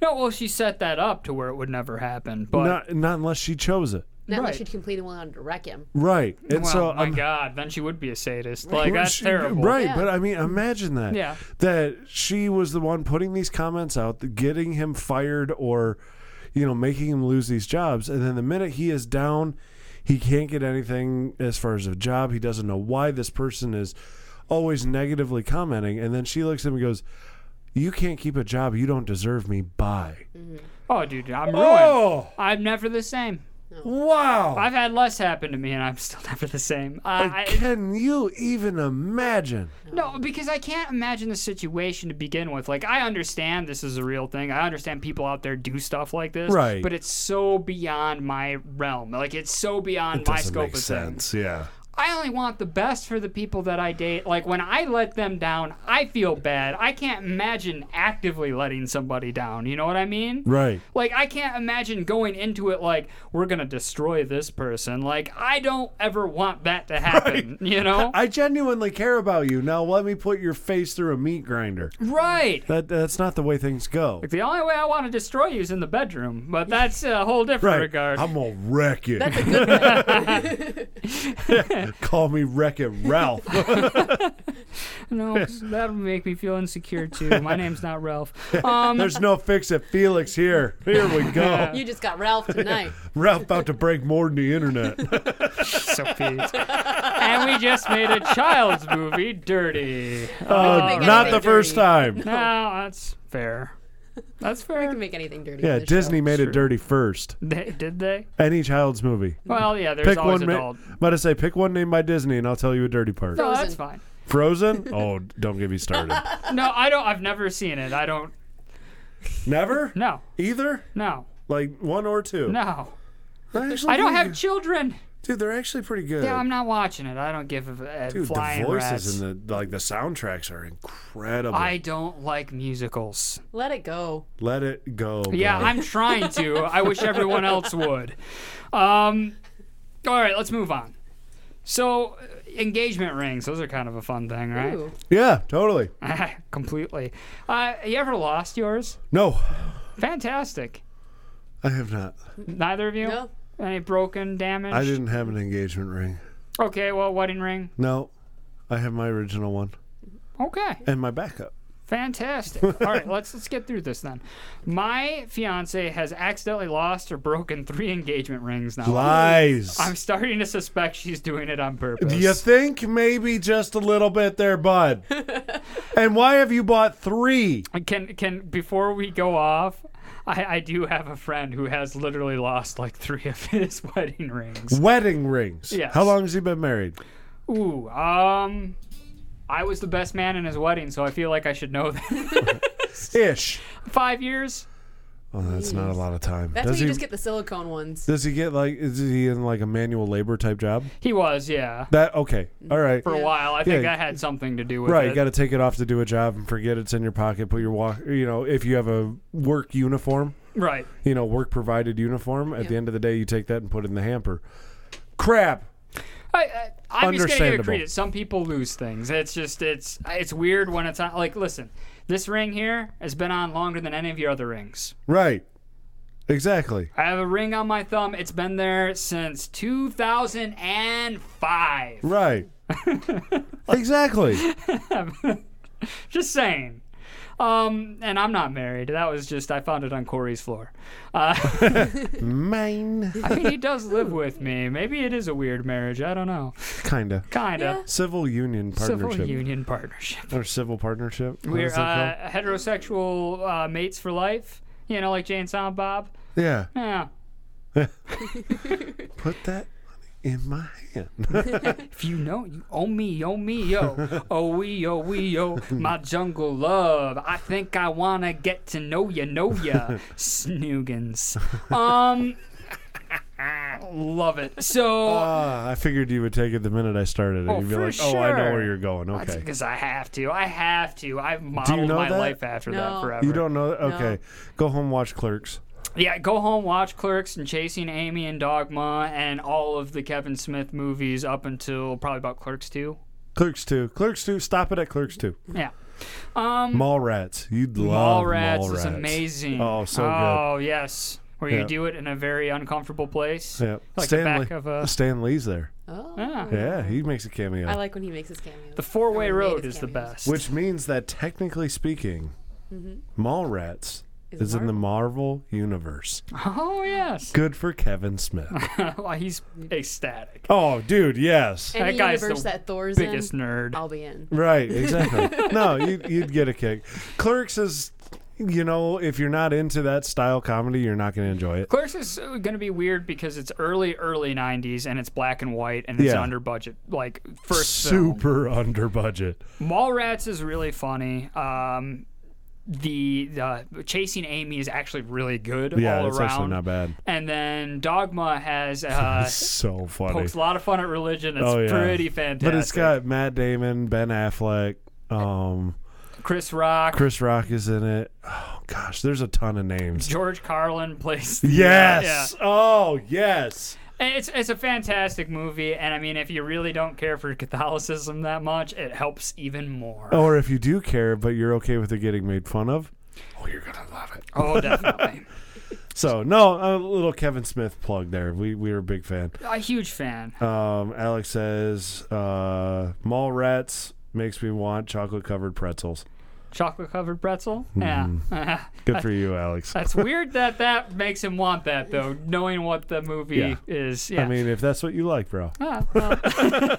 [SPEAKER 4] No, well, she set that up to where it would never happen. But
[SPEAKER 2] not not unless she chose it.
[SPEAKER 3] Not unless
[SPEAKER 4] Right.
[SPEAKER 3] she'd completely wanted to wreck him.
[SPEAKER 2] Right. And
[SPEAKER 4] well,
[SPEAKER 2] so
[SPEAKER 4] my
[SPEAKER 2] uh, I'm-
[SPEAKER 4] God, then she would be a sadist.
[SPEAKER 3] Right.
[SPEAKER 4] Like
[SPEAKER 2] Well,
[SPEAKER 4] that's
[SPEAKER 2] she-
[SPEAKER 4] terrible.
[SPEAKER 2] Right, but I mean, imagine that.
[SPEAKER 4] Yeah.
[SPEAKER 2] That she was the one putting these comments out, th- getting him fired or, you know, making him lose these jobs. And then the minute he is down, he can't get anything as far as a job. He doesn't know why this person is always negatively commenting. And then she looks at him and goes, You can't keep a job. You don't deserve me. Bye.
[SPEAKER 4] Oh, dude, I'm ruined.
[SPEAKER 2] Oh!
[SPEAKER 4] I'm never the same.
[SPEAKER 2] Wow.
[SPEAKER 4] I've had less happen to me, and I'm still [laughs] never the same. Uh, I,
[SPEAKER 2] Can you even imagine?
[SPEAKER 4] No, because I can't imagine the situation to begin with. Like, I understand this is a real thing. I understand people out there do stuff like this.
[SPEAKER 2] Right.
[SPEAKER 4] But it's so beyond my realm. Like, it's so beyond
[SPEAKER 2] It
[SPEAKER 4] my
[SPEAKER 2] doesn't
[SPEAKER 4] scope
[SPEAKER 2] make
[SPEAKER 4] of things.
[SPEAKER 2] sense. Yeah.
[SPEAKER 4] I only want the best for the people that I date. Like when I let them down, I feel bad. I can't imagine actively letting somebody down. You know what I mean?
[SPEAKER 2] Right.
[SPEAKER 4] Like I can't imagine going into it like we're gonna destroy this person. Like I don't ever want that
[SPEAKER 2] [laughs]
[SPEAKER 4] to happen. [laughs] You know?
[SPEAKER 2] I genuinely care about you. Now let me put your face through a meat grinder.
[SPEAKER 4] Right.
[SPEAKER 2] That that's not the way things go.
[SPEAKER 4] The only way I want to destroy you is in the bedroom, but that's a whole different
[SPEAKER 2] Right.
[SPEAKER 4] regard.
[SPEAKER 2] I'm gonna wreck it. That's a good Call me Wreck It [laughs]
[SPEAKER 4] [laughs]
[SPEAKER 2] Ralph. [laughs]
[SPEAKER 4] no, 'cause that'll make me feel insecure too. My name's not Ralph.
[SPEAKER 2] [laughs]
[SPEAKER 4] Um,
[SPEAKER 2] There's no fix it, Felix. Here, here we go.
[SPEAKER 4] [laughs]
[SPEAKER 3] You just got Ralph tonight.
[SPEAKER 2] Ralph about to break more than the
[SPEAKER 4] [laughs]
[SPEAKER 2] internet. Uh,
[SPEAKER 4] Sophie. and we just made a child's movie dirty.
[SPEAKER 2] Uh, not the first time.
[SPEAKER 4] No, that's fair. That's fair. We
[SPEAKER 3] can make anything dirty.
[SPEAKER 2] Yeah, Disney made it dirty first.
[SPEAKER 4] They, did they?
[SPEAKER 2] Any child's movie.
[SPEAKER 4] Well, yeah, there's
[SPEAKER 2] pick
[SPEAKER 4] always
[SPEAKER 2] one.
[SPEAKER 4] adult.
[SPEAKER 2] Ma- about to say, pick one named by Disney, and I'll tell you a dirty part.
[SPEAKER 4] No, that's fine.
[SPEAKER 2] Frozen?
[SPEAKER 4] [laughs]
[SPEAKER 2] Oh, don't get me started.
[SPEAKER 4] No, I don't. I've never seen it. I don't.
[SPEAKER 2] Never?
[SPEAKER 4] No.
[SPEAKER 2] Either?
[SPEAKER 4] No.
[SPEAKER 2] Like one or two?
[SPEAKER 4] No.
[SPEAKER 2] They're actually
[SPEAKER 4] I don't
[SPEAKER 2] pretty
[SPEAKER 4] have
[SPEAKER 2] good.
[SPEAKER 4] children.
[SPEAKER 2] Dude, they're actually pretty good.
[SPEAKER 4] Yeah, I'm not watching it. I don't give a, a
[SPEAKER 2] Dude,
[SPEAKER 4] flying
[SPEAKER 2] the voices
[SPEAKER 4] rat's.
[SPEAKER 2] and the like the soundtracks are incredible.
[SPEAKER 4] I don't like musicals.
[SPEAKER 3] [laughs] Let it go.
[SPEAKER 2] Let it go.
[SPEAKER 4] yeah,
[SPEAKER 2] bro.
[SPEAKER 4] I'm trying to. I wish everyone else would. Um, all right, let's move on. So, uh, engagement rings. Those are kind of a fun thing, right?
[SPEAKER 3] Ooh.
[SPEAKER 2] Yeah, totally.
[SPEAKER 4] [laughs] Completely. Uh, you ever lost yours?
[SPEAKER 2] No,
[SPEAKER 4] Fantastic.
[SPEAKER 2] I have not.
[SPEAKER 4] Neither of you?
[SPEAKER 3] No.
[SPEAKER 4] Any broken, damaged?
[SPEAKER 2] I didn't have an engagement ring.
[SPEAKER 4] Okay, well, wedding ring.
[SPEAKER 2] No, I have my original one
[SPEAKER 4] Okay.
[SPEAKER 2] and my backup. [laughs]
[SPEAKER 4] Fantastic. All right, let's let's get through this then. My fiance has accidentally lost or broken three engagement rings now.
[SPEAKER 2] Lies.
[SPEAKER 4] I'm starting to suspect she's doing it on purpose.
[SPEAKER 2] Do you think maybe just a little bit there, bud? and why have you bought three?
[SPEAKER 4] Can can before we go off, I, I do have a friend who has literally lost like three of his [laughs] wedding rings.
[SPEAKER 2] Wedding rings.
[SPEAKER 4] Yes.
[SPEAKER 2] How long has he been married?
[SPEAKER 4] Ooh, um, I was the best man in his wedding, so I feel like I should know that. [laughs]
[SPEAKER 2] Ish.
[SPEAKER 4] Five years.
[SPEAKER 2] Oh, that's not a lot of time.
[SPEAKER 3] That's
[SPEAKER 2] does
[SPEAKER 3] when you
[SPEAKER 2] he,
[SPEAKER 3] just get the silicone ones.
[SPEAKER 2] Does he get like? Is he in like a manual labor type job?
[SPEAKER 4] He was, yeah.
[SPEAKER 2] That okay?
[SPEAKER 3] Mm.
[SPEAKER 2] All right.
[SPEAKER 4] For a while, I think
[SPEAKER 2] Yeah.
[SPEAKER 4] that had something to do with
[SPEAKER 2] Right,
[SPEAKER 4] it.
[SPEAKER 2] you got to take it off to do a job and forget it's in your pocket. Put your walk, you know, if you have a work uniform,
[SPEAKER 4] Right.
[SPEAKER 2] you know, work provided uniform. At the
[SPEAKER 4] Yeah.
[SPEAKER 2] end of the day, you take that and put it in the hamper. Crap.
[SPEAKER 4] I, I, I'm just gonna give it
[SPEAKER 2] Understandable.
[SPEAKER 4] credit. Some people lose things. It's just it's it's weird when it's on. Like, listen, this ring here has been on longer than any of your other rings.
[SPEAKER 2] Right. Exactly.
[SPEAKER 4] I have a ring on my thumb. It's been there since 2005. [laughs]
[SPEAKER 2] Right. exactly.
[SPEAKER 4] Just saying. Um, and I'm not married. That was just I found it on Corey's floor. Uh,
[SPEAKER 2] [laughs] Mine.
[SPEAKER 4] [laughs] I mean, he does live with me. Maybe it is a weird marriage. I don't know.
[SPEAKER 2] Kinda.
[SPEAKER 4] Kinda.
[SPEAKER 2] Civil union partnership.
[SPEAKER 4] Civil union partnership.
[SPEAKER 2] Or civil partnership. What
[SPEAKER 4] We're
[SPEAKER 2] is that
[SPEAKER 4] uh, heterosexual uh, mates for life. You know, like Jane and Silent Bob.
[SPEAKER 2] called? yeah.
[SPEAKER 4] Yeah. [laughs]
[SPEAKER 2] Put that money in my
[SPEAKER 4] [laughs]
[SPEAKER 2] hand.
[SPEAKER 4] if you know, you owe me, owe me, yo.
[SPEAKER 2] [laughs]
[SPEAKER 4] Oh, we, oh, we, oh, my jungle love. I think I want to get to know ya, know
[SPEAKER 2] [laughs]
[SPEAKER 4] ya. Snoogans. Um, love it. So,
[SPEAKER 2] Ah, I figured you would take it the minute I started it.
[SPEAKER 4] Oh,
[SPEAKER 2] You'd be
[SPEAKER 4] for
[SPEAKER 2] like, oh, I know
[SPEAKER 4] sure.
[SPEAKER 2] where you're going. Okay.
[SPEAKER 4] because I have to. I have to. I've modeled
[SPEAKER 2] know
[SPEAKER 4] my
[SPEAKER 2] that?
[SPEAKER 4] life after that forever.
[SPEAKER 2] You don't know? that?
[SPEAKER 4] No.
[SPEAKER 2] Okay. Go home, watch Clerks.
[SPEAKER 4] Yeah, go home, watch Clerks and Chasing Amy and Dogma and all of the Kevin Smith movies up until probably about Clerks 2.
[SPEAKER 2] Clerks 2. Clerks 2. Stop it at Clerks 2.
[SPEAKER 4] Yeah. Um,
[SPEAKER 2] Mall Rats. You'd love
[SPEAKER 4] Mallrats
[SPEAKER 2] Mall
[SPEAKER 4] is
[SPEAKER 2] Rats.
[SPEAKER 4] amazing.
[SPEAKER 2] Oh, so
[SPEAKER 4] Oh, yes. Where you
[SPEAKER 2] Yeah.
[SPEAKER 4] do it in a very uncomfortable place.
[SPEAKER 2] good. Yeah.
[SPEAKER 4] Like
[SPEAKER 2] Stan,
[SPEAKER 4] the
[SPEAKER 2] Lee-
[SPEAKER 4] back of a.
[SPEAKER 2] Stan Lee's there.
[SPEAKER 3] Oh.
[SPEAKER 2] Yeah, he makes a cameo.
[SPEAKER 3] I like when he makes his cameo.
[SPEAKER 4] The four way road is the best.
[SPEAKER 2] Which means that technically speaking,
[SPEAKER 3] Mhm.
[SPEAKER 2] Mallrats
[SPEAKER 4] Is
[SPEAKER 2] is, in the Marvel universe.
[SPEAKER 4] [laughs] Oh, yes.
[SPEAKER 2] Good for Kevin Smith.
[SPEAKER 4] well, he's ecstatic.
[SPEAKER 2] oh, dude, yes.
[SPEAKER 3] Any
[SPEAKER 4] that guy's the
[SPEAKER 3] universe that Thor's
[SPEAKER 4] biggest
[SPEAKER 3] in,
[SPEAKER 4] nerd.
[SPEAKER 3] I'll be in.
[SPEAKER 2] Right, exactly.
[SPEAKER 3] [laughs]
[SPEAKER 2] no, you'd, you'd get a kick. Clerks is, you know, if you're not into that style comedy, you're not going to enjoy it.
[SPEAKER 4] Clerks is going to be weird because it's early, early 90s and it's black and white and it's
[SPEAKER 2] Yeah.
[SPEAKER 4] under budget. Like, first film.
[SPEAKER 2] Super under budget.
[SPEAKER 4] Mallrats is really funny. Um, the uh, chasing Amy is actually really good
[SPEAKER 2] Yeah,
[SPEAKER 4] all
[SPEAKER 2] it's
[SPEAKER 4] around.
[SPEAKER 2] actually not bad.
[SPEAKER 4] And then Dogma
[SPEAKER 2] [laughs]
[SPEAKER 4] has uh,
[SPEAKER 2] It's so funny.
[SPEAKER 4] pokes a lot of fun at religion. It's
[SPEAKER 2] oh, yeah.
[SPEAKER 4] pretty fantastic.
[SPEAKER 2] But it's got Matt Damon, Ben Affleck, um,
[SPEAKER 4] Chris Rock,
[SPEAKER 2] Chris Rock is in it. Oh gosh, there's a ton of names.
[SPEAKER 4] George Carlin plays. uh,
[SPEAKER 2] Yes.
[SPEAKER 4] Yeah.
[SPEAKER 2] Oh yes.
[SPEAKER 4] And It's it's a fantastic movie, and I mean, if you really don't care for Catholicism that much, it helps even more.
[SPEAKER 2] Or if you do care, but you're okay with it getting made fun of.
[SPEAKER 4] Oh, you're gonna love it. [laughs] Oh, definitely.
[SPEAKER 2] So no, a little Kevin Smith plug there. We we were a big fan.
[SPEAKER 4] a huge fan.
[SPEAKER 2] Um, Alex says, uh, "Mall rats makes me want chocolate covered pretzels."
[SPEAKER 4] Chocolate covered pretzel. Yeah.
[SPEAKER 2] Mm. Hmm. [laughs] Good for you,
[SPEAKER 4] [laughs]
[SPEAKER 2] Alex.
[SPEAKER 4] That's weird that that makes him want that though, knowing what the movie is. Yeah.
[SPEAKER 2] [laughs] I mean, if that's what you like, bro.
[SPEAKER 3] Ah, well. [laughs]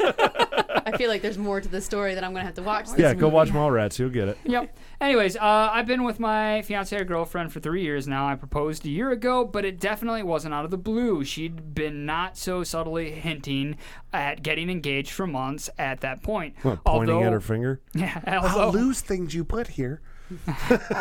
[SPEAKER 3] I feel like there's more to the story that I'm gonna have to watch. This
[SPEAKER 2] yeah, go
[SPEAKER 3] movie.
[SPEAKER 2] watch Mall rats. You'll get it.
[SPEAKER 4] Yep. Anyways, uh, I've been with my fiancee or girlfriend for three years now. I proposed a year ago, but it definitely wasn't out of the blue. She'd been not so subtly hinting at getting engaged for months at that point.
[SPEAKER 2] What, pointing
[SPEAKER 4] Although-
[SPEAKER 2] at her finger.
[SPEAKER 4] Yeah, [laughs] although-
[SPEAKER 2] lose things you put here.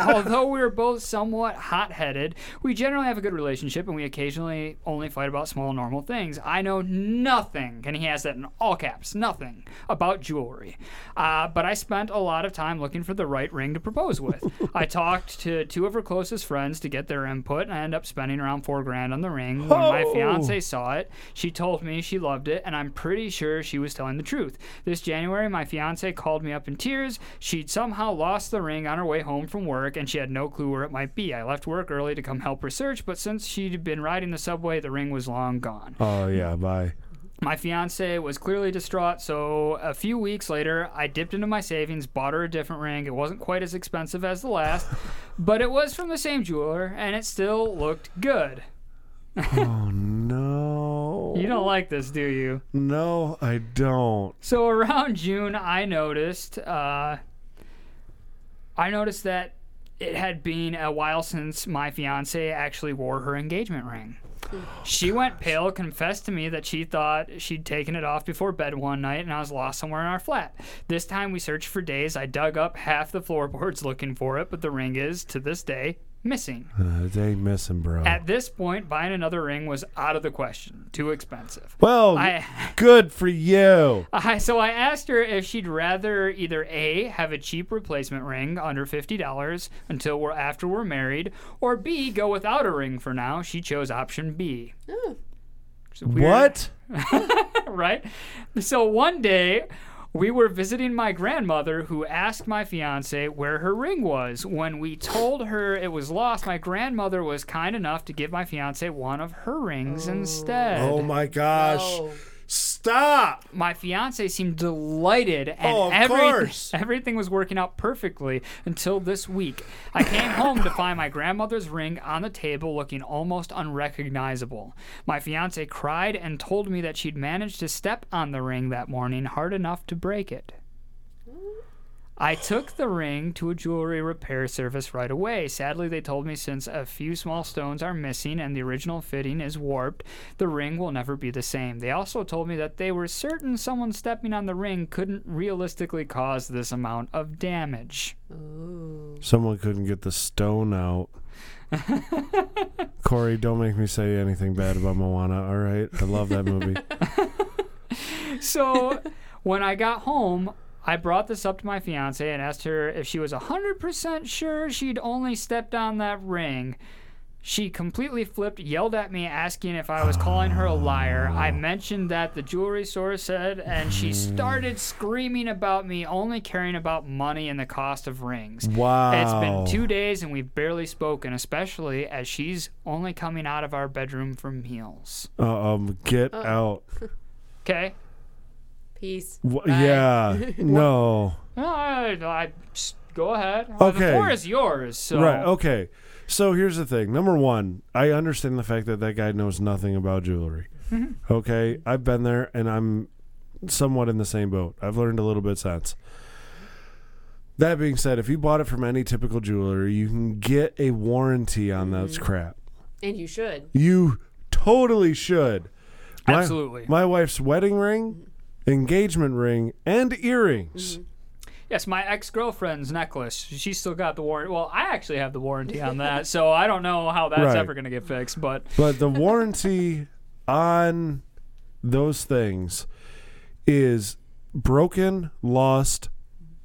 [SPEAKER 4] Although we were both somewhat hot headed, we generally have a good relationship and we occasionally only fight about small, normal things. I know nothing, and he has that in all caps, nothing about jewelry. Uh, but I spent a lot of time looking for the right ring to propose with. I talked to two of her closest friends to get their input, and I ended up spending around four grand on the ring. When my
[SPEAKER 10] Oh.
[SPEAKER 4] fiance saw it, she told me she loved it, and I'm pretty sure she was telling the truth. This January, my fiance called me up in tears. She'd somehow lost the ring on her way home from work, and she had no clue where it might be. I left work early to come help her search, but since she'd been riding the subway, the ring was long gone.
[SPEAKER 2] Oh yeah, bye.
[SPEAKER 4] My fiance was clearly distraught, so a few weeks later, I dipped into my savings, bought her a different ring. It wasn't quite as expensive as the last, but it was from the same jeweler, and it still looked good.
[SPEAKER 2] oh no.
[SPEAKER 4] You don't like this, do you?
[SPEAKER 2] No, I don't.
[SPEAKER 4] So [laughs] around June, I noticed, uh, I noticed that it had been a while since my fiance actually wore her engagement ring. She went pale, confessed to me that she thought she'd taken it off before bed one night, and I was lost somewhere in our flat. This time we searched for days. I dug up half the floorboards [laughs] looking for it, but the ring is, to this day, missing.
[SPEAKER 2] Uh, they missing, bro.
[SPEAKER 4] At this point, buying another ring was out of the question. Too expensive.
[SPEAKER 2] well,
[SPEAKER 4] I-
[SPEAKER 2] good
[SPEAKER 4] [laughs]
[SPEAKER 2] for you.
[SPEAKER 4] I, Uh, so I asked her if she'd rather either A, have a cheap replacement ring under $50 until we're after we're married, or B, go without a ring for now. She chose option B. It's weird,
[SPEAKER 2] What?
[SPEAKER 4] [laughs] right? So one day we were visiting my grandmother who asked my fiance where her ring was. When we told her it was lost, my grandmother was kind enough to give my fiance one of her rings instead.
[SPEAKER 2] Oh my gosh. Stop!
[SPEAKER 4] My fiance seemed delighted, and
[SPEAKER 2] Oh, of
[SPEAKER 4] every-
[SPEAKER 2] course.
[SPEAKER 4] [laughs] everything was working out perfectly until this week. I came home to find my grandmother's ring on the table looking almost unrecognizable. My fiance cried and told me that she'd managed to step on the ring that morning hard enough to break it. I took the ring to a jewelry repair service right away. Sadly, they told me since a few small stones are missing and the original fitting is warped, the ring will never be the same. They also told me that they were certain someone stepping on the ring couldn't realistically cause this amount of damage.
[SPEAKER 2] Someone couldn't get the stone out. Corey, don't make me say anything bad about Moana. All right, I love that movie.
[SPEAKER 4] [laughs] so when I got home, I brought this up to my fiance and asked her if she was 100% sure she'd only stepped on that ring. She completely flipped, yelled at me, asking if I was calling her a liar. I mentioned that the jewelry store said, and she started screaming about me only caring about money and the cost of rings. It's
[SPEAKER 2] Wow.
[SPEAKER 4] been two days and we've barely spoken, especially as she's only coming out of our bedroom for meals.
[SPEAKER 2] Uh, um, get
[SPEAKER 4] Uh-oh.
[SPEAKER 2] out.
[SPEAKER 4] Oh. [laughs] Okay?
[SPEAKER 3] Peace.
[SPEAKER 2] Wha [laughs] Yeah,
[SPEAKER 4] [laughs]
[SPEAKER 2] no.
[SPEAKER 4] No, I, I- psst, go ahead. Uh,
[SPEAKER 2] Okay.
[SPEAKER 4] The floor is yours. So.
[SPEAKER 2] Right. Okay. So here's the thing. Number one, I understand the fact that that guy knows nothing about jewelry.
[SPEAKER 4] Mhm.
[SPEAKER 2] okay. I've been there, and I'm somewhat in the same boat. I've learned a little bit since. That being said, if you bought it from any typical jeweler, you can get a warranty on those crap.
[SPEAKER 3] And you should.
[SPEAKER 2] You totally should. My-
[SPEAKER 4] Absolutely.
[SPEAKER 2] My, wife's wedding ring, engagement ring, and earrings
[SPEAKER 4] Yes, my ex girlfriend's necklace. She still got the warranty. Well, I actually have the warranty on that, so I don't know how that's
[SPEAKER 2] Right.
[SPEAKER 4] ever going to get fixed. But
[SPEAKER 2] But the warranty on those things is broken, lost,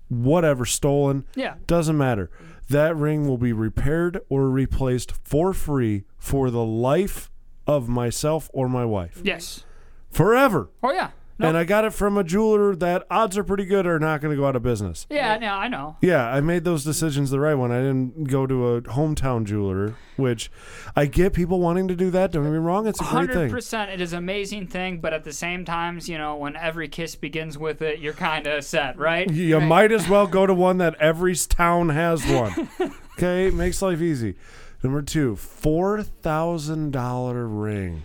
[SPEAKER 2] whatever, stolen.
[SPEAKER 4] Yeah.
[SPEAKER 2] Doesn't matter. That ring will be repaired or replaced for free for the life of myself or my wife.
[SPEAKER 4] yes.
[SPEAKER 2] Forever.
[SPEAKER 4] Oh yeah.
[SPEAKER 2] And I got it from a jeweler that odds are pretty good are not going to go out of business.
[SPEAKER 4] Yeah. No, I know.
[SPEAKER 2] Yeah, I made those decisions the right one. I didn't go to a hometown jeweler, which I get people wanting to do that. Don't get me wrong, it's a great
[SPEAKER 4] Hundred
[SPEAKER 2] thing.
[SPEAKER 4] percent, it is an amazing thing, but at the same times, you know, when every kiss begins with it, you're kind of set, right?
[SPEAKER 2] You might as well go to one that every town
[SPEAKER 4] [laughs]
[SPEAKER 2] has one. okay, it makes life easy. Number two, four thousand dollar ring.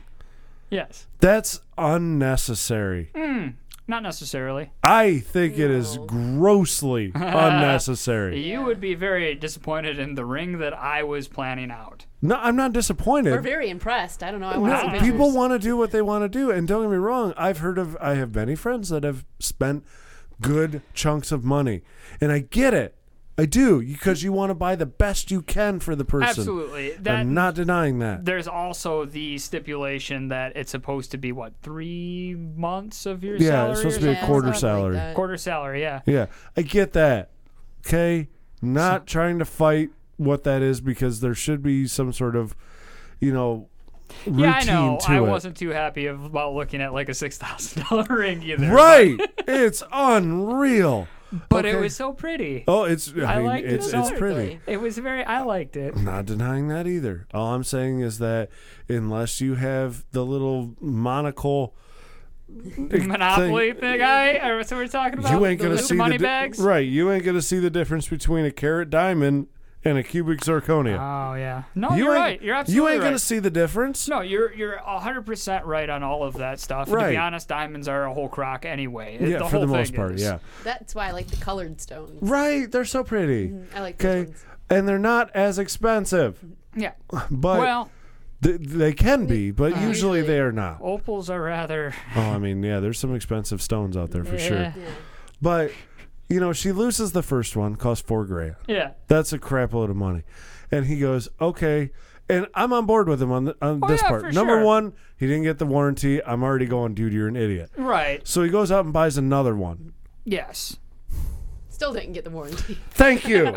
[SPEAKER 4] Yes.
[SPEAKER 2] That's unnecessary.
[SPEAKER 4] Mm, not necessarily. [laughs]
[SPEAKER 2] I think it is grossly unnecessary.
[SPEAKER 4] You would be very disappointed in the ring that I was planning out.
[SPEAKER 2] No, I'm not disappointed.
[SPEAKER 3] We're very impressed. I don't know. I want some
[SPEAKER 2] No,
[SPEAKER 3] pictures.
[SPEAKER 2] people want to do what they want to do, and don't get me wrong. I've heard of. I have many friends that have spent good chunks of money, and I get it. I do because you want to buy the best you can for the person.
[SPEAKER 4] Absolutely. That-
[SPEAKER 2] I'm not denying that.
[SPEAKER 4] There's also the stipulation that it's supposed to be what three months of your
[SPEAKER 2] Yeah,
[SPEAKER 4] salary.
[SPEAKER 2] it's supposed
[SPEAKER 4] or
[SPEAKER 2] to be a
[SPEAKER 4] something
[SPEAKER 2] quarter
[SPEAKER 4] like that?
[SPEAKER 2] salary. Yeah.
[SPEAKER 4] quarter salary, yeah.
[SPEAKER 2] Yeah, I get that. Okay, not trying to fight what that is because there should be some sort of, you know, routine
[SPEAKER 4] yeah, I know.
[SPEAKER 2] to
[SPEAKER 4] I
[SPEAKER 2] it.
[SPEAKER 4] wasn't too happy of- about looking at like a six thousand dollar [laughs] ring either.
[SPEAKER 2] right. it's unreal.
[SPEAKER 4] [laughs] But it
[SPEAKER 2] Okay.
[SPEAKER 4] was so pretty.
[SPEAKER 2] Oh, it's. I, mean,
[SPEAKER 4] liked
[SPEAKER 2] it's,
[SPEAKER 4] it.
[SPEAKER 2] it's pretty.
[SPEAKER 4] It was very. I liked
[SPEAKER 2] [laughs]
[SPEAKER 4] it.
[SPEAKER 2] Not denying that either. All I'm saying is that unless you have the little monocle
[SPEAKER 4] Monopoly thing. I. Or so we're talking about.
[SPEAKER 2] you ain't
[SPEAKER 4] the
[SPEAKER 2] gonna
[SPEAKER 4] little
[SPEAKER 2] see
[SPEAKER 4] money
[SPEAKER 2] the di-
[SPEAKER 4] bags.
[SPEAKER 2] right. You ain't gonna see the difference between a carat diamond and a cubic zirconia.
[SPEAKER 4] Oh yeah. No,
[SPEAKER 2] You
[SPEAKER 4] you are
[SPEAKER 2] ain't-
[SPEAKER 4] right. You're
[SPEAKER 2] you
[SPEAKER 4] absolutely
[SPEAKER 2] ain't
[SPEAKER 4] right.
[SPEAKER 2] gonna see the difference.
[SPEAKER 4] No, you're you're hundred percent right on all of that stuff. And to
[SPEAKER 2] Right.
[SPEAKER 4] be honest, diamonds are a whole crock anyway. It-
[SPEAKER 2] yeah,
[SPEAKER 4] the
[SPEAKER 2] for the
[SPEAKER 4] whole
[SPEAKER 2] most
[SPEAKER 4] thing
[SPEAKER 2] part.
[SPEAKER 4] is.
[SPEAKER 2] Yeah.
[SPEAKER 3] That's why I like the colored stones.
[SPEAKER 2] Right. They're so pretty.
[SPEAKER 3] I like those
[SPEAKER 2] Okay. And they're not as expensive,
[SPEAKER 4] Yeah.
[SPEAKER 2] but
[SPEAKER 4] well,
[SPEAKER 2] th- they can be. But usually they are not.
[SPEAKER 4] opals are rather.
[SPEAKER 2] Oh, I mean, yeah, there's some expensive stones out there for
[SPEAKER 4] Yeah.
[SPEAKER 2] sure.
[SPEAKER 4] Yeah.
[SPEAKER 2] But you know, she loses the first one, costs four grand.
[SPEAKER 4] Yeah.
[SPEAKER 2] that's a crap load of money. And he goes, okay. And I'm on board with him on, th- on this
[SPEAKER 4] Oh, yeah,
[SPEAKER 2] part.
[SPEAKER 4] for
[SPEAKER 2] Number
[SPEAKER 4] sure.
[SPEAKER 2] one, he didn't get the warranty. I'm already going, dude, you're an idiot.
[SPEAKER 4] Right.
[SPEAKER 2] So he goes out and buys another one.
[SPEAKER 4] Yes.
[SPEAKER 3] Still didn't get the warranty. [laughs]
[SPEAKER 4] [laughs]
[SPEAKER 2] Thank you.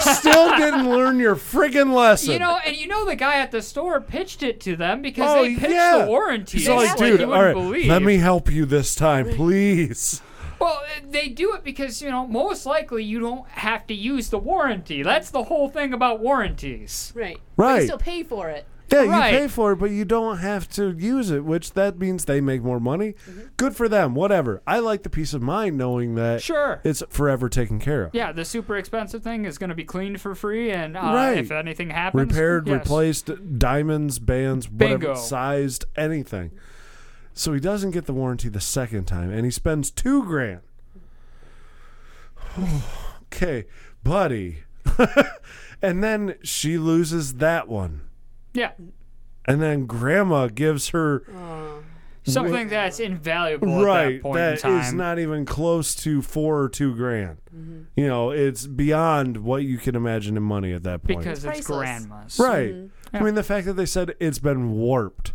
[SPEAKER 2] Still didn't learn your friggin' lesson.
[SPEAKER 4] You know, and you know the guy at the store pitched it to them because
[SPEAKER 2] oh,
[SPEAKER 4] they pitched
[SPEAKER 2] yeah.
[SPEAKER 4] the warranty.
[SPEAKER 2] He's
[SPEAKER 4] It's
[SPEAKER 2] like,
[SPEAKER 4] you
[SPEAKER 2] dude,
[SPEAKER 4] wouldn't
[SPEAKER 2] all right,
[SPEAKER 4] believe.
[SPEAKER 2] let me help you this time, please.
[SPEAKER 4] Well, uh, they do it because, you know, most likely you don't have to use the warranty. That's the whole thing about warranties.
[SPEAKER 3] Right.
[SPEAKER 2] Right.
[SPEAKER 3] But you still pay for it.
[SPEAKER 2] Yeah, you pay for it, but you don't have to use it, which that means they make more money.
[SPEAKER 4] Mm-hmm.
[SPEAKER 2] Good for them, whatever. I like the peace of mind knowing that
[SPEAKER 4] Sure.
[SPEAKER 2] it's forever taken care of.
[SPEAKER 4] Yeah, the super expensive thing is going to be cleaned for free, and uh,
[SPEAKER 2] Right.
[SPEAKER 4] if anything happens,
[SPEAKER 2] repaired,
[SPEAKER 4] yes.
[SPEAKER 2] replaced, diamonds, bands,
[SPEAKER 4] Bingo.
[SPEAKER 2] whatever, sized, anything. So he doesn't get the warranty the second time, and he spends two grand. [sighs] okay, buddy. [laughs] and then she loses that one,
[SPEAKER 4] Yeah,
[SPEAKER 2] and then Grandma gives her
[SPEAKER 4] something that's invaluable at
[SPEAKER 2] right
[SPEAKER 4] that point
[SPEAKER 2] that
[SPEAKER 4] in
[SPEAKER 2] is
[SPEAKER 4] time.
[SPEAKER 2] not even close to four or two grand. You know, it's beyond what you can imagine in money at that point.
[SPEAKER 4] Because it's Priceless. grandma's.
[SPEAKER 2] Right.
[SPEAKER 4] Mhm.
[SPEAKER 2] I mean, the fact that they said it's been warped.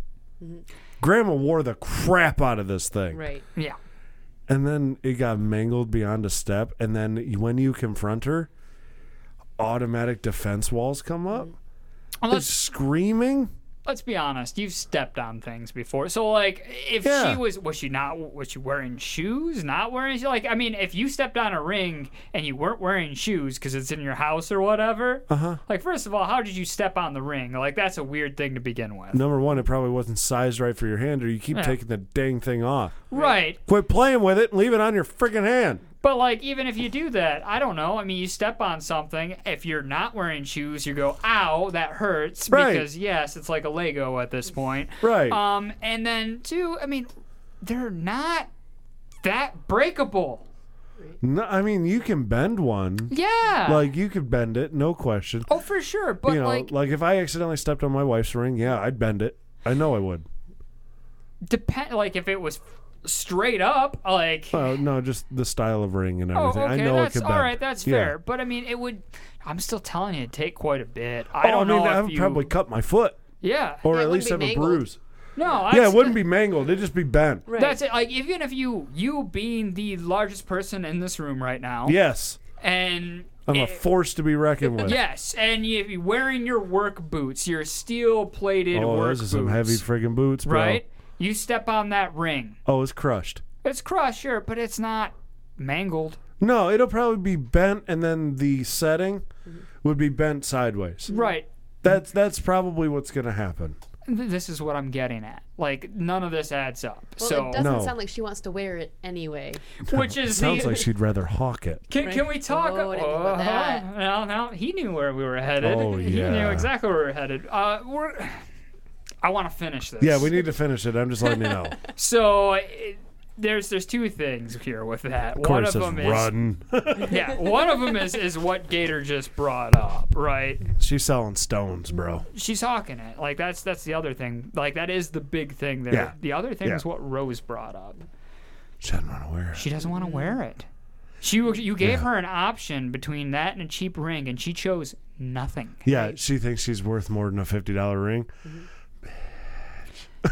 [SPEAKER 2] Grandma wore the crap out of this thing.
[SPEAKER 3] Right.
[SPEAKER 4] Yeah.
[SPEAKER 2] And then it got mangled beyond a step. And then y- when you confront her, automatic defense walls come up.
[SPEAKER 4] Unless-
[SPEAKER 2] It's screaming.
[SPEAKER 4] Let's be honest, you've stepped on things before. So like, if
[SPEAKER 2] Yeah.
[SPEAKER 4] she was was she not was she wearing shoes? Not wearing shoes? Like, I mean, if you stepped on a ring and you weren't wearing shoes because it's in your house or whatever,
[SPEAKER 2] Uh huh.
[SPEAKER 4] like first of all, how did you step on the ring? Like that's a weird thing to begin with.
[SPEAKER 2] Number one, it probably wasn't sized right for your hand, or you keep
[SPEAKER 4] Yeah.
[SPEAKER 2] taking the dang thing off.
[SPEAKER 4] Right.
[SPEAKER 2] Quit playing with it and leave it on your freaking hand.
[SPEAKER 4] But like even if you do that, I don't know. I mean, you step on something. If you're not wearing shoes, you go, "Ow, that hurts."
[SPEAKER 2] Right.
[SPEAKER 4] Because yes, it's like a Lego at this point.
[SPEAKER 2] Right.
[SPEAKER 4] Um, and then two, I mean, they're not that breakable.
[SPEAKER 2] No, I mean, you can bend one.
[SPEAKER 4] Yeah.
[SPEAKER 2] Like, you could bend it, no question.
[SPEAKER 4] Oh, for sure. But
[SPEAKER 2] you know,
[SPEAKER 4] like,
[SPEAKER 2] if I accidentally stepped on my wife's ring, yeah, I'd bend it. I know I would.
[SPEAKER 4] depend. Like if it was straight up. Like,
[SPEAKER 2] Well, no, just the style of ring and
[SPEAKER 4] oh,
[SPEAKER 2] everything.
[SPEAKER 4] okay,
[SPEAKER 2] I know
[SPEAKER 4] that's
[SPEAKER 2] it could
[SPEAKER 4] all
[SPEAKER 2] bend.
[SPEAKER 4] right. That's
[SPEAKER 2] Yeah.
[SPEAKER 4] fair. But I mean, it would. I'm still telling you, it'd take quite a bit. I
[SPEAKER 2] Oh,
[SPEAKER 4] don't
[SPEAKER 2] mean,
[SPEAKER 4] know
[SPEAKER 2] I
[SPEAKER 4] if
[SPEAKER 2] would
[SPEAKER 4] you.
[SPEAKER 2] probably cut my foot.
[SPEAKER 4] Yeah.
[SPEAKER 2] Or
[SPEAKER 4] Yeah, it
[SPEAKER 2] at
[SPEAKER 4] wouldn't
[SPEAKER 2] least
[SPEAKER 4] be
[SPEAKER 2] have
[SPEAKER 4] mangled.
[SPEAKER 2] a bruise.
[SPEAKER 4] No,
[SPEAKER 2] yeah,
[SPEAKER 4] that's-
[SPEAKER 2] it wouldn't be mangled. It'd just be bent.
[SPEAKER 4] That's it. Like, even if you, you being the largest person in this room right now.
[SPEAKER 2] Yes,
[SPEAKER 4] And
[SPEAKER 2] I'm a force to
[SPEAKER 4] [laughs]
[SPEAKER 2] be reckoned with.
[SPEAKER 4] Yes, and you- you're wearing your work boots, your steel plated
[SPEAKER 2] Oh,
[SPEAKER 4] work
[SPEAKER 2] those are
[SPEAKER 4] boots,
[SPEAKER 2] some heavy friggin' boots, bro.
[SPEAKER 4] right? You step on that ring.
[SPEAKER 2] Oh, it's crushed.
[SPEAKER 4] It's crushed, sure, but it's not mangled.
[SPEAKER 2] No, it'll probably be bent, and then the setting would be bent sideways.
[SPEAKER 4] Mm-hmm. Right.
[SPEAKER 2] That's that's probably what's gonna happen.
[SPEAKER 4] Th- This is what I'm getting at. Like none of this adds up.
[SPEAKER 3] Well,
[SPEAKER 4] so
[SPEAKER 3] it doesn't
[SPEAKER 2] No.
[SPEAKER 3] sound like she wants to wear it anyway.
[SPEAKER 4] Which is
[SPEAKER 2] sounds
[SPEAKER 4] the-
[SPEAKER 2] like she'd rather hawk it.
[SPEAKER 4] Can, can we talk?
[SPEAKER 3] Oh, I didn't think about
[SPEAKER 4] Uh-huh.
[SPEAKER 3] that.
[SPEAKER 4] Now, now he knew where we were headed.
[SPEAKER 2] Oh,
[SPEAKER 4] he knew
[SPEAKER 2] yeah.
[SPEAKER 4] exactly where we were headed. Uh, we're. I want to finish this.
[SPEAKER 2] Yeah, we need to finish it. I'm just letting
[SPEAKER 4] [laughs]
[SPEAKER 2] you know.
[SPEAKER 4] So it, there's there's two things here with that.
[SPEAKER 2] Of
[SPEAKER 4] one
[SPEAKER 2] course,
[SPEAKER 4] of
[SPEAKER 2] it's
[SPEAKER 4] them is
[SPEAKER 2] run.
[SPEAKER 4] [laughs] yeah, one of them is is what Gator just brought up, right?
[SPEAKER 2] She's selling stones, bro.
[SPEAKER 4] She's hawking it. Like that's that's the other thing. Like that is the big thing there.
[SPEAKER 2] Yeah.
[SPEAKER 4] The other thing
[SPEAKER 2] Yeah.
[SPEAKER 4] is what Rose brought up.
[SPEAKER 2] She doesn't want to wear it.
[SPEAKER 4] She doesn't want to wear it. She w- you gave her an option between that and a cheap ring, and she chose nothing.
[SPEAKER 2] Yeah, she thinks she's worth more than a fifty
[SPEAKER 4] [laughs]
[SPEAKER 2] dollar ring.
[SPEAKER 3] [laughs]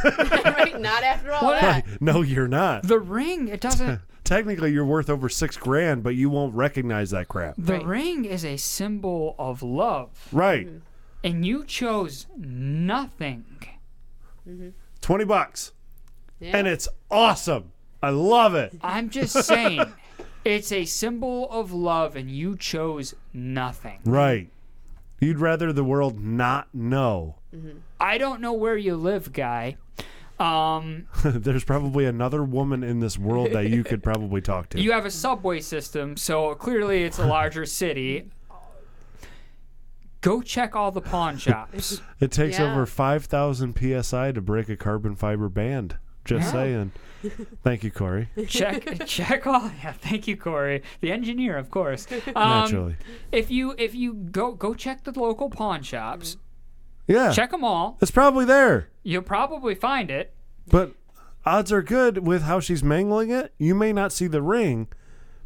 [SPEAKER 3] right? Not after all
[SPEAKER 4] Well,
[SPEAKER 3] that.
[SPEAKER 2] [laughs] no, you're not. [laughs]
[SPEAKER 4] The ring it doesn't.
[SPEAKER 2] Technically, you're worth over six grand, but you won't recognize that crap.
[SPEAKER 4] The ring is a symbol of love,
[SPEAKER 2] Right.
[SPEAKER 4] and you chose nothing.
[SPEAKER 3] Mm-hmm.
[SPEAKER 2] Twenty bucks,
[SPEAKER 4] Yeah.
[SPEAKER 2] and it's awesome. I
[SPEAKER 4] [laughs]
[SPEAKER 2] love it.
[SPEAKER 4] I'm just saying, it's a symbol of love, and you chose nothing.
[SPEAKER 2] Right. You'd rather the world not know.
[SPEAKER 4] I don't know where you live, guy. Um,
[SPEAKER 2] [laughs] There's probably another woman in this world that you could probably talk
[SPEAKER 4] [laughs]
[SPEAKER 2] to.
[SPEAKER 4] you have a subway system, so clearly it's a larger city. Go check all the
[SPEAKER 2] [laughs]
[SPEAKER 4] pawn shops.
[SPEAKER 2] It takes
[SPEAKER 4] Yeah.
[SPEAKER 2] over 5,000 psi to break a carbon fiber band. Just
[SPEAKER 4] Yeah. [laughs]
[SPEAKER 2] saying. Thank you, Corey.
[SPEAKER 4] check check all yeah thank you corey the engineer of course um,
[SPEAKER 2] Naturally.
[SPEAKER 4] if you if you go go check the local pawn shops
[SPEAKER 2] Yeah.
[SPEAKER 4] check them all
[SPEAKER 2] It's probably there.
[SPEAKER 4] you'll probably find it
[SPEAKER 2] But odds are good with how she's mangling it. You may not see the ring,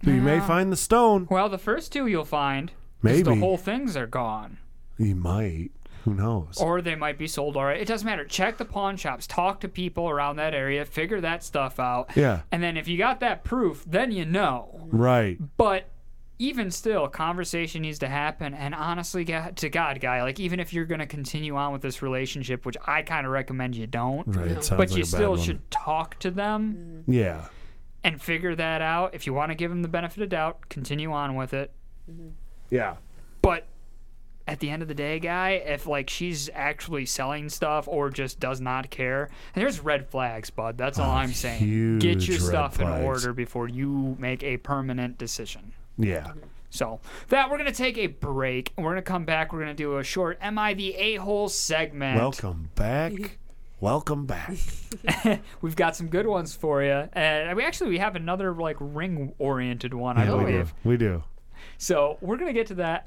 [SPEAKER 2] but you may
[SPEAKER 4] Yeah.
[SPEAKER 2] find the stone.
[SPEAKER 4] well the first two you'll find 'cause the
[SPEAKER 2] Maybe.
[SPEAKER 4] whole things are gone
[SPEAKER 2] You might. Who knows?
[SPEAKER 4] Or they might be sold already. It doesn't matter. Check the pawn shops, talk to people around that area, figure that stuff out.
[SPEAKER 2] Yeah.
[SPEAKER 4] And then if you got that proof, then you know.
[SPEAKER 2] Right.
[SPEAKER 4] But even still, conversation needs to happen. And honestly, ga- to God, guy, like even if you're going to continue on with this relationship, which I kind of recommend you don't,
[SPEAKER 2] Right, it No. sounds
[SPEAKER 4] but
[SPEAKER 2] like
[SPEAKER 4] you
[SPEAKER 2] a bad
[SPEAKER 4] still
[SPEAKER 2] one.
[SPEAKER 4] should talk to them
[SPEAKER 2] Yeah.
[SPEAKER 4] and figure that out. If you want to give them the benefit of doubt, continue on with it.
[SPEAKER 2] Yeah.
[SPEAKER 4] But at the end of the day, guy, if like she's actually selling stuff or just does not care, and there's red flags, bud. That's all I'm saying. Get
[SPEAKER 2] Oh, huge
[SPEAKER 4] your
[SPEAKER 2] red
[SPEAKER 4] stuff in
[SPEAKER 2] flags.
[SPEAKER 4] order before you make a permanent decision.
[SPEAKER 2] Yeah.
[SPEAKER 4] So that we're gonna take a break. and We're gonna come back. We're gonna do a short "Am I the a-hole?" segment.
[SPEAKER 2] Welcome
[SPEAKER 4] [laughs]
[SPEAKER 2] back. Welcome back.
[SPEAKER 4] We've got some good ones for you, and we actually we have another like ring-oriented one. I
[SPEAKER 2] Yeah, we do.
[SPEAKER 4] believe.
[SPEAKER 2] We do.
[SPEAKER 4] So we're gonna get to that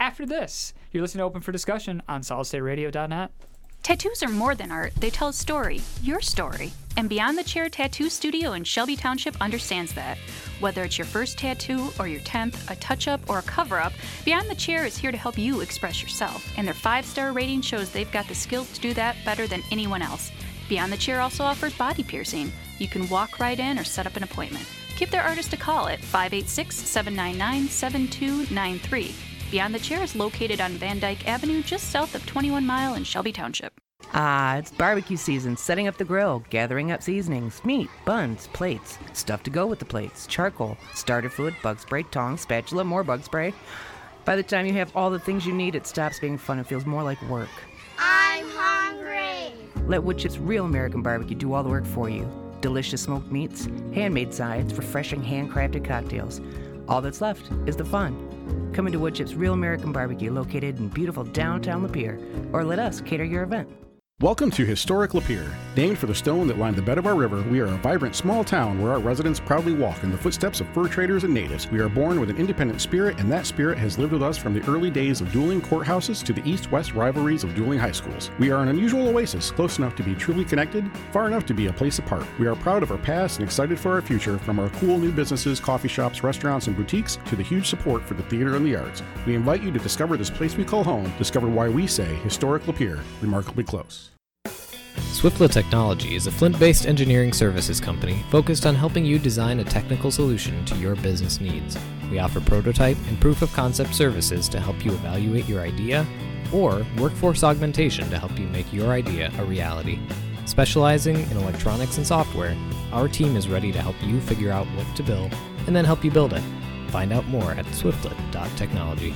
[SPEAKER 4] after this. You're listening to Open for Discussion on SolidStateRadio.net.
[SPEAKER 6] Tattoos are more than art, they tell a story, your story. And Beyond the Chair Tattoo Studio in Shelby Township understands that. Whether it's your first tattoo or your 10th, a touch up, or a cover up, Beyond the Chair is here to help you express yourself. And their five star rating shows they've got the skills to do that better than anyone else. Beyond the Chair also offers body piercing. You can walk right in or set up an appointment. Give their artist a call at 586 799 7293. Beyond the Chair is located on Van Dyke Avenue, just south of 21 Mile in Shelby Township.
[SPEAKER 7] Ah, it's barbecue season, setting up the grill, gathering up seasonings, meat, buns, plates, stuff to go with the plates, charcoal, starter fluid, bug spray, tongs, spatula, more bug spray. By the time you have all the things you need, it stops being fun and feels more like work.
[SPEAKER 20] I'm hungry.
[SPEAKER 7] Let Wood Chip's real American barbecue do all the work for you. Delicious smoked meats, handmade sides, refreshing handcrafted cocktails. All that's left is the fun. Come into Wood Chip's Real American Barbecue located in beautiful downtown Lapeer or let us cater your event.
[SPEAKER 9] Welcome to historic Lapeer. Named for the stone that lined the bed of our river, we are a vibrant small town where our residents proudly walk in the footsteps of fur traders and natives. We are born with an independent spirit, and that spirit has lived with us from the early days of dueling courthouses to the east west rivalries of dueling high schools. We are an unusual oasis, close enough to be truly connected, far enough to be a place apart. We are proud of our past and excited for our future, from our cool new businesses, coffee shops, restaurants, and boutiques to the huge support for the theater and the arts. We invite you to discover this place we call home, discover why we say historic Lapeer, remarkably close.
[SPEAKER 10] Swiftlet Technology is a Flint based engineering services company focused on helping you design a technical solution to your business needs. We offer prototype and proof of concept services to help you evaluate your idea or workforce augmentation to help you make your idea a reality. Specializing in electronics and software, our team is ready to help you figure out what to build and then help you build it. Find out more at swiftlet.technology.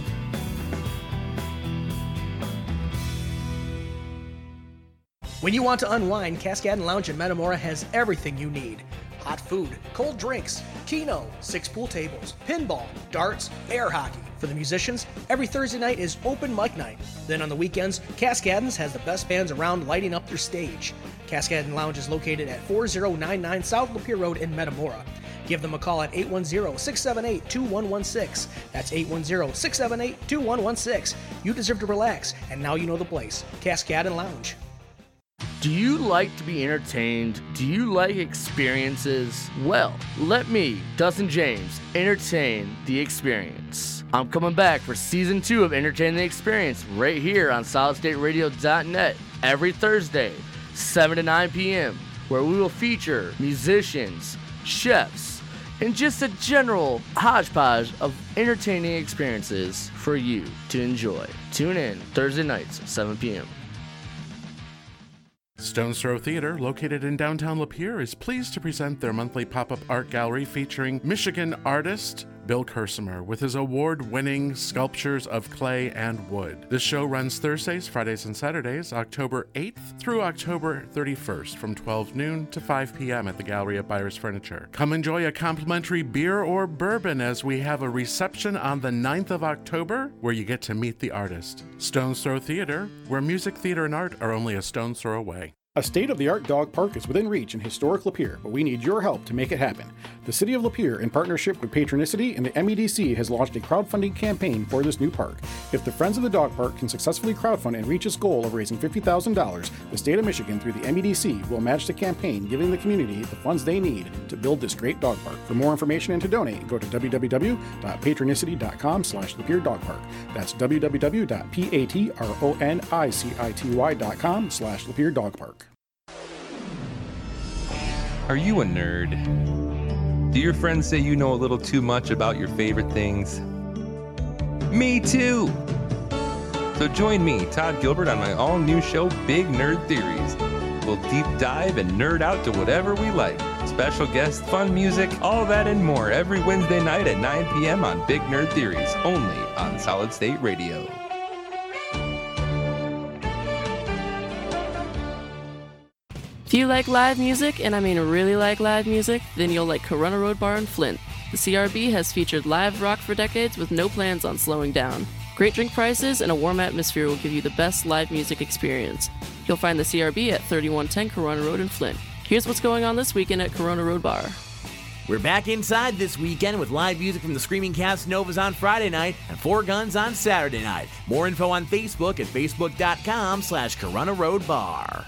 [SPEAKER 11] When you want to unwind, Cascade Lounge in Metamora has everything you need hot food, cold drinks, keno, six pool tables, pinball, darts, air hockey. For the musicians, every Thursday night is open mic night. Then on the weekends, Cascadens has the best bands around lighting up their stage. Cascaden Lounge is located at 4099 South Lapeer Road in Metamora. Give them a call at 810 678 2116. That's 810 678 2116. You deserve to relax, and now you know the place Cascaden Lounge.
[SPEAKER 12] Do you like to be entertained? Do you like experiences? Well, let me, Dustin James, entertain the experience. I'm coming back for season two of Entertain the Experience right here on solidstateradio.net every Thursday, 7 to 9 p.m., where we will feature musicians, chefs, and just a general hodgepodge of entertaining experiences for you to enjoy. Tune in Thursday nights, 7 p.m.
[SPEAKER 13] Stone's Throw Theater, located in downtown Lapeer, is pleased to present their monthly pop up art gallery featuring Michigan artist Bill Kersimer with his award winning sculptures of clay and wood. The show runs Thursdays, Fridays, and Saturdays, October 8th through October 31st from 12 noon to 5 p.m. at the Gallery of Buyers Furniture. Come enjoy a complimentary beer or bourbon as we have a reception on the 9th of October where you get to meet the artist. Stone's Throw Theater, where music, theater, and art are only a stone's throw away.
[SPEAKER 9] A state of the art dog park is within reach in historic Lapeer, but we need your help to make it happen. The City of Lapeer, in partnership with Patronicity and the MEDC, has launched a crowdfunding campaign for this new park. If the Friends of the Dog Park can successfully crowdfund and reach its goal of raising $50,000, the state of Michigan, through the MEDC, will match the campaign, giving the community the funds they need to build this great dog park. For more information and to donate, go to www.patronicity.com slash Lapeer Dog Park. That's www.patronicity.com slash Lapeer Dog Park.
[SPEAKER 14] Are you a nerd? Do your friends say you know a little too much about your favorite things? Me too! So join me, Todd Gilbert, on my all new show, Big Nerd Theories. We'll deep dive and nerd out to whatever we like. Special guests, fun music, all that and more every Wednesday night at 9 p.m. on Big Nerd Theories, only on Solid State Radio.
[SPEAKER 15] If you like live music, and I mean really like live music, then you'll like Corona Road Bar in Flint. The CRB has featured live rock for decades with no plans on slowing down. Great drink prices and a warm atmosphere will give you the best live music experience. You'll find the CRB at 3110 Corona Road in Flint. Here's what's going on this weekend at Corona Road Bar.
[SPEAKER 16] We're back inside this weekend with live music from the Screaming Casanovas on Friday night and Four Guns on Saturday night. More info on Facebook at facebook.com slash Corona Road Bar.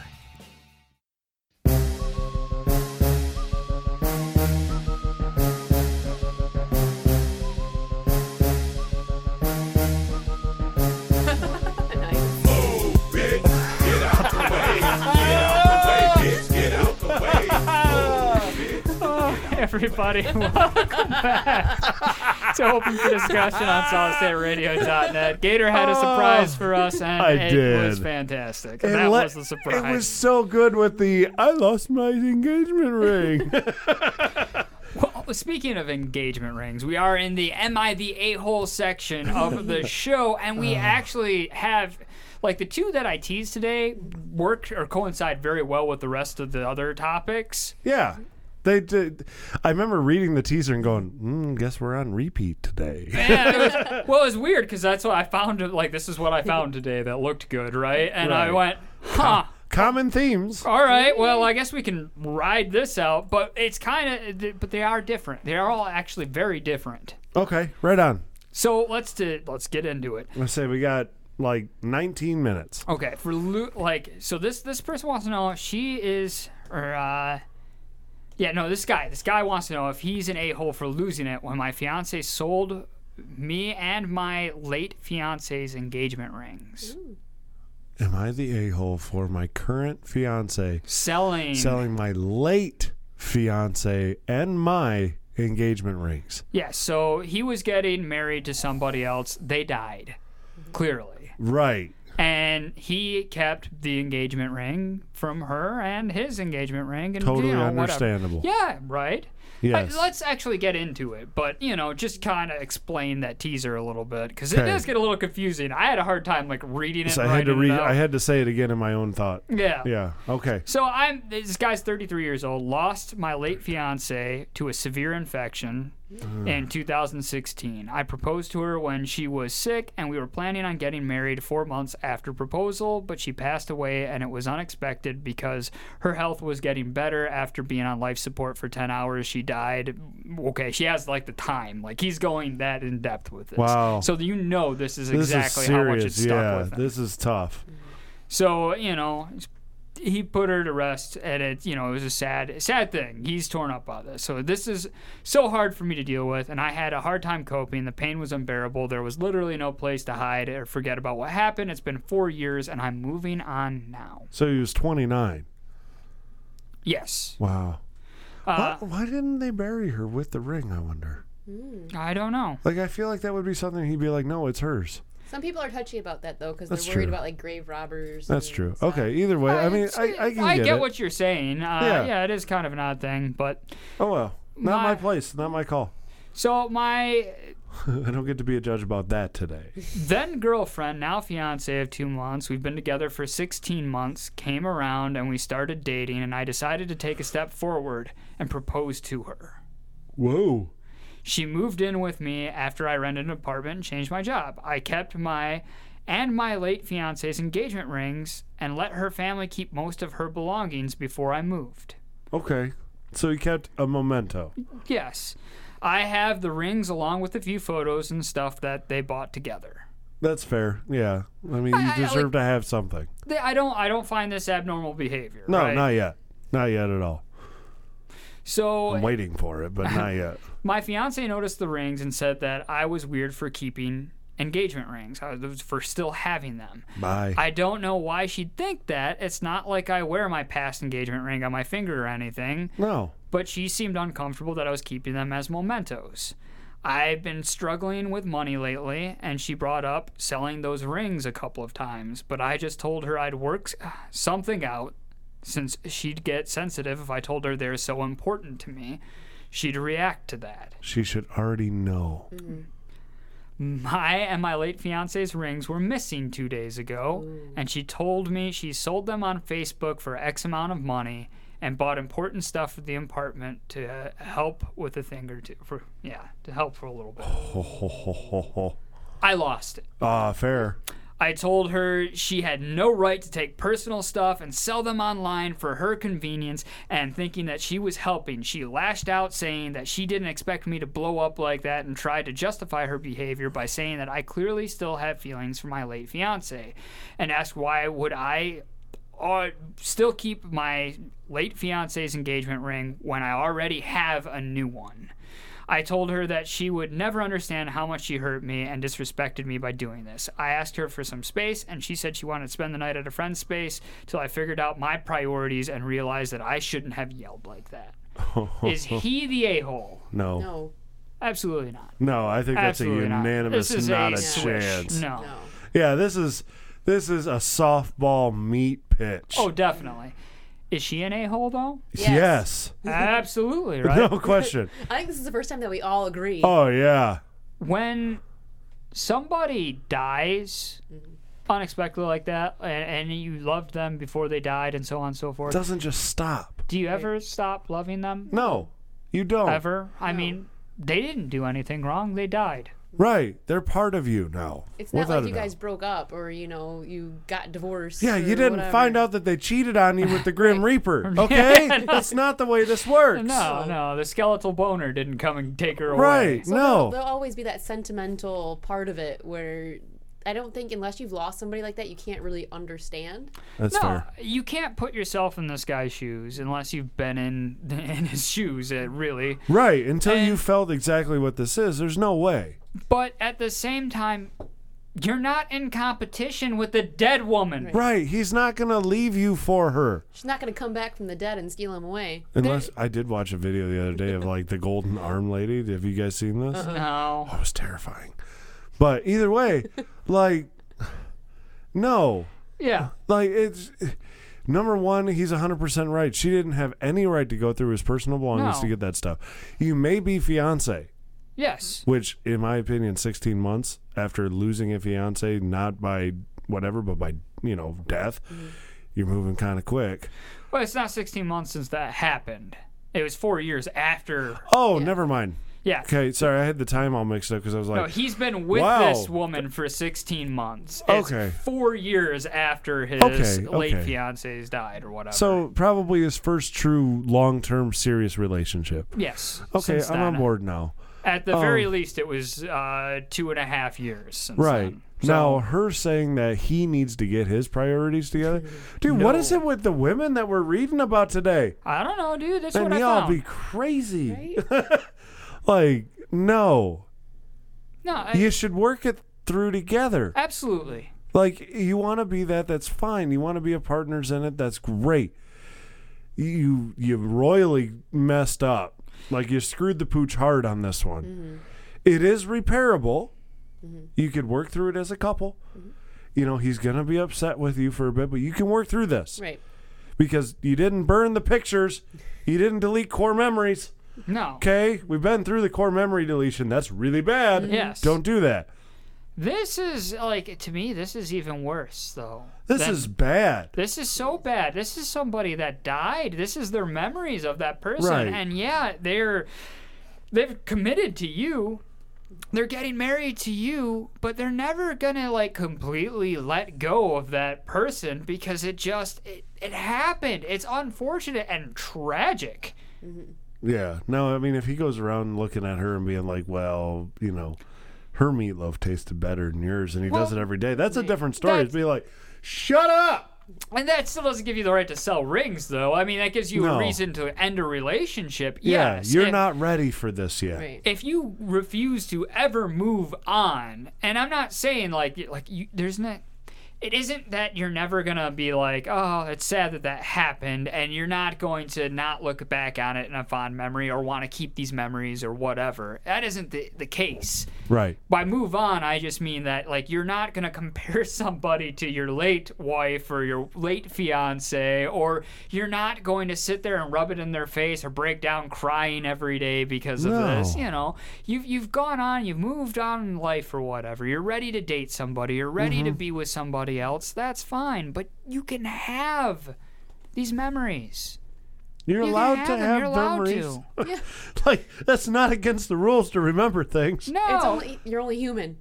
[SPEAKER 17] Oh, Everybody, [laughs] welcome back to Open for Discussion on SolidStateRadio.net. Gator had a surprise for us, and
[SPEAKER 2] I
[SPEAKER 17] it was
[SPEAKER 2] did.
[SPEAKER 17] fantastic.
[SPEAKER 2] It
[SPEAKER 17] that
[SPEAKER 2] le-
[SPEAKER 17] was the surprise.
[SPEAKER 2] It was so good with the I lost my
[SPEAKER 17] [laughs]
[SPEAKER 2] engagement ring.
[SPEAKER 17] Well, Oh, speaking of engagement rings, we are in the Am I the A hole section of
[SPEAKER 2] [laughs]
[SPEAKER 17] the show, and
[SPEAKER 2] Uh.
[SPEAKER 17] we actually have. Like the two that I teased today work or coincide very well with the rest of the other
[SPEAKER 2] [laughs]
[SPEAKER 17] topics.
[SPEAKER 2] yeah. They did. I remember reading the teaser and going, mm, "Guess we're on repeat today."
[SPEAKER 17] Yeah, it was, well, it was weird because that's what I found. Like this is what I found today that looked good, right? And I
[SPEAKER 2] Right.
[SPEAKER 17] went, huh?
[SPEAKER 2] Common themes.
[SPEAKER 4] All right. Well, I guess we can ride this out, but it's kind of, but they are different. They are all actually very different.
[SPEAKER 2] Okay, right on.
[SPEAKER 4] So let's do, let's get into it.
[SPEAKER 2] Let's say we got like 19 minutes.
[SPEAKER 4] Okay, for Lu- like, so this this person wants to know if she is, or uh, yeah, no, this guy, this guy wants to know if he's an a hole for losing it when my fiance sold me and my late fiance's engagement rings.
[SPEAKER 2] Am I the a hole for my current fiance
[SPEAKER 4] Selling.
[SPEAKER 2] selling my late fiance and my engagement rings?
[SPEAKER 4] Yeah, so he was getting married to somebody else. They died, clearly.
[SPEAKER 2] Right.
[SPEAKER 4] And he kept the engagement ring from her and his engagement ring. And,
[SPEAKER 2] Totally
[SPEAKER 4] you know, whatever.
[SPEAKER 2] understandable.
[SPEAKER 4] Yeah, right?
[SPEAKER 2] Yes.
[SPEAKER 4] I- let's actually get into it, but, you know, just kind of explain that teaser a little bit because it
[SPEAKER 2] Okay.
[SPEAKER 4] does get a little confusing. I had a hard time, like, reading it.
[SPEAKER 2] So I
[SPEAKER 4] and
[SPEAKER 2] had to
[SPEAKER 4] writing it
[SPEAKER 2] re-
[SPEAKER 4] out.
[SPEAKER 2] I had to say it again in my own thought.
[SPEAKER 4] Yeah.
[SPEAKER 2] Yeah. Okay.
[SPEAKER 4] So I'm this guy's 33 years old. Lost my late fiance to a severe infection
[SPEAKER 2] Mm.
[SPEAKER 4] in 2016. I proposed to her when she was sick, and we were planning on getting married four months after proposal. But she passed away, and it was unexpected because her health was getting better after being on life support for 10 hours. She died. Okay, she has like the time. Like he's going that in depth with this.
[SPEAKER 2] Wow.
[SPEAKER 4] So you know this is
[SPEAKER 2] This
[SPEAKER 4] exactly
[SPEAKER 2] is
[SPEAKER 4] how
[SPEAKER 2] serious.
[SPEAKER 4] much it's stuck
[SPEAKER 2] yeah.
[SPEAKER 4] with.
[SPEAKER 2] This is tough.
[SPEAKER 4] So you know, he put her to rest, and it you know it was a sad sad thing. He's torn up by this, so this is so hard for me to deal with, and I had a hard time coping. The pain was unbearable. There was literally no place to hide or forget about what happened. It's been four years, and I'm moving on now.
[SPEAKER 2] So he was 29.
[SPEAKER 4] Yes.
[SPEAKER 2] Wow.
[SPEAKER 4] Uh,
[SPEAKER 2] why, why didn't they bury her with the ring? I wonder.
[SPEAKER 3] Hmm.
[SPEAKER 4] I don't know.
[SPEAKER 2] Like I feel like that would be something he'd be like, no, it's hers.
[SPEAKER 3] Some people are touchy about that though because
[SPEAKER 2] That's
[SPEAKER 3] they're worried
[SPEAKER 2] true.
[SPEAKER 3] about like grave robbers.
[SPEAKER 2] That's
[SPEAKER 3] and-
[SPEAKER 2] true. Okay. Either way, I mean, I, I can
[SPEAKER 4] I
[SPEAKER 2] get,
[SPEAKER 4] get,
[SPEAKER 2] it.
[SPEAKER 4] what you're saying. Uh,
[SPEAKER 2] Yeah.
[SPEAKER 4] yeah. it is kind of an odd thing, but
[SPEAKER 2] Oh well. Not
[SPEAKER 4] My-
[SPEAKER 2] my, place. Not my call.
[SPEAKER 4] so my
[SPEAKER 2] [laughs] I don't get to be a judge about that today.
[SPEAKER 4] then girlfriend, now fiance of two months, we've been together for 16 months, came around and we started dating, and I decided to take a step forward and propose to her.
[SPEAKER 2] Whoa.
[SPEAKER 4] She moved in with me after I rented an apartment and changed my job. I kept my and my late fiance's engagement rings and let her family keep most of her belongings before I moved.
[SPEAKER 2] Okay. So he kept a memento.
[SPEAKER 4] Yes, I have the rings along with a few photos and stuff that they bought together.
[SPEAKER 2] That's fair. Yeah. I mean, you
[SPEAKER 4] I- I [laughs]
[SPEAKER 2] deserve
[SPEAKER 4] like-
[SPEAKER 2] to have something.
[SPEAKER 4] They- I don't I don't find this abnormal behavior.
[SPEAKER 2] No,
[SPEAKER 4] right?
[SPEAKER 2] not yet. Not yet at all.
[SPEAKER 4] So
[SPEAKER 2] I'm waiting for it, but
[SPEAKER 4] [laughs]
[SPEAKER 2] not yet.
[SPEAKER 4] My fiance noticed the rings and said that I was weird for keeping engagement rings, I was for still having them.
[SPEAKER 2] Bye.
[SPEAKER 4] I don't know why she'd think that. It's not like I wear my past engagement ring on my finger or anything.
[SPEAKER 2] No.
[SPEAKER 4] But she seemed uncomfortable that I was keeping them as mementos. I've been struggling with money lately, and she brought up selling those rings a couple of times, but I just told her I'd work s- something out since she'd get sensitive if I told her they're so important to me. She'd react to that.
[SPEAKER 2] She should already know.
[SPEAKER 4] My and my late fiance's rings were missing two days ago, and she told me she sold them on Facebook for X amount of money and bought important stuff for the apartment to uh, help with a thing or two. For yeah, to help for a little bit.
[SPEAKER 2] Ho, ho, ho, ho,
[SPEAKER 4] Mm.
[SPEAKER 2] ho.
[SPEAKER 4] I lost it.
[SPEAKER 2] [laughs] Ah, fair.
[SPEAKER 4] I told her she had no right to take personal stuff and sell them online for her convenience, and thinking that she was helping, she lashed out, saying that she didn't expect me to blow up like that and tried to justify her behavior by saying that I clearly still have feelings for my late fiance and asked why would I uh, still keep my late fiance's engagement ring when I already have a new one. I told her that she would never understand how much she hurt me and disrespected me by doing this. I asked her for some space, and she said she wanted to spend the night at a friend's space till I figured out my priorities and realized that I shouldn't have yelled like
[SPEAKER 2] [laughs]
[SPEAKER 4] that. [laughs] Is he the a hole?
[SPEAKER 2] No. No,
[SPEAKER 3] No.
[SPEAKER 4] Absolutely not.
[SPEAKER 2] I Oh. think that's
[SPEAKER 4] Absolutely
[SPEAKER 2] a
[SPEAKER 4] not.
[SPEAKER 2] unanimous
[SPEAKER 4] This is
[SPEAKER 2] not
[SPEAKER 4] a
[SPEAKER 2] a,
[SPEAKER 4] swish.
[SPEAKER 2] chance.
[SPEAKER 4] No. No.
[SPEAKER 2] Yeah, this is this is a softball meat pitch.
[SPEAKER 4] Oh, definitely. Is she an a hole though?
[SPEAKER 2] Yes.
[SPEAKER 4] [laughs]
[SPEAKER 2] [laughs]
[SPEAKER 4] Absolutely,
[SPEAKER 2] No
[SPEAKER 4] right?
[SPEAKER 2] question.
[SPEAKER 3] I think this is the first time that we all agree.
[SPEAKER 2] Oh yeah.
[SPEAKER 4] when somebody dies unexpectedly like that and, and you loved them before they died and so on and so forth
[SPEAKER 2] Doesn't just stop.
[SPEAKER 4] do you ever stop loving them
[SPEAKER 2] No. You don't.
[SPEAKER 4] ever i mean they didn't do anything wrong they died
[SPEAKER 2] Right. They're part of you now.
[SPEAKER 3] It's not
[SPEAKER 2] without
[SPEAKER 3] like
[SPEAKER 2] a
[SPEAKER 3] you
[SPEAKER 2] doubt.
[SPEAKER 3] guys broke up or you know you got divorced.
[SPEAKER 2] Yeah,
[SPEAKER 3] or
[SPEAKER 2] you didn't
[SPEAKER 3] whatever.
[SPEAKER 2] find out that they cheated on you with the Grim Reaper.
[SPEAKER 4] [laughs]
[SPEAKER 2] Okay?
[SPEAKER 4] Yeah, no.
[SPEAKER 2] That's not the way this works.
[SPEAKER 4] No, no, the skeletal boner didn't come and take her away.
[SPEAKER 2] Right,
[SPEAKER 3] There'll, there'll always be that sentimental part of it where I don't think unless you've lost somebody like that, you can't really understand.
[SPEAKER 2] That's
[SPEAKER 4] no,
[SPEAKER 2] fair.
[SPEAKER 4] you can't put yourself in this guy's shoes unless you've been in [laughs] in his shoes, uh, really.
[SPEAKER 2] Right. Until you felt exactly what this is, there's no way.
[SPEAKER 4] But at the same time, you're not in competition with the dead woman.
[SPEAKER 2] Right. He's not going to leave you for her.
[SPEAKER 3] She's not going to come back from the dead and steal him away.
[SPEAKER 2] Unless I did watch a video the other day of like the golden arm lady. Have you guys seen this?
[SPEAKER 3] Uh-uh.
[SPEAKER 4] No.
[SPEAKER 2] Oh, it was terrifying. But either way, like, no.
[SPEAKER 4] Yeah.
[SPEAKER 2] Like, it's. Number one, he's 100% right. She didn't have any right to go through his personal belongings
[SPEAKER 4] No.
[SPEAKER 2] to get that stuff. You may be fiance,
[SPEAKER 4] Yes.
[SPEAKER 2] which, in my opinion, 16 months after losing a fiance, not by whatever, but by, you know, death,
[SPEAKER 4] Mm-hmm.
[SPEAKER 2] you're moving kind of quick.
[SPEAKER 4] Well, it's not 16 months since that happened. It was four years after.
[SPEAKER 2] Oh, never mind.
[SPEAKER 4] Yeah.
[SPEAKER 2] Okay, sorry, I had the time all mixed up because I was like,
[SPEAKER 4] no, he's been with
[SPEAKER 2] wow.
[SPEAKER 4] this woman for 16 months. It's
[SPEAKER 2] Okay.
[SPEAKER 4] Four years after his
[SPEAKER 2] Okay,
[SPEAKER 4] late
[SPEAKER 2] okay.
[SPEAKER 4] fiance's died or whatever.
[SPEAKER 2] So probably his first true long-term serious relationship.
[SPEAKER 4] Yes,
[SPEAKER 2] Okay,
[SPEAKER 4] since
[SPEAKER 2] I'm on
[SPEAKER 4] then.
[SPEAKER 2] board now.
[SPEAKER 4] At the
[SPEAKER 2] Um,
[SPEAKER 4] very least, it was uh, two and a half years. Since
[SPEAKER 2] Right.
[SPEAKER 4] then.
[SPEAKER 2] Now, her saying that he needs to get his priorities together. Dude, what is it with the women that we're reading about today?
[SPEAKER 4] I don't know, dude. That's
[SPEAKER 2] Man,
[SPEAKER 4] what I
[SPEAKER 2] y'all
[SPEAKER 4] found.
[SPEAKER 2] be crazy. [laughs] Like, no.
[SPEAKER 4] No, I,
[SPEAKER 2] you should work it through together.
[SPEAKER 4] absolutely.
[SPEAKER 2] Like you want to be that, that's fine. You want to be a partners in it, that's great. You you royally messed up. Like you screwed the pooch hard on this one. It is repairable. You could work through it as a couple. You know he's gonna be upset with you for a bit, but you can work through this
[SPEAKER 3] Right.
[SPEAKER 2] because you didn't burn the pictures. You didn't delete core memories.
[SPEAKER 4] No.
[SPEAKER 2] Okay, we've been through the core memory deletion. That's really bad.
[SPEAKER 4] Yes.
[SPEAKER 2] Don't do that.
[SPEAKER 4] This is like to me. This is even worse, though.
[SPEAKER 2] This
[SPEAKER 4] than-
[SPEAKER 2] is bad.
[SPEAKER 4] This is so bad. This is somebody that died. This is their memories of that person.
[SPEAKER 2] Right.
[SPEAKER 4] And yeah, they're they've committed to you. They're getting married to you, but they're never gonna like completely let go of that person because it just it, it happened. It's unfortunate and tragic.
[SPEAKER 2] Yeah. No, I mean, if he goes around looking at her and being like, well, you know, her meatloaf tasted better than yours, and he does it every day, that's a different story. It'd be like, shut up.
[SPEAKER 4] And that still doesn't give you the right to sell rings, though. I mean, that gives you
[SPEAKER 2] No.
[SPEAKER 4] a reason to end a relationship.
[SPEAKER 2] yeah,
[SPEAKER 4] yes,
[SPEAKER 2] you're
[SPEAKER 4] it-
[SPEAKER 2] not ready for this yet.
[SPEAKER 4] If you refuse to ever move on, and I'm not saying like like you, there's not. It isn't that you're never gonna be like, oh, it's sad that that happened, and you're not going to not look back on it in a fond memory or want to keep these memories or whatever. That isn't the, the case.
[SPEAKER 2] Right.
[SPEAKER 4] By move on, I just mean that like you're not gonna compare [laughs] somebody to your late wife or your late fiance, or you're not going to sit there and rub it in their face or break down crying every day because of this.
[SPEAKER 6] No.
[SPEAKER 4] You know, you've you've gone on, you've moved on in life or whatever. You're ready to date somebody. You're ready to
[SPEAKER 2] Mm-hmm.
[SPEAKER 6] Mhm.
[SPEAKER 4] be with somebody else. That's fine, but you can have these memories.
[SPEAKER 2] You're
[SPEAKER 4] You can
[SPEAKER 2] allowed to
[SPEAKER 4] them,
[SPEAKER 2] have
[SPEAKER 4] you're allowed
[SPEAKER 2] memories.
[SPEAKER 4] [laughs] to.
[SPEAKER 2] [laughs] like, that's not against the rules to remember things.
[SPEAKER 3] It's only, you're only human.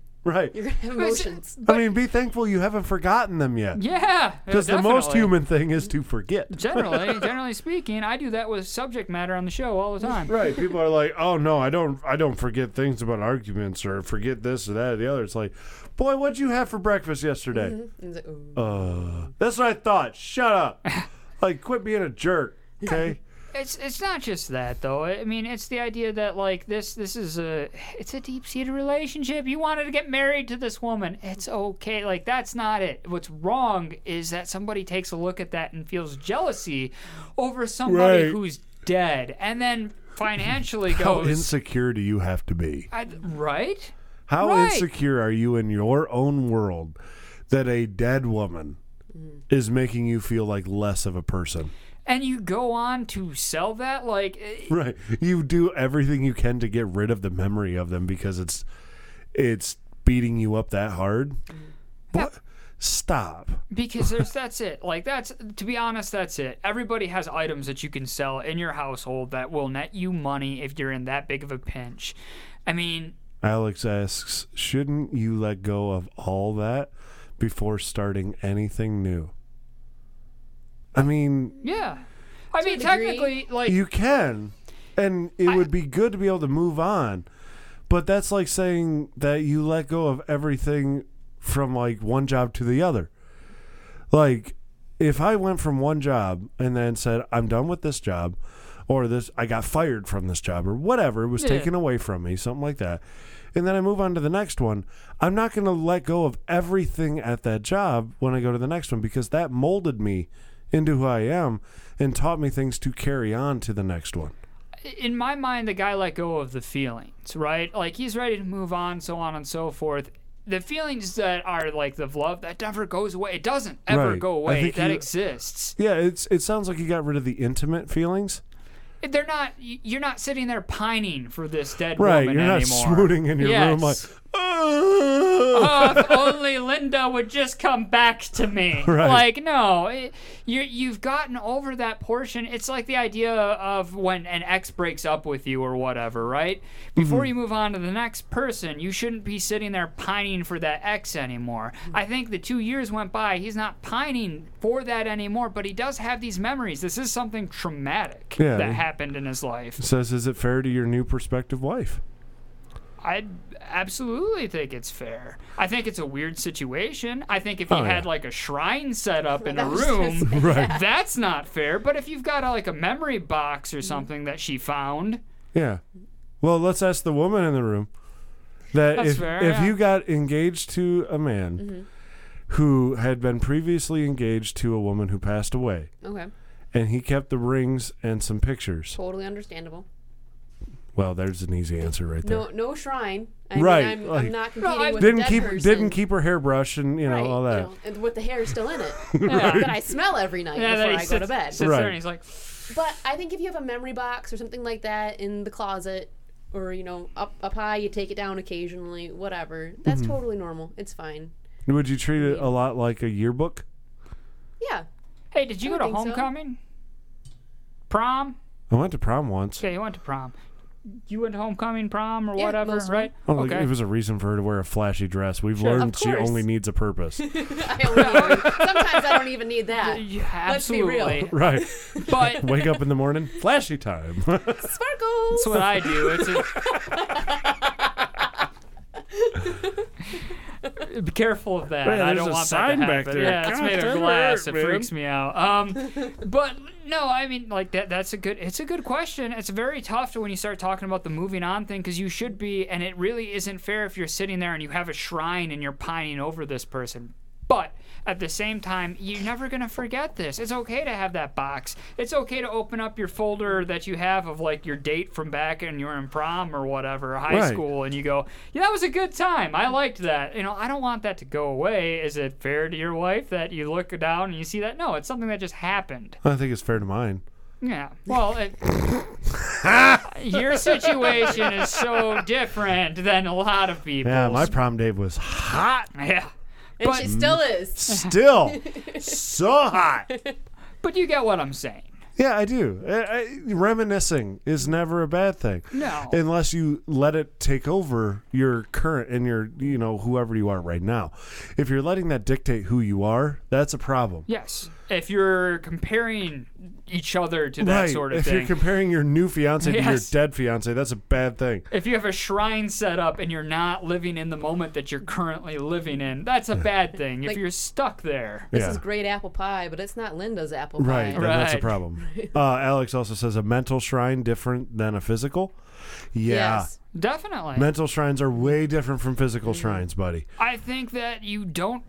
[SPEAKER 4] [laughs]
[SPEAKER 2] Right.
[SPEAKER 3] You're going to have [laughs] emotions.
[SPEAKER 2] I mean, be thankful you haven't forgotten them yet.
[SPEAKER 4] Yeah,
[SPEAKER 2] Because the most
[SPEAKER 4] definitely.
[SPEAKER 2] human thing is to forget. [laughs]
[SPEAKER 4] Generally, generally speaking, I do that with subject matter on the show all the time.
[SPEAKER 2] Right. People are like, "Oh no, I don't. I don't forget things about arguments or forget this or that or the other." It's like, boy, what'd you have for breakfast yesterday?
[SPEAKER 3] Mhm. And it's like, ooh.
[SPEAKER 2] Uh, that's what I thought.
[SPEAKER 4] [laughs]
[SPEAKER 2] Shut up. like, quit being a jerk. Okay.
[SPEAKER 4] It's it's not just that though. I mean, it's the idea that like this this is a it's a deep seated relationship. You wanted to get married to this woman. It's okay. Like that's not it. What's wrong is that somebody takes a look at that and feels jealousy over somebody
[SPEAKER 2] Right.
[SPEAKER 4] who's dead, and then financially
[SPEAKER 2] [laughs] How
[SPEAKER 4] goes
[SPEAKER 2] insecure do you have to be?
[SPEAKER 4] I, right.
[SPEAKER 2] How
[SPEAKER 4] Right.
[SPEAKER 2] insecure are you in your own world that a dead woman
[SPEAKER 4] Mm.
[SPEAKER 2] is making you feel like less of a person?
[SPEAKER 4] And you go on to sell that like eh,
[SPEAKER 2] Right. You do everything you can to get rid of the memory of them because it's it's beating you up that hard. What? Stop.
[SPEAKER 4] Because there's that's it. Like that's to be honest, that's it. Everybody has items that you can sell in your household that will net you money if you're in that big of a pinch. I mean,
[SPEAKER 2] Alex asks, shouldn't you let go of all that before starting anything new? I mean,
[SPEAKER 4] Yeah. I mean,
[SPEAKER 12] a degree.
[SPEAKER 4] technically, like
[SPEAKER 2] you can, and it would be good to be able to move on. But that's like saying that you let go of everything from like one job to the other. Like, if I went from one job and then said, I'm done with this job, or this, I got fired from this job, or whatever, it was
[SPEAKER 4] Yeah.
[SPEAKER 2] taken away from me, something like that, and then I move on to the next one, I'm not going to let go of everything at that job when I go to the next one because that molded me into who I am and taught me things to carry on to the next one.
[SPEAKER 4] in my mind, the guy let go of the feelings, right? Like he's ready to move on, so on and so forth. The feelings that are like the love that never goes away. It doesn't ever
[SPEAKER 2] Right.
[SPEAKER 4] go
[SPEAKER 2] I
[SPEAKER 4] away.
[SPEAKER 2] think
[SPEAKER 4] That
[SPEAKER 2] you-
[SPEAKER 4] exists.
[SPEAKER 2] Yeah, it's it sounds like you got rid of the intimate feelings.
[SPEAKER 4] They're not. y- You're not sitting there pining for this dead
[SPEAKER 2] Right,
[SPEAKER 4] woman
[SPEAKER 2] you're not
[SPEAKER 4] anymore.
[SPEAKER 2] swooning in your
[SPEAKER 4] yes.
[SPEAKER 2] room like
[SPEAKER 4] oh, if only Linda would just come back to me.
[SPEAKER 2] [laughs] Right.
[SPEAKER 4] Like, no, it, you you've gotten over that portion. It's like the idea of when an ex breaks up with you or whatever, right? Before
[SPEAKER 2] Mm-hmm.
[SPEAKER 12] Mhm.
[SPEAKER 4] you move on to the next person, you shouldn't be sitting there pining for that ex anymore.
[SPEAKER 2] Mm-hmm.
[SPEAKER 4] I think the two years went by. He's not pining for that anymore, but he does have these memories. This is something traumatic
[SPEAKER 2] Yeah.
[SPEAKER 4] that happened in his life.
[SPEAKER 2] says, "Is it fair to your new prospective wife?"
[SPEAKER 4] I absolutely think it's fair. I think it's a weird situation. I think if he
[SPEAKER 2] Oh,
[SPEAKER 4] had
[SPEAKER 2] yeah.
[SPEAKER 4] like a shrine
[SPEAKER 3] [laughs]
[SPEAKER 4] set up in a
[SPEAKER 2] That was just-
[SPEAKER 4] room,
[SPEAKER 2] Right.
[SPEAKER 4] that's not fair. But if you've got a, like a memory box
[SPEAKER 3] Mm-hmm.
[SPEAKER 4] or something that she found,
[SPEAKER 2] Yeah. Well, let's ask the woman in the room that
[SPEAKER 4] That's
[SPEAKER 2] if
[SPEAKER 4] fair,
[SPEAKER 2] if
[SPEAKER 4] yeah. Mm-hmm.
[SPEAKER 2] you got engaged to a man who had been previously engaged to a woman who passed away,
[SPEAKER 3] Okay.
[SPEAKER 2] and he kept the rings and some pictures.
[SPEAKER 3] Totally understandable.
[SPEAKER 2] Well, there's an easy answer right there.
[SPEAKER 3] No, no shrine. I
[SPEAKER 2] right.
[SPEAKER 3] Mean, I'm,
[SPEAKER 2] like,
[SPEAKER 3] I'm not competing with
[SPEAKER 2] didn't
[SPEAKER 3] a dead
[SPEAKER 2] keep
[SPEAKER 3] person.
[SPEAKER 2] didn't keep her hairbrush and you know
[SPEAKER 3] Right,
[SPEAKER 2] all
[SPEAKER 3] you
[SPEAKER 2] that. [laughs]
[SPEAKER 3] know, and with the hair still in it
[SPEAKER 2] Right.
[SPEAKER 3] that I smell every night
[SPEAKER 4] Yeah, that
[SPEAKER 3] before
[SPEAKER 4] he
[SPEAKER 3] I go
[SPEAKER 4] sits-
[SPEAKER 3] to bed.
[SPEAKER 4] sits there Right. and he's like,
[SPEAKER 3] but I think if you have a memory box or something like that in the closet, or you know up up high, you take it down occasionally, whatever. That's
[SPEAKER 2] Mhm.
[SPEAKER 3] totally normal. It's fine.
[SPEAKER 2] Would you treat it a lot like a yearbook?
[SPEAKER 3] Yeah.
[SPEAKER 4] Hey, did you
[SPEAKER 3] I
[SPEAKER 4] go to
[SPEAKER 3] would think so.
[SPEAKER 4] homecoming? Prom?
[SPEAKER 2] I went to prom once.
[SPEAKER 4] Okay, you went to prom. You went to homecoming prom or whatever,
[SPEAKER 3] most of
[SPEAKER 4] right?
[SPEAKER 2] Oh, like, it was a reason for her to wear a flashy dress. We've
[SPEAKER 4] Sure.
[SPEAKER 2] learned
[SPEAKER 4] Of
[SPEAKER 2] she
[SPEAKER 4] course.
[SPEAKER 2] only needs a purpose.
[SPEAKER 3] I only [laughs] sometimes I don't even need
[SPEAKER 4] [laughs]
[SPEAKER 3] that. Let's be real.
[SPEAKER 4] absolutely.
[SPEAKER 2] [laughs] right.
[SPEAKER 4] But-
[SPEAKER 2] [laughs] wake up in the morning, flashy time. [laughs]
[SPEAKER 3] Sparkles.
[SPEAKER 4] That's what I do. It's a... Be careful of that.
[SPEAKER 12] Man,
[SPEAKER 4] I
[SPEAKER 12] there's
[SPEAKER 4] don't
[SPEAKER 12] a
[SPEAKER 4] want
[SPEAKER 12] sign
[SPEAKER 4] that to
[SPEAKER 12] back
[SPEAKER 4] happen.
[SPEAKER 12] there.
[SPEAKER 4] Yeah, it's
[SPEAKER 12] God
[SPEAKER 4] made of
[SPEAKER 12] damn it,
[SPEAKER 4] glass. It
[SPEAKER 12] man.
[SPEAKER 4] freaks me out. Um,
[SPEAKER 12] [laughs]
[SPEAKER 4] but no, I mean, like that. That's a good. It's a good question. It's very tough when you start talking about the moving on thing because you should be, and it really isn't fair if you're sitting there and you have a shrine and you're pining over this person. But at the same time, you're never going to forget this. It's okay to have that box. It's okay to open up your folder that you have of like your date from back and you're in prom or whatever, high
[SPEAKER 12] Right.
[SPEAKER 4] school, and you go, yeah, that was a good time. I liked that. You know, I don't want that to go away. Is it fair to your wife that you look down and you see that? No, it's something that just happened.
[SPEAKER 2] I think it's fair to mine.
[SPEAKER 4] Yeah. Well,
[SPEAKER 2] [laughs]
[SPEAKER 4] it, your situation is so different than a lot of people's.
[SPEAKER 2] Yeah, my prom date was hot.
[SPEAKER 4] [laughs] Yeah.
[SPEAKER 3] And she still is. [laughs]
[SPEAKER 2] Still so hot.
[SPEAKER 4] But you get what I'm saying.
[SPEAKER 2] Yeah, I do. I, I, reminiscing is never a bad thing.
[SPEAKER 4] No.
[SPEAKER 2] Unless you let it take over your current and your, you know, whoever you are right now. If you're letting that dictate who you are, that's a problem.
[SPEAKER 4] Yes. If you're comparing each other to that
[SPEAKER 2] right.
[SPEAKER 4] sort of
[SPEAKER 2] if
[SPEAKER 4] thing.
[SPEAKER 2] you're comparing your new fiance to
[SPEAKER 4] Yes.
[SPEAKER 2] your dead fiance, that's a bad thing.
[SPEAKER 4] if you have a shrine set up and you're not living in the moment that you're currently living in, that's a bad thing. if
[SPEAKER 3] Like-
[SPEAKER 4] you're stuck there.
[SPEAKER 3] This is great apple pie, but it's not Linda's apple
[SPEAKER 2] Right,
[SPEAKER 3] pie.
[SPEAKER 2] then that's a
[SPEAKER 4] [laughs]
[SPEAKER 2] problem. Uh, Alex also says a mental shrine different than a physical. Yeah,
[SPEAKER 4] Yes. Mm-hmm. Definitely.
[SPEAKER 2] mental shrines are way different from physical shrines, buddy.
[SPEAKER 4] I think that you don't.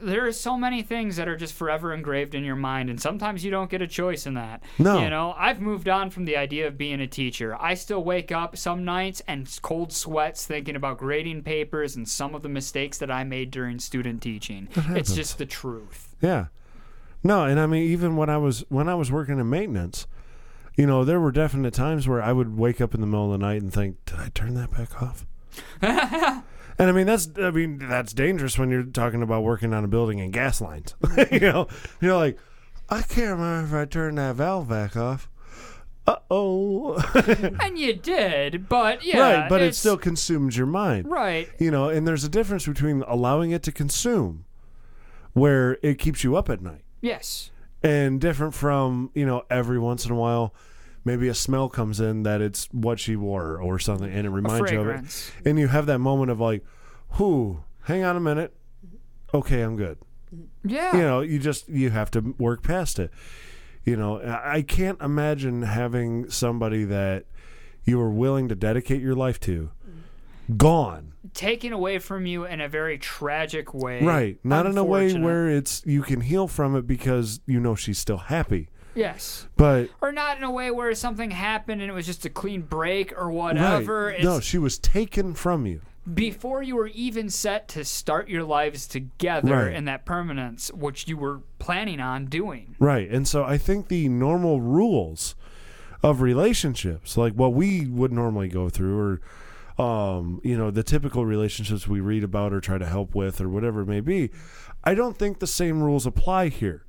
[SPEAKER 4] There are so many things that are just forever engraved in your mind, and sometimes you don't get a choice in that.
[SPEAKER 2] No.
[SPEAKER 4] You know, I've moved on from the idea of being a teacher. I still wake up some nights and s- cold sweats thinking about grading papers and some of the mistakes that I made during student teaching. It's
[SPEAKER 2] happens.
[SPEAKER 4] just the truth.
[SPEAKER 2] Yeah, no, and I mean even when I was when I was working in maintenance, you know, there were definite times where I would wake up in the middle of the night and think, "Did I turn that back off?" and I mean that's I mean that's dangerous when you're talking about working on a building and gas [laughs]
[SPEAKER 4] Mm-hmm.
[SPEAKER 2] lines. you know, you're like, I can't remember if I turned that valve back off. uh oh. [laughs]
[SPEAKER 4] and you did, but yeah,
[SPEAKER 2] right, but it still consumes your mind.
[SPEAKER 4] Right.
[SPEAKER 2] You know, and there's a difference between allowing it to consume, where it keeps you up at night,
[SPEAKER 4] yes.
[SPEAKER 2] and different from, you know, every once in a while, maybe a smell comes in that it's what she wore or something, and it reminds you of
[SPEAKER 4] fragrance.
[SPEAKER 2] it. And you have that moment of like, whoo, hang on a minute. Okay, I'm good.
[SPEAKER 4] Yeah.
[SPEAKER 2] You know, you just you have to work past it. You know, I I can't imagine having somebody that you were willing to dedicate your life to gone.
[SPEAKER 4] Taken away from you in a very tragic way.
[SPEAKER 2] Right. Not in a way
[SPEAKER 4] Unfortunate.
[SPEAKER 2] where it's you can heal from it because you know she's still happy.
[SPEAKER 4] Yes.
[SPEAKER 2] But
[SPEAKER 4] Or not in a way where something happened and it was just a clean break or whatever.
[SPEAKER 2] right.
[SPEAKER 4] It's
[SPEAKER 2] No, she was taken from you.
[SPEAKER 4] before you were even set to start your lives together
[SPEAKER 2] Right.
[SPEAKER 4] in that permanence, which you were planning on doing.
[SPEAKER 2] Right. And so I think the normal rules of relationships, like what we would normally go through, or, um, you know, the typical relationships we read about or try to help with or whatever it may be, I don't think the same rules apply here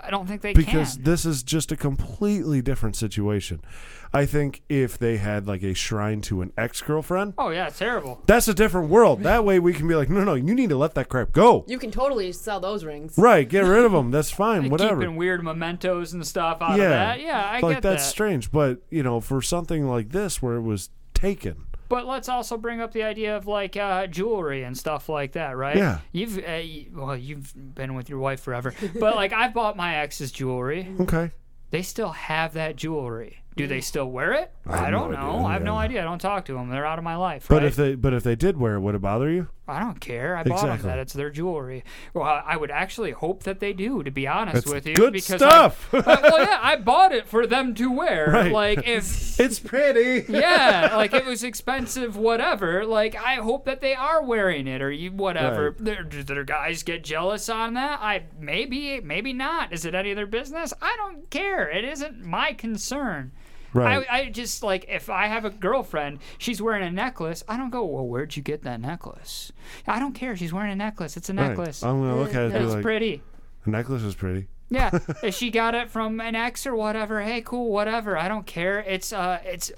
[SPEAKER 4] I don't think they
[SPEAKER 2] because
[SPEAKER 4] can.
[SPEAKER 2] this is just a completely different situation. I think if they had like a shrine to an ex girlfriend,
[SPEAKER 4] Oh yeah, it's terrible.
[SPEAKER 2] that's a different world. That way we can be like, no, no, you need to let that crap go.
[SPEAKER 3] You can totally sell those rings.
[SPEAKER 2] Right, get rid of them. That's fine. Whatever.
[SPEAKER 4] Keeping weird mementos and stuff out
[SPEAKER 2] yeah.
[SPEAKER 4] of that. Yeah, I
[SPEAKER 2] like
[SPEAKER 4] get
[SPEAKER 2] that's
[SPEAKER 4] that.
[SPEAKER 2] strange, but you know, for something like this where it was taken,
[SPEAKER 4] But let's also bring up the idea of like uh, jewelry and stuff like that, right?
[SPEAKER 2] Yeah.
[SPEAKER 4] You've uh, y- well, you've been with your wife forever, but like I've bought my ex's jewelry.
[SPEAKER 2] Okay.
[SPEAKER 4] They still have that jewelry. Do they still wear it?
[SPEAKER 2] I have
[SPEAKER 4] I, don't
[SPEAKER 2] no
[SPEAKER 4] know.
[SPEAKER 2] idea,
[SPEAKER 4] I have no
[SPEAKER 2] yeah.
[SPEAKER 4] idea. I don't talk to them. They're out of my life.
[SPEAKER 2] but
[SPEAKER 4] right?
[SPEAKER 2] if they but if they did wear it, would it bother you?
[SPEAKER 4] I don't care. I bought 'em
[SPEAKER 2] Exactly.
[SPEAKER 4] that. It's their jewelry. Well, I- I would actually hope that they do, to be honest
[SPEAKER 2] That's
[SPEAKER 4] with you.
[SPEAKER 2] good
[SPEAKER 4] because I-
[SPEAKER 2] stuff.
[SPEAKER 4] [laughs] Uh, well, yeah,
[SPEAKER 2] [laughs]
[SPEAKER 4] I bought it for them to wear.
[SPEAKER 2] Right.
[SPEAKER 4] Like if
[SPEAKER 2] it's pretty.
[SPEAKER 4] yeah, like it was expensive, whatever. Like I hope that they are wearing it or you whatever.
[SPEAKER 2] Right.
[SPEAKER 4] Their, their guys get jealous on that. I maybe maybe not. Is it any of their business? I don't care. It isn't my concern.
[SPEAKER 2] Right.
[SPEAKER 4] I, I just like if I have a girlfriend, she's wearing a necklace. I don't go, well, where'd you get that necklace? I don't care. She's wearing a necklace. It's a
[SPEAKER 2] Right.
[SPEAKER 4] necklace.
[SPEAKER 2] I'm gonna look at it and be
[SPEAKER 4] It's
[SPEAKER 2] like-
[SPEAKER 4] pretty.
[SPEAKER 2] The necklace is pretty.
[SPEAKER 4] Yeah,
[SPEAKER 2] [laughs]
[SPEAKER 4] if she got it from an ex or whatever, hey, cool, whatever. I don't care. It's uh, it's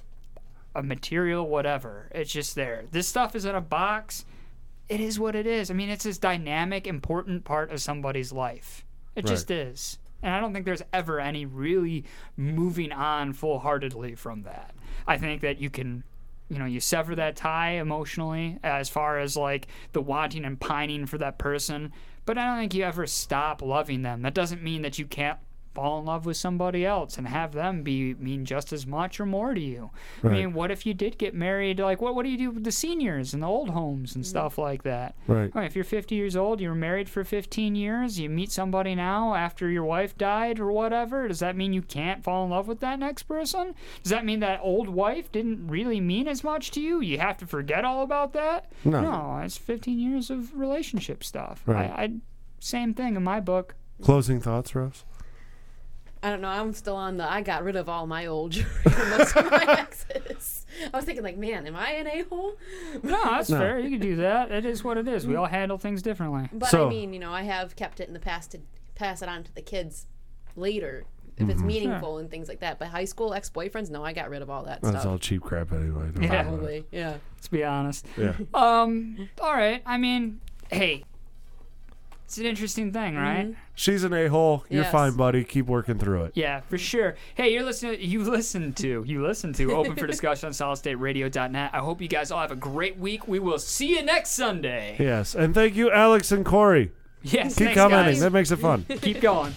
[SPEAKER 4] a material, whatever. It's just there. This stuff is in a box. It is what it is. I mean, it's this dynamic, important part of somebody's life. It
[SPEAKER 2] Right.
[SPEAKER 4] just is. And I don't think there's ever any really moving on full heartedly from that. I think that you can, you know, you sever that tie emotionally as far as like the wanting and pining for that person. But I don't think you ever stop loving them. That doesn't mean that you can't fall in love with somebody else and have them be mean just as much or more to you. I
[SPEAKER 2] Right.
[SPEAKER 4] mean, what if you did get married? Like, what what do you do with the seniors and the old homes and stuff like that?
[SPEAKER 2] Mm. Right.
[SPEAKER 4] Well, if you're 50 years old, you were married for 15 years, you meet somebody now after your wife died or whatever, does that mean you can't fall in love with that next person? Does that mean that old wife didn't really mean as much to you? You have to forget all about that?
[SPEAKER 2] No.
[SPEAKER 4] it's 15 years of relationship stuff.
[SPEAKER 2] Right.
[SPEAKER 4] I, I same thing in my book.
[SPEAKER 2] Closing thoughts, Rose.
[SPEAKER 3] I don't know. I'm still on the. I got rid of all my old [laughs] jewelry. and Most of
[SPEAKER 4] [laughs]
[SPEAKER 3] my exes. I was thinking, like, man, am I an a hole?
[SPEAKER 4] No, that's
[SPEAKER 2] No.
[SPEAKER 4] fair. You can do that. It is what it
[SPEAKER 2] [laughs]
[SPEAKER 4] is. We all handle things differently.
[SPEAKER 3] But
[SPEAKER 2] So-
[SPEAKER 3] I mean, you know, I have kept it in the past to pass it on to the kids later if it's
[SPEAKER 2] Mhm.
[SPEAKER 3] meaningful and things like that. But high school ex boyfriends, no, I got rid of all that
[SPEAKER 2] That's
[SPEAKER 3] stuff.
[SPEAKER 2] all cheap crap anyway. Don't worry about it.
[SPEAKER 3] Probably, yeah.
[SPEAKER 4] Let's be honest.
[SPEAKER 2] Yeah.
[SPEAKER 4] Um. [laughs] All right. I mean, hey, it's an interesting thing, right?
[SPEAKER 2] Mm-hmm. She's an a hole.
[SPEAKER 4] Mm-hmm.
[SPEAKER 2] You're
[SPEAKER 4] Yes.
[SPEAKER 2] fine, buddy. Keep working through it.
[SPEAKER 4] Yeah, for sure. Hey, you're listening. You listen to. You listen to. Open for discussion on SolidStateRadio.net. I hope you guys all have a great week. We will see you next Sunday.
[SPEAKER 2] Yes. And thank you, Alex and Corey.
[SPEAKER 4] Yes.
[SPEAKER 2] Keep
[SPEAKER 4] thanks,
[SPEAKER 2] commenting.
[SPEAKER 4] guys.
[SPEAKER 2] That makes it fun.
[SPEAKER 4] Keep going.